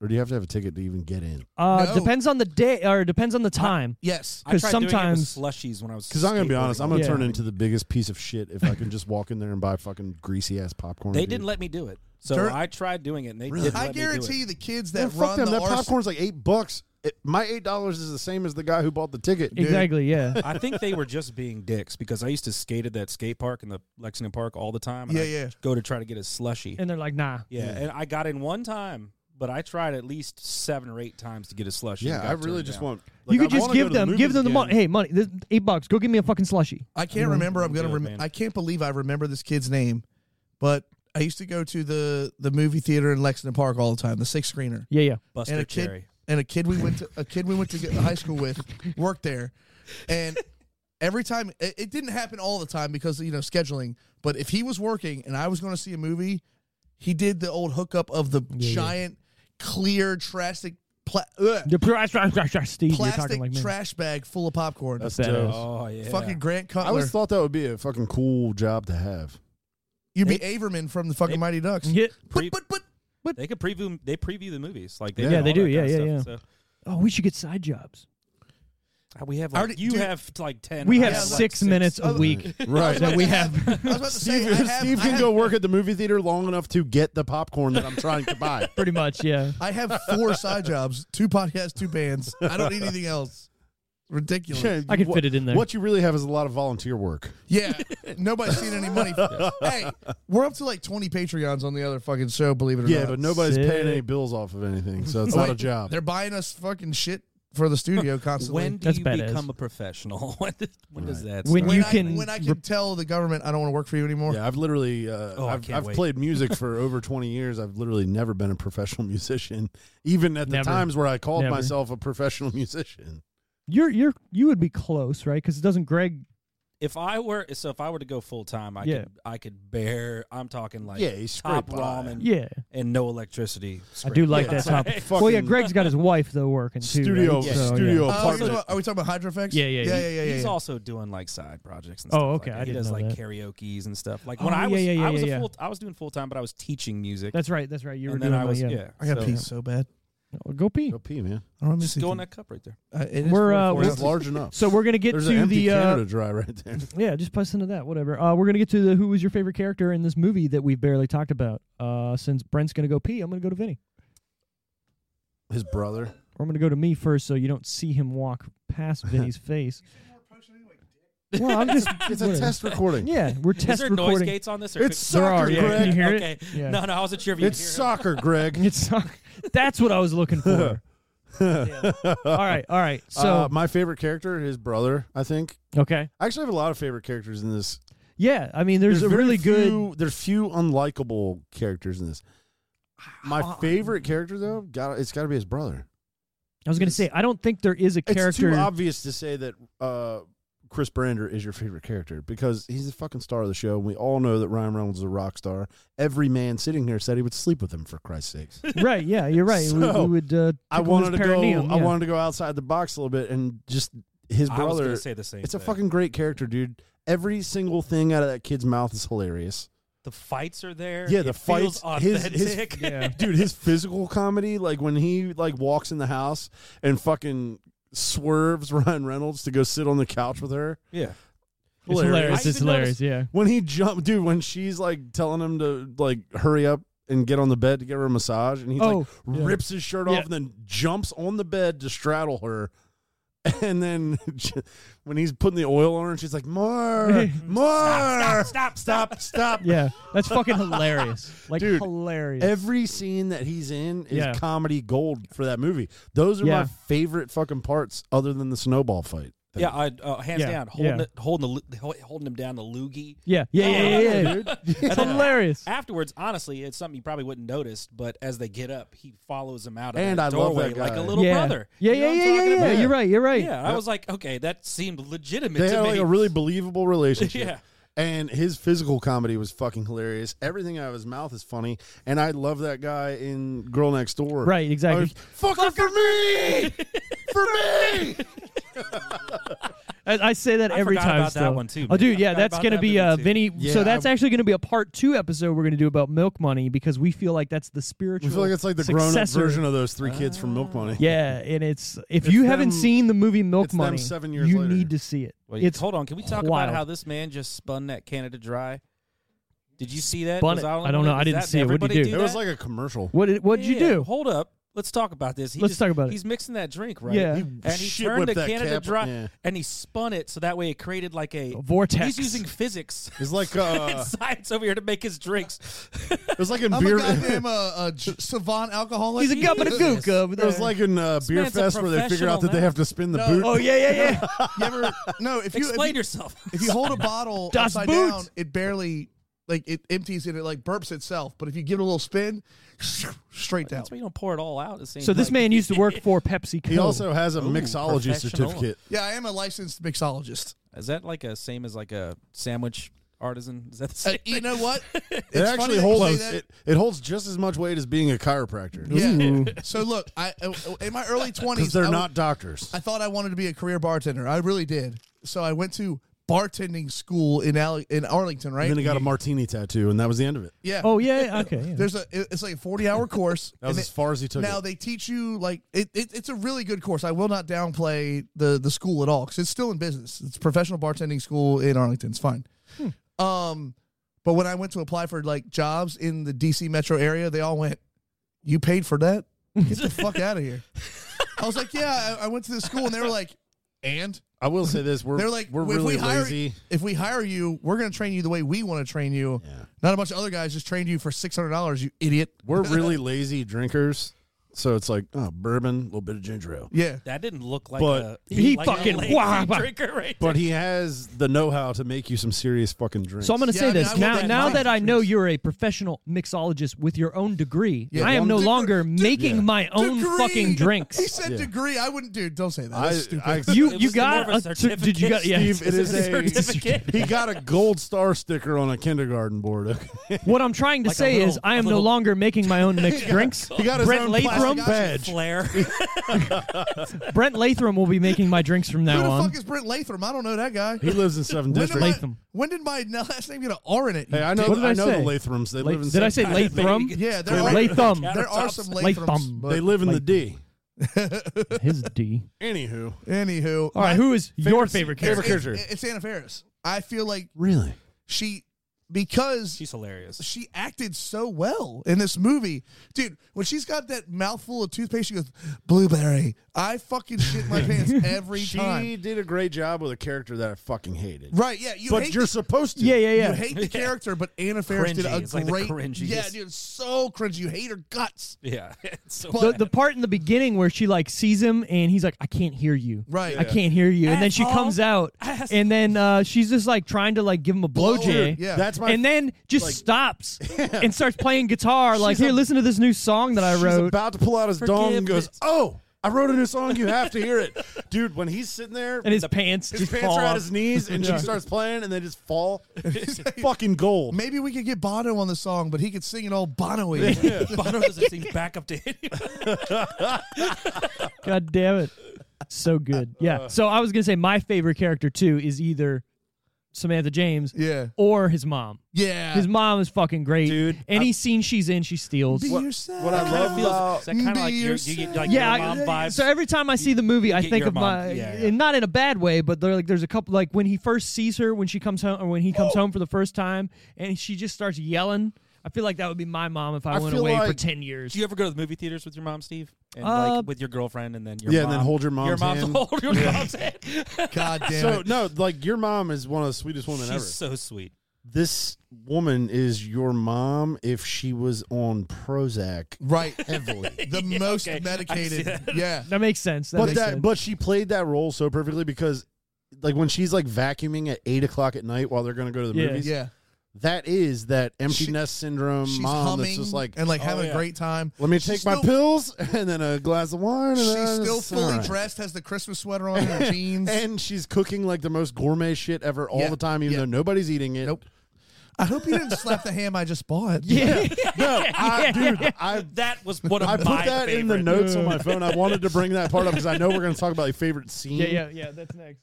Speaker 2: Or do you have to have a ticket to even get in?
Speaker 1: Uh,
Speaker 4: No.
Speaker 1: depends on the day or depends on the time.
Speaker 4: Yes.
Speaker 3: I tried
Speaker 1: 'Cause
Speaker 3: doing it with
Speaker 1: sometimes-
Speaker 3: slushies when I was
Speaker 2: Because I'm gonna be honest, I'm gonna
Speaker 1: Yeah.
Speaker 2: turn into the biggest piece of shit if I can just walk in there and buy fucking greasy ass popcorn.
Speaker 3: They
Speaker 2: dude.
Speaker 3: didn't let me do it, so
Speaker 4: Dur-
Speaker 3: I tried doing it, and they
Speaker 2: Really?
Speaker 3: didn't.
Speaker 4: I
Speaker 3: let me do it.
Speaker 4: guarantee the kids
Speaker 2: Man,
Speaker 4: that
Speaker 2: fuck
Speaker 4: run
Speaker 2: them.
Speaker 4: the
Speaker 2: That
Speaker 4: arse-
Speaker 2: popcorn's like eight bucks. it, my eight dollars is the same as the guy who bought the ticket. dude.
Speaker 1: Exactly. Yeah.
Speaker 3: I think they were just being dicks because I used to skate at that skate park in the Lexington Park all the time. and
Speaker 4: Yeah,
Speaker 3: I'd
Speaker 4: yeah.
Speaker 3: Go to try to get a slushy.
Speaker 1: And they're like, nah.
Speaker 3: yeah, and I got in one time, but I tried at least seven or eight times to get a slushy.
Speaker 2: Yeah,
Speaker 3: and got
Speaker 2: I really
Speaker 3: turned
Speaker 2: just
Speaker 3: down.
Speaker 2: want. like,
Speaker 1: you could
Speaker 2: I
Speaker 1: just
Speaker 2: wanna
Speaker 1: give
Speaker 2: go to
Speaker 1: them, give
Speaker 2: movies
Speaker 1: them the money.
Speaker 2: again.
Speaker 1: Hey, money. This, eight bucks. Go give me a fucking slushy.
Speaker 4: I can't remember. I'm gonna.
Speaker 3: do it,
Speaker 4: Rem-
Speaker 3: man.
Speaker 4: I can't believe I remember this kid's name, but I used to go to the the movie theater in Lexington Park all the time. The six screener.
Speaker 1: Yeah, yeah.
Speaker 3: Buster
Speaker 4: and a kid
Speaker 3: Cherry.
Speaker 4: and a kid we went to a kid we went to get high school with worked there, and every time it, it didn't happen all the time because you know scheduling. But if he was working and I was going to see a movie, he did the old hookup of the
Speaker 1: yeah.
Speaker 4: giant clear plastic pla- ugh,
Speaker 1: The price, price, price, price, Steve. You're
Speaker 4: plastic
Speaker 1: talking like man.
Speaker 4: trash bag full of popcorn.
Speaker 1: That's
Speaker 2: That's
Speaker 1: badass.
Speaker 2: dope.
Speaker 3: Oh yeah,
Speaker 4: Fucking Grant
Speaker 2: I
Speaker 4: Cutler.
Speaker 2: always thought that would be a fucking cool job to have.
Speaker 4: You'd be Averman from the fucking Mighty Ducks.
Speaker 1: Yeah.
Speaker 4: But but but
Speaker 3: They could preview. They preview the movies like they
Speaker 2: Yeah,
Speaker 3: all
Speaker 1: they do.
Speaker 3: that
Speaker 1: Yeah,
Speaker 3: kinda
Speaker 1: yeah,
Speaker 3: stuff,
Speaker 1: Oh, we should get side jobs.
Speaker 3: so. Uh, We have.
Speaker 4: I
Speaker 3: Like,
Speaker 4: already-
Speaker 3: you
Speaker 4: dude-
Speaker 3: have like ten.
Speaker 1: We
Speaker 3: I
Speaker 1: have
Speaker 4: like
Speaker 1: six, Oh, minutes a week
Speaker 2: Right.
Speaker 1: that we have.
Speaker 4: I was about to say
Speaker 2: Steve,
Speaker 4: I have,
Speaker 2: Steve
Speaker 4: I
Speaker 2: can
Speaker 4: have-
Speaker 2: go work at the movie theater long enough to get the popcorn that I'm trying to buy.
Speaker 1: Pretty much, yeah.
Speaker 4: I have four side jobs, two podcasts, two bands. I don't need anything else. Ridiculous.
Speaker 2: Yeah,
Speaker 1: I can
Speaker 2: what-
Speaker 1: fit it in there.
Speaker 2: What you really have is a lot of volunteer work.
Speaker 4: Yeah, nobody's seen any money. For this. Hey, we're up to like twenty Patreons on the other fucking show. Believe it or
Speaker 2: Yeah,
Speaker 4: not.
Speaker 2: but nobody's
Speaker 1: Sick.
Speaker 2: paying any bills off of anything, so it's
Speaker 4: Oh,
Speaker 2: not a
Speaker 4: wait,
Speaker 2: job.
Speaker 4: They're buying us fucking shit for the studio constantly.
Speaker 3: When do
Speaker 1: That's
Speaker 3: you
Speaker 1: badass.
Speaker 3: become a professional? when does- when does that?
Speaker 1: When
Speaker 3: start?
Speaker 1: you
Speaker 4: I,
Speaker 1: can
Speaker 4: when I can tell the government I don't want to work for you anymore.
Speaker 2: Yeah, I've literally uh,
Speaker 3: Oh, I
Speaker 2: I've,
Speaker 3: can't
Speaker 2: I've
Speaker 3: wait.
Speaker 2: played music for over 20 years. I've literally never been a professional musician, even at the
Speaker 1: Never.
Speaker 2: times where I called
Speaker 1: Never.
Speaker 2: myself a professional musician.
Speaker 1: You're you're you would be close, right? Because doesn't Greg?
Speaker 3: if I were so if I were to go full time, I
Speaker 1: Yeah.
Speaker 3: could I could bear. I'm talking like
Speaker 2: Yeah, you scrape
Speaker 3: top
Speaker 2: by.
Speaker 3: ramen
Speaker 1: Yeah,
Speaker 3: and no electricity.
Speaker 1: I
Speaker 3: Scrape.
Speaker 1: do like
Speaker 2: Yeah,
Speaker 1: that
Speaker 2: it's
Speaker 1: top.
Speaker 2: like
Speaker 1: Well, yeah,
Speaker 2: fucking
Speaker 1: Greg's got his wife though working too.
Speaker 2: studio
Speaker 1: right? So, yeah.
Speaker 2: studio
Speaker 4: Oh, are, we talking
Speaker 2: apartment.
Speaker 4: about, are we talking about Hydrofex?
Speaker 1: Yeah, yeah,
Speaker 4: yeah,
Speaker 1: he-
Speaker 4: yeah, yeah.
Speaker 3: He's
Speaker 4: yeah.
Speaker 3: also doing like side projects and
Speaker 1: Oh,
Speaker 3: stuff. like
Speaker 1: okay,
Speaker 3: that.
Speaker 1: I
Speaker 3: he
Speaker 1: didn't
Speaker 3: does
Speaker 1: know
Speaker 3: like
Speaker 1: that.
Speaker 3: karaoke's and stuff. Like
Speaker 1: Oh,
Speaker 3: when I
Speaker 1: yeah,
Speaker 3: was
Speaker 1: yeah, yeah,
Speaker 3: I was
Speaker 1: yeah,
Speaker 3: a
Speaker 1: yeah.
Speaker 3: full I was doing full time, but I was teaching music.
Speaker 1: That's right. That's right. You were
Speaker 3: and
Speaker 1: doing.
Speaker 3: then I was
Speaker 1: yeah.
Speaker 3: yeah.
Speaker 4: I got
Speaker 3: so,
Speaker 4: pee so bad.
Speaker 1: Oh, Go pee.
Speaker 2: Go pee, man.
Speaker 4: I don't
Speaker 3: Just
Speaker 4: miss
Speaker 3: go in that cup right there.
Speaker 1: We're, uh,
Speaker 2: It's large enough.
Speaker 1: So we're gonna get
Speaker 2: There's an
Speaker 1: to
Speaker 2: empty
Speaker 1: the
Speaker 2: Canada
Speaker 1: uh,
Speaker 2: dry right there.
Speaker 1: yeah, just press into that. Whatever. Uh, we're gonna get to the who was your favorite character in this movie that we barely talked about. Uh, since Brent's gonna go pee, I'm gonna go to Vinny.
Speaker 2: His brother.
Speaker 1: Or I'm gonna go to me first, so you don't see him walk past Vinny's face. Well, I'm just
Speaker 2: It's a
Speaker 1: whatever.
Speaker 2: test recording.
Speaker 1: Yeah, we're test
Speaker 3: Is there
Speaker 1: recording.
Speaker 3: noise gates on this? Or
Speaker 2: It's
Speaker 3: could-
Speaker 1: There are.
Speaker 2: soccer,
Speaker 1: Yeah,
Speaker 2: Greg.
Speaker 1: can you hear it?
Speaker 3: okay.
Speaker 1: Yeah.
Speaker 3: No, no, I wasn't sure if you
Speaker 2: It's
Speaker 3: could hear
Speaker 2: soccer, Greg.
Speaker 1: It's that's what I was looking for. all right, all right. So
Speaker 2: uh, my favorite character, his brother, I think.
Speaker 1: okay,
Speaker 2: I actually have a lot of favorite characters in this.
Speaker 1: yeah. I mean, there's, a
Speaker 2: very
Speaker 1: really
Speaker 2: few, good. There's few unlikable characters in this. My favorite character, though, got it's got to be his brother.
Speaker 1: good. I was gonna say I don't think there is a
Speaker 2: It's
Speaker 1: character.
Speaker 2: too obvious to say that uh, Chris Brander is your favorite character because he's the fucking star of the show. We all know that Ryan Reynolds is a rock star. Every man sitting here said he would sleep with him for Christ's sakes.
Speaker 1: right? Yeah, you're right. We- we,
Speaker 2: So,
Speaker 1: would. Uh,
Speaker 2: I
Speaker 1: tickle
Speaker 2: wanted to
Speaker 1: his
Speaker 2: go.
Speaker 1: perineum,
Speaker 2: I
Speaker 1: yeah.
Speaker 2: wanted to go outside the box a little bit and just his
Speaker 3: I was
Speaker 2: brother.
Speaker 3: gonna say the same.
Speaker 2: It's a
Speaker 3: thing.
Speaker 2: fucking great character, dude. Every single thing out of that kid's mouth is hilarious.
Speaker 3: The fights are there.
Speaker 2: Yeah, the
Speaker 3: It feels
Speaker 2: fights, his- his-
Speaker 3: authentic.
Speaker 1: Yeah.
Speaker 2: dude his physical comedy like when he like walks in the house and fucking swerves ryan reynolds to go sit on the couch with her
Speaker 3: yeah.
Speaker 1: It's hilarious.
Speaker 3: I
Speaker 1: It's
Speaker 3: even
Speaker 1: hilarious. Yeah.
Speaker 2: when he jump dude when she's like telling him to like hurry up and get on the bed to get her a massage and he
Speaker 1: Oh,
Speaker 2: like
Speaker 1: yeah.
Speaker 2: rips his shirt
Speaker 1: Yeah.
Speaker 2: off and then jumps on the bed to straddle her and then when he's putting the oil on her and she's like more more
Speaker 3: Stop!
Speaker 2: stop stop
Speaker 1: Yeah, that's fucking hilarious. Like
Speaker 2: Dude,
Speaker 1: hilarious.
Speaker 2: Every scene that he's in is
Speaker 1: Yeah.
Speaker 2: comedy gold for that movie. Those are
Speaker 1: Yeah.
Speaker 2: my favorite fucking parts, other than the snowball fight.
Speaker 3: Yeah, I, uh, hands
Speaker 1: Yeah,
Speaker 3: down, holding
Speaker 1: yeah.
Speaker 3: it, holding the lo- holding him down the loogie.
Speaker 1: yeah, yeah, yeah, yeah, yeah. It's
Speaker 3: then-
Speaker 1: hilarious.
Speaker 3: Afterwards, honestly, it's something you probably wouldn't notice, but as they get up, he follows them out of
Speaker 2: And
Speaker 3: the
Speaker 2: I love
Speaker 3: doorway
Speaker 2: that
Speaker 3: like
Speaker 2: guy.
Speaker 3: a little
Speaker 1: yeah.
Speaker 3: brother.
Speaker 1: Yeah,
Speaker 3: You know
Speaker 1: yeah,
Speaker 3: what I'm
Speaker 1: yeah,
Speaker 3: talking
Speaker 1: yeah,
Speaker 3: about?
Speaker 1: yeah. You're right. You're right.
Speaker 3: Yeah, I was like, okay, that seemed legitimate
Speaker 2: They
Speaker 3: to
Speaker 2: had
Speaker 3: me.
Speaker 2: like a really believable relationship.
Speaker 3: Yeah.
Speaker 2: And his physical comedy was fucking hilarious. Everything out of his mouth is funny. And I love that guy in Girl Next Door.
Speaker 1: Right,
Speaker 2: I
Speaker 1: exactly.
Speaker 2: was, Fucker for me! for me!
Speaker 1: I, I say that
Speaker 3: I
Speaker 1: every
Speaker 3: forgot
Speaker 1: time.
Speaker 3: about that
Speaker 1: still.
Speaker 3: one, too,
Speaker 1: Oh,
Speaker 3: man.
Speaker 1: dude,
Speaker 3: I
Speaker 1: yeah,
Speaker 3: forgot
Speaker 1: that's
Speaker 3: about
Speaker 1: gonna
Speaker 3: that
Speaker 1: be
Speaker 3: movie,
Speaker 1: uh,
Speaker 3: too.
Speaker 1: Vinny. so
Speaker 2: Yeah,
Speaker 1: that's
Speaker 2: I-
Speaker 1: actually gonna be a part two episode we're gonna do about Milk Money because we feel like that's the
Speaker 2: I
Speaker 1: spiritual.
Speaker 2: feel like it's like the grown up
Speaker 1: successor.
Speaker 2: version of those three kids from Milk Money.
Speaker 1: Yeah, and it's if
Speaker 2: It's
Speaker 1: you haven't
Speaker 2: them-
Speaker 1: seen the movie Milk
Speaker 2: it's them
Speaker 1: Money,
Speaker 2: seven years
Speaker 1: you
Speaker 2: later.
Speaker 1: need to see it.
Speaker 3: Wait,
Speaker 1: it's
Speaker 3: hold on. Can we talk
Speaker 1: wild.
Speaker 3: about how this man just spun that Canada dry? Did you see that?
Speaker 1: Spun
Speaker 3: Was
Speaker 1: it.
Speaker 3: I, the
Speaker 1: I don't
Speaker 3: one
Speaker 1: know.
Speaker 3: that-
Speaker 1: I
Speaker 3: does
Speaker 1: didn't
Speaker 3: that-
Speaker 1: see it. What'd you
Speaker 3: everybody
Speaker 1: do?
Speaker 2: It was
Speaker 3: that?
Speaker 2: like a commercial.
Speaker 1: what did what did you
Speaker 3: Yeah,
Speaker 1: do?
Speaker 3: Hold up. let's talk about this. He
Speaker 1: Let's
Speaker 3: just-
Speaker 1: talk about it.
Speaker 3: He's mixing that drink, right?
Speaker 1: Yeah. He
Speaker 3: And he
Speaker 2: shit
Speaker 3: turned
Speaker 2: whipped
Speaker 3: the
Speaker 2: that
Speaker 3: Canada
Speaker 2: cap-
Speaker 3: Dry
Speaker 2: yeah.
Speaker 3: and he spun it so that way it created like a,
Speaker 1: A vortex.
Speaker 3: He's using physics
Speaker 2: It's like
Speaker 3: and
Speaker 2: uh,
Speaker 3: science over here to make his drinks.
Speaker 2: it was like in
Speaker 4: I'm
Speaker 2: beer.
Speaker 4: a goddamn uh, uh, j- savant alcoholic.
Speaker 1: He's a gubbin of gook over
Speaker 2: It
Speaker 1: there.
Speaker 2: was like in uh, beer
Speaker 3: man's a
Speaker 2: fest where they figure out that
Speaker 3: professional
Speaker 2: they have to spin the
Speaker 4: No.
Speaker 2: boot.
Speaker 1: oh yeah, yeah, yeah.
Speaker 4: You ever? No, if you if
Speaker 3: Explain
Speaker 4: you-
Speaker 3: yourself.
Speaker 4: if you hold a bottle
Speaker 1: Das
Speaker 4: upside
Speaker 1: Boot.
Speaker 4: down, it barely like it empties and it like burps itself. But if you give it a little spin, straight down.
Speaker 3: That's why you don't pour it all out. It seems
Speaker 1: so this
Speaker 3: like.
Speaker 1: man used to work for PepsiCo.
Speaker 2: He also has a mixology
Speaker 3: professional.
Speaker 2: certificate.
Speaker 4: Yeah, I am a licensed mixologist.
Speaker 3: is that like a same as like a sandwich artisan? Is that the
Speaker 4: Uh,
Speaker 3: same?
Speaker 4: you know what? It's
Speaker 2: it
Speaker 4: funny
Speaker 2: actually
Speaker 4: that you say
Speaker 2: holds
Speaker 4: that.
Speaker 2: it, it holds just as much weight as being a chiropractor because
Speaker 4: Yeah. so look, I uh, in my early twenties,
Speaker 2: they're
Speaker 4: I,
Speaker 2: not doctors.
Speaker 4: I thought I wanted to be a career bartender. I really did. So I went to bartending school in Ale- in Arlington, right?
Speaker 2: And then he got a martini tattoo, and that was the end of it.
Speaker 4: yeah.
Speaker 1: Oh yeah, yeah, okay. yeah.
Speaker 4: There's a it- it's like a 40 hour course.
Speaker 2: That was
Speaker 4: and
Speaker 2: as
Speaker 4: it-
Speaker 2: far as he took
Speaker 4: now
Speaker 2: it.
Speaker 4: they teach you like it, it. It's a really good course. I will not downplay the the school at all because it's still in business. It's professional bartending school in Arlington. It's fine.
Speaker 2: Hmm.
Speaker 4: Um, but when I went to apply for like jobs in the DC metro area, they all went, "You paid for that? Get the fuck out of here!" I was like, "Yeah, I, I went to this school," and they were like, "And."
Speaker 2: I will say this: we're
Speaker 4: They're like,
Speaker 2: we're
Speaker 4: if
Speaker 2: really
Speaker 4: we hire,
Speaker 2: lazy.
Speaker 4: If we hire you, we're going to train you the way we want to train you. Not a bunch of other guys just trained you for six hundred dollars. You idiot.
Speaker 2: We're really lazy drinkers. So it's like oh, bourbon, a little bit of ginger ale.
Speaker 4: Yeah.
Speaker 3: that didn't look like
Speaker 2: But
Speaker 3: a
Speaker 1: he
Speaker 3: like a
Speaker 1: fucking
Speaker 3: lazy
Speaker 1: wah- wah-
Speaker 3: drinker right
Speaker 2: But he has the know-how to make you some serious fucking drinks.
Speaker 1: So I'm going to
Speaker 4: Yeah,
Speaker 1: say
Speaker 4: I mean, I
Speaker 1: this
Speaker 4: will
Speaker 1: now.
Speaker 4: get
Speaker 1: Now
Speaker 4: mine.
Speaker 1: that I know you're a professional mixologist with your own degree,
Speaker 4: Yeah,
Speaker 1: I am
Speaker 4: one
Speaker 1: no
Speaker 4: degree-
Speaker 1: longer
Speaker 4: de-
Speaker 1: making my own
Speaker 4: Degree.
Speaker 1: fucking
Speaker 4: He
Speaker 1: drinks.
Speaker 4: said degree. I wouldn't, dude. Don't say that.
Speaker 2: I,
Speaker 4: That's stupid.
Speaker 2: I,
Speaker 1: You
Speaker 3: It
Speaker 1: you
Speaker 3: was
Speaker 1: got
Speaker 3: more of a
Speaker 1: a cer- did you got yeah.
Speaker 2: Steve, it is a
Speaker 3: certificate.
Speaker 2: He got a gold star sticker on a kindergarten board. okay?
Speaker 1: What I'm trying to
Speaker 3: Like a
Speaker 1: say is
Speaker 3: little-
Speaker 1: I
Speaker 3: a
Speaker 1: am no
Speaker 3: little-
Speaker 1: longer making my own mixed drinks.
Speaker 2: He got his
Speaker 1: Brent
Speaker 2: own
Speaker 1: Latham.
Speaker 2: plastic badge.
Speaker 3: Flair.
Speaker 1: Brent Latham will be making my drinks from
Speaker 4: Who
Speaker 1: now
Speaker 4: the
Speaker 1: on.
Speaker 4: fuck is Brent Latham? I don't know that guy.
Speaker 2: He lives in
Speaker 4: When
Speaker 2: Seven
Speaker 4: did,
Speaker 2: District.
Speaker 4: my,
Speaker 1: Latham.
Speaker 4: when did my last name get an R in it? you
Speaker 2: Hey, I know,
Speaker 1: What did
Speaker 2: I
Speaker 1: I
Speaker 2: know the
Speaker 1: say?
Speaker 2: Lathams. They live in.
Speaker 1: Did I
Speaker 2: Seven-
Speaker 1: say Latham?
Speaker 4: Yeah, there
Speaker 1: Or
Speaker 4: are,
Speaker 1: Latham.
Speaker 4: there are some Lathams.
Speaker 1: Latham.
Speaker 4: But
Speaker 2: They live in the D.
Speaker 1: His D.
Speaker 2: Anywho,
Speaker 4: anywho,
Speaker 1: All right, who is your favorite
Speaker 2: favorite
Speaker 1: character?
Speaker 2: character.
Speaker 4: it- it's Anna Faris. I feel like
Speaker 2: really?
Speaker 4: she because
Speaker 3: She's hilarious.
Speaker 4: she acted so well in this movie. Dude, when she's got that mouthful of toothpaste, she goes, blueberry. I fucking shit my pants every
Speaker 2: She
Speaker 4: time.
Speaker 2: did a great job with a character that I fucking hated.
Speaker 4: Right, yeah. You
Speaker 2: But
Speaker 4: hate
Speaker 2: you're
Speaker 4: the,
Speaker 2: supposed to.
Speaker 1: Yeah, yeah,
Speaker 4: You
Speaker 1: yeah.
Speaker 4: hate the character, but Anna Faris did a
Speaker 3: Cringy. It's like the
Speaker 4: great.
Speaker 3: cringiest.
Speaker 4: yeah, dude, it's so cringy. You hate her guts.
Speaker 3: Yeah, it's so
Speaker 1: The,
Speaker 3: bad.
Speaker 1: the part in the beginning where she like sees him and he's like, I can't hear you.
Speaker 4: Right.
Speaker 1: I can't hear you. And then she
Speaker 3: Asshole.
Speaker 1: comes out
Speaker 3: Asshole.
Speaker 1: and then uh, she's just like trying to like give him a blowjay.
Speaker 4: Yeah.
Speaker 2: That's my.
Speaker 1: and then just stops and starts playing guitar. Like,
Speaker 2: She's
Speaker 1: here,
Speaker 2: a-
Speaker 1: listen to this new song that I
Speaker 2: she's
Speaker 1: wrote.
Speaker 2: about to pull out his dong and goes,
Speaker 3: Forgiveness.
Speaker 2: "Oh, I wrote a new song. You have to hear it, dude." When he's sitting there,
Speaker 1: and his pants
Speaker 2: his
Speaker 1: just
Speaker 2: pants
Speaker 1: fall
Speaker 2: are at
Speaker 1: off.
Speaker 2: his knees, and
Speaker 1: Yeah.
Speaker 2: she starts playing, and they just fall. It's fucking gold.
Speaker 4: Maybe we could get Bono on the song, but he could sing it all bono
Speaker 3: Bono doesn't seem back up to anyone.
Speaker 1: God damn it. So good. Yeah. So I was going to say my favorite character, too, is either Samantha James
Speaker 4: Yeah.
Speaker 1: or his mom.
Speaker 4: Yeah.
Speaker 1: His mom is fucking great.
Speaker 2: Dude,
Speaker 1: Any scene she's in, she steals.
Speaker 4: Be
Speaker 2: What-
Speaker 4: yourself.
Speaker 2: what I
Speaker 3: Kinda
Speaker 2: love
Speaker 3: feels-
Speaker 2: about-
Speaker 3: is that kind of
Speaker 4: Be
Speaker 3: like your, you get like
Speaker 1: yeah,
Speaker 3: your mom
Speaker 1: I-
Speaker 3: vibes.
Speaker 1: so every time I see the movie, I
Speaker 3: get
Speaker 1: think
Speaker 3: your
Speaker 1: of
Speaker 3: mom.
Speaker 1: my,
Speaker 3: Yeah, yeah.
Speaker 1: and not in a bad way, but they're like, there's a couple like when he first sees her when she comes home or when he comes home for the first time, and she just starts yelling. I feel like that would be my mom if I,
Speaker 2: I
Speaker 1: went
Speaker 2: feel
Speaker 1: away for
Speaker 2: like-
Speaker 1: ten years.
Speaker 3: Do you ever go to the movie theaters with your mom, Steve? And
Speaker 1: Uh,
Speaker 3: like with your girlfriend, and then your
Speaker 2: Yeah,
Speaker 3: mom,
Speaker 2: and then hold your mom's
Speaker 3: your mom's
Speaker 2: hand.
Speaker 3: hold your mom's hand.
Speaker 4: God damn
Speaker 2: So
Speaker 4: it.
Speaker 2: no, like your mom is one of the sweetest women
Speaker 3: She's
Speaker 2: ever.
Speaker 3: so sweet.
Speaker 2: this woman is your mom if she was on Prozac.
Speaker 4: Right.
Speaker 2: Heavily.
Speaker 4: The most
Speaker 3: okay. I see
Speaker 4: medicated.
Speaker 3: that.
Speaker 4: Yeah.
Speaker 1: that makes sense. That
Speaker 2: but
Speaker 1: makes sense.
Speaker 2: that but she played that role so perfectly because like when she's like vacuuming at eight o'clock at night while they're gonna go to the
Speaker 1: Yeah.
Speaker 2: movies.
Speaker 4: Yeah.
Speaker 2: That is that empty
Speaker 4: She-
Speaker 2: nest syndrome
Speaker 4: She's
Speaker 2: mom
Speaker 4: humming
Speaker 2: that's just like oh,
Speaker 4: and like having
Speaker 3: yeah.
Speaker 4: a great time.
Speaker 2: let me
Speaker 4: She's
Speaker 2: take my
Speaker 4: still-
Speaker 2: pills and then a glass of wine. And then
Speaker 4: She's still
Speaker 2: it's
Speaker 4: fully
Speaker 2: alright."
Speaker 4: dressed, has the Christmas sweater on, and her jeans.
Speaker 2: And she's cooking like the most gourmet shit ever all
Speaker 4: Yeah.
Speaker 2: the time, even
Speaker 4: Yeah.
Speaker 2: though nobody's eating it.
Speaker 4: Nope. I hope you didn't slap the ham I just bought.
Speaker 1: yeah.
Speaker 2: No, I, dude, I
Speaker 3: That was one of my
Speaker 2: I put that
Speaker 3: favorite.
Speaker 2: in the notes on my phone. I wanted to bring that part up because I know we're going to talk about your favorite scene.
Speaker 1: yeah, yeah, yeah. That's next.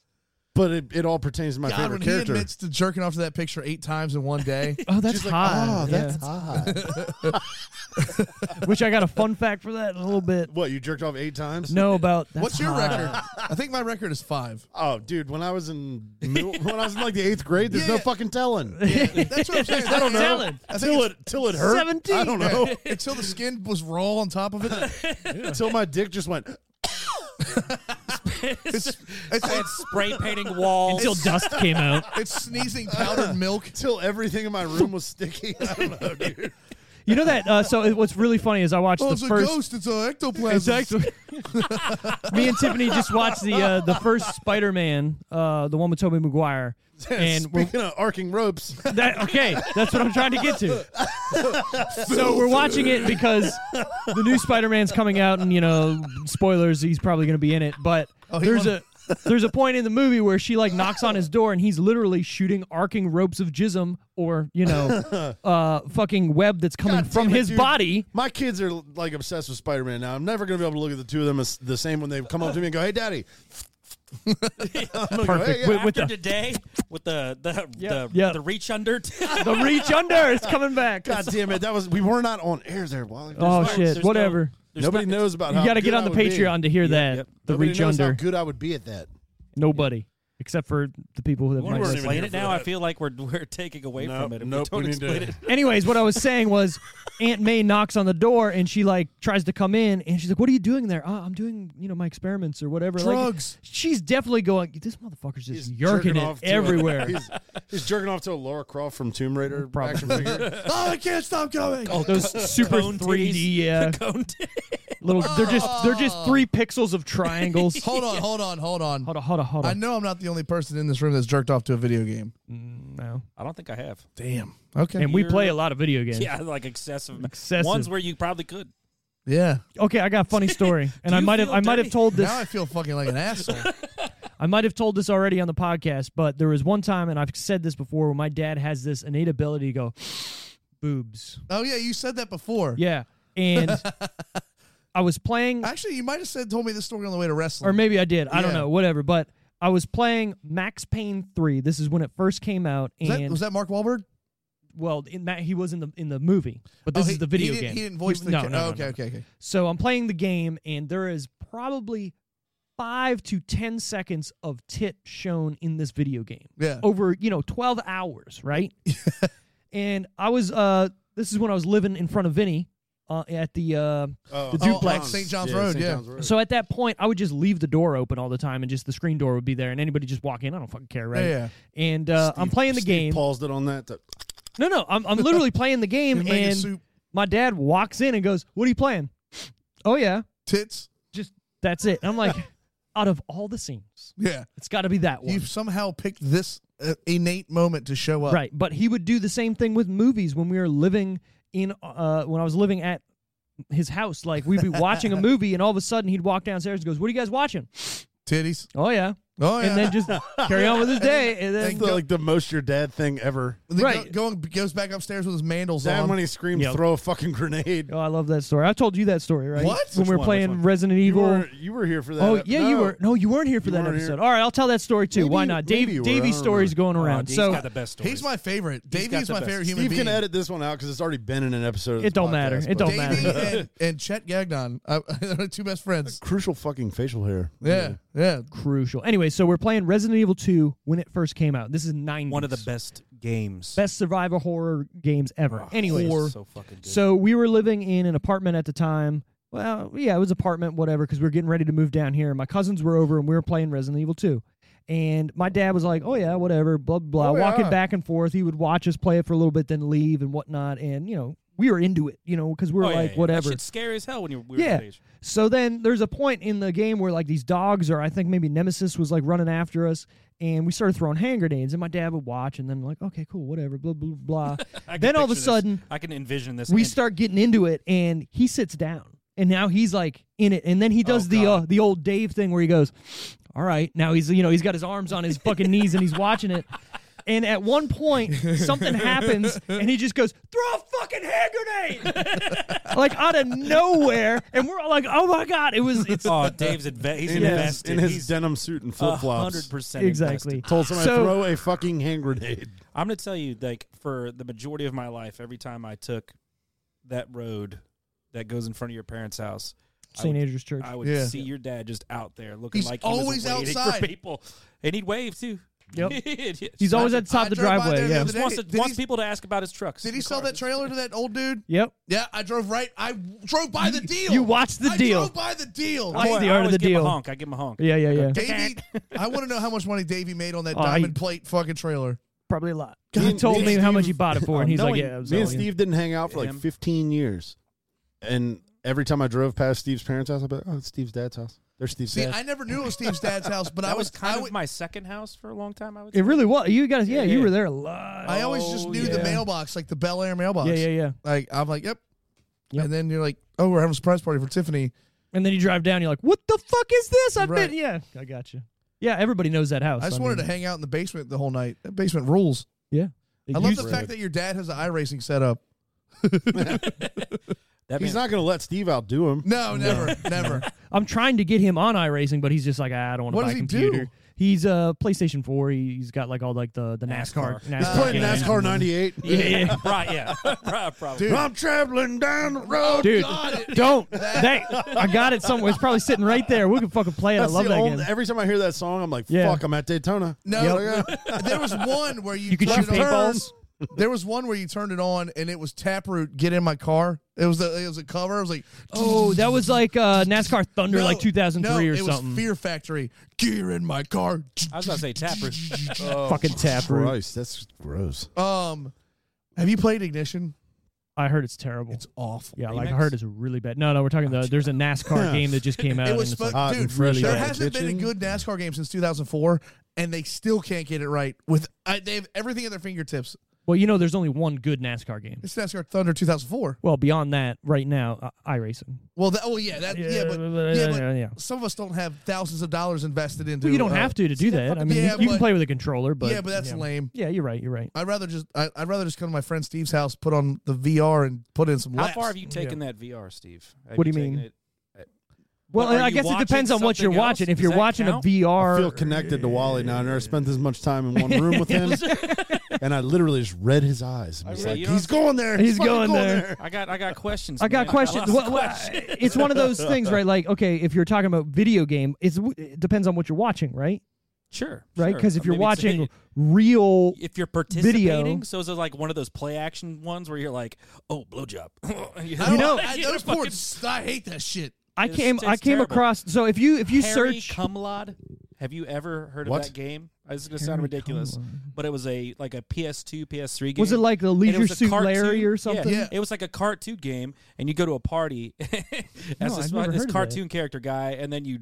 Speaker 2: But it, it all pertains to my
Speaker 4: God, when
Speaker 2: favorite
Speaker 4: he
Speaker 2: character.
Speaker 4: admits to jerking off to that picture eight times in one day.
Speaker 1: Oh, that's
Speaker 2: She's like,
Speaker 1: hot.
Speaker 2: oh,
Speaker 1: Yeah.
Speaker 2: that's hot.
Speaker 1: Which I got a fun fact for that in a little bit.
Speaker 2: What you jerked off eight times?
Speaker 1: No, about that's
Speaker 4: What's your
Speaker 1: high.
Speaker 4: record? I think my record is five.
Speaker 2: Oh, dude, when I was in middle, when I was in like the eighth grade, there's
Speaker 4: Yeah,
Speaker 2: no
Speaker 4: yeah.
Speaker 2: fucking telling.
Speaker 4: That's what I'm saying. I don't know.
Speaker 1: Telling.
Speaker 4: I think
Speaker 2: Till it till it hurt.
Speaker 1: Seventeen.
Speaker 2: I don't know.
Speaker 4: Until the skin was raw on top of it.
Speaker 2: Until my dick just went.
Speaker 4: It's, it's, it's,
Speaker 3: Spray painting walls.
Speaker 1: Until dust came out.
Speaker 4: it's sneezing powdered milk.
Speaker 2: Till everything in my room was sticky. I don't know, dude.
Speaker 1: You know that. Uh, so it, what's really funny is I watched
Speaker 4: Oh,
Speaker 1: the
Speaker 4: it's a
Speaker 1: first.
Speaker 4: ghost. It's an ectoplasm.
Speaker 1: Exactly. Me and Tiffany just watched the uh, the first Spider Man, uh, the one with Tobey Maguire, and we're,
Speaker 2: Speaking of arcing ropes,
Speaker 1: that okay. That's what I'm trying to get to. so we're watching it because the new Spider Man's coming out, and you know, spoilers, he's probably going to be in it. But
Speaker 2: Oh,
Speaker 4: he
Speaker 1: there's
Speaker 4: won.
Speaker 1: a there's a point in the movie where she like knocks on his door, and he's literally shooting arcing ropes of jism or you know, uh, fucking web that's coming
Speaker 2: God
Speaker 1: from
Speaker 2: damn it,
Speaker 1: his
Speaker 2: dude.
Speaker 1: body.
Speaker 2: My kids are like obsessed with Spider Man now. I'm never gonna be able to look at the two of them as the same when they come up to me and go, "Hey, daddy." I'm gonna go, "Hey,
Speaker 1: Perfect.
Speaker 2: yeah."
Speaker 1: With, with
Speaker 3: After
Speaker 1: the,
Speaker 3: today, with the the the,
Speaker 1: Yeah.
Speaker 3: the reach under.
Speaker 1: the reach under, it's coming back.
Speaker 2: God damn it! That was we were not on air there, Wally.
Speaker 1: Oh
Speaker 3: There's
Speaker 1: shit!
Speaker 3: no-
Speaker 1: Whatever.
Speaker 3: there's
Speaker 2: Nobody
Speaker 3: not-
Speaker 2: knows about.
Speaker 1: you
Speaker 2: how
Speaker 1: got to get
Speaker 2: good
Speaker 1: on
Speaker 2: I
Speaker 1: the
Speaker 2: would be.
Speaker 1: Patreon to hear that.
Speaker 3: yep.
Speaker 1: The
Speaker 2: Nobody
Speaker 1: reach
Speaker 2: knows how
Speaker 1: under.
Speaker 2: good I would be at that.
Speaker 1: Nobody, except for the people that
Speaker 3: When
Speaker 1: might
Speaker 3: we
Speaker 1: listen.
Speaker 3: explain it now, I feel like we're we're taking away from it. If
Speaker 2: nope,
Speaker 3: we
Speaker 2: we
Speaker 3: don't
Speaker 2: need
Speaker 3: explain
Speaker 2: to-
Speaker 3: it.
Speaker 1: Anyways, what I was saying was, Aunt May knocks on the door and she like tries to come in and she's like, "What are you doing there? Oh, I'm doing you know my experiments or whatever." Like,
Speaker 4: Drugs.
Speaker 1: she's definitely going. This motherfucker's just
Speaker 2: He's
Speaker 1: yerking
Speaker 2: jerking
Speaker 1: it
Speaker 2: off to a-
Speaker 1: everywhere.
Speaker 2: he's, he's jerking off to a Laura Croft from Tomb Raider
Speaker 1: Probably.
Speaker 2: action figure.
Speaker 4: Oh, I can't stop coming.
Speaker 1: Those super
Speaker 3: Cone
Speaker 1: three D
Speaker 3: titties.
Speaker 1: uh,
Speaker 3: Cone titties.
Speaker 1: little. They're just they're just three pixels of triangles.
Speaker 4: Hold on, hold on, hold on.
Speaker 1: Hold on, hold on, hold
Speaker 4: I
Speaker 1: on.
Speaker 4: know I'm not the only person in this room that's jerked off to a video game.
Speaker 1: Mm, No.
Speaker 3: I don't think I have.
Speaker 4: Damn. Okay.
Speaker 1: And we play a lot of video games.
Speaker 3: Yeah, like excessive,
Speaker 1: Excessive.
Speaker 3: ones where you probably could.
Speaker 4: yeah.
Speaker 1: Okay, I got a funny story, and
Speaker 3: Do
Speaker 1: I
Speaker 3: you
Speaker 1: might have
Speaker 3: feel
Speaker 1: I might have
Speaker 3: dirty?
Speaker 1: told this.
Speaker 4: Now I feel fucking like an asshole.
Speaker 1: I might have told this already on the podcast, but there was one time, and I've said this before, where my dad has this innate ability to go, boobs.
Speaker 4: oh yeah, you said that before.
Speaker 1: Yeah. And I was playing,
Speaker 4: Actually, you might have said told me this story on the way to wrestling.
Speaker 1: or maybe I did. I don't
Speaker 4: Yeah.
Speaker 1: know, whatever. But I was playing Max Payne 3. This is when it first came out. And,
Speaker 4: was, that, was that Mark Wahlberg?
Speaker 1: well, in that, he was in the in the movie, but this
Speaker 4: Oh,
Speaker 1: is
Speaker 4: he-
Speaker 1: the video
Speaker 4: he didn't-
Speaker 1: game.
Speaker 4: He didn't voice the.
Speaker 1: no, no,
Speaker 4: ca-
Speaker 1: no, no,
Speaker 4: oh, okay,
Speaker 1: no.
Speaker 4: okay, okay.
Speaker 1: So I'm playing the game, and there is probably five to 10 seconds of tit shown in this video game.
Speaker 4: Yeah.
Speaker 1: over you know 12 hours right and i was uh this is when i was living in front of vinny uh, at the uh,
Speaker 2: Oh,
Speaker 1: The
Speaker 4: Oh,
Speaker 1: duplex.
Speaker 4: St. John's Road,
Speaker 2: St.
Speaker 4: yeah.
Speaker 2: John's Road.
Speaker 1: so at that point i would just leave the door open all the time and just the screen door would be there and anybody just walk in i don't fucking care right
Speaker 4: Yeah,
Speaker 1: and uh, i'm playing the
Speaker 2: Steve
Speaker 1: game
Speaker 2: Paused it on that. to-
Speaker 1: no no i'm, I'm literally playing the game
Speaker 4: You're making
Speaker 1: and
Speaker 4: soup.
Speaker 1: my dad walks in and goes what are you playing oh yeah
Speaker 4: Tits.
Speaker 1: just that's it and i'm like out of all the scenes
Speaker 4: Yeah.
Speaker 1: it's got to be that one
Speaker 4: You've somehow picked this uh, innate moment to show up.
Speaker 1: Right, but he would do the same thing with movies when we were living in uh when I was living at his house. Like we'd be watching a movie and all of a sudden he'd walk downstairs and goes, "What are you guys watching?"
Speaker 4: Titties.
Speaker 1: "Oh yeah."
Speaker 4: Oh yeah.
Speaker 1: And then just carry on with his day and
Speaker 2: That's
Speaker 1: then
Speaker 4: Thank-
Speaker 2: the, like the most your dad thing ever.
Speaker 4: Then go-
Speaker 1: right.
Speaker 4: going goes back upstairs with his mandals
Speaker 2: Dad,
Speaker 4: on.
Speaker 2: when he screamed,
Speaker 1: Yep.
Speaker 2: "Throw a fucking grenade!"
Speaker 1: Oh, I love that story. I told you that story, right?
Speaker 4: What?
Speaker 1: When
Speaker 4: Which
Speaker 1: we were
Speaker 3: one? Which
Speaker 1: playing
Speaker 3: one?
Speaker 1: Resident
Speaker 2: You
Speaker 1: Evil.
Speaker 2: were, you were here for that.
Speaker 1: oh
Speaker 2: ep-
Speaker 1: yeah,
Speaker 2: no.
Speaker 1: you were. No, you weren't here for
Speaker 2: You
Speaker 1: that
Speaker 2: weren't
Speaker 1: episode.
Speaker 2: here.
Speaker 1: All right, I'll tell that story too.
Speaker 2: Maybe
Speaker 1: Why
Speaker 2: you-
Speaker 1: not?
Speaker 2: maybe
Speaker 1: Dave,
Speaker 2: you were. I
Speaker 1: Davey's
Speaker 2: don't
Speaker 1: stories
Speaker 2: remember.
Speaker 1: going around.
Speaker 3: He's
Speaker 1: so
Speaker 3: Oh, Uh, got the best stories.
Speaker 4: He's my favorite. Davey's
Speaker 3: got the
Speaker 4: my
Speaker 3: best.
Speaker 4: favorite human
Speaker 2: Steve
Speaker 4: being.
Speaker 2: can edit this one out because it's already been in an episode. Of
Speaker 1: It
Speaker 2: this
Speaker 1: don't
Speaker 2: podcast,
Speaker 1: matter. It
Speaker 2: but-
Speaker 1: don't matter.
Speaker 4: Davey and, and Chet Gagnon. I, they're two best friends.
Speaker 2: Crucial fucking facial hair.
Speaker 4: Yeah, yeah.
Speaker 1: crucial. Anyway, so we're playing Resident Evil 2 when it first came out. This is 90s.
Speaker 3: one of the best games.
Speaker 1: best survival horror games ever. Anyways,
Speaker 3: so fucking good.
Speaker 1: So we were living in an apartment at the time. Well, yeah, it was apartment, whatever, because we were getting ready to move down here. My cousins were over and we were playing Resident Evil 2. And my dad was like, oh, yeah, whatever, blah, blah,
Speaker 2: Oh,
Speaker 1: blah, walking
Speaker 2: yeah.
Speaker 1: back and forth. He would watch us play it for a little bit, then leave and whatnot. And, you know, we were into it, you know, because we
Speaker 3: Oh,
Speaker 1: were
Speaker 3: yeah,
Speaker 1: like,
Speaker 3: yeah, yeah.
Speaker 1: whatever.
Speaker 3: That shit's scary as hell when you're we were
Speaker 1: Yeah.
Speaker 3: that age.
Speaker 1: So then there's a point in the game where like these dogs or I think maybe Nemesis was like running after us and we started throwing hand grenades and my dad would watch and then like, okay, cool, whatever, blah, blah, blah.
Speaker 3: I can
Speaker 1: then all of
Speaker 3: picture
Speaker 1: a
Speaker 3: this.
Speaker 1: sudden
Speaker 3: I can envision this.
Speaker 1: we
Speaker 3: and-
Speaker 1: start getting into it and he sits down and now he's like in it and then he does
Speaker 3: Oh,
Speaker 1: the uh,
Speaker 3: God.
Speaker 1: the old Dave thing where he goes, all right, now he's, you know, he's got his arms on his fucking knees and he's watching it. And at one point, something happens, and he just goes, "Throw a fucking hand grenade!" like out of nowhere, and we're all like, "Oh my god!" It was it's
Speaker 3: Oh, Dave's adve- he's
Speaker 2: In his,
Speaker 3: invested.
Speaker 2: in his
Speaker 3: he's
Speaker 2: denim suit and flip flops.
Speaker 3: hundred percent
Speaker 1: exactly
Speaker 2: Told somebody
Speaker 1: So-
Speaker 2: throw a fucking hand grenade.
Speaker 3: I'm gonna tell you, like for the majority of my life, every time I took that road that goes in front of your parents' house, I
Speaker 1: St.
Speaker 3: would-
Speaker 1: Andrew's Church.
Speaker 3: I would
Speaker 4: Yeah.
Speaker 3: see your dad just out there looking
Speaker 4: He's
Speaker 3: like he was
Speaker 4: always
Speaker 3: waiting
Speaker 4: outside.
Speaker 3: for people, and he'd wave too.
Speaker 1: Yep.
Speaker 3: he's
Speaker 1: He's always at the top
Speaker 4: I
Speaker 1: of the
Speaker 4: drove by
Speaker 1: driveway.
Speaker 4: there the
Speaker 1: Yeah.
Speaker 4: other day.
Speaker 3: wants, to,
Speaker 4: Did
Speaker 3: wants
Speaker 4: he-
Speaker 3: people to ask about his trucks.
Speaker 4: Did he
Speaker 3: and
Speaker 4: sell
Speaker 3: cars.
Speaker 4: that trailer to that old dude?
Speaker 1: Yep.
Speaker 4: Yeah, I drove right. I w- drove by the deal.
Speaker 1: you watched the
Speaker 4: I
Speaker 1: deal.
Speaker 4: drove by the deal.
Speaker 1: Like-
Speaker 3: Boy,
Speaker 1: the
Speaker 3: I
Speaker 1: art of
Speaker 3: always
Speaker 1: the
Speaker 3: give him
Speaker 1: deal.
Speaker 3: A honk. I give him a honk.
Speaker 1: Yeah, yeah, yeah.
Speaker 4: Davey, I want to know how much money Davey made on that
Speaker 1: Oh, I-
Speaker 4: diamond plate fucking trailer.
Speaker 1: Probably a lot.
Speaker 2: Me
Speaker 1: He
Speaker 2: and-
Speaker 1: told
Speaker 2: me
Speaker 1: me
Speaker 2: and
Speaker 1: how much he
Speaker 2: Steve-
Speaker 1: bought it for, and he's like,
Speaker 2: Knowing-
Speaker 1: "Yeah, it was
Speaker 2: me
Speaker 1: all
Speaker 2: and
Speaker 1: you."
Speaker 2: Steve didn't hang out for like
Speaker 3: Him.
Speaker 2: 15 years, and every time I drove past Steve's parents' house, I'd be like, "Oh, it's Steve's dad's house. There's Steve's
Speaker 4: See,
Speaker 2: dad."
Speaker 4: I never knew it was Steve's dad's house, but
Speaker 3: That
Speaker 4: I was
Speaker 3: was kind
Speaker 4: I
Speaker 3: of
Speaker 4: would-
Speaker 3: my second house for a long time. I would.
Speaker 1: It
Speaker 3: say.
Speaker 1: really was. You guys, yeah,
Speaker 3: Yeah,
Speaker 1: you
Speaker 3: yeah.
Speaker 1: were there a lot.
Speaker 4: I always just
Speaker 3: Oh,
Speaker 4: knew
Speaker 1: yeah.
Speaker 4: the mailbox, like the Bel Air mailbox.
Speaker 1: yeah, yeah, yeah.
Speaker 4: Like I'm like, yep.
Speaker 1: Yep.
Speaker 4: And then you're like, oh, we're having a surprise party for Tiffany.
Speaker 1: And then you drive down, you're like, "What the fuck is this?" I've
Speaker 4: Right.
Speaker 1: been. Yeah, I got you. Yeah, everybody knows that house.
Speaker 4: I just wanted to
Speaker 1: mean,
Speaker 4: hang out in the basement the whole night. That basement rules.
Speaker 1: it
Speaker 4: I love
Speaker 1: used-
Speaker 4: the fact that your dad has an iRacing setup.
Speaker 3: That man-
Speaker 2: he's not going to let Steve outdo him.
Speaker 4: No, never, never.
Speaker 1: I'm trying to get him on iRacing, but he's just like, "Ah, "I don't want to
Speaker 4: What
Speaker 1: buy a
Speaker 4: does he
Speaker 1: computer."
Speaker 4: do?
Speaker 1: He's a uh, PlayStation Four. He's got like all like the the NASCAR.
Speaker 3: NASCAR.
Speaker 1: NASCAR
Speaker 2: He's playing
Speaker 1: games.
Speaker 2: NASCAR '98.
Speaker 1: Yeah, yeah.
Speaker 3: right. Yeah, right, probably.
Speaker 2: I'm traveling down the road.
Speaker 1: Dude,
Speaker 4: Got it.
Speaker 1: don't. That, I got it somewhere. It's probably sitting right there. We can fucking play it.
Speaker 2: That's
Speaker 1: I love
Speaker 2: the
Speaker 1: that
Speaker 2: only-
Speaker 1: game.
Speaker 2: Every time I hear that song, I'm like,
Speaker 1: Yeah.
Speaker 2: "Fuck, I'm at Daytona."
Speaker 4: No,
Speaker 2: Yeah.
Speaker 4: there was one where you,
Speaker 1: You could
Speaker 4: turned
Speaker 1: shoot
Speaker 4: it on-
Speaker 1: paintballs.
Speaker 4: There was one where you turned it on and it was Taproot. Get in my car. It was the it was a cover. It was like
Speaker 1: Oh, that was like uh, NASCAR Thunder,
Speaker 4: no,
Speaker 1: like 2003
Speaker 4: no,
Speaker 1: or
Speaker 4: it
Speaker 1: something.
Speaker 4: was Fear Factory. Gear in my car.
Speaker 3: I was about to say Uh, Tapper.
Speaker 1: fucking taproot.
Speaker 2: Gross. Oh, That's gross.
Speaker 4: Um, have you played Ignition?
Speaker 1: I heard it's terrible.
Speaker 4: It's awful.
Speaker 1: yeah, like I
Speaker 3: Remix?
Speaker 1: heard it's really bad. No, no, we're talking the, there's a NASCAR game that just came out.
Speaker 4: It
Speaker 1: and
Speaker 4: was
Speaker 1: it's
Speaker 4: fu-
Speaker 1: like,
Speaker 2: hot
Speaker 4: dude.
Speaker 2: and fresh
Speaker 4: there
Speaker 2: out of the
Speaker 4: hasn't been a
Speaker 2: kitchen.
Speaker 4: good NASCAR game since 2004, and they still can't get it right. With I, they have everything at their fingertips.
Speaker 1: well, you know, there's only one good NASCAR game.
Speaker 4: It's NASCAR Thunder 2004.
Speaker 1: Well, beyond that, right now, I iRacing.
Speaker 4: Well, that, oh yeah, that yeah,
Speaker 1: Yeah,
Speaker 4: but,
Speaker 1: but-
Speaker 4: yeah, but
Speaker 1: yeah.
Speaker 4: some of us don't have thousands of dollars invested into.
Speaker 1: Well, you don't
Speaker 4: uh,
Speaker 1: have to to do that. I mean,
Speaker 4: yeah,
Speaker 1: you, you
Speaker 4: but-
Speaker 1: can play with a controller, but
Speaker 4: yeah, but that's lame.
Speaker 1: Yeah, you're right. You're right.
Speaker 4: I'd rather just I, I'd rather just come to my friend Steve's house, put on the VR, and put in some.
Speaker 3: How
Speaker 4: laps.
Speaker 3: far have you taken that VR, Steve? Have
Speaker 1: What do you
Speaker 3: taken
Speaker 1: mean?
Speaker 3: it-
Speaker 1: Well,
Speaker 3: But are
Speaker 1: I
Speaker 3: you
Speaker 1: guess it
Speaker 3: watching
Speaker 1: depends on what you're
Speaker 3: something
Speaker 1: watching.
Speaker 3: else?
Speaker 1: If
Speaker 3: Does
Speaker 1: you're
Speaker 3: that
Speaker 1: watching
Speaker 3: count?
Speaker 1: a VR,
Speaker 2: I feel connected to Wally now. I never spent this much time in one room with him, and I literally just read his eyes. I was
Speaker 3: Yeah,
Speaker 2: like,
Speaker 3: you don't-
Speaker 2: "He's going there.
Speaker 1: He's
Speaker 2: fucking
Speaker 1: going there."
Speaker 3: I got I got questions.
Speaker 1: I got
Speaker 3: man.
Speaker 1: questions.
Speaker 3: lots
Speaker 1: Well,
Speaker 3: of
Speaker 1: well,
Speaker 3: questions.
Speaker 1: it's one of those things, right? Like, okay, if you're talking about video game, it's, it depends on what you're watching, right?
Speaker 3: Sure.
Speaker 1: Right?
Speaker 3: sure.
Speaker 1: Because if
Speaker 3: I
Speaker 1: you're
Speaker 3: mean, it's-
Speaker 1: watching real,
Speaker 3: if you're participating, so is it like one of those play action ones where you're like, oh, blowjob? And you
Speaker 4: I
Speaker 1: You
Speaker 4: don't-
Speaker 1: know-
Speaker 4: I, those ports. I hate that shit.
Speaker 1: I
Speaker 3: it's-
Speaker 1: came,
Speaker 3: it's
Speaker 1: I came
Speaker 3: terrible.
Speaker 1: across. So if you if you
Speaker 3: Harry
Speaker 1: search,
Speaker 3: Cumlod. Have you ever heard
Speaker 2: What?
Speaker 3: of that game? Uh, I was going to sound ridiculous, but it was a like a PS2, PS3 game.
Speaker 1: was it like the
Speaker 3: And it
Speaker 1: Leisure
Speaker 3: was a
Speaker 1: Suit
Speaker 3: cartoon-
Speaker 1: Larry or
Speaker 3: yeah,
Speaker 1: something?
Speaker 4: Yeah.
Speaker 3: It was like a cartoon game, and you go to a party as
Speaker 1: No, I've never
Speaker 3: this, this
Speaker 1: heard of that.
Speaker 3: cartoon character guy, and then you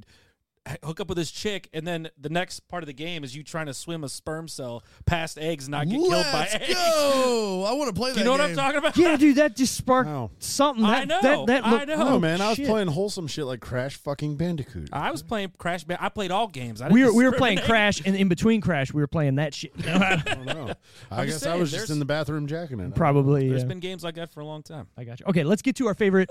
Speaker 3: hook up with this chick, and then the next part of the game is you trying to swim a sperm cell past eggs and not get killed by
Speaker 4: Let's
Speaker 3: eggs.
Speaker 4: go! I want to play that.
Speaker 3: You know what I'm
Speaker 4: game.
Speaker 3: talking about?
Speaker 1: Yeah, dude, that just sparked
Speaker 2: Wow.
Speaker 1: something. That,
Speaker 3: I know,
Speaker 1: That, that
Speaker 3: I
Speaker 1: looked-
Speaker 3: know.
Speaker 1: oh,
Speaker 3: No,
Speaker 2: Oh man, I was
Speaker 1: shit.
Speaker 2: playing wholesome shit like Crash fucking Bandicoot.
Speaker 3: I was playing Crash. Band- I played all games. I didn't
Speaker 1: We were, we were playing
Speaker 3: discriminate.
Speaker 1: Crash, and in between Crash, we were playing that shit.
Speaker 2: I don't know. I
Speaker 3: I'm
Speaker 2: guess
Speaker 3: just
Speaker 2: I
Speaker 3: saying,
Speaker 2: was just
Speaker 3: there's-
Speaker 2: in the bathroom jacking it.
Speaker 1: Probably.
Speaker 3: There's
Speaker 1: yeah.
Speaker 3: been games like that for a long time.
Speaker 1: I got you. Okay, let's get to our favorite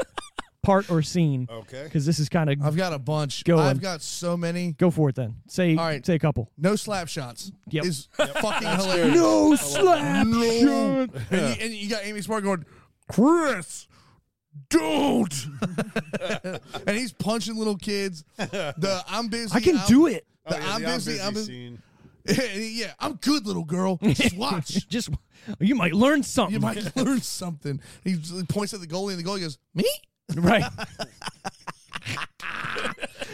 Speaker 1: part or scene. Okay. Because this is kind of
Speaker 4: I've got a bunch.
Speaker 1: Go on.
Speaker 4: I've got so many.
Speaker 1: go for it then. Say
Speaker 4: All right.
Speaker 1: say a couple.
Speaker 4: No slap shots.
Speaker 1: Yep.
Speaker 4: Is fucking hilarious.
Speaker 1: No slap
Speaker 4: No. And, you, and you got Amy Smart going, Chris, don't. and he's punching little kids. The I'm busy.
Speaker 1: I can
Speaker 4: I'm-
Speaker 1: do it.
Speaker 4: Oh, The I'm, busy, I'm busy. yeah, I'm good, little girl. Just watch.
Speaker 1: Just you might learn something.
Speaker 4: you might learn something. He points at the goalie, and the goalie goes, "Me?"
Speaker 1: right.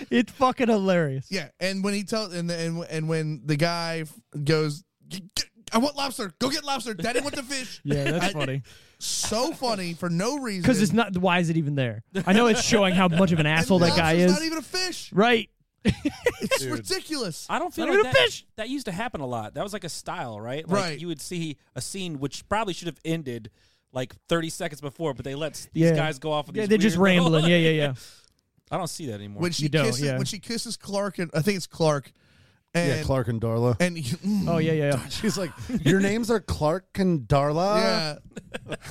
Speaker 1: it's fucking hilarious.
Speaker 4: Yeah. And when he tells, and and and when the guy f- goes, "G- g- "I want lobster. Go get lobster. Daddy want the fish."
Speaker 1: Yeah, that's
Speaker 4: I-
Speaker 1: funny.
Speaker 4: So funny for no reason.
Speaker 1: Because it's not. Why is it even there? I know it's showing how much of an
Speaker 4: And
Speaker 1: asshole that guy is.
Speaker 4: lobster's Not even a fish.
Speaker 1: right.
Speaker 4: It's ridiculous.
Speaker 3: I don't feel
Speaker 1: Not
Speaker 3: like
Speaker 1: even a
Speaker 3: that,
Speaker 1: fish!
Speaker 3: that used to happen a lot. That was like a style, right? Like
Speaker 4: Right.
Speaker 3: You would see a scene which probably should have ended like 30 seconds before, but they let s- these
Speaker 1: Yeah.
Speaker 3: guys go off. With
Speaker 1: Yeah,
Speaker 3: these
Speaker 1: they're just
Speaker 3: weird little-
Speaker 1: rambling. Yeah, yeah, yeah.
Speaker 3: I don't see that anymore.
Speaker 4: when she
Speaker 1: You don't,
Speaker 4: kisses
Speaker 1: yeah.
Speaker 4: when she kisses Clark and I think it's Clark and
Speaker 2: Yeah, Clark and Darla.
Speaker 4: and he- mm,
Speaker 1: Oh yeah, yeah. yeah.
Speaker 2: She's like, your names are Clark and Darla.
Speaker 4: yeah.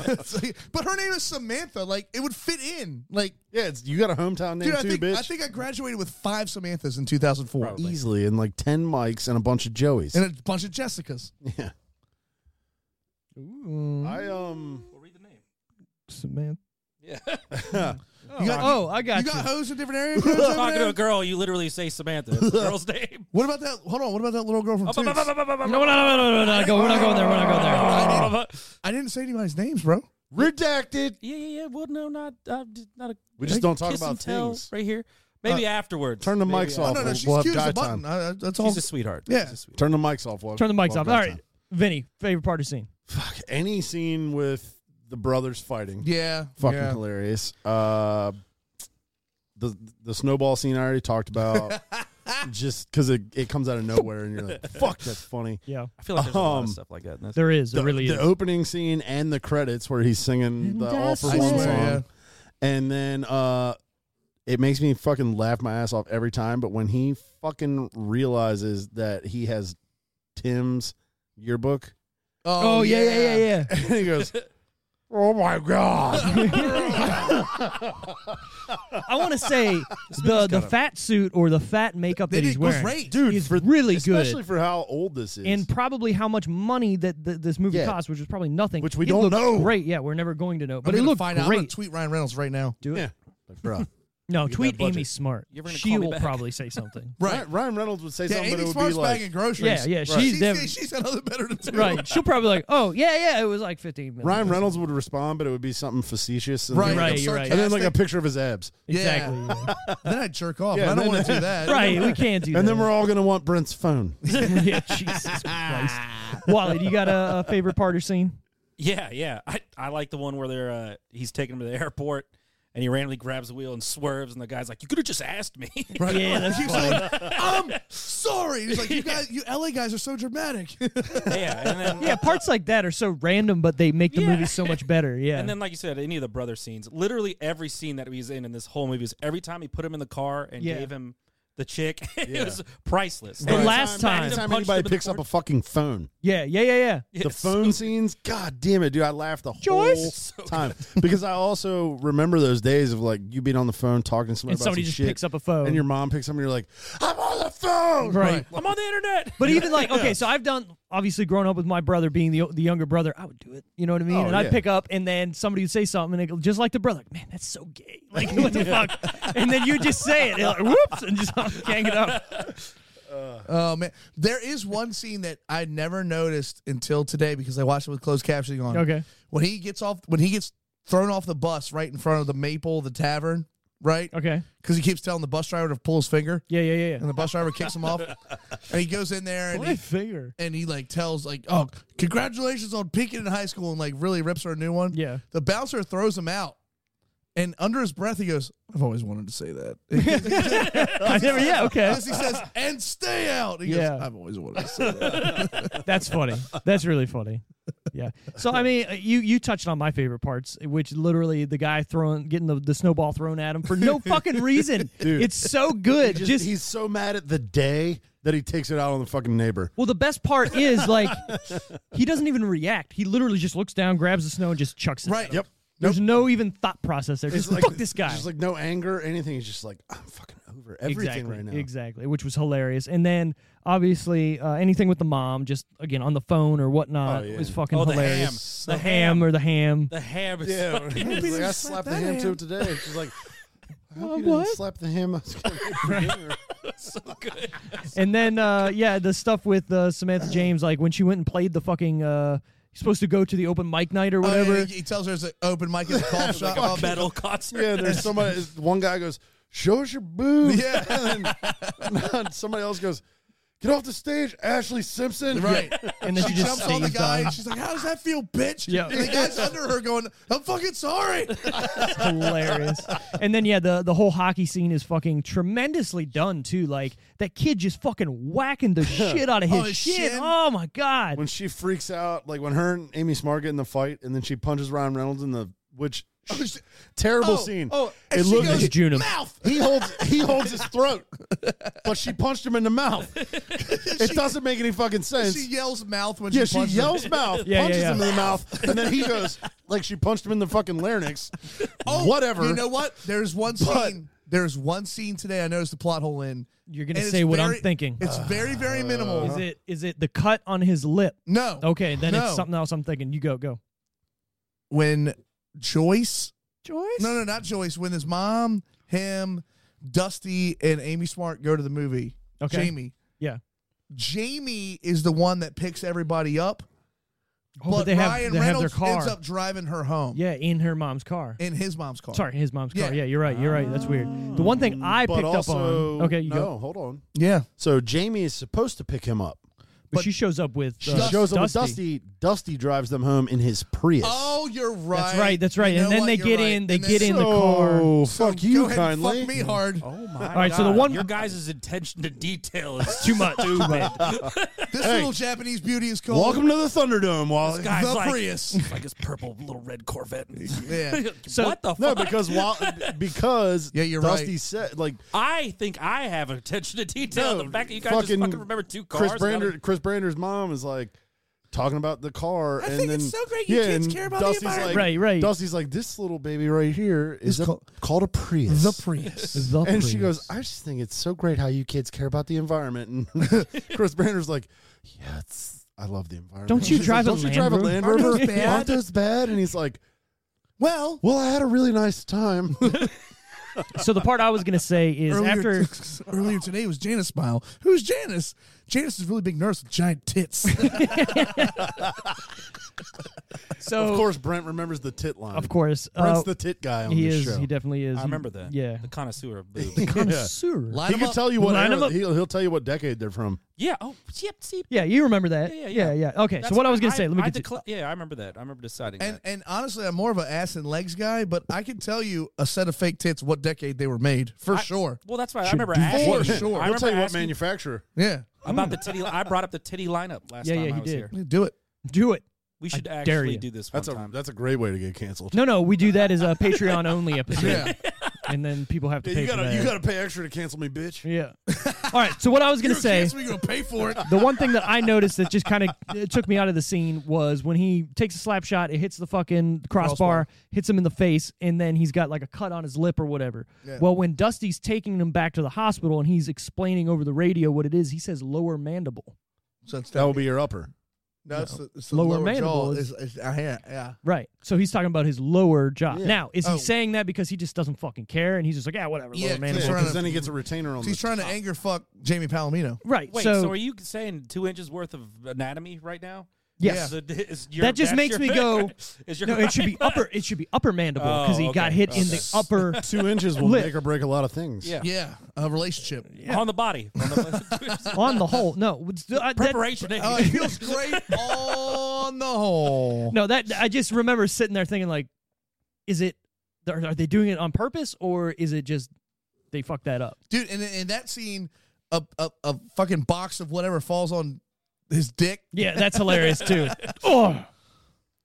Speaker 4: It's like- but her name is Samantha. Like it would fit in. Like
Speaker 2: Yeah, it's, you got a hometown name
Speaker 4: dude, I
Speaker 2: too,
Speaker 4: think
Speaker 2: bitch.
Speaker 4: I think I graduated with five Samanthas in 2004
Speaker 2: easily and like ten mics and a bunch of Joeys.
Speaker 4: and a bunch of Jessicas.
Speaker 2: yeah. I um
Speaker 4: um,
Speaker 3: Well, read the name.
Speaker 1: Samantha.
Speaker 3: Yeah.
Speaker 4: You got,
Speaker 1: Oh, I got
Speaker 4: you
Speaker 1: you.
Speaker 4: got hoes in different areas. codes over
Speaker 3: Talking to a
Speaker 4: there?
Speaker 3: girl, you literally say Samantha. That's the girl's name.
Speaker 4: What about that? Hold on. What about that little girl from
Speaker 1: Oh,
Speaker 3: No, no,
Speaker 4: Toots?
Speaker 1: no, no, no, no, no, no, no, go- We're not going there. We're not going there.
Speaker 3: Yeah,
Speaker 4: I didn't say anybody's names, bro.
Speaker 2: Redacted.
Speaker 3: yeah, yeah. Well, no, not uh, d- not a.
Speaker 2: We just don't talk
Speaker 3: kiss and
Speaker 2: about
Speaker 3: tell
Speaker 2: things. Uh,
Speaker 3: right here. Maybe afterwards.
Speaker 2: Turn the
Speaker 3: Maybe
Speaker 2: mics
Speaker 3: after-
Speaker 4: Oh,
Speaker 2: off.
Speaker 4: no, no,
Speaker 2: We'll-
Speaker 4: she's
Speaker 2: we'll have
Speaker 4: cute as
Speaker 2: die
Speaker 4: a button.
Speaker 2: time.
Speaker 4: I- I- that's all.
Speaker 3: She's a sweetheart.
Speaker 4: Yeah.
Speaker 3: She's a sweetheart.
Speaker 2: Turn the mics off. We'll,
Speaker 1: Turn the mics
Speaker 2: we'll
Speaker 1: off.
Speaker 2: have
Speaker 1: All
Speaker 2: guy
Speaker 1: right,
Speaker 2: time.
Speaker 1: Vinny, favorite part of scene.
Speaker 2: Any scene with the brothers fighting.
Speaker 4: yeah.
Speaker 2: Fucking
Speaker 4: yeah.
Speaker 2: hilarious. Uh, the the snowball scene I already talked about. just because it, it comes out of nowhere and you're like, fuck, that's funny.
Speaker 1: Yeah,
Speaker 3: I feel like there's a lot
Speaker 2: Um,
Speaker 3: of stuff like that. in this.
Speaker 1: there is. There
Speaker 2: the,
Speaker 1: really
Speaker 2: the
Speaker 1: is.
Speaker 2: opening scene and the credits where he's singing the All For
Speaker 4: I
Speaker 2: One song.
Speaker 4: swear, yeah.
Speaker 2: And then uh, it makes me fucking laugh my ass off every time. But when he fucking realizes that he has Tim's yearbook,
Speaker 1: oh yeah, yeah, yeah, yeah.
Speaker 2: and he goes, Oh my God.
Speaker 1: I want to say the the fat suit or the fat makeup
Speaker 4: They
Speaker 1: that he's
Speaker 4: did- was
Speaker 1: wearing,
Speaker 4: great.
Speaker 2: Dude,
Speaker 1: is
Speaker 2: for-
Speaker 1: really
Speaker 2: Especially
Speaker 1: good.
Speaker 2: for how old this is.
Speaker 1: And probably how much money that th- this movie
Speaker 2: Yeah.
Speaker 1: cost, which was probably nothing.
Speaker 2: Which we
Speaker 1: It
Speaker 2: don't
Speaker 1: looked
Speaker 2: know.
Speaker 1: Great, yeah, we're never going to know. But
Speaker 4: I'm
Speaker 1: it
Speaker 4: gonna
Speaker 1: looked
Speaker 4: find out. I'm gonna
Speaker 1: great.
Speaker 4: tweet Ryan Reynolds right now.
Speaker 1: Do it.
Speaker 2: yeah. Like, bro.
Speaker 1: No,
Speaker 2: that
Speaker 1: tweet
Speaker 2: budget.
Speaker 1: Amy Smart.
Speaker 3: You're gonna
Speaker 1: She
Speaker 3: call me
Speaker 1: will
Speaker 3: back.
Speaker 1: probably say something.
Speaker 4: Right.
Speaker 2: Ryan Reynolds would say
Speaker 4: Yeah,
Speaker 2: something, but
Speaker 4: Amy
Speaker 2: it would
Speaker 4: Smart's
Speaker 2: be like,
Speaker 4: bagging groceries.
Speaker 1: Yeah, yeah, she's
Speaker 4: she's,
Speaker 1: definitely-
Speaker 4: she's got other better to do.
Speaker 1: right? She'll probably like, oh yeah, yeah, it was like fifteen minutes.
Speaker 2: Ryan Reynolds would respond, but it would be something facetious. And
Speaker 4: Right,
Speaker 2: then,
Speaker 1: Right,
Speaker 4: I'm
Speaker 1: you're right.
Speaker 2: And then like a
Speaker 4: sarcastic.
Speaker 2: picture of his abs.
Speaker 1: exactly. yeah.
Speaker 4: then I jerk off.
Speaker 2: Yeah,
Speaker 4: I don't
Speaker 2: then-
Speaker 4: want to do that.
Speaker 1: right, we can't do that.
Speaker 2: And then we're all going to want Brent's phone.
Speaker 1: yeah, Jesus Christ. Wally, do you got a, a favorite part or scene?
Speaker 3: Yeah, yeah. I, I like the one where they're uh, he's taking him to the airport and he randomly grabs the wheel and swerves and the guy's like, You could have just asked me.
Speaker 4: Right.
Speaker 1: Yeah, that's
Speaker 4: He's going, I'm sorry. He's like, you guys, you LA guys are so dramatic.
Speaker 3: yeah. And then
Speaker 1: Yeah, parts like that are so random, but they make the
Speaker 3: Yeah.
Speaker 1: movie so much better. Yeah.
Speaker 3: And then, like you said, any of the brother scenes, literally every scene that he's in in this whole movie is every time he put him in the car and
Speaker 1: Yeah.
Speaker 3: gave him the chick, it was priceless.
Speaker 1: The
Speaker 3: Every
Speaker 1: last time-
Speaker 3: he punched
Speaker 2: Anytime
Speaker 3: him in
Speaker 2: anybody
Speaker 3: the
Speaker 2: picks up a
Speaker 3: forehead.
Speaker 2: fucking phone,
Speaker 1: yeah, yeah, yeah, yeah.
Speaker 3: Yeah,
Speaker 2: the
Speaker 3: so-
Speaker 2: phone scenes, god damn it, dude, I laughed the whole
Speaker 1: Joyce?
Speaker 2: time because I also remember those days of like you being on the phone talking to somebody,
Speaker 1: And
Speaker 2: about
Speaker 1: somebody
Speaker 2: some
Speaker 1: just
Speaker 2: shit,
Speaker 1: picks up a phone.
Speaker 2: and your mom picks up, and you're like, I'm on the phone,
Speaker 1: right.
Speaker 3: I'm on the internet.
Speaker 1: But even like, okay, so I've done, obviously, growing up with my brother being the, the younger brother, I would do it. You know what I mean?
Speaker 2: Oh,
Speaker 1: and I'd
Speaker 2: yeah.
Speaker 1: pick up, and then somebody would say something, and it, just like the brother, like, man, that's so gay. Like, what the fuck? And then you just say it, and like, whoops, and just gang it up.
Speaker 4: oh man, there is one scene that I never noticed until today because I watched it with closed captioning on.
Speaker 1: Okay.
Speaker 4: when he gets off, when he gets thrown off the bus right in front of the Maple, the tavern, right?
Speaker 1: Okay.
Speaker 4: Because he keeps telling the bus driver to pull his finger,
Speaker 1: Yeah, yeah, yeah,
Speaker 4: and the bus driver kicks him off, and he goes in there
Speaker 1: yeah.
Speaker 4: and
Speaker 1: My
Speaker 4: he
Speaker 1: finger.
Speaker 4: and he like tells like, "Oh, congratulations on peaking in high school," and like really rips her a new one.
Speaker 1: Yeah.
Speaker 4: The bouncer throws him out, and under his breath he goes, "I've always wanted to say that."
Speaker 1: I never, yeah, okay.
Speaker 4: Because he says, "And stay out." He
Speaker 1: Yeah.
Speaker 4: goes, "I've always wanted to say that."
Speaker 1: That's funny. That's really funny. Yeah. So I mean, uh, you you touched on my favorite parts, which literally the guy throwing getting the, the snowball thrown at him for no fucking reason.
Speaker 2: Dude.
Speaker 1: It's so good.
Speaker 2: Just,
Speaker 1: Just,
Speaker 2: he's so mad at the day that he takes it out on the fucking neighbor.
Speaker 1: well, the best part is like he doesn't even react. He literally just looks down, grabs the snow, and just chucks it. at
Speaker 4: Right.
Speaker 1: him. There's no even thought process there. Just fuck this guy.
Speaker 2: Just like no anger, anything. He's just like, I'm fucking over everything
Speaker 1: exactly,
Speaker 2: right now.
Speaker 1: Exactly, which was hilarious. And then obviously uh, anything with the mom, just again on the phone or whatnot,
Speaker 2: Oh, yeah.
Speaker 1: was fucking
Speaker 3: Oh, the
Speaker 1: hilarious.
Speaker 3: ham.
Speaker 1: The
Speaker 3: The ham.
Speaker 1: or the ham.
Speaker 3: The ham is
Speaker 2: Yeah,
Speaker 3: so-
Speaker 2: he's like, I slapped the ham to it today. She's like, I hope you
Speaker 1: Uh, what?
Speaker 2: didn't slap the ham. I was gonna make for dinner."
Speaker 3: so good.
Speaker 1: And then uh, yeah, the stuff with uh, Samantha James, like when she went and played the fucking uh, supposed to go to the open mic night or
Speaker 4: Oh, yeah,
Speaker 1: whatever.
Speaker 4: he, he tells her it's an open mic at the coffee shop.
Speaker 3: A
Speaker 4: Oh, man.
Speaker 3: metal concert.
Speaker 2: Yeah, there's somebody. One guy goes, "Show us your boobs."
Speaker 4: Yeah.
Speaker 2: and then somebody else goes, "Get off the stage, Ashley Simpson."
Speaker 4: Right.
Speaker 1: And then she,
Speaker 4: she
Speaker 1: just
Speaker 4: jumps on the
Speaker 1: sings
Speaker 4: guy
Speaker 1: on.
Speaker 4: and she's like, How does that feel, bitch?
Speaker 1: Yeah.
Speaker 4: And the guy's under her going, I'm fucking sorry.
Speaker 1: It's hilarious. And then yeah, the the whole hockey scene is fucking tremendously done too. Like that kid just fucking whacking the shit out of his,
Speaker 4: Oh, his
Speaker 1: shin.
Speaker 4: shin?
Speaker 1: Oh my god.
Speaker 2: When she freaks out, like when her and Amy Smart get in the fight, and then she punches Ryan Reynolds in the which
Speaker 4: she-
Speaker 2: terrible
Speaker 4: Oh,
Speaker 2: scene.
Speaker 4: oh, and
Speaker 2: it
Speaker 4: she
Speaker 2: looked.
Speaker 4: goes-
Speaker 1: It's Juno.
Speaker 4: Mouth.
Speaker 2: he holds he holds his throat, but she punched him in the mouth. It doesn't make any fucking sense.
Speaker 4: She yells mouth when
Speaker 2: Yeah,
Speaker 4: she
Speaker 2: she
Speaker 4: punches
Speaker 2: yells
Speaker 4: him.
Speaker 2: mouth,
Speaker 1: Yeah, yeah,
Speaker 2: punches
Speaker 1: yeah.
Speaker 2: him in the mouth, and then he goes like she punched him in the fucking larynx.
Speaker 4: Oh,
Speaker 2: Whatever.
Speaker 4: You know what? There's one
Speaker 2: But-
Speaker 4: scene. There's one scene today I noticed the plot hole in.
Speaker 1: You're gonna
Speaker 4: and it's
Speaker 1: say what I'm
Speaker 4: very-
Speaker 1: thinking.
Speaker 4: It's very,
Speaker 2: Uh,
Speaker 4: very minimal.
Speaker 1: Is it is it the cut on his lip?
Speaker 4: No.
Speaker 1: Okay, then
Speaker 4: No.
Speaker 1: it's something else I'm thinking. You go, go.
Speaker 4: When Joyce
Speaker 1: Joyce?
Speaker 4: No, no, not Joyce. When his mom, him, Dusty, and Amy Smart go to the movie,
Speaker 1: Okay.
Speaker 4: Jamie.
Speaker 1: Yeah.
Speaker 4: Jamie is the one that picks everybody up,
Speaker 1: Oh,
Speaker 4: but,
Speaker 1: they have,
Speaker 4: Ryan
Speaker 1: they have
Speaker 4: Reynolds
Speaker 1: their car.
Speaker 4: ends up driving her home
Speaker 1: yeah, in her mom's car.
Speaker 4: in his mom's car.
Speaker 1: Sorry, his mom's car.
Speaker 4: Yeah.
Speaker 1: Yeah, you're right. You're right. That's weird. The one thing I
Speaker 2: but
Speaker 1: picked
Speaker 2: also,
Speaker 1: up on. Okay, you
Speaker 2: no,
Speaker 1: go.
Speaker 2: hold on.
Speaker 4: Yeah.
Speaker 2: So Jamie is supposed to pick him up.
Speaker 1: But,
Speaker 4: but-
Speaker 1: she shows up with.
Speaker 2: She
Speaker 1: uh,
Speaker 2: shows up with
Speaker 1: Dusty.
Speaker 2: Dusty. Dusty drives them home in his Prius.
Speaker 4: Oh, you're right.
Speaker 1: That's right. That's right.
Speaker 4: You know
Speaker 1: and then
Speaker 4: what?
Speaker 1: they
Speaker 4: You're
Speaker 1: get
Speaker 4: right.
Speaker 1: in. They
Speaker 4: And
Speaker 1: get
Speaker 4: then-
Speaker 1: in the car.
Speaker 2: so
Speaker 4: So
Speaker 2: fuck you
Speaker 4: go ahead and
Speaker 2: kindly.
Speaker 4: Fuck me hard.
Speaker 3: Oh my! All
Speaker 1: right, so the one-
Speaker 3: your guys' attention to detail is
Speaker 1: Too much. Too much.
Speaker 4: This
Speaker 2: Hey.
Speaker 4: little Japanese beauty is called
Speaker 2: Welcome to the Thunderdome, Wally.
Speaker 3: This guy's
Speaker 4: the
Speaker 3: like,
Speaker 4: Prius.
Speaker 3: it's like his purple little red Corvette.
Speaker 4: Yeah.
Speaker 1: So-
Speaker 3: what the
Speaker 2: No,
Speaker 3: fuck?
Speaker 2: because Wall- because
Speaker 4: Yeah, you're
Speaker 2: Dusty
Speaker 4: right.
Speaker 2: said like
Speaker 3: I think I have attention to detail.
Speaker 2: No,
Speaker 3: the fact that you guys
Speaker 2: fucking
Speaker 3: just fucking remember two cars.
Speaker 2: Chris
Speaker 3: and
Speaker 2: Brander.
Speaker 3: how to-
Speaker 2: Chris Brander's mom is like talking about the car.
Speaker 4: I
Speaker 2: and
Speaker 4: think
Speaker 2: then,
Speaker 4: it's so great you
Speaker 2: yeah,
Speaker 4: kids
Speaker 2: and
Speaker 4: care about the
Speaker 2: Dusty's
Speaker 4: environment.
Speaker 2: Like,
Speaker 1: Right, right.
Speaker 2: Dusty's like this little baby right here is a,
Speaker 4: called-
Speaker 2: called a Prius.
Speaker 4: the Prius.
Speaker 1: The
Speaker 2: and she
Speaker 1: Prius.
Speaker 2: goes, I just think it's so great how you kids care about the environment. And Chris Brander's like, yeah, it's, I love the environment.
Speaker 1: Don't you
Speaker 2: She's
Speaker 1: drive a
Speaker 2: like, Don't
Speaker 1: Land
Speaker 2: you drive a
Speaker 1: Rover?
Speaker 2: Land
Speaker 4: Aren't
Speaker 2: Rover?
Speaker 4: those bad?"
Speaker 2: Aren't those bad? And he's like,
Speaker 4: Well,
Speaker 2: well, I had a really nice time.
Speaker 1: So the part I was gonna say is
Speaker 4: earlier,
Speaker 1: after
Speaker 4: earlier today was Janice Smile. Who's Janice? Janice is a really big nurse with giant tits.
Speaker 1: so
Speaker 2: of course, Brent remembers the tit line.
Speaker 1: of course
Speaker 2: Brent's
Speaker 1: uh,
Speaker 2: the tit guy on
Speaker 1: he
Speaker 2: this
Speaker 1: is
Speaker 2: show.
Speaker 1: he definitely is
Speaker 3: I remember that.
Speaker 1: yeah
Speaker 3: the connoisseur of boobs.
Speaker 1: connoisseur
Speaker 4: Line
Speaker 2: He
Speaker 4: 'em
Speaker 2: can
Speaker 4: up.
Speaker 2: tell you what
Speaker 1: Line 'em
Speaker 2: era,
Speaker 1: up.
Speaker 2: he'll, he'll tell you what decade they're from.
Speaker 3: yeah. Oh, yep. See.
Speaker 1: yeah you remember that
Speaker 3: Yeah,
Speaker 1: yeah
Speaker 3: yeah,
Speaker 1: yeah,
Speaker 3: yeah.
Speaker 1: okay
Speaker 3: that's
Speaker 1: so what I was
Speaker 3: why
Speaker 1: gonna say let me
Speaker 3: I
Speaker 1: get to,
Speaker 3: decla- Yeah, I remember that. I remember deciding
Speaker 4: And
Speaker 3: that.
Speaker 4: and honestly, I'm more of an ass and legs guy, but I can tell you a set of fake tits what decade they were made for
Speaker 3: I-
Speaker 4: sure.
Speaker 3: Well, that's right. I
Speaker 1: Should
Speaker 3: remember
Speaker 1: do
Speaker 3: asking.
Speaker 4: For sure.
Speaker 3: I
Speaker 2: He'll
Speaker 3: remember
Speaker 2: tell you what
Speaker 3: asking
Speaker 2: manufacturer.
Speaker 4: Yeah,
Speaker 3: about the titty. I brought up the titty lineup last
Speaker 1: Yeah,
Speaker 3: time
Speaker 1: yeah,
Speaker 3: I
Speaker 1: he
Speaker 3: was
Speaker 1: did.
Speaker 3: here.
Speaker 4: do it.
Speaker 1: do it
Speaker 3: We should
Speaker 1: dare
Speaker 3: actually
Speaker 1: you.
Speaker 3: do this one
Speaker 2: That's a
Speaker 3: time.
Speaker 2: that's a great way to get canceled.
Speaker 1: no no we do that as a Patreon only episode
Speaker 4: Yeah,
Speaker 1: and then people have to
Speaker 2: Yeah,
Speaker 1: pay
Speaker 2: you
Speaker 1: for
Speaker 2: gotta
Speaker 1: that
Speaker 2: you gotta pay extra to cancel me, bitch.
Speaker 1: yeah all right so what I was gonna say
Speaker 4: we're gonna pay for it.
Speaker 1: the one thing that I noticed that just kind of took me out of the scene was when he takes a slap shot, it hits the fucking crossbar,
Speaker 4: Crossbar.
Speaker 1: hits him in the face, and then he's got like a cut on his lip or whatever.
Speaker 4: Yeah.
Speaker 1: Well, when Dusty's taking him back to the hospital and he's explaining over the radio what it is, he says lower mandible.
Speaker 4: So it's
Speaker 2: That will be your upper.
Speaker 4: no, it's the, it's the
Speaker 1: Lower
Speaker 4: lower, mandible.
Speaker 1: mandible
Speaker 4: Jaw.
Speaker 1: is-
Speaker 4: Is, is, uh, yeah, yeah.
Speaker 1: Right. So he's talking about his lower jaw.
Speaker 2: Yeah.
Speaker 1: Now, is
Speaker 4: Oh.
Speaker 1: he saying that because he just doesn't fucking care and he's just like, yeah, whatever,
Speaker 4: Yeah,
Speaker 1: lower mandible.
Speaker 4: He's trying
Speaker 2: Because
Speaker 4: to-
Speaker 2: then he gets a retainer on.
Speaker 4: He's
Speaker 2: the,
Speaker 4: trying to anger fuck Jamie Palomino.
Speaker 1: Right.
Speaker 3: Wait, so,
Speaker 1: so,
Speaker 3: are you saying two inches worth of anatomy right now?
Speaker 1: Yes.
Speaker 3: So d- is your-
Speaker 1: That just
Speaker 3: that's
Speaker 1: makes
Speaker 3: your-
Speaker 1: me go,
Speaker 3: Is your
Speaker 1: no, it should be upper. It should be upper mandible because
Speaker 3: Oh,
Speaker 1: he got
Speaker 3: okay,
Speaker 1: hit in
Speaker 3: okay.
Speaker 1: the upper.
Speaker 2: two inches will
Speaker 1: Lip.
Speaker 2: make or break a lot of things.
Speaker 3: Yeah.
Speaker 4: Yeah, a relationship.
Speaker 3: on the body? On the-
Speaker 1: on the whole, no. it's- I- that-
Speaker 3: preparation.
Speaker 4: Oh, it feels great on the whole.
Speaker 1: No, that I just remember sitting there thinking like, is it? Are, are they doing it on purpose or is it just they fucked that up?
Speaker 4: dude. And in that scene, a, a a fucking box of whatever falls on his dick.
Speaker 1: Yeah, that's hilarious too. oh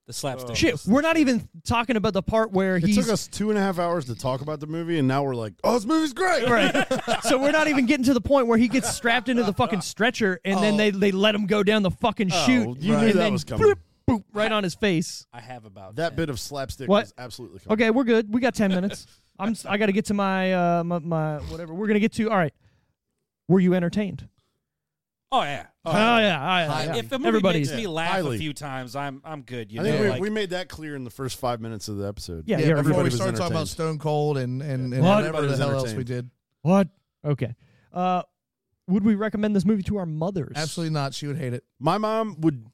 Speaker 3: the slapstick.
Speaker 1: shit, we're not even talking about the part where
Speaker 2: It
Speaker 1: he's
Speaker 2: took us two and a half hours to talk about the movie, and now we're like, "Oh, this movie's great!"
Speaker 1: right. So we're not even getting to the point where he gets strapped into the fucking stretcher and then
Speaker 4: Oh.
Speaker 1: they they let him go down the fucking
Speaker 2: Oh,
Speaker 1: chute.
Speaker 2: you knew
Speaker 1: and
Speaker 2: that
Speaker 1: then
Speaker 2: was coming.
Speaker 1: bloop, boop, right on his face.
Speaker 3: I have about
Speaker 2: That
Speaker 3: 10.
Speaker 2: bit of slapstick
Speaker 1: What?
Speaker 2: was absolutely coming.
Speaker 1: Okay, we're good. We got ten minutes. I'm s- I got to get to my uh my, my whatever. We're gonna get to. All right. Were you entertained?
Speaker 3: Oh yeah. Oh,
Speaker 1: Oh yeah, yeah, yeah, yeah.
Speaker 3: If a movie
Speaker 1: Everybody's
Speaker 3: makes me laugh
Speaker 2: Highly.
Speaker 3: a few times, I'm I'm good. You
Speaker 2: I think
Speaker 3: know,
Speaker 2: we,
Speaker 3: like,
Speaker 2: we made that clear in the first five minutes of the episode.
Speaker 1: Yeah,
Speaker 4: Yeah,
Speaker 1: yeah,
Speaker 4: before
Speaker 2: everybody
Speaker 4: we
Speaker 2: was
Speaker 4: started talking about
Speaker 2: entertained.
Speaker 4: Stone Cold and and, and
Speaker 1: Well,
Speaker 4: whatever
Speaker 2: everybody
Speaker 4: the
Speaker 2: was
Speaker 4: hell else we
Speaker 2: entertained.
Speaker 4: did.
Speaker 1: What? Okay. Uh, would we recommend this movie to our mothers?
Speaker 4: Absolutely not. She would hate it.
Speaker 2: My mom would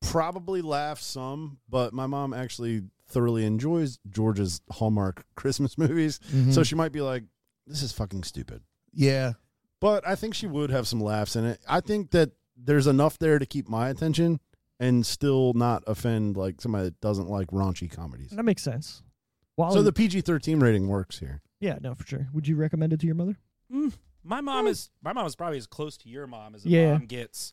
Speaker 2: probably laugh some, but my mom actually thoroughly enjoys George's Hallmark Christmas movies.
Speaker 1: Mm-hmm.
Speaker 2: So she might be like, "This is fucking stupid."
Speaker 4: Yeah.
Speaker 2: But I think she would have some laughs in it. I think that there's enough there to keep my attention and still not offend like somebody that doesn't like raunchy comedies.
Speaker 1: That makes sense. Wally,
Speaker 2: So the PG-13 rating works here.
Speaker 1: yeah, no, for sure. Would you recommend it to your mother?
Speaker 3: mm, my mom is my mom is probably as close to your mom as a
Speaker 1: Yeah.
Speaker 3: mom gets.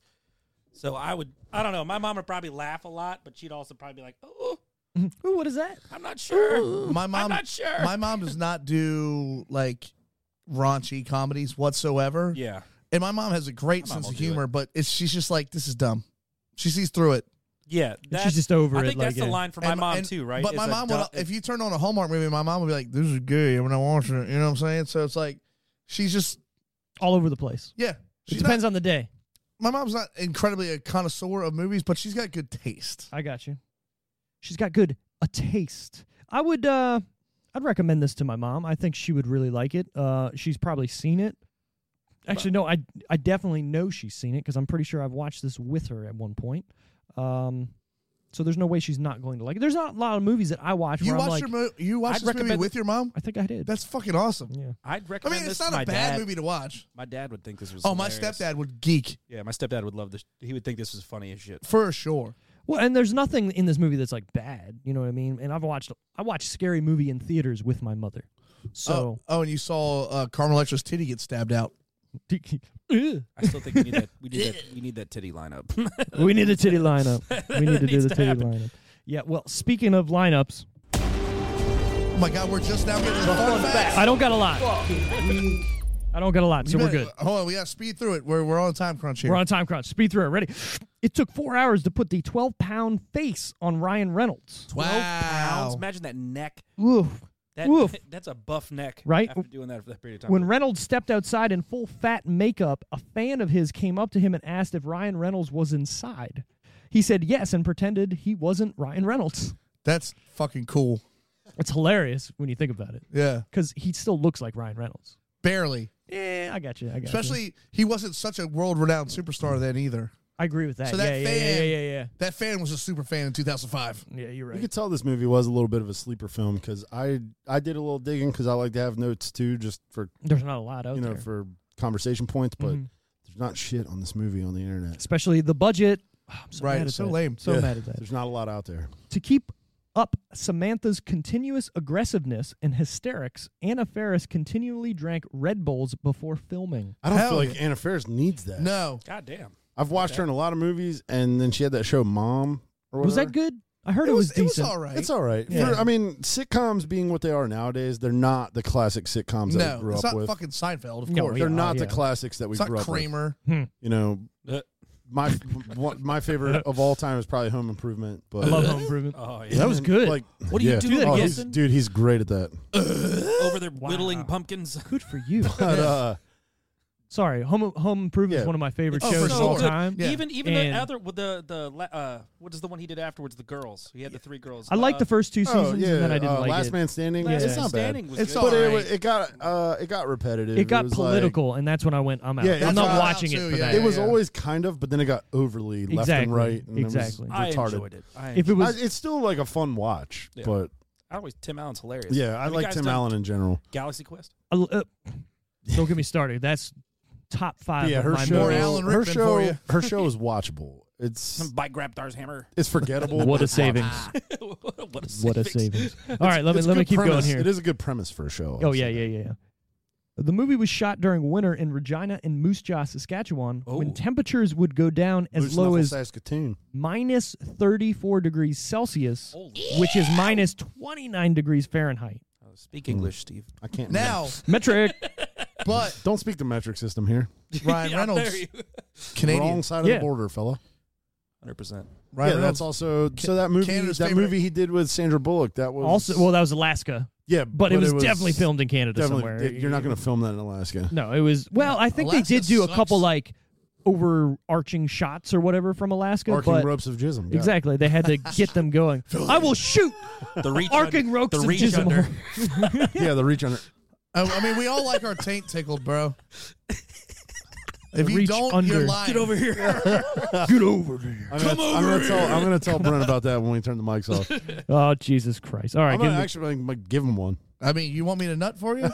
Speaker 3: So I would I don't know. My mom would probably laugh a lot, but she'd also probably be like, "Oh,
Speaker 1: Ooh, what is that?
Speaker 3: I'm not sure.
Speaker 4: My mom.
Speaker 3: I'm not sure."
Speaker 4: My mom does not do like raunchy comedies whatsoever.
Speaker 3: yeah.
Speaker 4: And my mom has a great
Speaker 3: My mom
Speaker 4: sense of
Speaker 3: will do
Speaker 4: humor, but it's, she's just like, this is dumb. She sees through it.
Speaker 3: Yeah, that-
Speaker 1: she's just over
Speaker 3: I
Speaker 1: it,
Speaker 3: think
Speaker 1: like,
Speaker 3: that's the
Speaker 1: yeah.
Speaker 3: line for my
Speaker 4: And-
Speaker 3: mom
Speaker 4: and-
Speaker 3: too, right?
Speaker 4: But my
Speaker 3: It's a
Speaker 4: mom would,
Speaker 3: dumb-
Speaker 4: if you turned on a Hallmark movie, my mom would be like, this is good. I'm not watching it. You know what I'm saying? So it's like, she's just,
Speaker 1: All over the place.
Speaker 4: yeah.
Speaker 1: It
Speaker 4: She's
Speaker 1: depends
Speaker 4: not,
Speaker 1: on the day.
Speaker 4: my mom's not incredibly a connoisseur of movies, but she's got good taste.
Speaker 1: I got you. She's got good a taste. I would. uh I'd recommend this to my mom. I think she would really like it. Uh, she's probably seen it. Actually, no, I I definitely know she's seen it because I'm pretty sure I've watched this with her at one point. Um, so there's no way she's not going to like it. There's not a lot of movies that I watch.
Speaker 4: You
Speaker 1: where I'm
Speaker 4: watched
Speaker 1: like,
Speaker 4: your mo- you watched
Speaker 1: I'd
Speaker 4: this movie
Speaker 1: recommend-
Speaker 4: with your mom?
Speaker 1: I think I did.
Speaker 4: That's fucking awesome.
Speaker 1: yeah.
Speaker 3: I'd
Speaker 4: I
Speaker 3: recommend
Speaker 4: mean,
Speaker 3: this
Speaker 4: it's
Speaker 3: to
Speaker 4: not
Speaker 3: my
Speaker 4: a bad
Speaker 3: dad.
Speaker 4: movie to watch.
Speaker 3: My dad would think this was.
Speaker 4: Oh, my
Speaker 3: hilarious.
Speaker 4: stepdad would geek
Speaker 3: Yeah, my stepdad would love this. He would think this was funny as shit.
Speaker 4: for sure.
Speaker 1: Well, and there's nothing in this movie that's like bad. You know what I mean? And I've watched I watched scary movie in theaters with my mother. So
Speaker 4: oh, oh, and you saw uh, Carmen Electra's titty get stabbed out.
Speaker 1: Ugh.
Speaker 3: I still think we need that. We need that. We need that titty lineup.
Speaker 1: we need a titty lineup. We need to do
Speaker 3: needs
Speaker 1: the
Speaker 3: to
Speaker 1: titty
Speaker 3: happen.
Speaker 1: lineup. Yeah. Well, speaking of lineups,
Speaker 4: Oh my god, we're just now getting to the fun facts.
Speaker 1: I don't got a lot. I don't got a lot, so
Speaker 4: You
Speaker 1: we're
Speaker 4: better-
Speaker 1: good.
Speaker 4: Hold on, we gotta speed through it. We're, we're on a time crunch here.
Speaker 1: We're on time crunch. Speed through it. Ready? It took four hours to put the 12 pound face on Ryan Reynolds.
Speaker 3: Twelve pounds.
Speaker 4: Wow.
Speaker 3: Imagine that neck.
Speaker 1: Oof.
Speaker 3: That,
Speaker 1: Oof.
Speaker 3: That's a buff neck.
Speaker 1: Right?
Speaker 3: After doing that for that period of time.
Speaker 1: When Reynolds stepped outside in full fat makeup, a fan of his came up to him and asked if Ryan Reynolds was inside. He said yes and pretended he wasn't Ryan Reynolds.
Speaker 4: That's fucking cool.
Speaker 1: It's hilarious when you think about it
Speaker 4: Yeah,
Speaker 1: because he still looks like Ryan Reynolds.
Speaker 4: barely.
Speaker 1: Yeah, I got you. I got you.
Speaker 4: Especially he wasn't such a world renowned superstar then either.
Speaker 1: I agree with that.
Speaker 4: So
Speaker 1: yeah,
Speaker 4: that
Speaker 1: yeah,
Speaker 4: fan-
Speaker 1: yeah, yeah, yeah,
Speaker 4: That fan was a super fan in 2005.
Speaker 1: yeah. Yeah, you're
Speaker 2: You
Speaker 1: right.
Speaker 2: could tell this movie was a little bit of a sleeper film because I I did a little digging because I like to have notes too, just for
Speaker 1: There's not a lot out
Speaker 2: you know
Speaker 1: there.
Speaker 2: for conversation points. But
Speaker 4: Mm-hmm.
Speaker 1: Mhm.
Speaker 2: there's not shit on this movie on the internet.
Speaker 1: Especially the budget. Oh, I'm so
Speaker 4: Right,
Speaker 1: mad at
Speaker 4: so
Speaker 1: that.
Speaker 4: lame.
Speaker 1: So
Speaker 2: Yeah.
Speaker 1: mad at that.
Speaker 2: There's not a lot out there.
Speaker 1: to keep up Samantha's continuous aggressiveness and hysterics, Anna Faris continually drank Red Bulls before filming.
Speaker 2: I don't
Speaker 4: Hell
Speaker 2: feel like
Speaker 4: yeah.
Speaker 2: Anna Faris needs that.
Speaker 4: No,
Speaker 3: God damn.
Speaker 2: I've watched her in a lot of movies, and then she had that show Mom. Or
Speaker 1: Was
Speaker 2: whatever.
Speaker 1: that good? I heard it,
Speaker 4: it was, it was
Speaker 1: decent.
Speaker 4: all right.
Speaker 2: It's all right.
Speaker 1: Yeah.
Speaker 2: For- I mean, sitcoms being what they are nowadays, they're not the classic sitcoms that
Speaker 4: no,
Speaker 2: we grew
Speaker 4: it's
Speaker 2: up
Speaker 4: not
Speaker 2: with.
Speaker 4: fucking Seinfeld, of
Speaker 1: No,
Speaker 4: course.
Speaker 1: yeah.
Speaker 2: they're not
Speaker 1: Oh, yeah.
Speaker 2: the classics that we
Speaker 4: It's not
Speaker 2: grew up with.
Speaker 4: Kramer.
Speaker 2: You know,
Speaker 3: Uh.
Speaker 2: my one- my favorite of all time is probably Home Improvement. But
Speaker 1: I love Home Improvement.
Speaker 3: Oh yeah.
Speaker 1: That was good.
Speaker 2: Like,
Speaker 3: What do you
Speaker 2: yeah.
Speaker 3: do that
Speaker 2: Oh,
Speaker 3: again?
Speaker 2: he's- dude, he's great at that.
Speaker 3: Over there
Speaker 1: Wow.
Speaker 3: whittling pumpkins.
Speaker 1: good for you.
Speaker 2: But, uh,
Speaker 1: Sorry, Home Home Improvement is
Speaker 2: Yeah.
Speaker 1: one of my favorite
Speaker 4: Oh, for
Speaker 1: shows of all
Speaker 4: sure.
Speaker 1: time.
Speaker 4: Yeah.
Speaker 3: Even even
Speaker 1: And-
Speaker 3: the other with the the la- uh what is the one he did afterwards? The girls. He had the three girls.
Speaker 1: I liked
Speaker 3: Uh,
Speaker 1: the first two seasons,
Speaker 2: oh yeah,
Speaker 1: and then I didn't
Speaker 2: uh,
Speaker 1: like
Speaker 2: Last
Speaker 1: it.
Speaker 2: Man Standing.
Speaker 3: Last
Speaker 2: it's
Speaker 3: Man
Speaker 2: not
Speaker 3: standing
Speaker 2: bad.
Speaker 3: was
Speaker 4: It's
Speaker 3: good.
Speaker 4: all
Speaker 2: But it,
Speaker 4: right.
Speaker 2: wa- it got uh, it got repetitive.
Speaker 1: it got
Speaker 2: was like-
Speaker 1: political, and that's when I went, I'm out.
Speaker 2: Yeah,
Speaker 1: I'm
Speaker 2: it's
Speaker 1: not
Speaker 2: all-
Speaker 1: watching it
Speaker 4: too,
Speaker 1: for
Speaker 4: yeah,
Speaker 1: that.
Speaker 2: it was
Speaker 4: yeah.
Speaker 2: always kind of, but then it got overly left
Speaker 1: Exactly.
Speaker 2: and right. And it was
Speaker 1: Exactly.
Speaker 3: I
Speaker 2: retarded.
Speaker 3: enjoyed it. I,
Speaker 1: If it was,
Speaker 2: I- it's still like a fun watch,
Speaker 3: Yeah.
Speaker 2: but
Speaker 3: I always Tim Allen's hilarious.
Speaker 2: yeah, I
Speaker 3: Have you
Speaker 2: like
Speaker 3: guys
Speaker 2: Tim
Speaker 3: done
Speaker 2: Allen in general.
Speaker 3: Galaxy Quest.
Speaker 1: I l- uh, don't get me started. That's top five.
Speaker 2: Yeah,
Speaker 1: of
Speaker 2: her
Speaker 1: my
Speaker 2: show,
Speaker 4: More
Speaker 1: movies.
Speaker 4: Alan
Speaker 2: her
Speaker 4: Rickman for
Speaker 2: show,
Speaker 4: you.
Speaker 2: her show is watchable. It's
Speaker 3: By Grab Dar's hammer.
Speaker 2: it's forgettable.
Speaker 1: What
Speaker 2: but
Speaker 1: a
Speaker 2: it's
Speaker 1: savings!
Speaker 2: watchable.
Speaker 3: what a
Speaker 1: What a
Speaker 3: savings.
Speaker 1: savings! All right, let me
Speaker 2: It's a
Speaker 1: let me
Speaker 2: good
Speaker 1: keep going
Speaker 2: premise.
Speaker 1: here.
Speaker 2: It is a good premise for a show.
Speaker 1: Oh
Speaker 2: I'll
Speaker 1: yeah,
Speaker 2: say
Speaker 1: yeah,
Speaker 2: that.
Speaker 1: yeah, yeah. The movie was shot during winter in Regina and Moose Jaw, Saskatchewan,
Speaker 3: Oh.
Speaker 1: when temperatures would go down as
Speaker 2: Moose
Speaker 1: low
Speaker 2: Knuckle
Speaker 1: as
Speaker 2: Saskatoon.
Speaker 1: minus 34 degrees Celsius,
Speaker 3: Holy
Speaker 1: which is minus 29 degrees Fahrenheit.
Speaker 3: Oh, speak English, Steve.
Speaker 2: I can't
Speaker 4: Now,
Speaker 1: Metric.
Speaker 4: but
Speaker 2: Don't speak the metric system here.
Speaker 4: Ryan Reynolds, Canadian.
Speaker 2: Wrong side of
Speaker 1: Yeah.
Speaker 2: the border, fella.
Speaker 3: Hundred percent.
Speaker 4: Ryan
Speaker 2: yeah,
Speaker 4: Reynolds.
Speaker 2: that's also so that movie.
Speaker 4: Canada's
Speaker 2: that
Speaker 4: favorite-
Speaker 2: movie he did with Sandra Bullock. That was
Speaker 1: also, well, that was Alaska,
Speaker 2: yeah,
Speaker 1: but, it, was definitely filmed in Canada somewhere.
Speaker 2: Definitely, you're not going to film that in Alaska.
Speaker 1: No, it was. Well, I think
Speaker 4: Alaska
Speaker 1: they did do a
Speaker 4: sucks.
Speaker 1: couple like overarching shots or whatever from Alaska.
Speaker 2: Arcing
Speaker 1: but
Speaker 2: ropes of jism. yeah.
Speaker 1: Exactly. They had to get them going. I will shoot
Speaker 3: The reach
Speaker 1: arcing
Speaker 3: under-
Speaker 1: ropes
Speaker 3: the
Speaker 1: of
Speaker 3: reach
Speaker 1: jism
Speaker 3: under.
Speaker 1: hole.
Speaker 2: Yeah, the reach under.
Speaker 4: I, Oh, I mean, we all like our taint tickled, bro. If you
Speaker 1: Reach
Speaker 4: don't,
Speaker 1: under.
Speaker 4: you're lying.
Speaker 3: Get over here.
Speaker 2: I'm Come gonna, I'm gonna tell. I'm gonna tell Brent about that when we turn the mics off.
Speaker 1: Oh Jesus Christ! All right,
Speaker 2: I'm
Speaker 1: give
Speaker 2: gonna
Speaker 1: me-
Speaker 2: actually I'm gonna give him one.
Speaker 4: I mean, you want me to nut for you?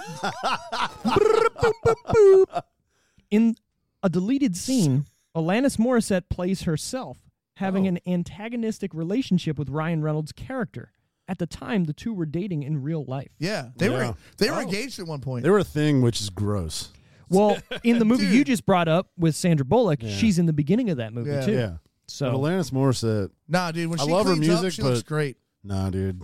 Speaker 1: in a deleted scene, Alanis Morissette plays herself, having an antagonistic relationship with Ryan Reynolds' character. At the time, the two were dating in real life.
Speaker 4: Yeah, they
Speaker 2: Yeah. Oh.
Speaker 4: were they were engaged at one point.
Speaker 2: They were a thing, which is gross.
Speaker 1: Well, in the movie you
Speaker 4: Dude.
Speaker 1: just brought up with Sandra Bullock, she's in the beginning of that movie
Speaker 4: Yeah.
Speaker 1: too.
Speaker 2: Yeah. But
Speaker 1: So
Speaker 2: Alanis Morissette,
Speaker 4: Nah, dude. When
Speaker 2: I
Speaker 4: she
Speaker 2: love her
Speaker 4: cleans up,
Speaker 2: music,
Speaker 4: she looks
Speaker 2: but-
Speaker 4: great.
Speaker 2: nah, dude.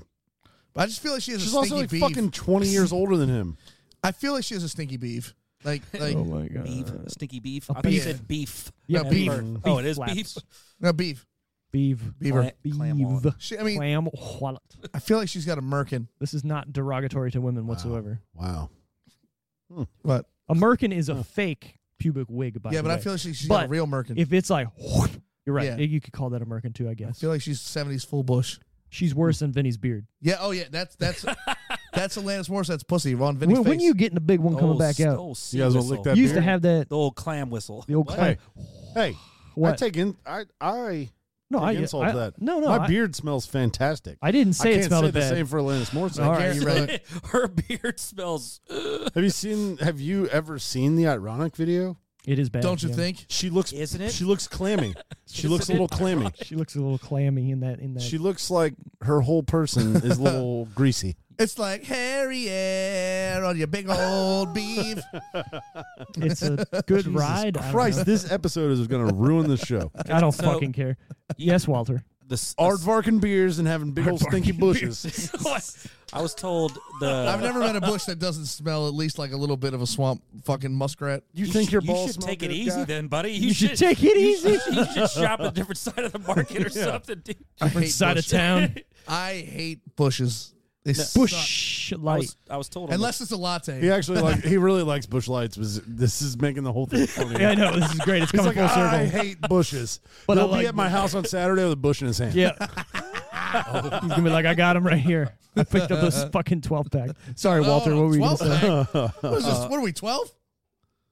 Speaker 4: But I just feel like she has
Speaker 2: She's
Speaker 4: a
Speaker 2: also
Speaker 4: stinky
Speaker 2: like
Speaker 4: beef.
Speaker 2: fucking 20 years older than him.
Speaker 4: I feel like she has a stinky beef. Like, like
Speaker 2: Oh.
Speaker 1: my god,
Speaker 3: beef, stinky beef. I thought you
Speaker 4: beef.
Speaker 3: said beef.
Speaker 1: yeah,
Speaker 4: no,
Speaker 1: beef,
Speaker 4: beef.
Speaker 1: beef
Speaker 3: Oh, it is
Speaker 1: flaps.
Speaker 3: beef.
Speaker 4: no beef.
Speaker 1: beef,
Speaker 4: Beaver.
Speaker 1: beef,
Speaker 3: Clam wallet.
Speaker 4: She, I mean,
Speaker 1: clam wallet.
Speaker 4: I feel like she's got a merkin.
Speaker 1: This is not derogatory to women whatsoever.
Speaker 2: Wow.
Speaker 4: But
Speaker 1: A merkin is a fake pubic wig, by
Speaker 4: yeah,
Speaker 1: the
Speaker 4: but I
Speaker 1: way.
Speaker 4: feel like she, she's got
Speaker 1: But
Speaker 4: a real merkin.
Speaker 1: if it's like, you're right.
Speaker 4: Yeah.
Speaker 1: You could call that a merkin too, I
Speaker 4: I
Speaker 1: guess.
Speaker 4: feel like she's seventies full bush.
Speaker 1: She's worse than Vinny's beard.
Speaker 4: Yeah. Oh yeah. That's that's That's Alanis Morissette's pussy. Ron Vinny's
Speaker 1: When, when
Speaker 4: face.
Speaker 1: you getting the big one coming back out?
Speaker 3: Oh,
Speaker 2: You guys will lick that
Speaker 1: You used to
Speaker 2: beer?
Speaker 1: have that
Speaker 3: the old clam whistle.
Speaker 1: the old
Speaker 3: What?
Speaker 1: clam.
Speaker 2: Hey, I
Speaker 1: What?
Speaker 2: take in. I I
Speaker 1: no,
Speaker 2: take
Speaker 1: I,
Speaker 2: insult
Speaker 1: I-
Speaker 2: to that.
Speaker 1: No, no,
Speaker 2: my
Speaker 1: I,
Speaker 2: beard smells fantastic.
Speaker 1: I didn't say
Speaker 2: I
Speaker 1: it
Speaker 2: can't
Speaker 1: smelled
Speaker 2: say the
Speaker 1: bad.
Speaker 2: same for Alanis Morissette.
Speaker 1: All right.
Speaker 4: You're right.
Speaker 3: Her beard smells.
Speaker 2: Have you seen? Have you ever seen the ironic video?
Speaker 1: It is bad.
Speaker 4: Don't you
Speaker 1: yeah.
Speaker 4: think?
Speaker 2: She looks,
Speaker 3: Isn't it?
Speaker 2: She looks clammy. she looks a little clammy.
Speaker 1: She looks a little clammy in that. In that.
Speaker 2: She looks like her whole person is a little greasy.
Speaker 4: It's like Harriet on your big old beef.
Speaker 1: it's a good ride. I don't know.
Speaker 2: Christ, this episode is going to ruin the show.
Speaker 1: I don't
Speaker 3: So-
Speaker 1: fucking care. Yes, Walter.
Speaker 3: The, s- the s-
Speaker 2: Aardvarking beers and having big old stinky bushes.
Speaker 3: I was told the.
Speaker 4: I've never met a bush that doesn't smell at least like a little bit of a swamp fucking muskrat.
Speaker 2: You think
Speaker 3: sh-
Speaker 2: your balls
Speaker 3: should
Speaker 2: smell
Speaker 3: take it
Speaker 2: good,
Speaker 3: easy
Speaker 2: guy?
Speaker 3: then, buddy.
Speaker 1: You should take it
Speaker 3: you
Speaker 1: easy.
Speaker 3: should- you should shop a different side of the market or something, dude.
Speaker 4: I hate
Speaker 1: Side of
Speaker 4: bushes.
Speaker 1: town.
Speaker 4: I hate bushes. They suck.
Speaker 1: Bush
Speaker 3: I
Speaker 1: light.
Speaker 3: was, I was told. on the-
Speaker 4: Unless it's a latte.
Speaker 2: He actually like he really likes bush lights. Was this is making the whole thing funny?
Speaker 1: Yeah, I know. This is great. It's
Speaker 2: He's
Speaker 1: coming
Speaker 2: like,
Speaker 1: full circle.
Speaker 2: I hate bushes.
Speaker 1: But
Speaker 2: But
Speaker 1: I
Speaker 2: He'll
Speaker 1: like
Speaker 2: be at my
Speaker 1: bush-
Speaker 2: house on Saturday with a bush in his hand.
Speaker 1: Yeah. He's gonna be like, I got him right here. I picked up this fucking twelve pack. Sorry, Walter.
Speaker 4: Oh,
Speaker 1: what were you gonna
Speaker 4: 12
Speaker 1: say?
Speaker 4: pack? What is this? What are we, 12?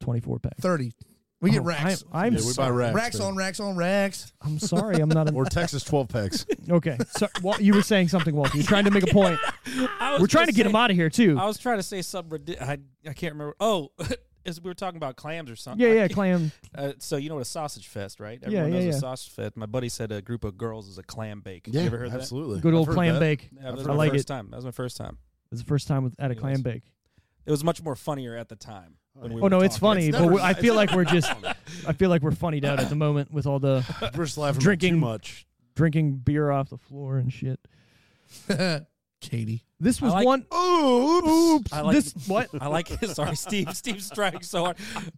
Speaker 1: Twenty four pack.
Speaker 4: 30. We get
Speaker 1: Oh,
Speaker 4: racks.
Speaker 1: I, am
Speaker 2: Yeah, we buy racks.
Speaker 4: racks
Speaker 2: man.
Speaker 4: on racks on racks.
Speaker 1: I'm sorry. I'm not.
Speaker 2: or
Speaker 1: An,
Speaker 2: Texas twelve packs.
Speaker 1: okay. So, Wal- you were saying something, Walter. You're trying to make a point.
Speaker 3: I was
Speaker 1: We're trying
Speaker 3: gonna
Speaker 1: to get
Speaker 3: say-
Speaker 1: him out of here too.
Speaker 3: I was trying to say something. ridi- I, I can't remember. Oh, as we were talking about clams or something.
Speaker 1: Yeah,
Speaker 3: I
Speaker 1: yeah.
Speaker 3: can't-
Speaker 1: Clam.
Speaker 3: Uh, so you know what a sausage fest, right?
Speaker 1: Yeah,
Speaker 3: Everyone
Speaker 1: yeah,
Speaker 3: knows
Speaker 1: yeah.
Speaker 3: a sausage fest. My buddy said a group of girls is a clam bake.
Speaker 2: Yeah,
Speaker 3: you ever heard of
Speaker 2: absolutely.
Speaker 1: Good old
Speaker 2: I've heard
Speaker 1: clam
Speaker 2: that.
Speaker 1: bake.
Speaker 3: that? Yeah, that was
Speaker 1: I
Speaker 3: my
Speaker 1: like
Speaker 3: first
Speaker 1: it.
Speaker 3: time. That was my first time.
Speaker 1: It's the first time with, at a clam bake.
Speaker 3: It was much more funnier at the time. when we
Speaker 1: Oh
Speaker 3: were
Speaker 1: no, it's
Speaker 3: talking.
Speaker 1: funny,
Speaker 2: It's
Speaker 1: but
Speaker 2: never
Speaker 1: we- I
Speaker 2: nice.
Speaker 1: feel like we're just. I feel like we're funnied out at the moment with all the
Speaker 2: We're just laughing
Speaker 1: Drinking-
Speaker 2: too much.
Speaker 1: drinking beer off the floor and shit.
Speaker 4: Katie.
Speaker 1: This was
Speaker 3: I like-
Speaker 1: one. Oops.
Speaker 3: I like-
Speaker 1: this what?
Speaker 3: I like it. Sorry, Steve. Steve's trying so hard.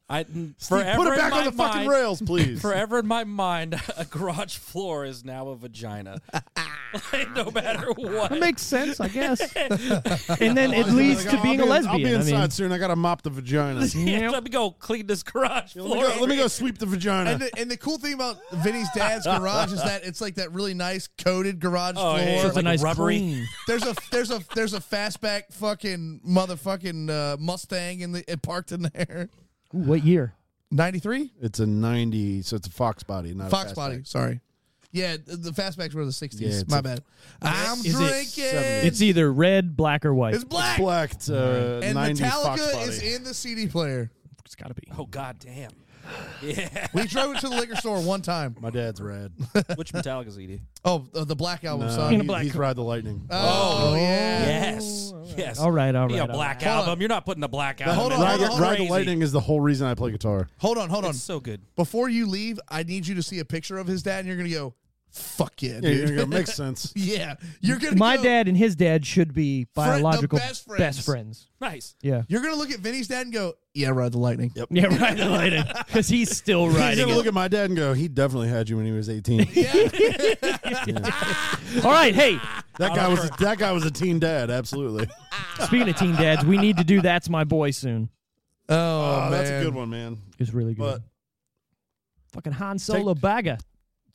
Speaker 3: I forever
Speaker 2: Put it
Speaker 3: in
Speaker 2: back
Speaker 3: my
Speaker 2: on the fucking
Speaker 3: mind-
Speaker 2: rails, please.
Speaker 3: Forever in my mind, a garage floor is now a vagina. Like, no matter what.
Speaker 1: It makes sense, I guess. and then it
Speaker 2: I'll be
Speaker 1: leads
Speaker 2: like,
Speaker 1: to
Speaker 2: I'll
Speaker 1: being a
Speaker 2: be in-
Speaker 1: lesbian.
Speaker 2: I'll be
Speaker 1: I
Speaker 2: inside
Speaker 1: mean,
Speaker 2: soon. I got to mop the vagina. let, me
Speaker 3: Yeah,
Speaker 1: Yep.
Speaker 3: Let me go clean this garage floor.
Speaker 2: go, let me go sweep the vagina.
Speaker 4: And the, and the cool thing about Vinny's dad's garage is that it's like that really nice coated garage
Speaker 3: Oh,
Speaker 4: floor.
Speaker 3: yeah,
Speaker 1: so it's a
Speaker 3: like
Speaker 1: nice
Speaker 3: rubbery.
Speaker 1: clean.
Speaker 4: There's a there's a there's a fastback fucking motherfucking uh, Mustang in the it parked in there.
Speaker 1: Ooh, what year?
Speaker 4: Ninety three
Speaker 2: it's a ninety, so it's a fox body, not
Speaker 4: Fox
Speaker 2: a fastback.
Speaker 4: body. Sorry. Yeah, th- the fastbacks were the
Speaker 2: Yeah,
Speaker 4: sixties.
Speaker 2: it's
Speaker 4: My
Speaker 2: a-
Speaker 4: bad. I'm
Speaker 1: it-
Speaker 4: drinking.
Speaker 1: It's either red, black, or white.
Speaker 4: It's black.
Speaker 2: Black it's, uh,
Speaker 4: and
Speaker 2: 90 fox
Speaker 4: Metallica
Speaker 2: body.
Speaker 4: is in the CD player.
Speaker 1: it's got to be.
Speaker 3: Oh, god damn. Yeah.
Speaker 4: We drove it to the liquor store one time.
Speaker 2: My dad's rad.
Speaker 3: Which Metallica's ED?
Speaker 4: Oh, uh, the black album
Speaker 2: Uh,
Speaker 4: song.
Speaker 1: a black
Speaker 2: he's
Speaker 1: co-
Speaker 2: ride the lightning.
Speaker 4: Oh, yeah.
Speaker 3: Yes. Yes.
Speaker 1: All right, all
Speaker 3: Be
Speaker 1: right.
Speaker 3: a
Speaker 1: all right.
Speaker 3: black album. You're not putting the black album.
Speaker 4: hold
Speaker 3: in.
Speaker 4: on,
Speaker 3: It's
Speaker 2: Ride, the-
Speaker 4: hold on,
Speaker 2: Ride the
Speaker 3: crazy.
Speaker 2: lightning is the whole reason I play guitar.
Speaker 4: Hold on, hold on.
Speaker 3: It's so good.
Speaker 4: Before you leave, I need you to see a picture of his dad, and you're gonna go, "Fuck yeah,
Speaker 2: Yeah, you're
Speaker 4: dude."
Speaker 2: gonna go, makes sense.
Speaker 4: yeah, you're gonna.
Speaker 1: My
Speaker 4: go-
Speaker 1: dad and his dad should be
Speaker 4: Friend- the
Speaker 1: biological
Speaker 4: best friends.
Speaker 1: friends.
Speaker 3: Nice.
Speaker 1: Yeah.
Speaker 4: You're gonna look at Vinny's dad and go, "Yeah, ride the lightning."
Speaker 1: Yeah, ride the lightning. Because he's still
Speaker 2: He's
Speaker 1: riding
Speaker 2: gonna
Speaker 1: it.
Speaker 2: look at my dad and go, "He definitely had you when he was 18."
Speaker 1: All right, hey,
Speaker 2: That guy was that guy was a teen dad. Absolutely.
Speaker 1: speaking of teen dads, we need to do That's My Boy soon.
Speaker 4: Oh,
Speaker 2: Oh,
Speaker 4: man.
Speaker 2: that's a good one, man.
Speaker 1: It's really good.
Speaker 2: But-
Speaker 1: Fucking Han Solo bagger.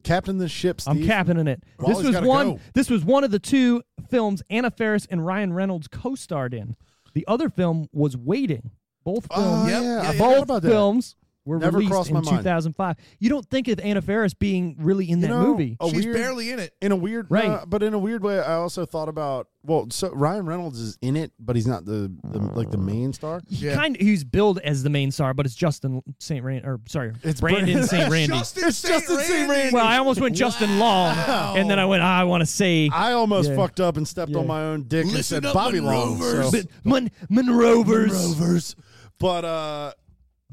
Speaker 2: Captain the ship. Steve.
Speaker 1: I'm captaining it.
Speaker 2: Wally's
Speaker 1: this was
Speaker 2: gotta
Speaker 1: one.
Speaker 2: go.
Speaker 1: This was one of the two films Anna Faris and Ryan Reynolds co-starred in. The other film was Waiting. Both
Speaker 2: Oh,
Speaker 1: films.
Speaker 4: Yep.
Speaker 2: yeah, I
Speaker 4: Yeah,
Speaker 2: forgot
Speaker 1: both
Speaker 2: about that.
Speaker 1: films were
Speaker 2: Never
Speaker 1: released
Speaker 2: crossed
Speaker 1: in
Speaker 2: my mind.
Speaker 1: 2005. You don't think of Anna Faris being really in
Speaker 2: You
Speaker 1: that
Speaker 2: know, oh,
Speaker 1: movie.
Speaker 2: a
Speaker 4: She's
Speaker 2: weird-
Speaker 4: barely in it.
Speaker 2: in a weird
Speaker 1: Right.
Speaker 2: no, but in a weird way, I also thought about well, so Ryan Reynolds is in it, but he's not the, the like the main star.
Speaker 1: He
Speaker 4: yeah.
Speaker 1: kind of he's billed as the main star, but it's Justin St. Randy or sorry,
Speaker 2: It's
Speaker 1: Brandon
Speaker 2: Brandon-
Speaker 1: St. Randy.
Speaker 4: Justin St.
Speaker 2: Justin St.
Speaker 4: Randy.
Speaker 2: Randy.
Speaker 1: Well, I almost went Justin Long, and then I went. I want to say
Speaker 2: I almost
Speaker 1: Yeah.
Speaker 2: fucked up and stepped
Speaker 1: Yeah.
Speaker 2: on my own dick
Speaker 4: Listen
Speaker 2: and said
Speaker 4: up,
Speaker 2: Bobby Long.
Speaker 4: Monrovers.
Speaker 2: so-
Speaker 1: Mon- Mon- Monrovers.
Speaker 2: Monrovers. But uh,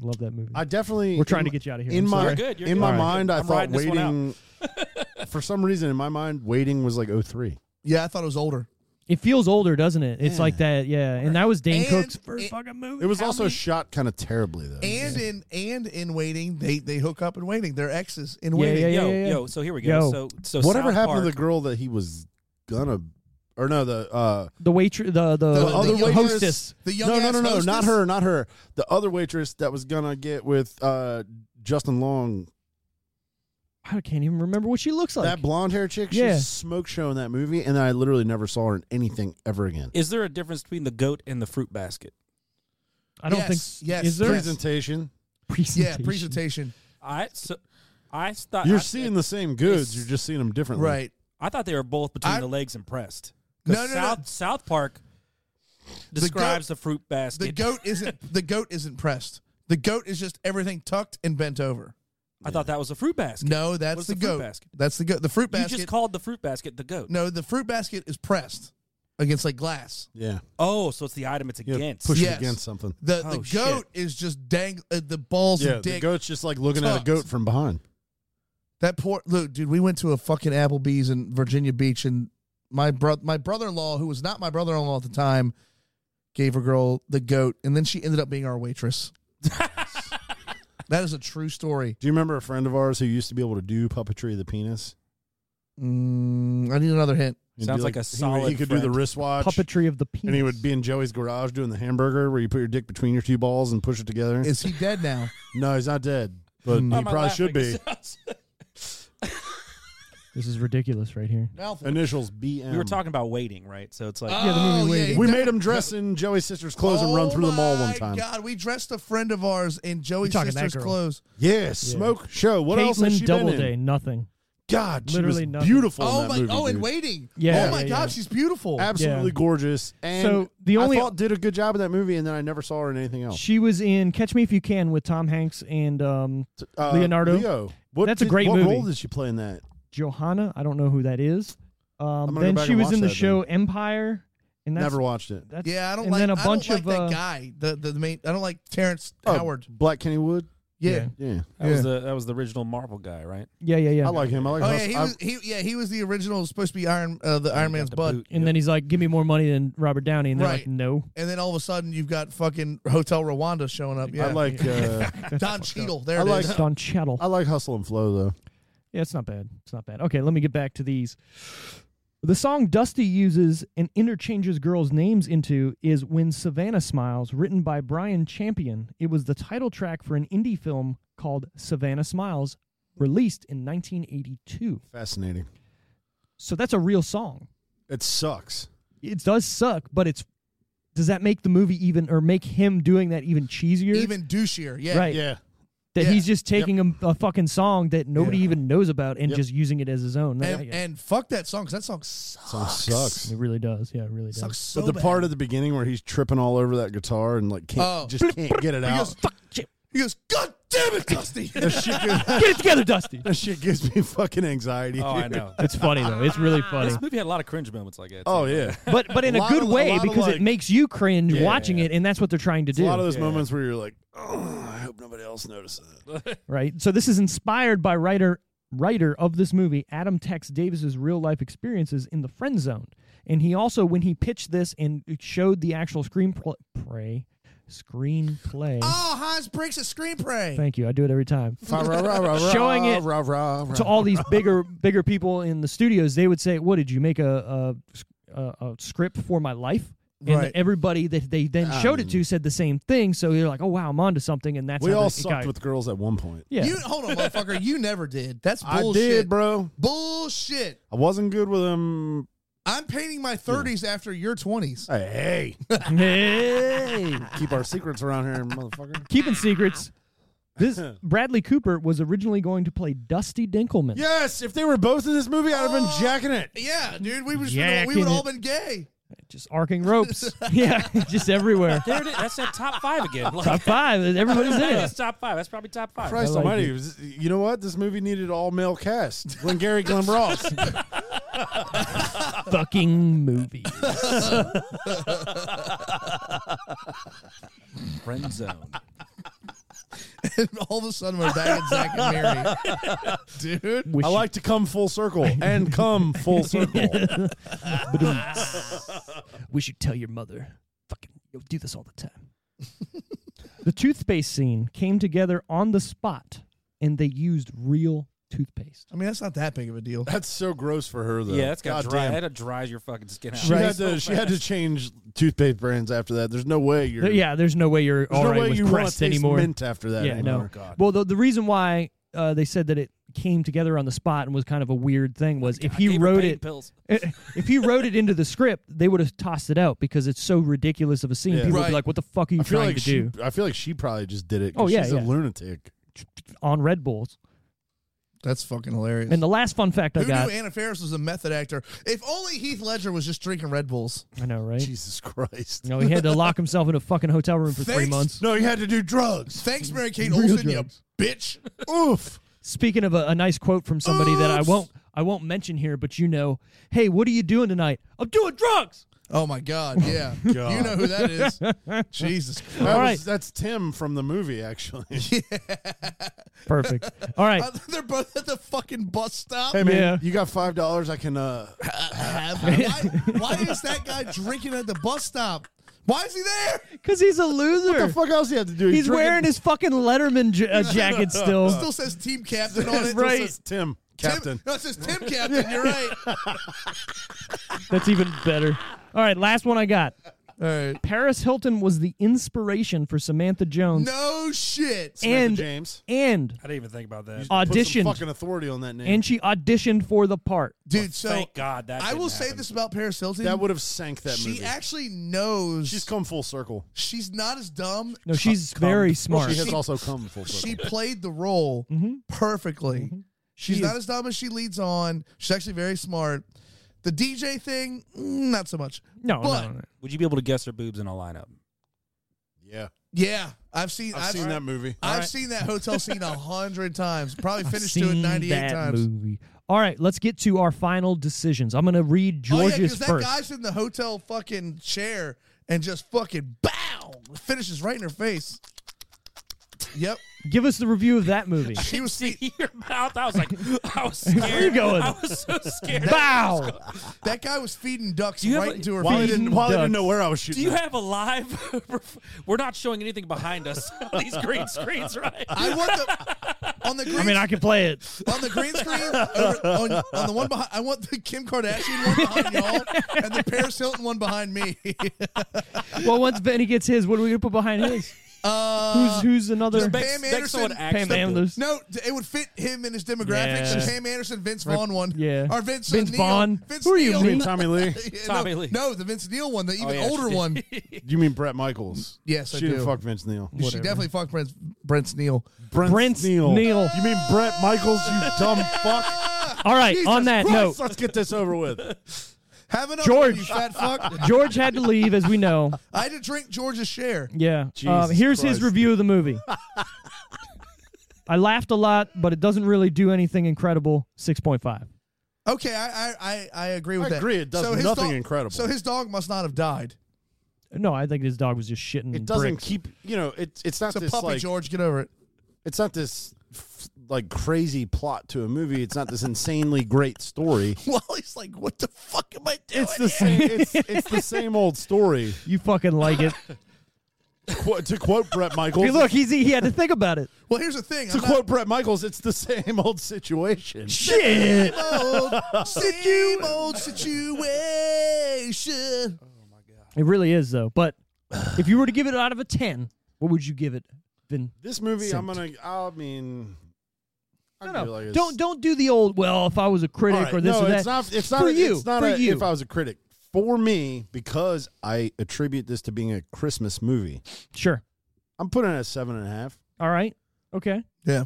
Speaker 1: Love that movie.
Speaker 2: I definitely
Speaker 1: We're trying
Speaker 2: in
Speaker 1: to
Speaker 2: my-
Speaker 1: get you out of here.
Speaker 2: in
Speaker 1: I'm
Speaker 2: my
Speaker 1: sorry.
Speaker 3: You're good, you're
Speaker 2: in
Speaker 3: good.
Speaker 2: my
Speaker 3: All right.
Speaker 2: mind, I
Speaker 3: I'm
Speaker 2: thought
Speaker 3: riding this one
Speaker 2: waiting. for some reason, in my mind, waiting was like 03.
Speaker 4: Yeah, I thought it was older.
Speaker 2: Oh,
Speaker 1: It feels older, doesn't it? It's like that, yeah. And that was Dane
Speaker 4: And
Speaker 1: Cook's first
Speaker 4: it-
Speaker 1: fucking movie.
Speaker 2: It was
Speaker 1: How
Speaker 2: also
Speaker 1: many-
Speaker 2: shot kind of terribly though.
Speaker 4: And in and in waiting, they they hook up in waiting. They're exes in
Speaker 1: Yeah,
Speaker 4: waiting.
Speaker 1: yeah, yeah,
Speaker 3: yo,
Speaker 1: yeah.
Speaker 3: yo. So here we go.
Speaker 1: Yo.
Speaker 3: So, so
Speaker 2: Whatever
Speaker 3: South
Speaker 2: happened to
Speaker 3: Park-
Speaker 2: the girl that he was gonna, or no, the uh,
Speaker 1: the waitress, the the,
Speaker 4: The,
Speaker 2: other
Speaker 4: young-
Speaker 1: hostess.
Speaker 4: the young
Speaker 2: no, no,
Speaker 4: ass
Speaker 2: no, no,
Speaker 4: hostess?
Speaker 2: not her, not her. The other waitress that was gonna get with uh, Justin Long.
Speaker 1: I can't even remember what she looks like.
Speaker 2: that blonde hair chick, she's
Speaker 1: Yeah.
Speaker 2: smoke show in that movie, and I literally never saw her in anything ever again.
Speaker 3: Is there a difference between the goat and the fruit basket?
Speaker 1: I don't
Speaker 4: Yes,
Speaker 1: think.
Speaker 4: yes,
Speaker 1: Is there
Speaker 4: yes.
Speaker 2: Presentation.
Speaker 4: Yeah, presentation.
Speaker 3: I so, I thought
Speaker 2: You're
Speaker 3: I,
Speaker 2: seeing the same goods,
Speaker 3: it's-
Speaker 2: you're just seeing them differently.
Speaker 4: Right.
Speaker 3: I thought they were both between
Speaker 4: I-
Speaker 3: the legs and pressed.
Speaker 4: No, no, no.
Speaker 3: South, South Park describes the, fruit basket.
Speaker 4: The goat isn't the goat isn't pressed. The goat is just everything tucked and bent over.
Speaker 3: I thought that was a fruit basket.
Speaker 4: No, that's
Speaker 3: What's
Speaker 4: the,
Speaker 3: the fruit
Speaker 4: goat.
Speaker 3: basket?
Speaker 4: That's the goat. The fruit
Speaker 3: you
Speaker 4: basket.
Speaker 3: just called the fruit basket the goat.
Speaker 4: no, the fruit basket is pressed against like glass.
Speaker 2: Yeah.
Speaker 3: Oh, so it's the item it's
Speaker 2: You gotta
Speaker 3: against.
Speaker 2: push
Speaker 4: Yes.
Speaker 2: it against something.
Speaker 4: The the
Speaker 3: Oh, shit.
Speaker 4: goat is just dang uh, the balls
Speaker 2: Yeah,
Speaker 4: of
Speaker 2: the
Speaker 4: dick.
Speaker 2: goat's just like looking at a
Speaker 4: tucked.
Speaker 2: goat from behind.
Speaker 4: That poor look, dude. We went to a fucking Applebee's in Virginia Beach, and my bro, my brother in law, who was not my brother in law at the time, gave a girl the goat, and then she ended up being our waitress. that is a true story.
Speaker 2: Do you remember a friend of ours who used to be able to do puppetry of the penis?
Speaker 4: Mm, I need another hint.
Speaker 2: He'd
Speaker 3: Sounds
Speaker 2: be
Speaker 3: like a
Speaker 2: he- He,
Speaker 3: solid
Speaker 2: could do
Speaker 3: friend.
Speaker 2: the wristwatch,
Speaker 1: puppetry of the penis.
Speaker 2: and he would be in Joey's garage doing the hamburger where you put your dick between your two balls and push it together.
Speaker 4: Is he dead now?
Speaker 2: no, he's not dead, but
Speaker 4: Hmm.
Speaker 2: he
Speaker 3: Why am I
Speaker 2: probably should be.
Speaker 3: laughing?
Speaker 1: This is ridiculous right here.
Speaker 4: Alfred.
Speaker 2: Initials BM.
Speaker 3: we were talking about waiting, right? So it's like
Speaker 4: Oh,
Speaker 1: Yeah, the movie Waiting.
Speaker 4: he
Speaker 2: We
Speaker 4: died.
Speaker 2: made him dress in Joey's sister's clothes and run
Speaker 4: Oh
Speaker 2: through the mall one
Speaker 4: my
Speaker 2: time.
Speaker 4: God, we dressed a friend of ours in Joey's
Speaker 1: talking that
Speaker 4: sister's
Speaker 1: girl.
Speaker 4: clothes.
Speaker 2: Yeah, smoke show. What else has
Speaker 1: Caitlin
Speaker 2: she been in?
Speaker 1: Doubleday, nothing.
Speaker 2: God, she
Speaker 1: Literally
Speaker 2: was
Speaker 1: nothing.
Speaker 2: beautiful. in
Speaker 4: Oh
Speaker 2: that
Speaker 4: my!
Speaker 2: Movie,
Speaker 4: oh, and
Speaker 2: dude.
Speaker 4: waiting.
Speaker 1: Yeah,
Speaker 4: oh my
Speaker 1: yeah,
Speaker 4: God,
Speaker 1: yeah.
Speaker 4: she's beautiful.
Speaker 2: Absolutely
Speaker 1: Yeah.
Speaker 2: gorgeous. And
Speaker 1: So, the only-
Speaker 2: I thought did a good job in that movie, and then I never saw her in anything else.
Speaker 1: She was in Catch Me If You Can with Tom Hanks and um,
Speaker 2: Uh,
Speaker 1: Leonardo.
Speaker 2: Leo. What
Speaker 1: That's a
Speaker 2: did-
Speaker 1: great
Speaker 2: what
Speaker 1: movie.
Speaker 2: role did she play in that?
Speaker 1: Johanna. I don't know who that is. Um,
Speaker 2: I'm gonna
Speaker 1: then
Speaker 2: go back
Speaker 1: she
Speaker 2: and
Speaker 1: was
Speaker 2: watch
Speaker 1: in the
Speaker 2: that
Speaker 1: show Empire, and that's,
Speaker 2: Never watched it.
Speaker 1: that's
Speaker 4: Yeah, I don't
Speaker 1: and
Speaker 4: like.
Speaker 1: then a
Speaker 4: I
Speaker 1: bunch
Speaker 4: don't
Speaker 1: of
Speaker 4: like that
Speaker 1: uh,
Speaker 4: guy. The, the the main. I don't like Terrence Howard.
Speaker 2: Oh, Black Kenny Wood.
Speaker 4: Yeah.
Speaker 1: yeah.
Speaker 2: Yeah,
Speaker 3: that was the that was the original Marvel guy, right?
Speaker 1: yeah, yeah, Oh, yeah.
Speaker 2: I like him. I like.
Speaker 4: Oh yeah,
Speaker 2: Hus-
Speaker 4: he
Speaker 2: I-
Speaker 4: was. He yeah, he was the original supposed to be Iron uh, the Iron Man's
Speaker 3: The
Speaker 4: bud.
Speaker 3: boot.
Speaker 1: and then he's like, "Give me more money than Robert Downey," and they're like,
Speaker 4: Right.
Speaker 1: "No."
Speaker 4: And then all of a sudden, you've got fucking Hotel Rwanda showing up. Yeah,
Speaker 2: I like. Uh,
Speaker 4: Don Cheadle. There
Speaker 2: I
Speaker 4: it is.
Speaker 2: like-
Speaker 1: It's Don Chattel.
Speaker 2: I
Speaker 4: Uh,
Speaker 2: like Hustle and Flow though.
Speaker 1: Yeah, it's not bad. It's not bad. Okay, let me get back to these. The song Dusty uses and interchanges girls' names into is When Savannah Smiles, written by Brian Champion. It was the title track for an indie film called Savannah Smiles, released in 1982.
Speaker 2: Fascinating.
Speaker 1: So that's a real song.
Speaker 2: It sucks.
Speaker 1: It does suck, but it's. Does that make the movie even, or make him doing that even cheesier?
Speaker 4: even douchier. Yeah,
Speaker 1: Right.
Speaker 2: Yeah.
Speaker 1: that
Speaker 4: yeah.
Speaker 1: he's just taking a, a fucking song that nobody
Speaker 2: Yeah.
Speaker 1: even knows about and
Speaker 2: Yep.
Speaker 1: just using it as his own. That-
Speaker 4: And, and fuck that song because that song sucks.
Speaker 2: Song sucks.
Speaker 1: it really does. Yeah, it really does.
Speaker 4: Sucks so
Speaker 2: but the
Speaker 4: bad.
Speaker 2: part of the beginning where he's tripping all over that guitar and like can't
Speaker 4: Oh.
Speaker 2: just can't get it
Speaker 4: he
Speaker 2: out.
Speaker 4: goes, fuck, he goes, God damn it, Dusty.
Speaker 2: That shit, gives,
Speaker 1: Get it together, Dusty.
Speaker 2: that shit gives me fucking anxiety.
Speaker 3: Oh,
Speaker 2: dude.
Speaker 3: I know.
Speaker 1: It's funny though. It's really funny.
Speaker 3: This movie had a lot of cringe moments like that.
Speaker 2: Oh yeah.
Speaker 1: But but in a,
Speaker 2: lot
Speaker 1: good
Speaker 2: of- a
Speaker 1: way
Speaker 2: lot of,
Speaker 1: because
Speaker 2: like-
Speaker 1: it makes you cringe
Speaker 2: Yeah.
Speaker 1: watching it, and that's what they're trying to
Speaker 2: A
Speaker 1: do,
Speaker 2: lot of those moments where you're like, oh, I hope nobody else notices it.
Speaker 1: right? So this is inspired by writer writer of this movie Adam Tex Davis's real life experiences in the friend zone, and he also when he pitched this and showed the actual screenplay pray, screenplay.
Speaker 4: oh, Hans breaks a screenplay.
Speaker 1: Thank you. I do it every time. Showing
Speaker 2: Showing
Speaker 1: it to all these bigger bigger people in the studios, they would say, "What did you make a a, a, a script for my life?" And
Speaker 4: Right.
Speaker 1: everybody that they then
Speaker 2: I
Speaker 1: showed it to
Speaker 2: mean-
Speaker 1: said the same thing. So you're like, "Oh wow, I'm onto something," and that's
Speaker 2: We
Speaker 1: how
Speaker 2: all
Speaker 1: the- it
Speaker 2: sucked
Speaker 1: got-
Speaker 2: with girls at one point.
Speaker 1: yeah.
Speaker 4: You hold on, motherfucker. You never did. That's
Speaker 2: I
Speaker 4: bullshit.
Speaker 2: did, bro.
Speaker 4: Bullshit.
Speaker 2: I wasn't good with them.
Speaker 4: I'm painting my 30s after your 20s.
Speaker 2: Hey,
Speaker 1: hey,
Speaker 2: keep our secrets around here, motherfucker.
Speaker 1: keeping secrets. This Bradley Cooper was originally going to play Dusty Dinkelman.
Speaker 2: Yes, if they were both in this movie, I'd have been jacking it.
Speaker 4: Yeah, dude, we was
Speaker 1: Yeah,
Speaker 4: we would
Speaker 1: can
Speaker 4: all
Speaker 1: it-
Speaker 4: been gay.
Speaker 1: Just arcing ropes. yeah, just everywhere.
Speaker 3: there it is. That's that top five again. Like,
Speaker 1: Top five. Everybody's in
Speaker 3: that
Speaker 1: it.
Speaker 3: is top five. That's probably top five.
Speaker 2: Christ
Speaker 1: I like
Speaker 2: Almighty!
Speaker 1: it.
Speaker 2: it was- You know what? This movie needed all male cast. Glenn Gary, Glenn Ross.
Speaker 1: Fucking movie.
Speaker 3: Friend zone.
Speaker 4: And all of a sudden we're back at Zach and Mary. Dude.
Speaker 1: Wish
Speaker 2: I like to come full circle and come full circle.
Speaker 1: We should tell your mother. Fucking, you'll do this all the time. the toothpaste scene came together on the spot, and they used real toothpaste.
Speaker 4: I mean, that's not that big of a deal.
Speaker 2: That's so gross for her, though.
Speaker 3: Yeah, that's got
Speaker 2: God
Speaker 3: dry.
Speaker 2: damn.
Speaker 3: That dries your fucking skin out.
Speaker 2: She had to. she had to change toothpaste brands after that. There's no way you're.
Speaker 1: There- yeah, there's no way you're
Speaker 2: There's
Speaker 1: all
Speaker 2: no
Speaker 1: right
Speaker 2: way
Speaker 1: with
Speaker 2: you want to
Speaker 1: Crest
Speaker 2: taste
Speaker 1: anymore.
Speaker 2: mint after that. Oh,
Speaker 1: yeah,
Speaker 2: anymore.
Speaker 1: no. Well, the, the reason why uh, they said that it came together on the spot and was kind of a weird thing was if he
Speaker 3: gave her
Speaker 1: wrote
Speaker 3: pain
Speaker 1: it
Speaker 3: pills.
Speaker 1: if he wrote it into the script they would have tossed it out because it's so ridiculous of a scene
Speaker 2: Yeah.
Speaker 1: people would
Speaker 4: Right.
Speaker 1: be like what the fuck are you
Speaker 2: I feel
Speaker 1: trying
Speaker 2: like
Speaker 1: to
Speaker 2: she.
Speaker 1: do
Speaker 2: I feel like she probably just did it. 'cause
Speaker 1: Oh, yeah,
Speaker 2: she's
Speaker 1: yeah.
Speaker 2: a lunatic.
Speaker 1: on Red Bulls
Speaker 4: That's fucking hilarious.
Speaker 1: and the last fun fact I
Speaker 4: Who
Speaker 1: got
Speaker 4: knew Anna Faris was a method actor? If only Heath Ledger was just drinking Red Bulls.
Speaker 1: I know right
Speaker 2: Jesus Christ!
Speaker 1: you know he had to lock himself in a fucking hotel room for three
Speaker 4: Thanks.
Speaker 1: months
Speaker 2: No, he had to do drugs.
Speaker 4: Thanks, Mary Kate
Speaker 1: Real
Speaker 4: Olsen, you
Speaker 1: drugs.
Speaker 4: bitch.
Speaker 2: Oof.
Speaker 1: Speaking of a, a nice quote from somebody that I
Speaker 4: Oops.
Speaker 1: won't I won't mention here, but you know, hey, what are you doing tonight? I'm doing drugs.
Speaker 4: Oh my God, yeah. You know who that is. Jesus Christ.
Speaker 2: That was-
Speaker 1: right.
Speaker 2: that's Tim from the movie, actually.
Speaker 1: Perfect. All right.
Speaker 4: Uh, They're both at the fucking bus stop.
Speaker 2: Hey man,
Speaker 1: Yeah.
Speaker 2: you got five dollars? I can. uh
Speaker 4: why, why is that guy drinking at the bus stop? Why is he there?
Speaker 1: Because he's a
Speaker 2: What
Speaker 1: loser.
Speaker 2: the fuck else do you have to do?
Speaker 1: He's
Speaker 2: drinking-
Speaker 1: wearing his fucking Letterman j- uh, jacket still.
Speaker 4: Still says team captain on it.
Speaker 2: Still
Speaker 1: Right.
Speaker 2: says Tim,
Speaker 4: Tim-
Speaker 2: Captain.
Speaker 4: no, it says Tim Captain. You're right. All
Speaker 1: That's even better. All right, last one I got.
Speaker 4: right.
Speaker 1: Paris Hilton was the inspiration for Samantha Jones
Speaker 4: No shit.
Speaker 2: Samantha
Speaker 1: and
Speaker 2: James.
Speaker 1: and
Speaker 3: I didn't even think about that.
Speaker 2: Put some
Speaker 1: auditioned
Speaker 2: fucking authority on that name.
Speaker 1: and she auditioned for the part.
Speaker 4: Dude, so
Speaker 3: Thank God that
Speaker 4: I
Speaker 3: didn't
Speaker 4: will say
Speaker 3: happen.
Speaker 4: this about Paris Hilton.
Speaker 2: that would have sank that
Speaker 4: she
Speaker 2: movie.
Speaker 4: actually knows
Speaker 2: She's come full circle.
Speaker 4: she's not as dumb.
Speaker 1: No, she's very smart.
Speaker 2: She has
Speaker 4: She-
Speaker 2: also come full circle.
Speaker 4: She played the role
Speaker 2: Mm-hmm.
Speaker 4: perfectly. She's
Speaker 1: She
Speaker 4: not
Speaker 1: is-
Speaker 4: as dumb as she leads on. She's actually very smart. The DJ thing, mm, not so much.
Speaker 1: No,
Speaker 4: but
Speaker 1: no, no.
Speaker 3: Would you be able to guess her boobs in a lineup?
Speaker 2: yeah,
Speaker 4: yeah, I've seen
Speaker 2: I've seen that movie.
Speaker 4: I've seen that hotel scene a hundred times. Probably
Speaker 1: I've
Speaker 4: finished to it
Speaker 1: seen
Speaker 4: ninety eight
Speaker 1: that
Speaker 4: times.
Speaker 1: Movie. All right, let's get to our final decisions. I'm going to read
Speaker 4: Oh yeah,
Speaker 1: George's
Speaker 4: because that
Speaker 1: first.
Speaker 4: guy's in the hotel fucking chair and just fucking bow finishes right in her face. Yep,
Speaker 1: Give us the review of that movie.
Speaker 4: she was.
Speaker 3: See your mouth. I was like, I was scared.
Speaker 1: Where you going?
Speaker 3: I was so scared.
Speaker 1: Bow.
Speaker 4: That guy was feeding ducks
Speaker 3: you have
Speaker 4: right
Speaker 3: a-
Speaker 4: into her
Speaker 2: Wally
Speaker 4: face.
Speaker 2: didn't. Wally
Speaker 1: ducks.
Speaker 2: didn't know where I was shooting.
Speaker 3: Do you
Speaker 2: at.
Speaker 3: have a live? We're not showing anything behind us. on These green screens, right?
Speaker 4: I want the on the green
Speaker 1: I mean, I can play it.
Speaker 4: on the green screen over, on, on the one behind. I want the Kim Kardashian one behind y'all and the Paris Hilton one behind me.
Speaker 1: Well, once Benny gets his, what are we going to put behind his?
Speaker 4: Uh,
Speaker 1: who's who's another?
Speaker 4: just
Speaker 1: Pam
Speaker 4: Pam
Speaker 3: Next- next
Speaker 4: Anderson,
Speaker 3: someone actually
Speaker 4: Pam
Speaker 3: do it.
Speaker 1: Anderson.
Speaker 4: no, d- it would fit him and his
Speaker 1: Yeah.
Speaker 4: demographics. The Pam Anderson, Vince Vaughn one.
Speaker 1: yeah.
Speaker 4: or Vince uh,
Speaker 1: Vince
Speaker 4: Neil,
Speaker 1: Vaughn?
Speaker 4: Vince
Speaker 1: Who are you, Oh,
Speaker 4: Neil.
Speaker 1: Lee?
Speaker 2: Tommy Lee?
Speaker 4: Yeah,
Speaker 3: Tommy
Speaker 4: no,
Speaker 3: Lee.
Speaker 4: No, the Vince Neil one, the even
Speaker 3: yeah, she
Speaker 4: older
Speaker 3: did.
Speaker 4: one.
Speaker 2: You mean Brett Michaels?
Speaker 4: Yes, I
Speaker 2: she didn't
Speaker 4: do.
Speaker 2: fuck Vince Neil.
Speaker 4: She definitely fucked Brent, Brent Neal.
Speaker 2: Brent,
Speaker 1: Brent
Speaker 2: Neal.
Speaker 1: Neal.
Speaker 2: You mean Brett Michaels? You dumb fuck.
Speaker 1: All right, on that
Speaker 2: Christ,
Speaker 1: note,
Speaker 2: let's get this over with.
Speaker 4: Have another
Speaker 1: George.
Speaker 4: one, you fat fuck.
Speaker 1: George had to leave, as we know.
Speaker 4: I had to drink George's share.
Speaker 1: Yeah. Uh,
Speaker 2: Jesus
Speaker 1: here's his
Speaker 2: Christ.
Speaker 1: review of the movie. I laughed a lot, but it doesn't really do anything incredible. 6.5.
Speaker 4: Okay, I I, I, I agree with
Speaker 2: I
Speaker 4: that.
Speaker 2: agree, it does
Speaker 4: his
Speaker 2: nothing
Speaker 4: dog-
Speaker 2: incredible.
Speaker 4: So his dog must not have died.
Speaker 1: No, I think his dog was just shitting.
Speaker 2: It doesn't
Speaker 1: bricks.
Speaker 2: keep. You know, it's it's not
Speaker 4: It's a
Speaker 2: this
Speaker 4: puppy,
Speaker 2: like
Speaker 4: George. Get over it.
Speaker 2: it's not this f- like crazy plot to a movie. It's not this insanely great story.
Speaker 4: Wally's like, what the fuck am I doing?
Speaker 2: It's the same. It's it's the same old story.
Speaker 1: You fucking like it.
Speaker 2: Qu- to quote Brett Michaels.
Speaker 1: hey, look, he's, he had to think about it.
Speaker 4: well, here's the thing.
Speaker 2: To
Speaker 4: I'm
Speaker 2: quote Brett Michaels, it's the same old situation.
Speaker 1: Shit.
Speaker 4: not old, same old situation.
Speaker 1: It really is, though. But if you were to give it out of a 10, what would you give it, Vin?
Speaker 2: This movie, I'm gonna.
Speaker 1: Sent.
Speaker 2: I mean, I
Speaker 1: No,
Speaker 2: feel
Speaker 1: no.
Speaker 2: like it's-
Speaker 1: don't don't do the old. Well, if I was a critic
Speaker 2: All right,
Speaker 1: or this
Speaker 2: no,
Speaker 1: or that.
Speaker 2: It's not. It's not.
Speaker 1: for
Speaker 2: a-
Speaker 1: you.
Speaker 2: It's not
Speaker 1: for
Speaker 2: a,
Speaker 1: you.
Speaker 2: If I was a critic, for me, because I attribute this to being a Christmas movie,
Speaker 1: sure.
Speaker 2: I'm putting it at seven and a half.
Speaker 1: All right. Okay.
Speaker 4: Yeah.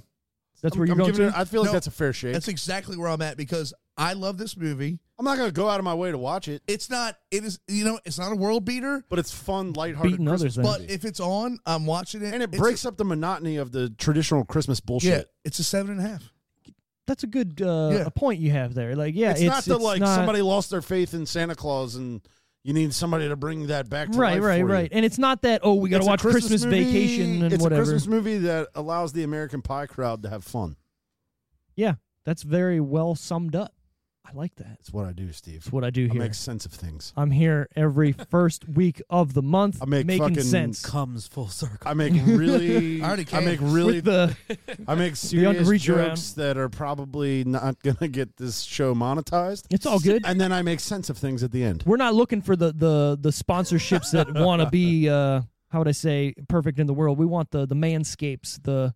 Speaker 1: That's
Speaker 2: I'm-
Speaker 1: where you're
Speaker 2: I'm
Speaker 1: going
Speaker 2: giving
Speaker 1: to.
Speaker 2: it- I feel like
Speaker 4: No,
Speaker 2: that's a fair shake.
Speaker 4: That's exactly where I'm at because I love this movie.
Speaker 2: I'm not gonna go out of my way to watch it,
Speaker 4: It's not. It is. You know. It's not a world beater.
Speaker 2: but it's fun, lighthearted,
Speaker 1: Beating others,
Speaker 2: Christmas
Speaker 1: I
Speaker 2: movie.
Speaker 4: But if it's on, I'm watching it.
Speaker 2: and it
Speaker 4: It's
Speaker 2: breaks up the monotony of the traditional Christmas
Speaker 4: A, yeah,
Speaker 2: bullshit.
Speaker 4: it's a seven and a half.
Speaker 1: That's a good uh,
Speaker 4: Yeah.
Speaker 1: a point you have there. Like, yeah,
Speaker 2: it's,
Speaker 1: it's,
Speaker 2: not the
Speaker 1: it's
Speaker 2: like
Speaker 1: not-
Speaker 2: somebody lost their faith in Santa Claus and you need somebody to bring that back. To
Speaker 1: Right,
Speaker 2: life
Speaker 1: right,
Speaker 2: for you.
Speaker 1: right. And it's not that. Oh, we got to
Speaker 2: It's a
Speaker 1: watch Christmas,
Speaker 2: movie-
Speaker 1: Vacation and
Speaker 2: it's
Speaker 1: whatever.
Speaker 2: a Christmas movie that allows the American Pie crowd to have fun.
Speaker 1: Yeah, that's very well summed up. I like that.
Speaker 2: It's what I do, Steve.
Speaker 1: That's what I do
Speaker 2: I
Speaker 1: here.
Speaker 2: make sense of things.
Speaker 1: I'm here every first week of the month.
Speaker 2: I make
Speaker 1: making
Speaker 2: fucking
Speaker 1: sense.
Speaker 3: Comes full circle.
Speaker 2: I make really.
Speaker 4: I already
Speaker 2: I
Speaker 4: came.
Speaker 2: make really.
Speaker 1: With the
Speaker 2: I make
Speaker 1: Beyond
Speaker 2: serious
Speaker 1: reach
Speaker 2: jokes that are probably not gonna get this show monetized.
Speaker 1: It's all good.
Speaker 2: And then I make sense of things at the end.
Speaker 1: We're not looking for the the the sponsorships that want to be uh how would I say perfect in the world. We want the the manscapes, the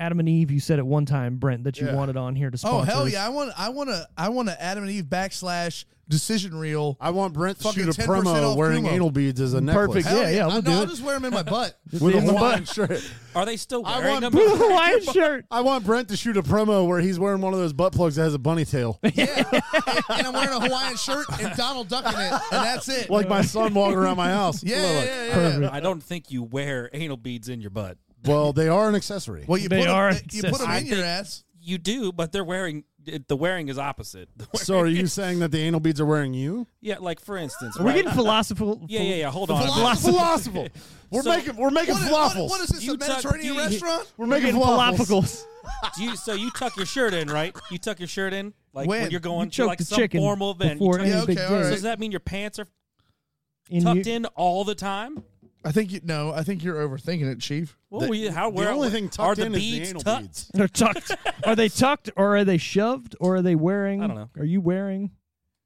Speaker 1: Adam and Eve. You said at one time, Brent, that you
Speaker 2: Yeah.
Speaker 1: wanted on here to
Speaker 4: Oh
Speaker 1: sponsor.
Speaker 4: hell
Speaker 1: us.
Speaker 4: yeah! I want I want to I want to Adam and Eve backslash decision reel.
Speaker 2: I want Brent to
Speaker 4: Fucking
Speaker 2: shoot a
Speaker 4: 10%
Speaker 2: promo
Speaker 4: off
Speaker 2: wearing
Speaker 4: Kumo.
Speaker 2: anal beads as a necklace.
Speaker 1: Perfect.
Speaker 4: Hell
Speaker 1: yeah, yeah, we'll
Speaker 4: I,
Speaker 1: do
Speaker 4: no, I'll
Speaker 1: it.
Speaker 4: just wear them in my butt.
Speaker 2: With a
Speaker 1: In the
Speaker 2: Hawaiian
Speaker 1: butt.
Speaker 2: shirt.
Speaker 3: Are they still
Speaker 2: I
Speaker 3: wearing
Speaker 2: want
Speaker 3: them?
Speaker 1: With a Hawaiian shirt.
Speaker 2: I want Brent to shoot a promo where he's wearing one of those butt plugs that has a bunny tail.
Speaker 4: Yeah, and, and I'm wearing a Hawaiian shirt and Donald Duck in it, and that's it.
Speaker 2: like my son walking around my house.
Speaker 4: yeah,
Speaker 2: Look.
Speaker 4: yeah, yeah, yeah.
Speaker 1: Perfect.
Speaker 3: I don't think you wear anal beads in your butt.
Speaker 2: Well, they are an accessory.
Speaker 4: Well, you
Speaker 1: They
Speaker 4: put 'em-
Speaker 1: are
Speaker 4: you put them in
Speaker 3: accessories.
Speaker 4: your ass.
Speaker 3: You do, but they're wearing the wearing is opposite. The wearing-
Speaker 2: so are you saying that the anal beads are wearing you?
Speaker 3: Yeah, like for instance,
Speaker 1: We're
Speaker 3: right?
Speaker 1: getting philosophical.
Speaker 3: Yeah, yeah, yeah. Hold on.
Speaker 1: Philosophy.
Speaker 2: Philosophical. We're
Speaker 3: So-
Speaker 2: making we're making
Speaker 4: What is-
Speaker 2: falafels.
Speaker 4: what- what is this?
Speaker 3: You
Speaker 4: a
Speaker 3: tuck-
Speaker 4: Mediterranean
Speaker 3: do you-
Speaker 4: restaurant?
Speaker 2: we're
Speaker 1: We're
Speaker 2: making
Speaker 1: getting
Speaker 2: falafels.
Speaker 1: philosophicals.
Speaker 3: Do you, so you tuck your shirt in, right? You tuck your shirt in, like when,
Speaker 4: When?
Speaker 3: you're going
Speaker 1: You
Speaker 3: to
Speaker 1: choke
Speaker 3: like
Speaker 1: the
Speaker 3: some
Speaker 1: chicken
Speaker 3: formal event. You
Speaker 1: before
Speaker 3: tuck-
Speaker 1: any
Speaker 4: Yeah,
Speaker 1: big
Speaker 4: okay,
Speaker 1: dinner.
Speaker 4: all
Speaker 3: So
Speaker 4: right.
Speaker 3: does that mean your pants are
Speaker 1: And
Speaker 3: tucked
Speaker 1: you-
Speaker 3: in all the time?
Speaker 4: I think you no. I think you're overthinking it, Chief.
Speaker 3: What were you? How?
Speaker 2: The
Speaker 3: Where
Speaker 2: only
Speaker 3: are,
Speaker 2: thing
Speaker 3: are
Speaker 2: tucked
Speaker 3: the
Speaker 2: in is the
Speaker 3: beads
Speaker 2: anal
Speaker 3: tucked?
Speaker 2: beads.
Speaker 1: They're tucked. are they tucked or are they shoved or are they wearing?
Speaker 3: I don't know.
Speaker 1: Are you wearing?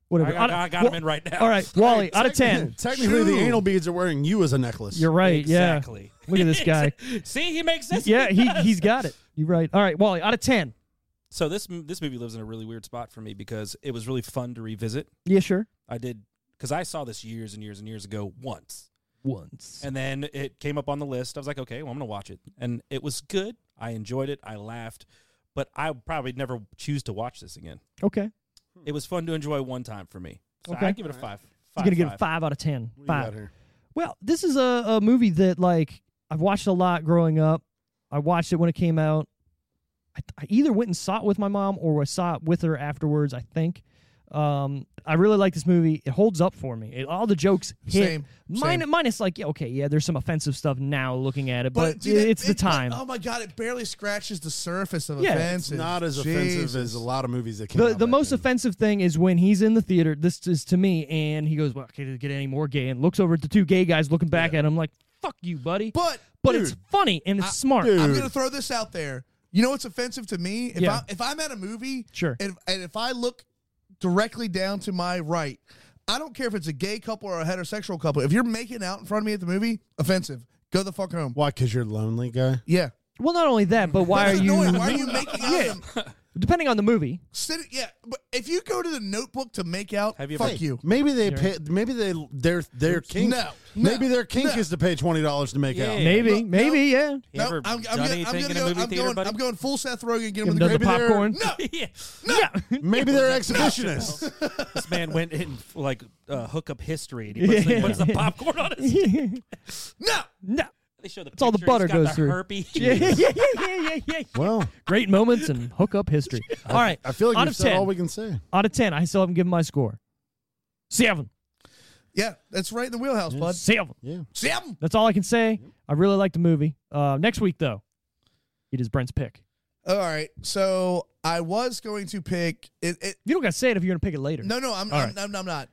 Speaker 1: Whatever.
Speaker 3: I got, I got 'em
Speaker 1: Wa-
Speaker 3: in right now.
Speaker 1: All right, Wally, out of
Speaker 2: Techni-
Speaker 1: ten.
Speaker 2: Technically, the anal beads are wearing you as a necklace.
Speaker 1: You're right.
Speaker 3: Exactly.
Speaker 1: Yeah. Look at this guy.
Speaker 3: See, he makes sense.
Speaker 1: yeah, he he's got it. You're right. All right, Wally, out of ten.
Speaker 3: So this m- this movie lives in a really weird spot for me because it was really fun to revisit.
Speaker 1: Yeah, sure.
Speaker 3: I did because I saw this years and years and years ago once,
Speaker 1: Once.
Speaker 3: and then it came up on the list. I was like, okay, well, I'm gonna watch it, and it was good. I enjoyed it. I laughed, but I would probably never choose to watch this again.
Speaker 1: Okay.
Speaker 3: It was fun to enjoy one time for me. So
Speaker 1: Hmm. Okay.
Speaker 3: I give it a five.
Speaker 1: He's
Speaker 3: Five,
Speaker 1: gonna get a
Speaker 3: five.
Speaker 1: five out of ten.
Speaker 2: What do you got
Speaker 1: Five.
Speaker 2: here?
Speaker 1: Well, this is a, a movie that like I've watched a lot growing up. I watched it when it came out. I, I either went and saw it with my mom or I saw it with her afterwards. I think. Um, I really like this movie. It holds up for me. It, all the jokes hit.
Speaker 4: Same,
Speaker 1: Min-
Speaker 4: same.
Speaker 1: Minus like yeah, okay, yeah. There's some offensive stuff now looking at it, but,
Speaker 4: dude,
Speaker 1: it-
Speaker 4: it-
Speaker 1: it's the
Speaker 4: it- but-
Speaker 1: time.
Speaker 4: oh my god! It barely scratches the surface of
Speaker 1: Yeah.
Speaker 4: offense.
Speaker 2: It's not as offensive as a lot of movies that came
Speaker 1: the
Speaker 2: out
Speaker 1: the
Speaker 2: back
Speaker 1: most
Speaker 2: then.
Speaker 1: offensive thing is when he's in the theater. This is to me, and he goes, "Well, can it get any more gay?" And looks over at the two gay guys looking back at him like, "Fuck you, buddy."
Speaker 4: But
Speaker 1: But
Speaker 4: dude,
Speaker 1: it's funny and it's smart.
Speaker 2: dude.
Speaker 4: I'm gonna throw this out there. You know what's offensive to me? If
Speaker 1: Yeah.
Speaker 4: I if I'm at a movie,
Speaker 1: Sure.
Speaker 4: and, and if I look directly down to my right, I don't care if it's a gay couple or a heterosexual couple. If you're making out in front of me at the movie, offensive. Go the fuck home.
Speaker 2: Why? Because you're lonely, guy.
Speaker 4: Yeah.
Speaker 1: Well, not only that, but why are
Speaker 4: That's
Speaker 1: you?
Speaker 4: annoying. Why are you making out? Yeah.
Speaker 1: Depending on the movie,
Speaker 4: Sit, yeah, but if you go to the notebook to make out,
Speaker 3: Have you
Speaker 4: fuck
Speaker 3: ever-
Speaker 4: you.
Speaker 2: Maybe they pay, maybe they their their kink.
Speaker 4: No, no,
Speaker 2: maybe their kink
Speaker 4: no.
Speaker 2: is to pay twenty dollars to make
Speaker 3: Yeah.
Speaker 2: out.
Speaker 1: maybe,
Speaker 3: Maybe
Speaker 4: Look,
Speaker 1: maybe, yeah.
Speaker 3: You ever
Speaker 4: I'm, I'm
Speaker 3: done
Speaker 4: gonna, I'm
Speaker 3: anything
Speaker 4: gonna
Speaker 3: in a
Speaker 4: go,
Speaker 3: movie
Speaker 4: I'm
Speaker 3: theater,
Speaker 4: going,
Speaker 3: buddy?
Speaker 4: I'm going full Seth Rogen. Get
Speaker 1: Give
Speaker 4: him
Speaker 1: him
Speaker 4: the
Speaker 1: the
Speaker 4: grape.
Speaker 1: popcorn.
Speaker 4: No,
Speaker 3: yeah.
Speaker 2: Maybe they're exhibitionists.
Speaker 3: This man went in like uh, hookup history, and he puts, the,
Speaker 1: Yeah.
Speaker 3: puts the popcorn on his.
Speaker 4: no.
Speaker 1: no.
Speaker 3: They show the
Speaker 1: all the
Speaker 3: picture,
Speaker 1: butter
Speaker 3: he's got
Speaker 1: goes
Speaker 3: the
Speaker 1: through.
Speaker 3: Herpes.
Speaker 1: Yeah, yeah, yeah, yeah, yeah, yeah.
Speaker 2: well,
Speaker 1: Great moments and hookup history. All right,
Speaker 2: I feel like
Speaker 1: out
Speaker 2: we've
Speaker 1: of
Speaker 2: said
Speaker 1: ten,
Speaker 2: all we can say.
Speaker 1: out of ten, I still haven't given my score. Seven,
Speaker 4: Yeah, that's right in the wheelhouse, bud.
Speaker 1: seven.
Speaker 2: Yeah.
Speaker 4: Sam,
Speaker 1: That's all I can say. I really like the movie. Uh, next week though, it is Brent's pick.
Speaker 4: All right, so I was going to pick it. it
Speaker 1: You don't gotta say it if you're gonna pick it later.
Speaker 4: no, no, I'm,
Speaker 1: All
Speaker 4: I'm,
Speaker 1: right.
Speaker 4: I'm, I'm not.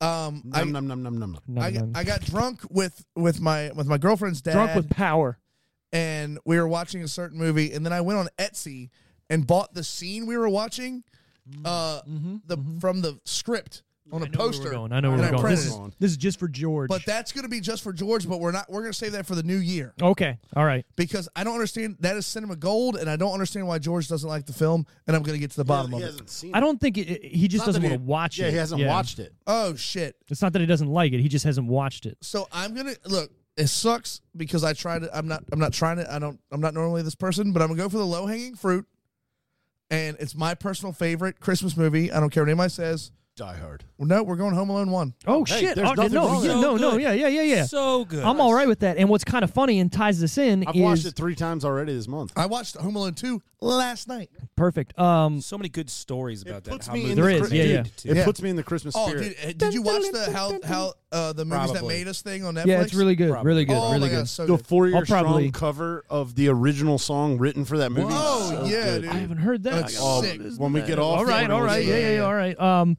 Speaker 4: Um, I,
Speaker 2: Num num num num num.
Speaker 1: no,
Speaker 4: I,
Speaker 1: no, no.
Speaker 4: I got drunk with with my with my girlfriend's dad,
Speaker 1: drunk with power.
Speaker 4: and we were watching a certain movie, and then I went on Etsy and bought the scene we were watching,
Speaker 1: Mm-hmm.
Speaker 4: uh, the from the script on a
Speaker 1: I know where we're
Speaker 4: poster.
Speaker 1: going. I know where
Speaker 4: and
Speaker 1: we're
Speaker 4: I
Speaker 1: going.
Speaker 4: printed
Speaker 1: This
Speaker 4: it.
Speaker 1: is, this is just for George.
Speaker 4: But that's going to be just for George. But we're not. We're going to save that for the new year
Speaker 1: okay, all right.
Speaker 4: because I don't understand. That is cinema gold, and I don't understand why George doesn't like the film. And I'm going to get to the bottom
Speaker 2: He
Speaker 4: of it.
Speaker 2: hasn't seen
Speaker 1: I don't think it, it- he just
Speaker 2: Not that
Speaker 1: doesn't
Speaker 2: he-
Speaker 1: want to watch
Speaker 2: yeah,
Speaker 1: it.
Speaker 2: he hasn't watched it.
Speaker 4: Oh shit!
Speaker 1: It's not that he doesn't like it; he just hasn't watched it.
Speaker 4: So I'm gonna look. It sucks because I tried it. I'm not. I'm not trying to. I don't. I'm not normally this person, but I'm gonna go for the low hanging fruit. And it's my personal favorite Christmas movie. I don't care what anybody says.
Speaker 2: Die Hard.
Speaker 4: Well, no, we're going Home Alone one.
Speaker 1: Oh
Speaker 2: hey,
Speaker 1: shit!
Speaker 2: there's
Speaker 1: Oh,
Speaker 2: nothing
Speaker 1: no,
Speaker 2: wrong
Speaker 1: yeah,
Speaker 2: with
Speaker 1: no,
Speaker 3: it.
Speaker 1: no, yeah, yeah, yeah, yeah.
Speaker 3: So good.
Speaker 1: I'm all right with that. And what's kind of funny and ties this in
Speaker 2: I've
Speaker 1: is
Speaker 2: watched it three times already this month.
Speaker 4: I watched Home Alone two last night.
Speaker 1: perfect. Um,
Speaker 3: So many good stories about that.
Speaker 2: puts
Speaker 3: How
Speaker 2: me
Speaker 3: movies
Speaker 2: in the
Speaker 3: are
Speaker 1: There is, yeah,
Speaker 3: made
Speaker 1: yeah.
Speaker 3: to-
Speaker 2: It
Speaker 4: Yeah.
Speaker 2: puts me in the Christmas
Speaker 4: Oh,
Speaker 2: spirit.
Speaker 4: dude, uh, did you watch the how how uh, the movies that
Speaker 3: Probably.
Speaker 4: made us thing on Netflix?
Speaker 1: yeah, it's really good,
Speaker 3: Probably.
Speaker 1: really good,
Speaker 4: oh
Speaker 1: really
Speaker 4: my
Speaker 1: good.
Speaker 4: god, so
Speaker 2: the
Speaker 4: good.
Speaker 2: four-year
Speaker 1: I'll probably-
Speaker 2: strong cover of the original song written for that movie. is
Speaker 4: Whoa,
Speaker 2: so
Speaker 4: yeah,
Speaker 2: good.
Speaker 4: dude.
Speaker 1: I haven't heard that.
Speaker 4: That's
Speaker 1: I gotta-
Speaker 2: Oh,
Speaker 4: sick.
Speaker 2: when we get off,
Speaker 1: all right,
Speaker 2: we're
Speaker 1: all
Speaker 2: gonna
Speaker 1: right,
Speaker 2: listen
Speaker 1: yeah,
Speaker 2: to
Speaker 1: yeah,
Speaker 2: that.
Speaker 1: yeah, all right. Um,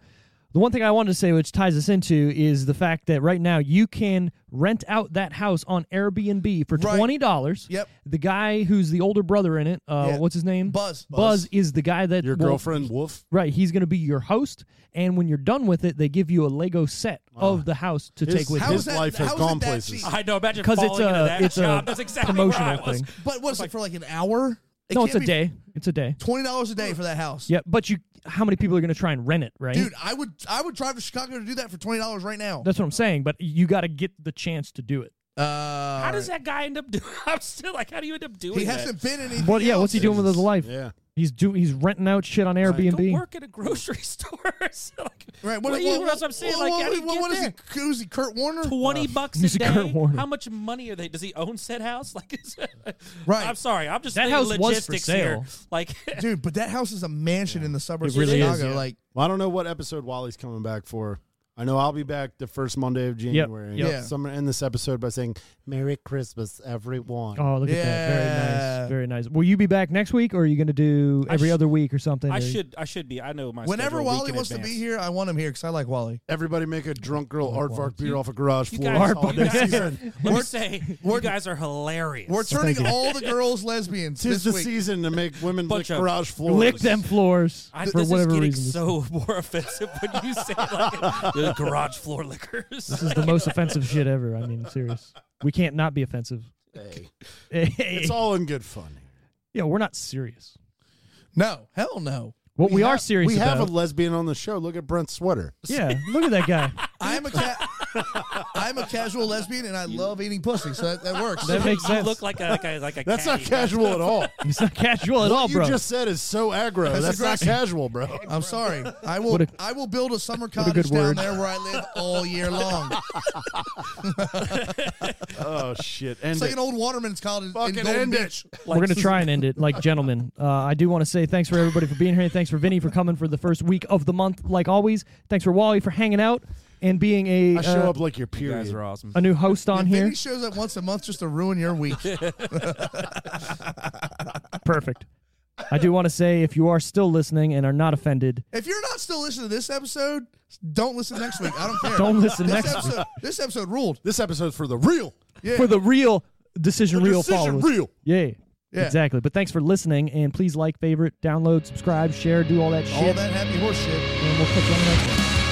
Speaker 1: the one thing I wanted to say, which ties us into, is the fact that right now you can rent out that house on Airbnb for
Speaker 4: Right.
Speaker 1: twenty dollars.
Speaker 4: Yep.
Speaker 1: The guy who's the older brother in it, uh,
Speaker 4: Yeah.
Speaker 1: what's his name?
Speaker 4: Buzz.
Speaker 1: Buzz is the guy that
Speaker 2: Your
Speaker 1: will-
Speaker 2: girlfriend, Wolf.
Speaker 1: Right, he's going to be your host, and when you're done with it, they give you a Lego set of the house to
Speaker 2: His-
Speaker 1: take with
Speaker 4: How
Speaker 1: you.
Speaker 4: is
Speaker 2: his
Speaker 4: that-
Speaker 2: life
Speaker 4: how
Speaker 2: has
Speaker 4: is it
Speaker 2: gone
Speaker 4: that
Speaker 2: places.
Speaker 4: cheap?
Speaker 3: I know. Imagine
Speaker 1: Because
Speaker 3: falling
Speaker 1: it's
Speaker 3: into
Speaker 1: a
Speaker 3: that
Speaker 1: it's
Speaker 3: job.
Speaker 1: a
Speaker 3: That's exactly where I
Speaker 1: promotional
Speaker 3: was.
Speaker 1: thing.
Speaker 4: But what is it for like an hour? It
Speaker 1: no,
Speaker 4: can't
Speaker 1: it's a
Speaker 4: be
Speaker 1: day. It's a day.
Speaker 4: Twenty dollars a day for that house.
Speaker 1: Yeah, but you, how many people are going to try and rent it, right?
Speaker 4: Dude, I would I would drive to Chicago to do that for twenty dollars right now.
Speaker 1: That's what I'm saying. But you got to get the chance to do it.
Speaker 4: Uh,
Speaker 3: How does that guy end up doing? I'm still like, how do you end up doing?
Speaker 4: He
Speaker 3: that?
Speaker 4: hasn't been anything.
Speaker 1: Well, yeah.
Speaker 4: else.
Speaker 1: What's he doing with his life?
Speaker 2: Yeah.
Speaker 1: He's do he's renting out shit on
Speaker 3: Go
Speaker 1: Airbnb.
Speaker 3: work at a grocery store. So, like,
Speaker 4: Right.
Speaker 3: What,
Speaker 4: What,
Speaker 3: do you- what else I'm saying? like, how do you
Speaker 4: what,
Speaker 3: get
Speaker 4: what is
Speaker 3: there?
Speaker 4: he? Who's he? Kurt Warner?
Speaker 3: Twenty bucks a
Speaker 1: Music
Speaker 3: day.
Speaker 1: Kurt Warner.
Speaker 3: How much money are they? Does he own said house? Like, is,
Speaker 4: Right.
Speaker 3: I'm sorry, I'm just
Speaker 1: That
Speaker 3: thinking
Speaker 1: house was for
Speaker 3: logistics
Speaker 1: sale.
Speaker 3: here. Like,
Speaker 4: Dude, but that house is a mansion in the suburbs
Speaker 1: really
Speaker 4: of
Speaker 1: is,
Speaker 4: Chicago.
Speaker 1: yeah.
Speaker 4: Like,
Speaker 2: Well, I don't know what episode Wally's coming back for. I know I'll be back the first Monday of January.
Speaker 1: yep.
Speaker 4: Yeah.
Speaker 2: So I'm gonna end this episode by saying Merry Christmas, everyone.
Speaker 1: Oh, look at
Speaker 4: Yeah.
Speaker 1: that! Very nice, very nice. Will you be back next week, or are you going to do
Speaker 3: I
Speaker 1: every
Speaker 3: sh-
Speaker 1: other week or something?
Speaker 3: I
Speaker 1: Or-
Speaker 3: should, I should be. I know my.
Speaker 4: whenever
Speaker 3: schedule a week
Speaker 4: Wally
Speaker 3: in
Speaker 4: wants to
Speaker 3: advance.
Speaker 4: be here, I want him here because I like Wally.
Speaker 2: Everybody make a drunk girl aardvark beer off a garage
Speaker 3: you
Speaker 2: floor.
Speaker 3: guys-
Speaker 2: It's all
Speaker 3: you guys-
Speaker 2: next season.
Speaker 3: Let me say, you guys are hilarious.
Speaker 4: We're turning
Speaker 1: you.
Speaker 4: all the girls lesbians
Speaker 2: Tis
Speaker 4: this
Speaker 2: the
Speaker 4: week.
Speaker 2: season to make women
Speaker 3: Bunch
Speaker 2: lick
Speaker 3: of-
Speaker 2: garage floors.
Speaker 1: lick them floors
Speaker 3: I,
Speaker 1: for
Speaker 3: this
Speaker 1: whatever
Speaker 3: is getting
Speaker 1: reason.
Speaker 3: so more offensive when you say like the garage floor liquors.
Speaker 1: This is the most offensive shit ever. I mean, serious. We can't not be offensive.
Speaker 2: Hey,
Speaker 1: Hey.
Speaker 2: It's all in good fun.
Speaker 1: yeah, we're not serious.
Speaker 4: No, hell no.
Speaker 1: What we,
Speaker 4: We
Speaker 1: are
Speaker 4: have-
Speaker 1: serious
Speaker 2: we have
Speaker 1: about.
Speaker 2: a lesbian on the show. Look at Brent's sweater.
Speaker 1: yeah, look at that guy.
Speaker 4: I'm a ca- I'm a casual lesbian and I love eating pussy, so that, that works.
Speaker 1: That makes
Speaker 3: you
Speaker 1: sense.
Speaker 3: look like a like a like a.
Speaker 2: That's not
Speaker 3: caddy.
Speaker 2: casual at all.
Speaker 1: It's not casual at all,
Speaker 2: what
Speaker 1: bro.
Speaker 2: you just said is so aggro. That's, not
Speaker 4: aggressive.
Speaker 2: casual, bro.
Speaker 4: I'm sorry. I will
Speaker 1: What a-
Speaker 4: I will build a summer
Speaker 1: a good
Speaker 4: cottage down
Speaker 1: word.
Speaker 4: there where I live all year long.
Speaker 2: oh shit! And
Speaker 4: It's like an old waterman's cottage in
Speaker 2: fucking
Speaker 4: Golden
Speaker 2: end
Speaker 4: Beach.
Speaker 2: it.
Speaker 1: We're gonna try and end it, like gentlemen. Uh, I do want to say thanks for everybody for being here. Thanks for Vinny for coming for the first week of the month, like always. Thanks for Wally for hanging out and being a
Speaker 2: I show
Speaker 1: uh,
Speaker 2: up like your
Speaker 3: You
Speaker 2: period.
Speaker 3: guys are awesome.
Speaker 1: a new host on
Speaker 4: Vinny
Speaker 1: here.
Speaker 4: shows up once a month just to ruin your week.
Speaker 1: Perfect. I do want to say if you are still listening and are not offended,
Speaker 4: If you're not still listening to this episode, don't listen next week. I don't care.
Speaker 1: Don't listen
Speaker 4: this
Speaker 1: next week.
Speaker 4: episode, This episode ruled.
Speaker 2: This episode's for the real.
Speaker 4: Yeah.
Speaker 1: for the real decision
Speaker 2: The
Speaker 1: real
Speaker 2: decision
Speaker 1: followers.
Speaker 2: real.
Speaker 1: Yeah.
Speaker 4: Yeah.
Speaker 1: Exactly. But thanks for listening and please like, favorite, download, subscribe, share, do all that shit.
Speaker 4: all that happy horse shit.
Speaker 1: and we'll catch you on the next one.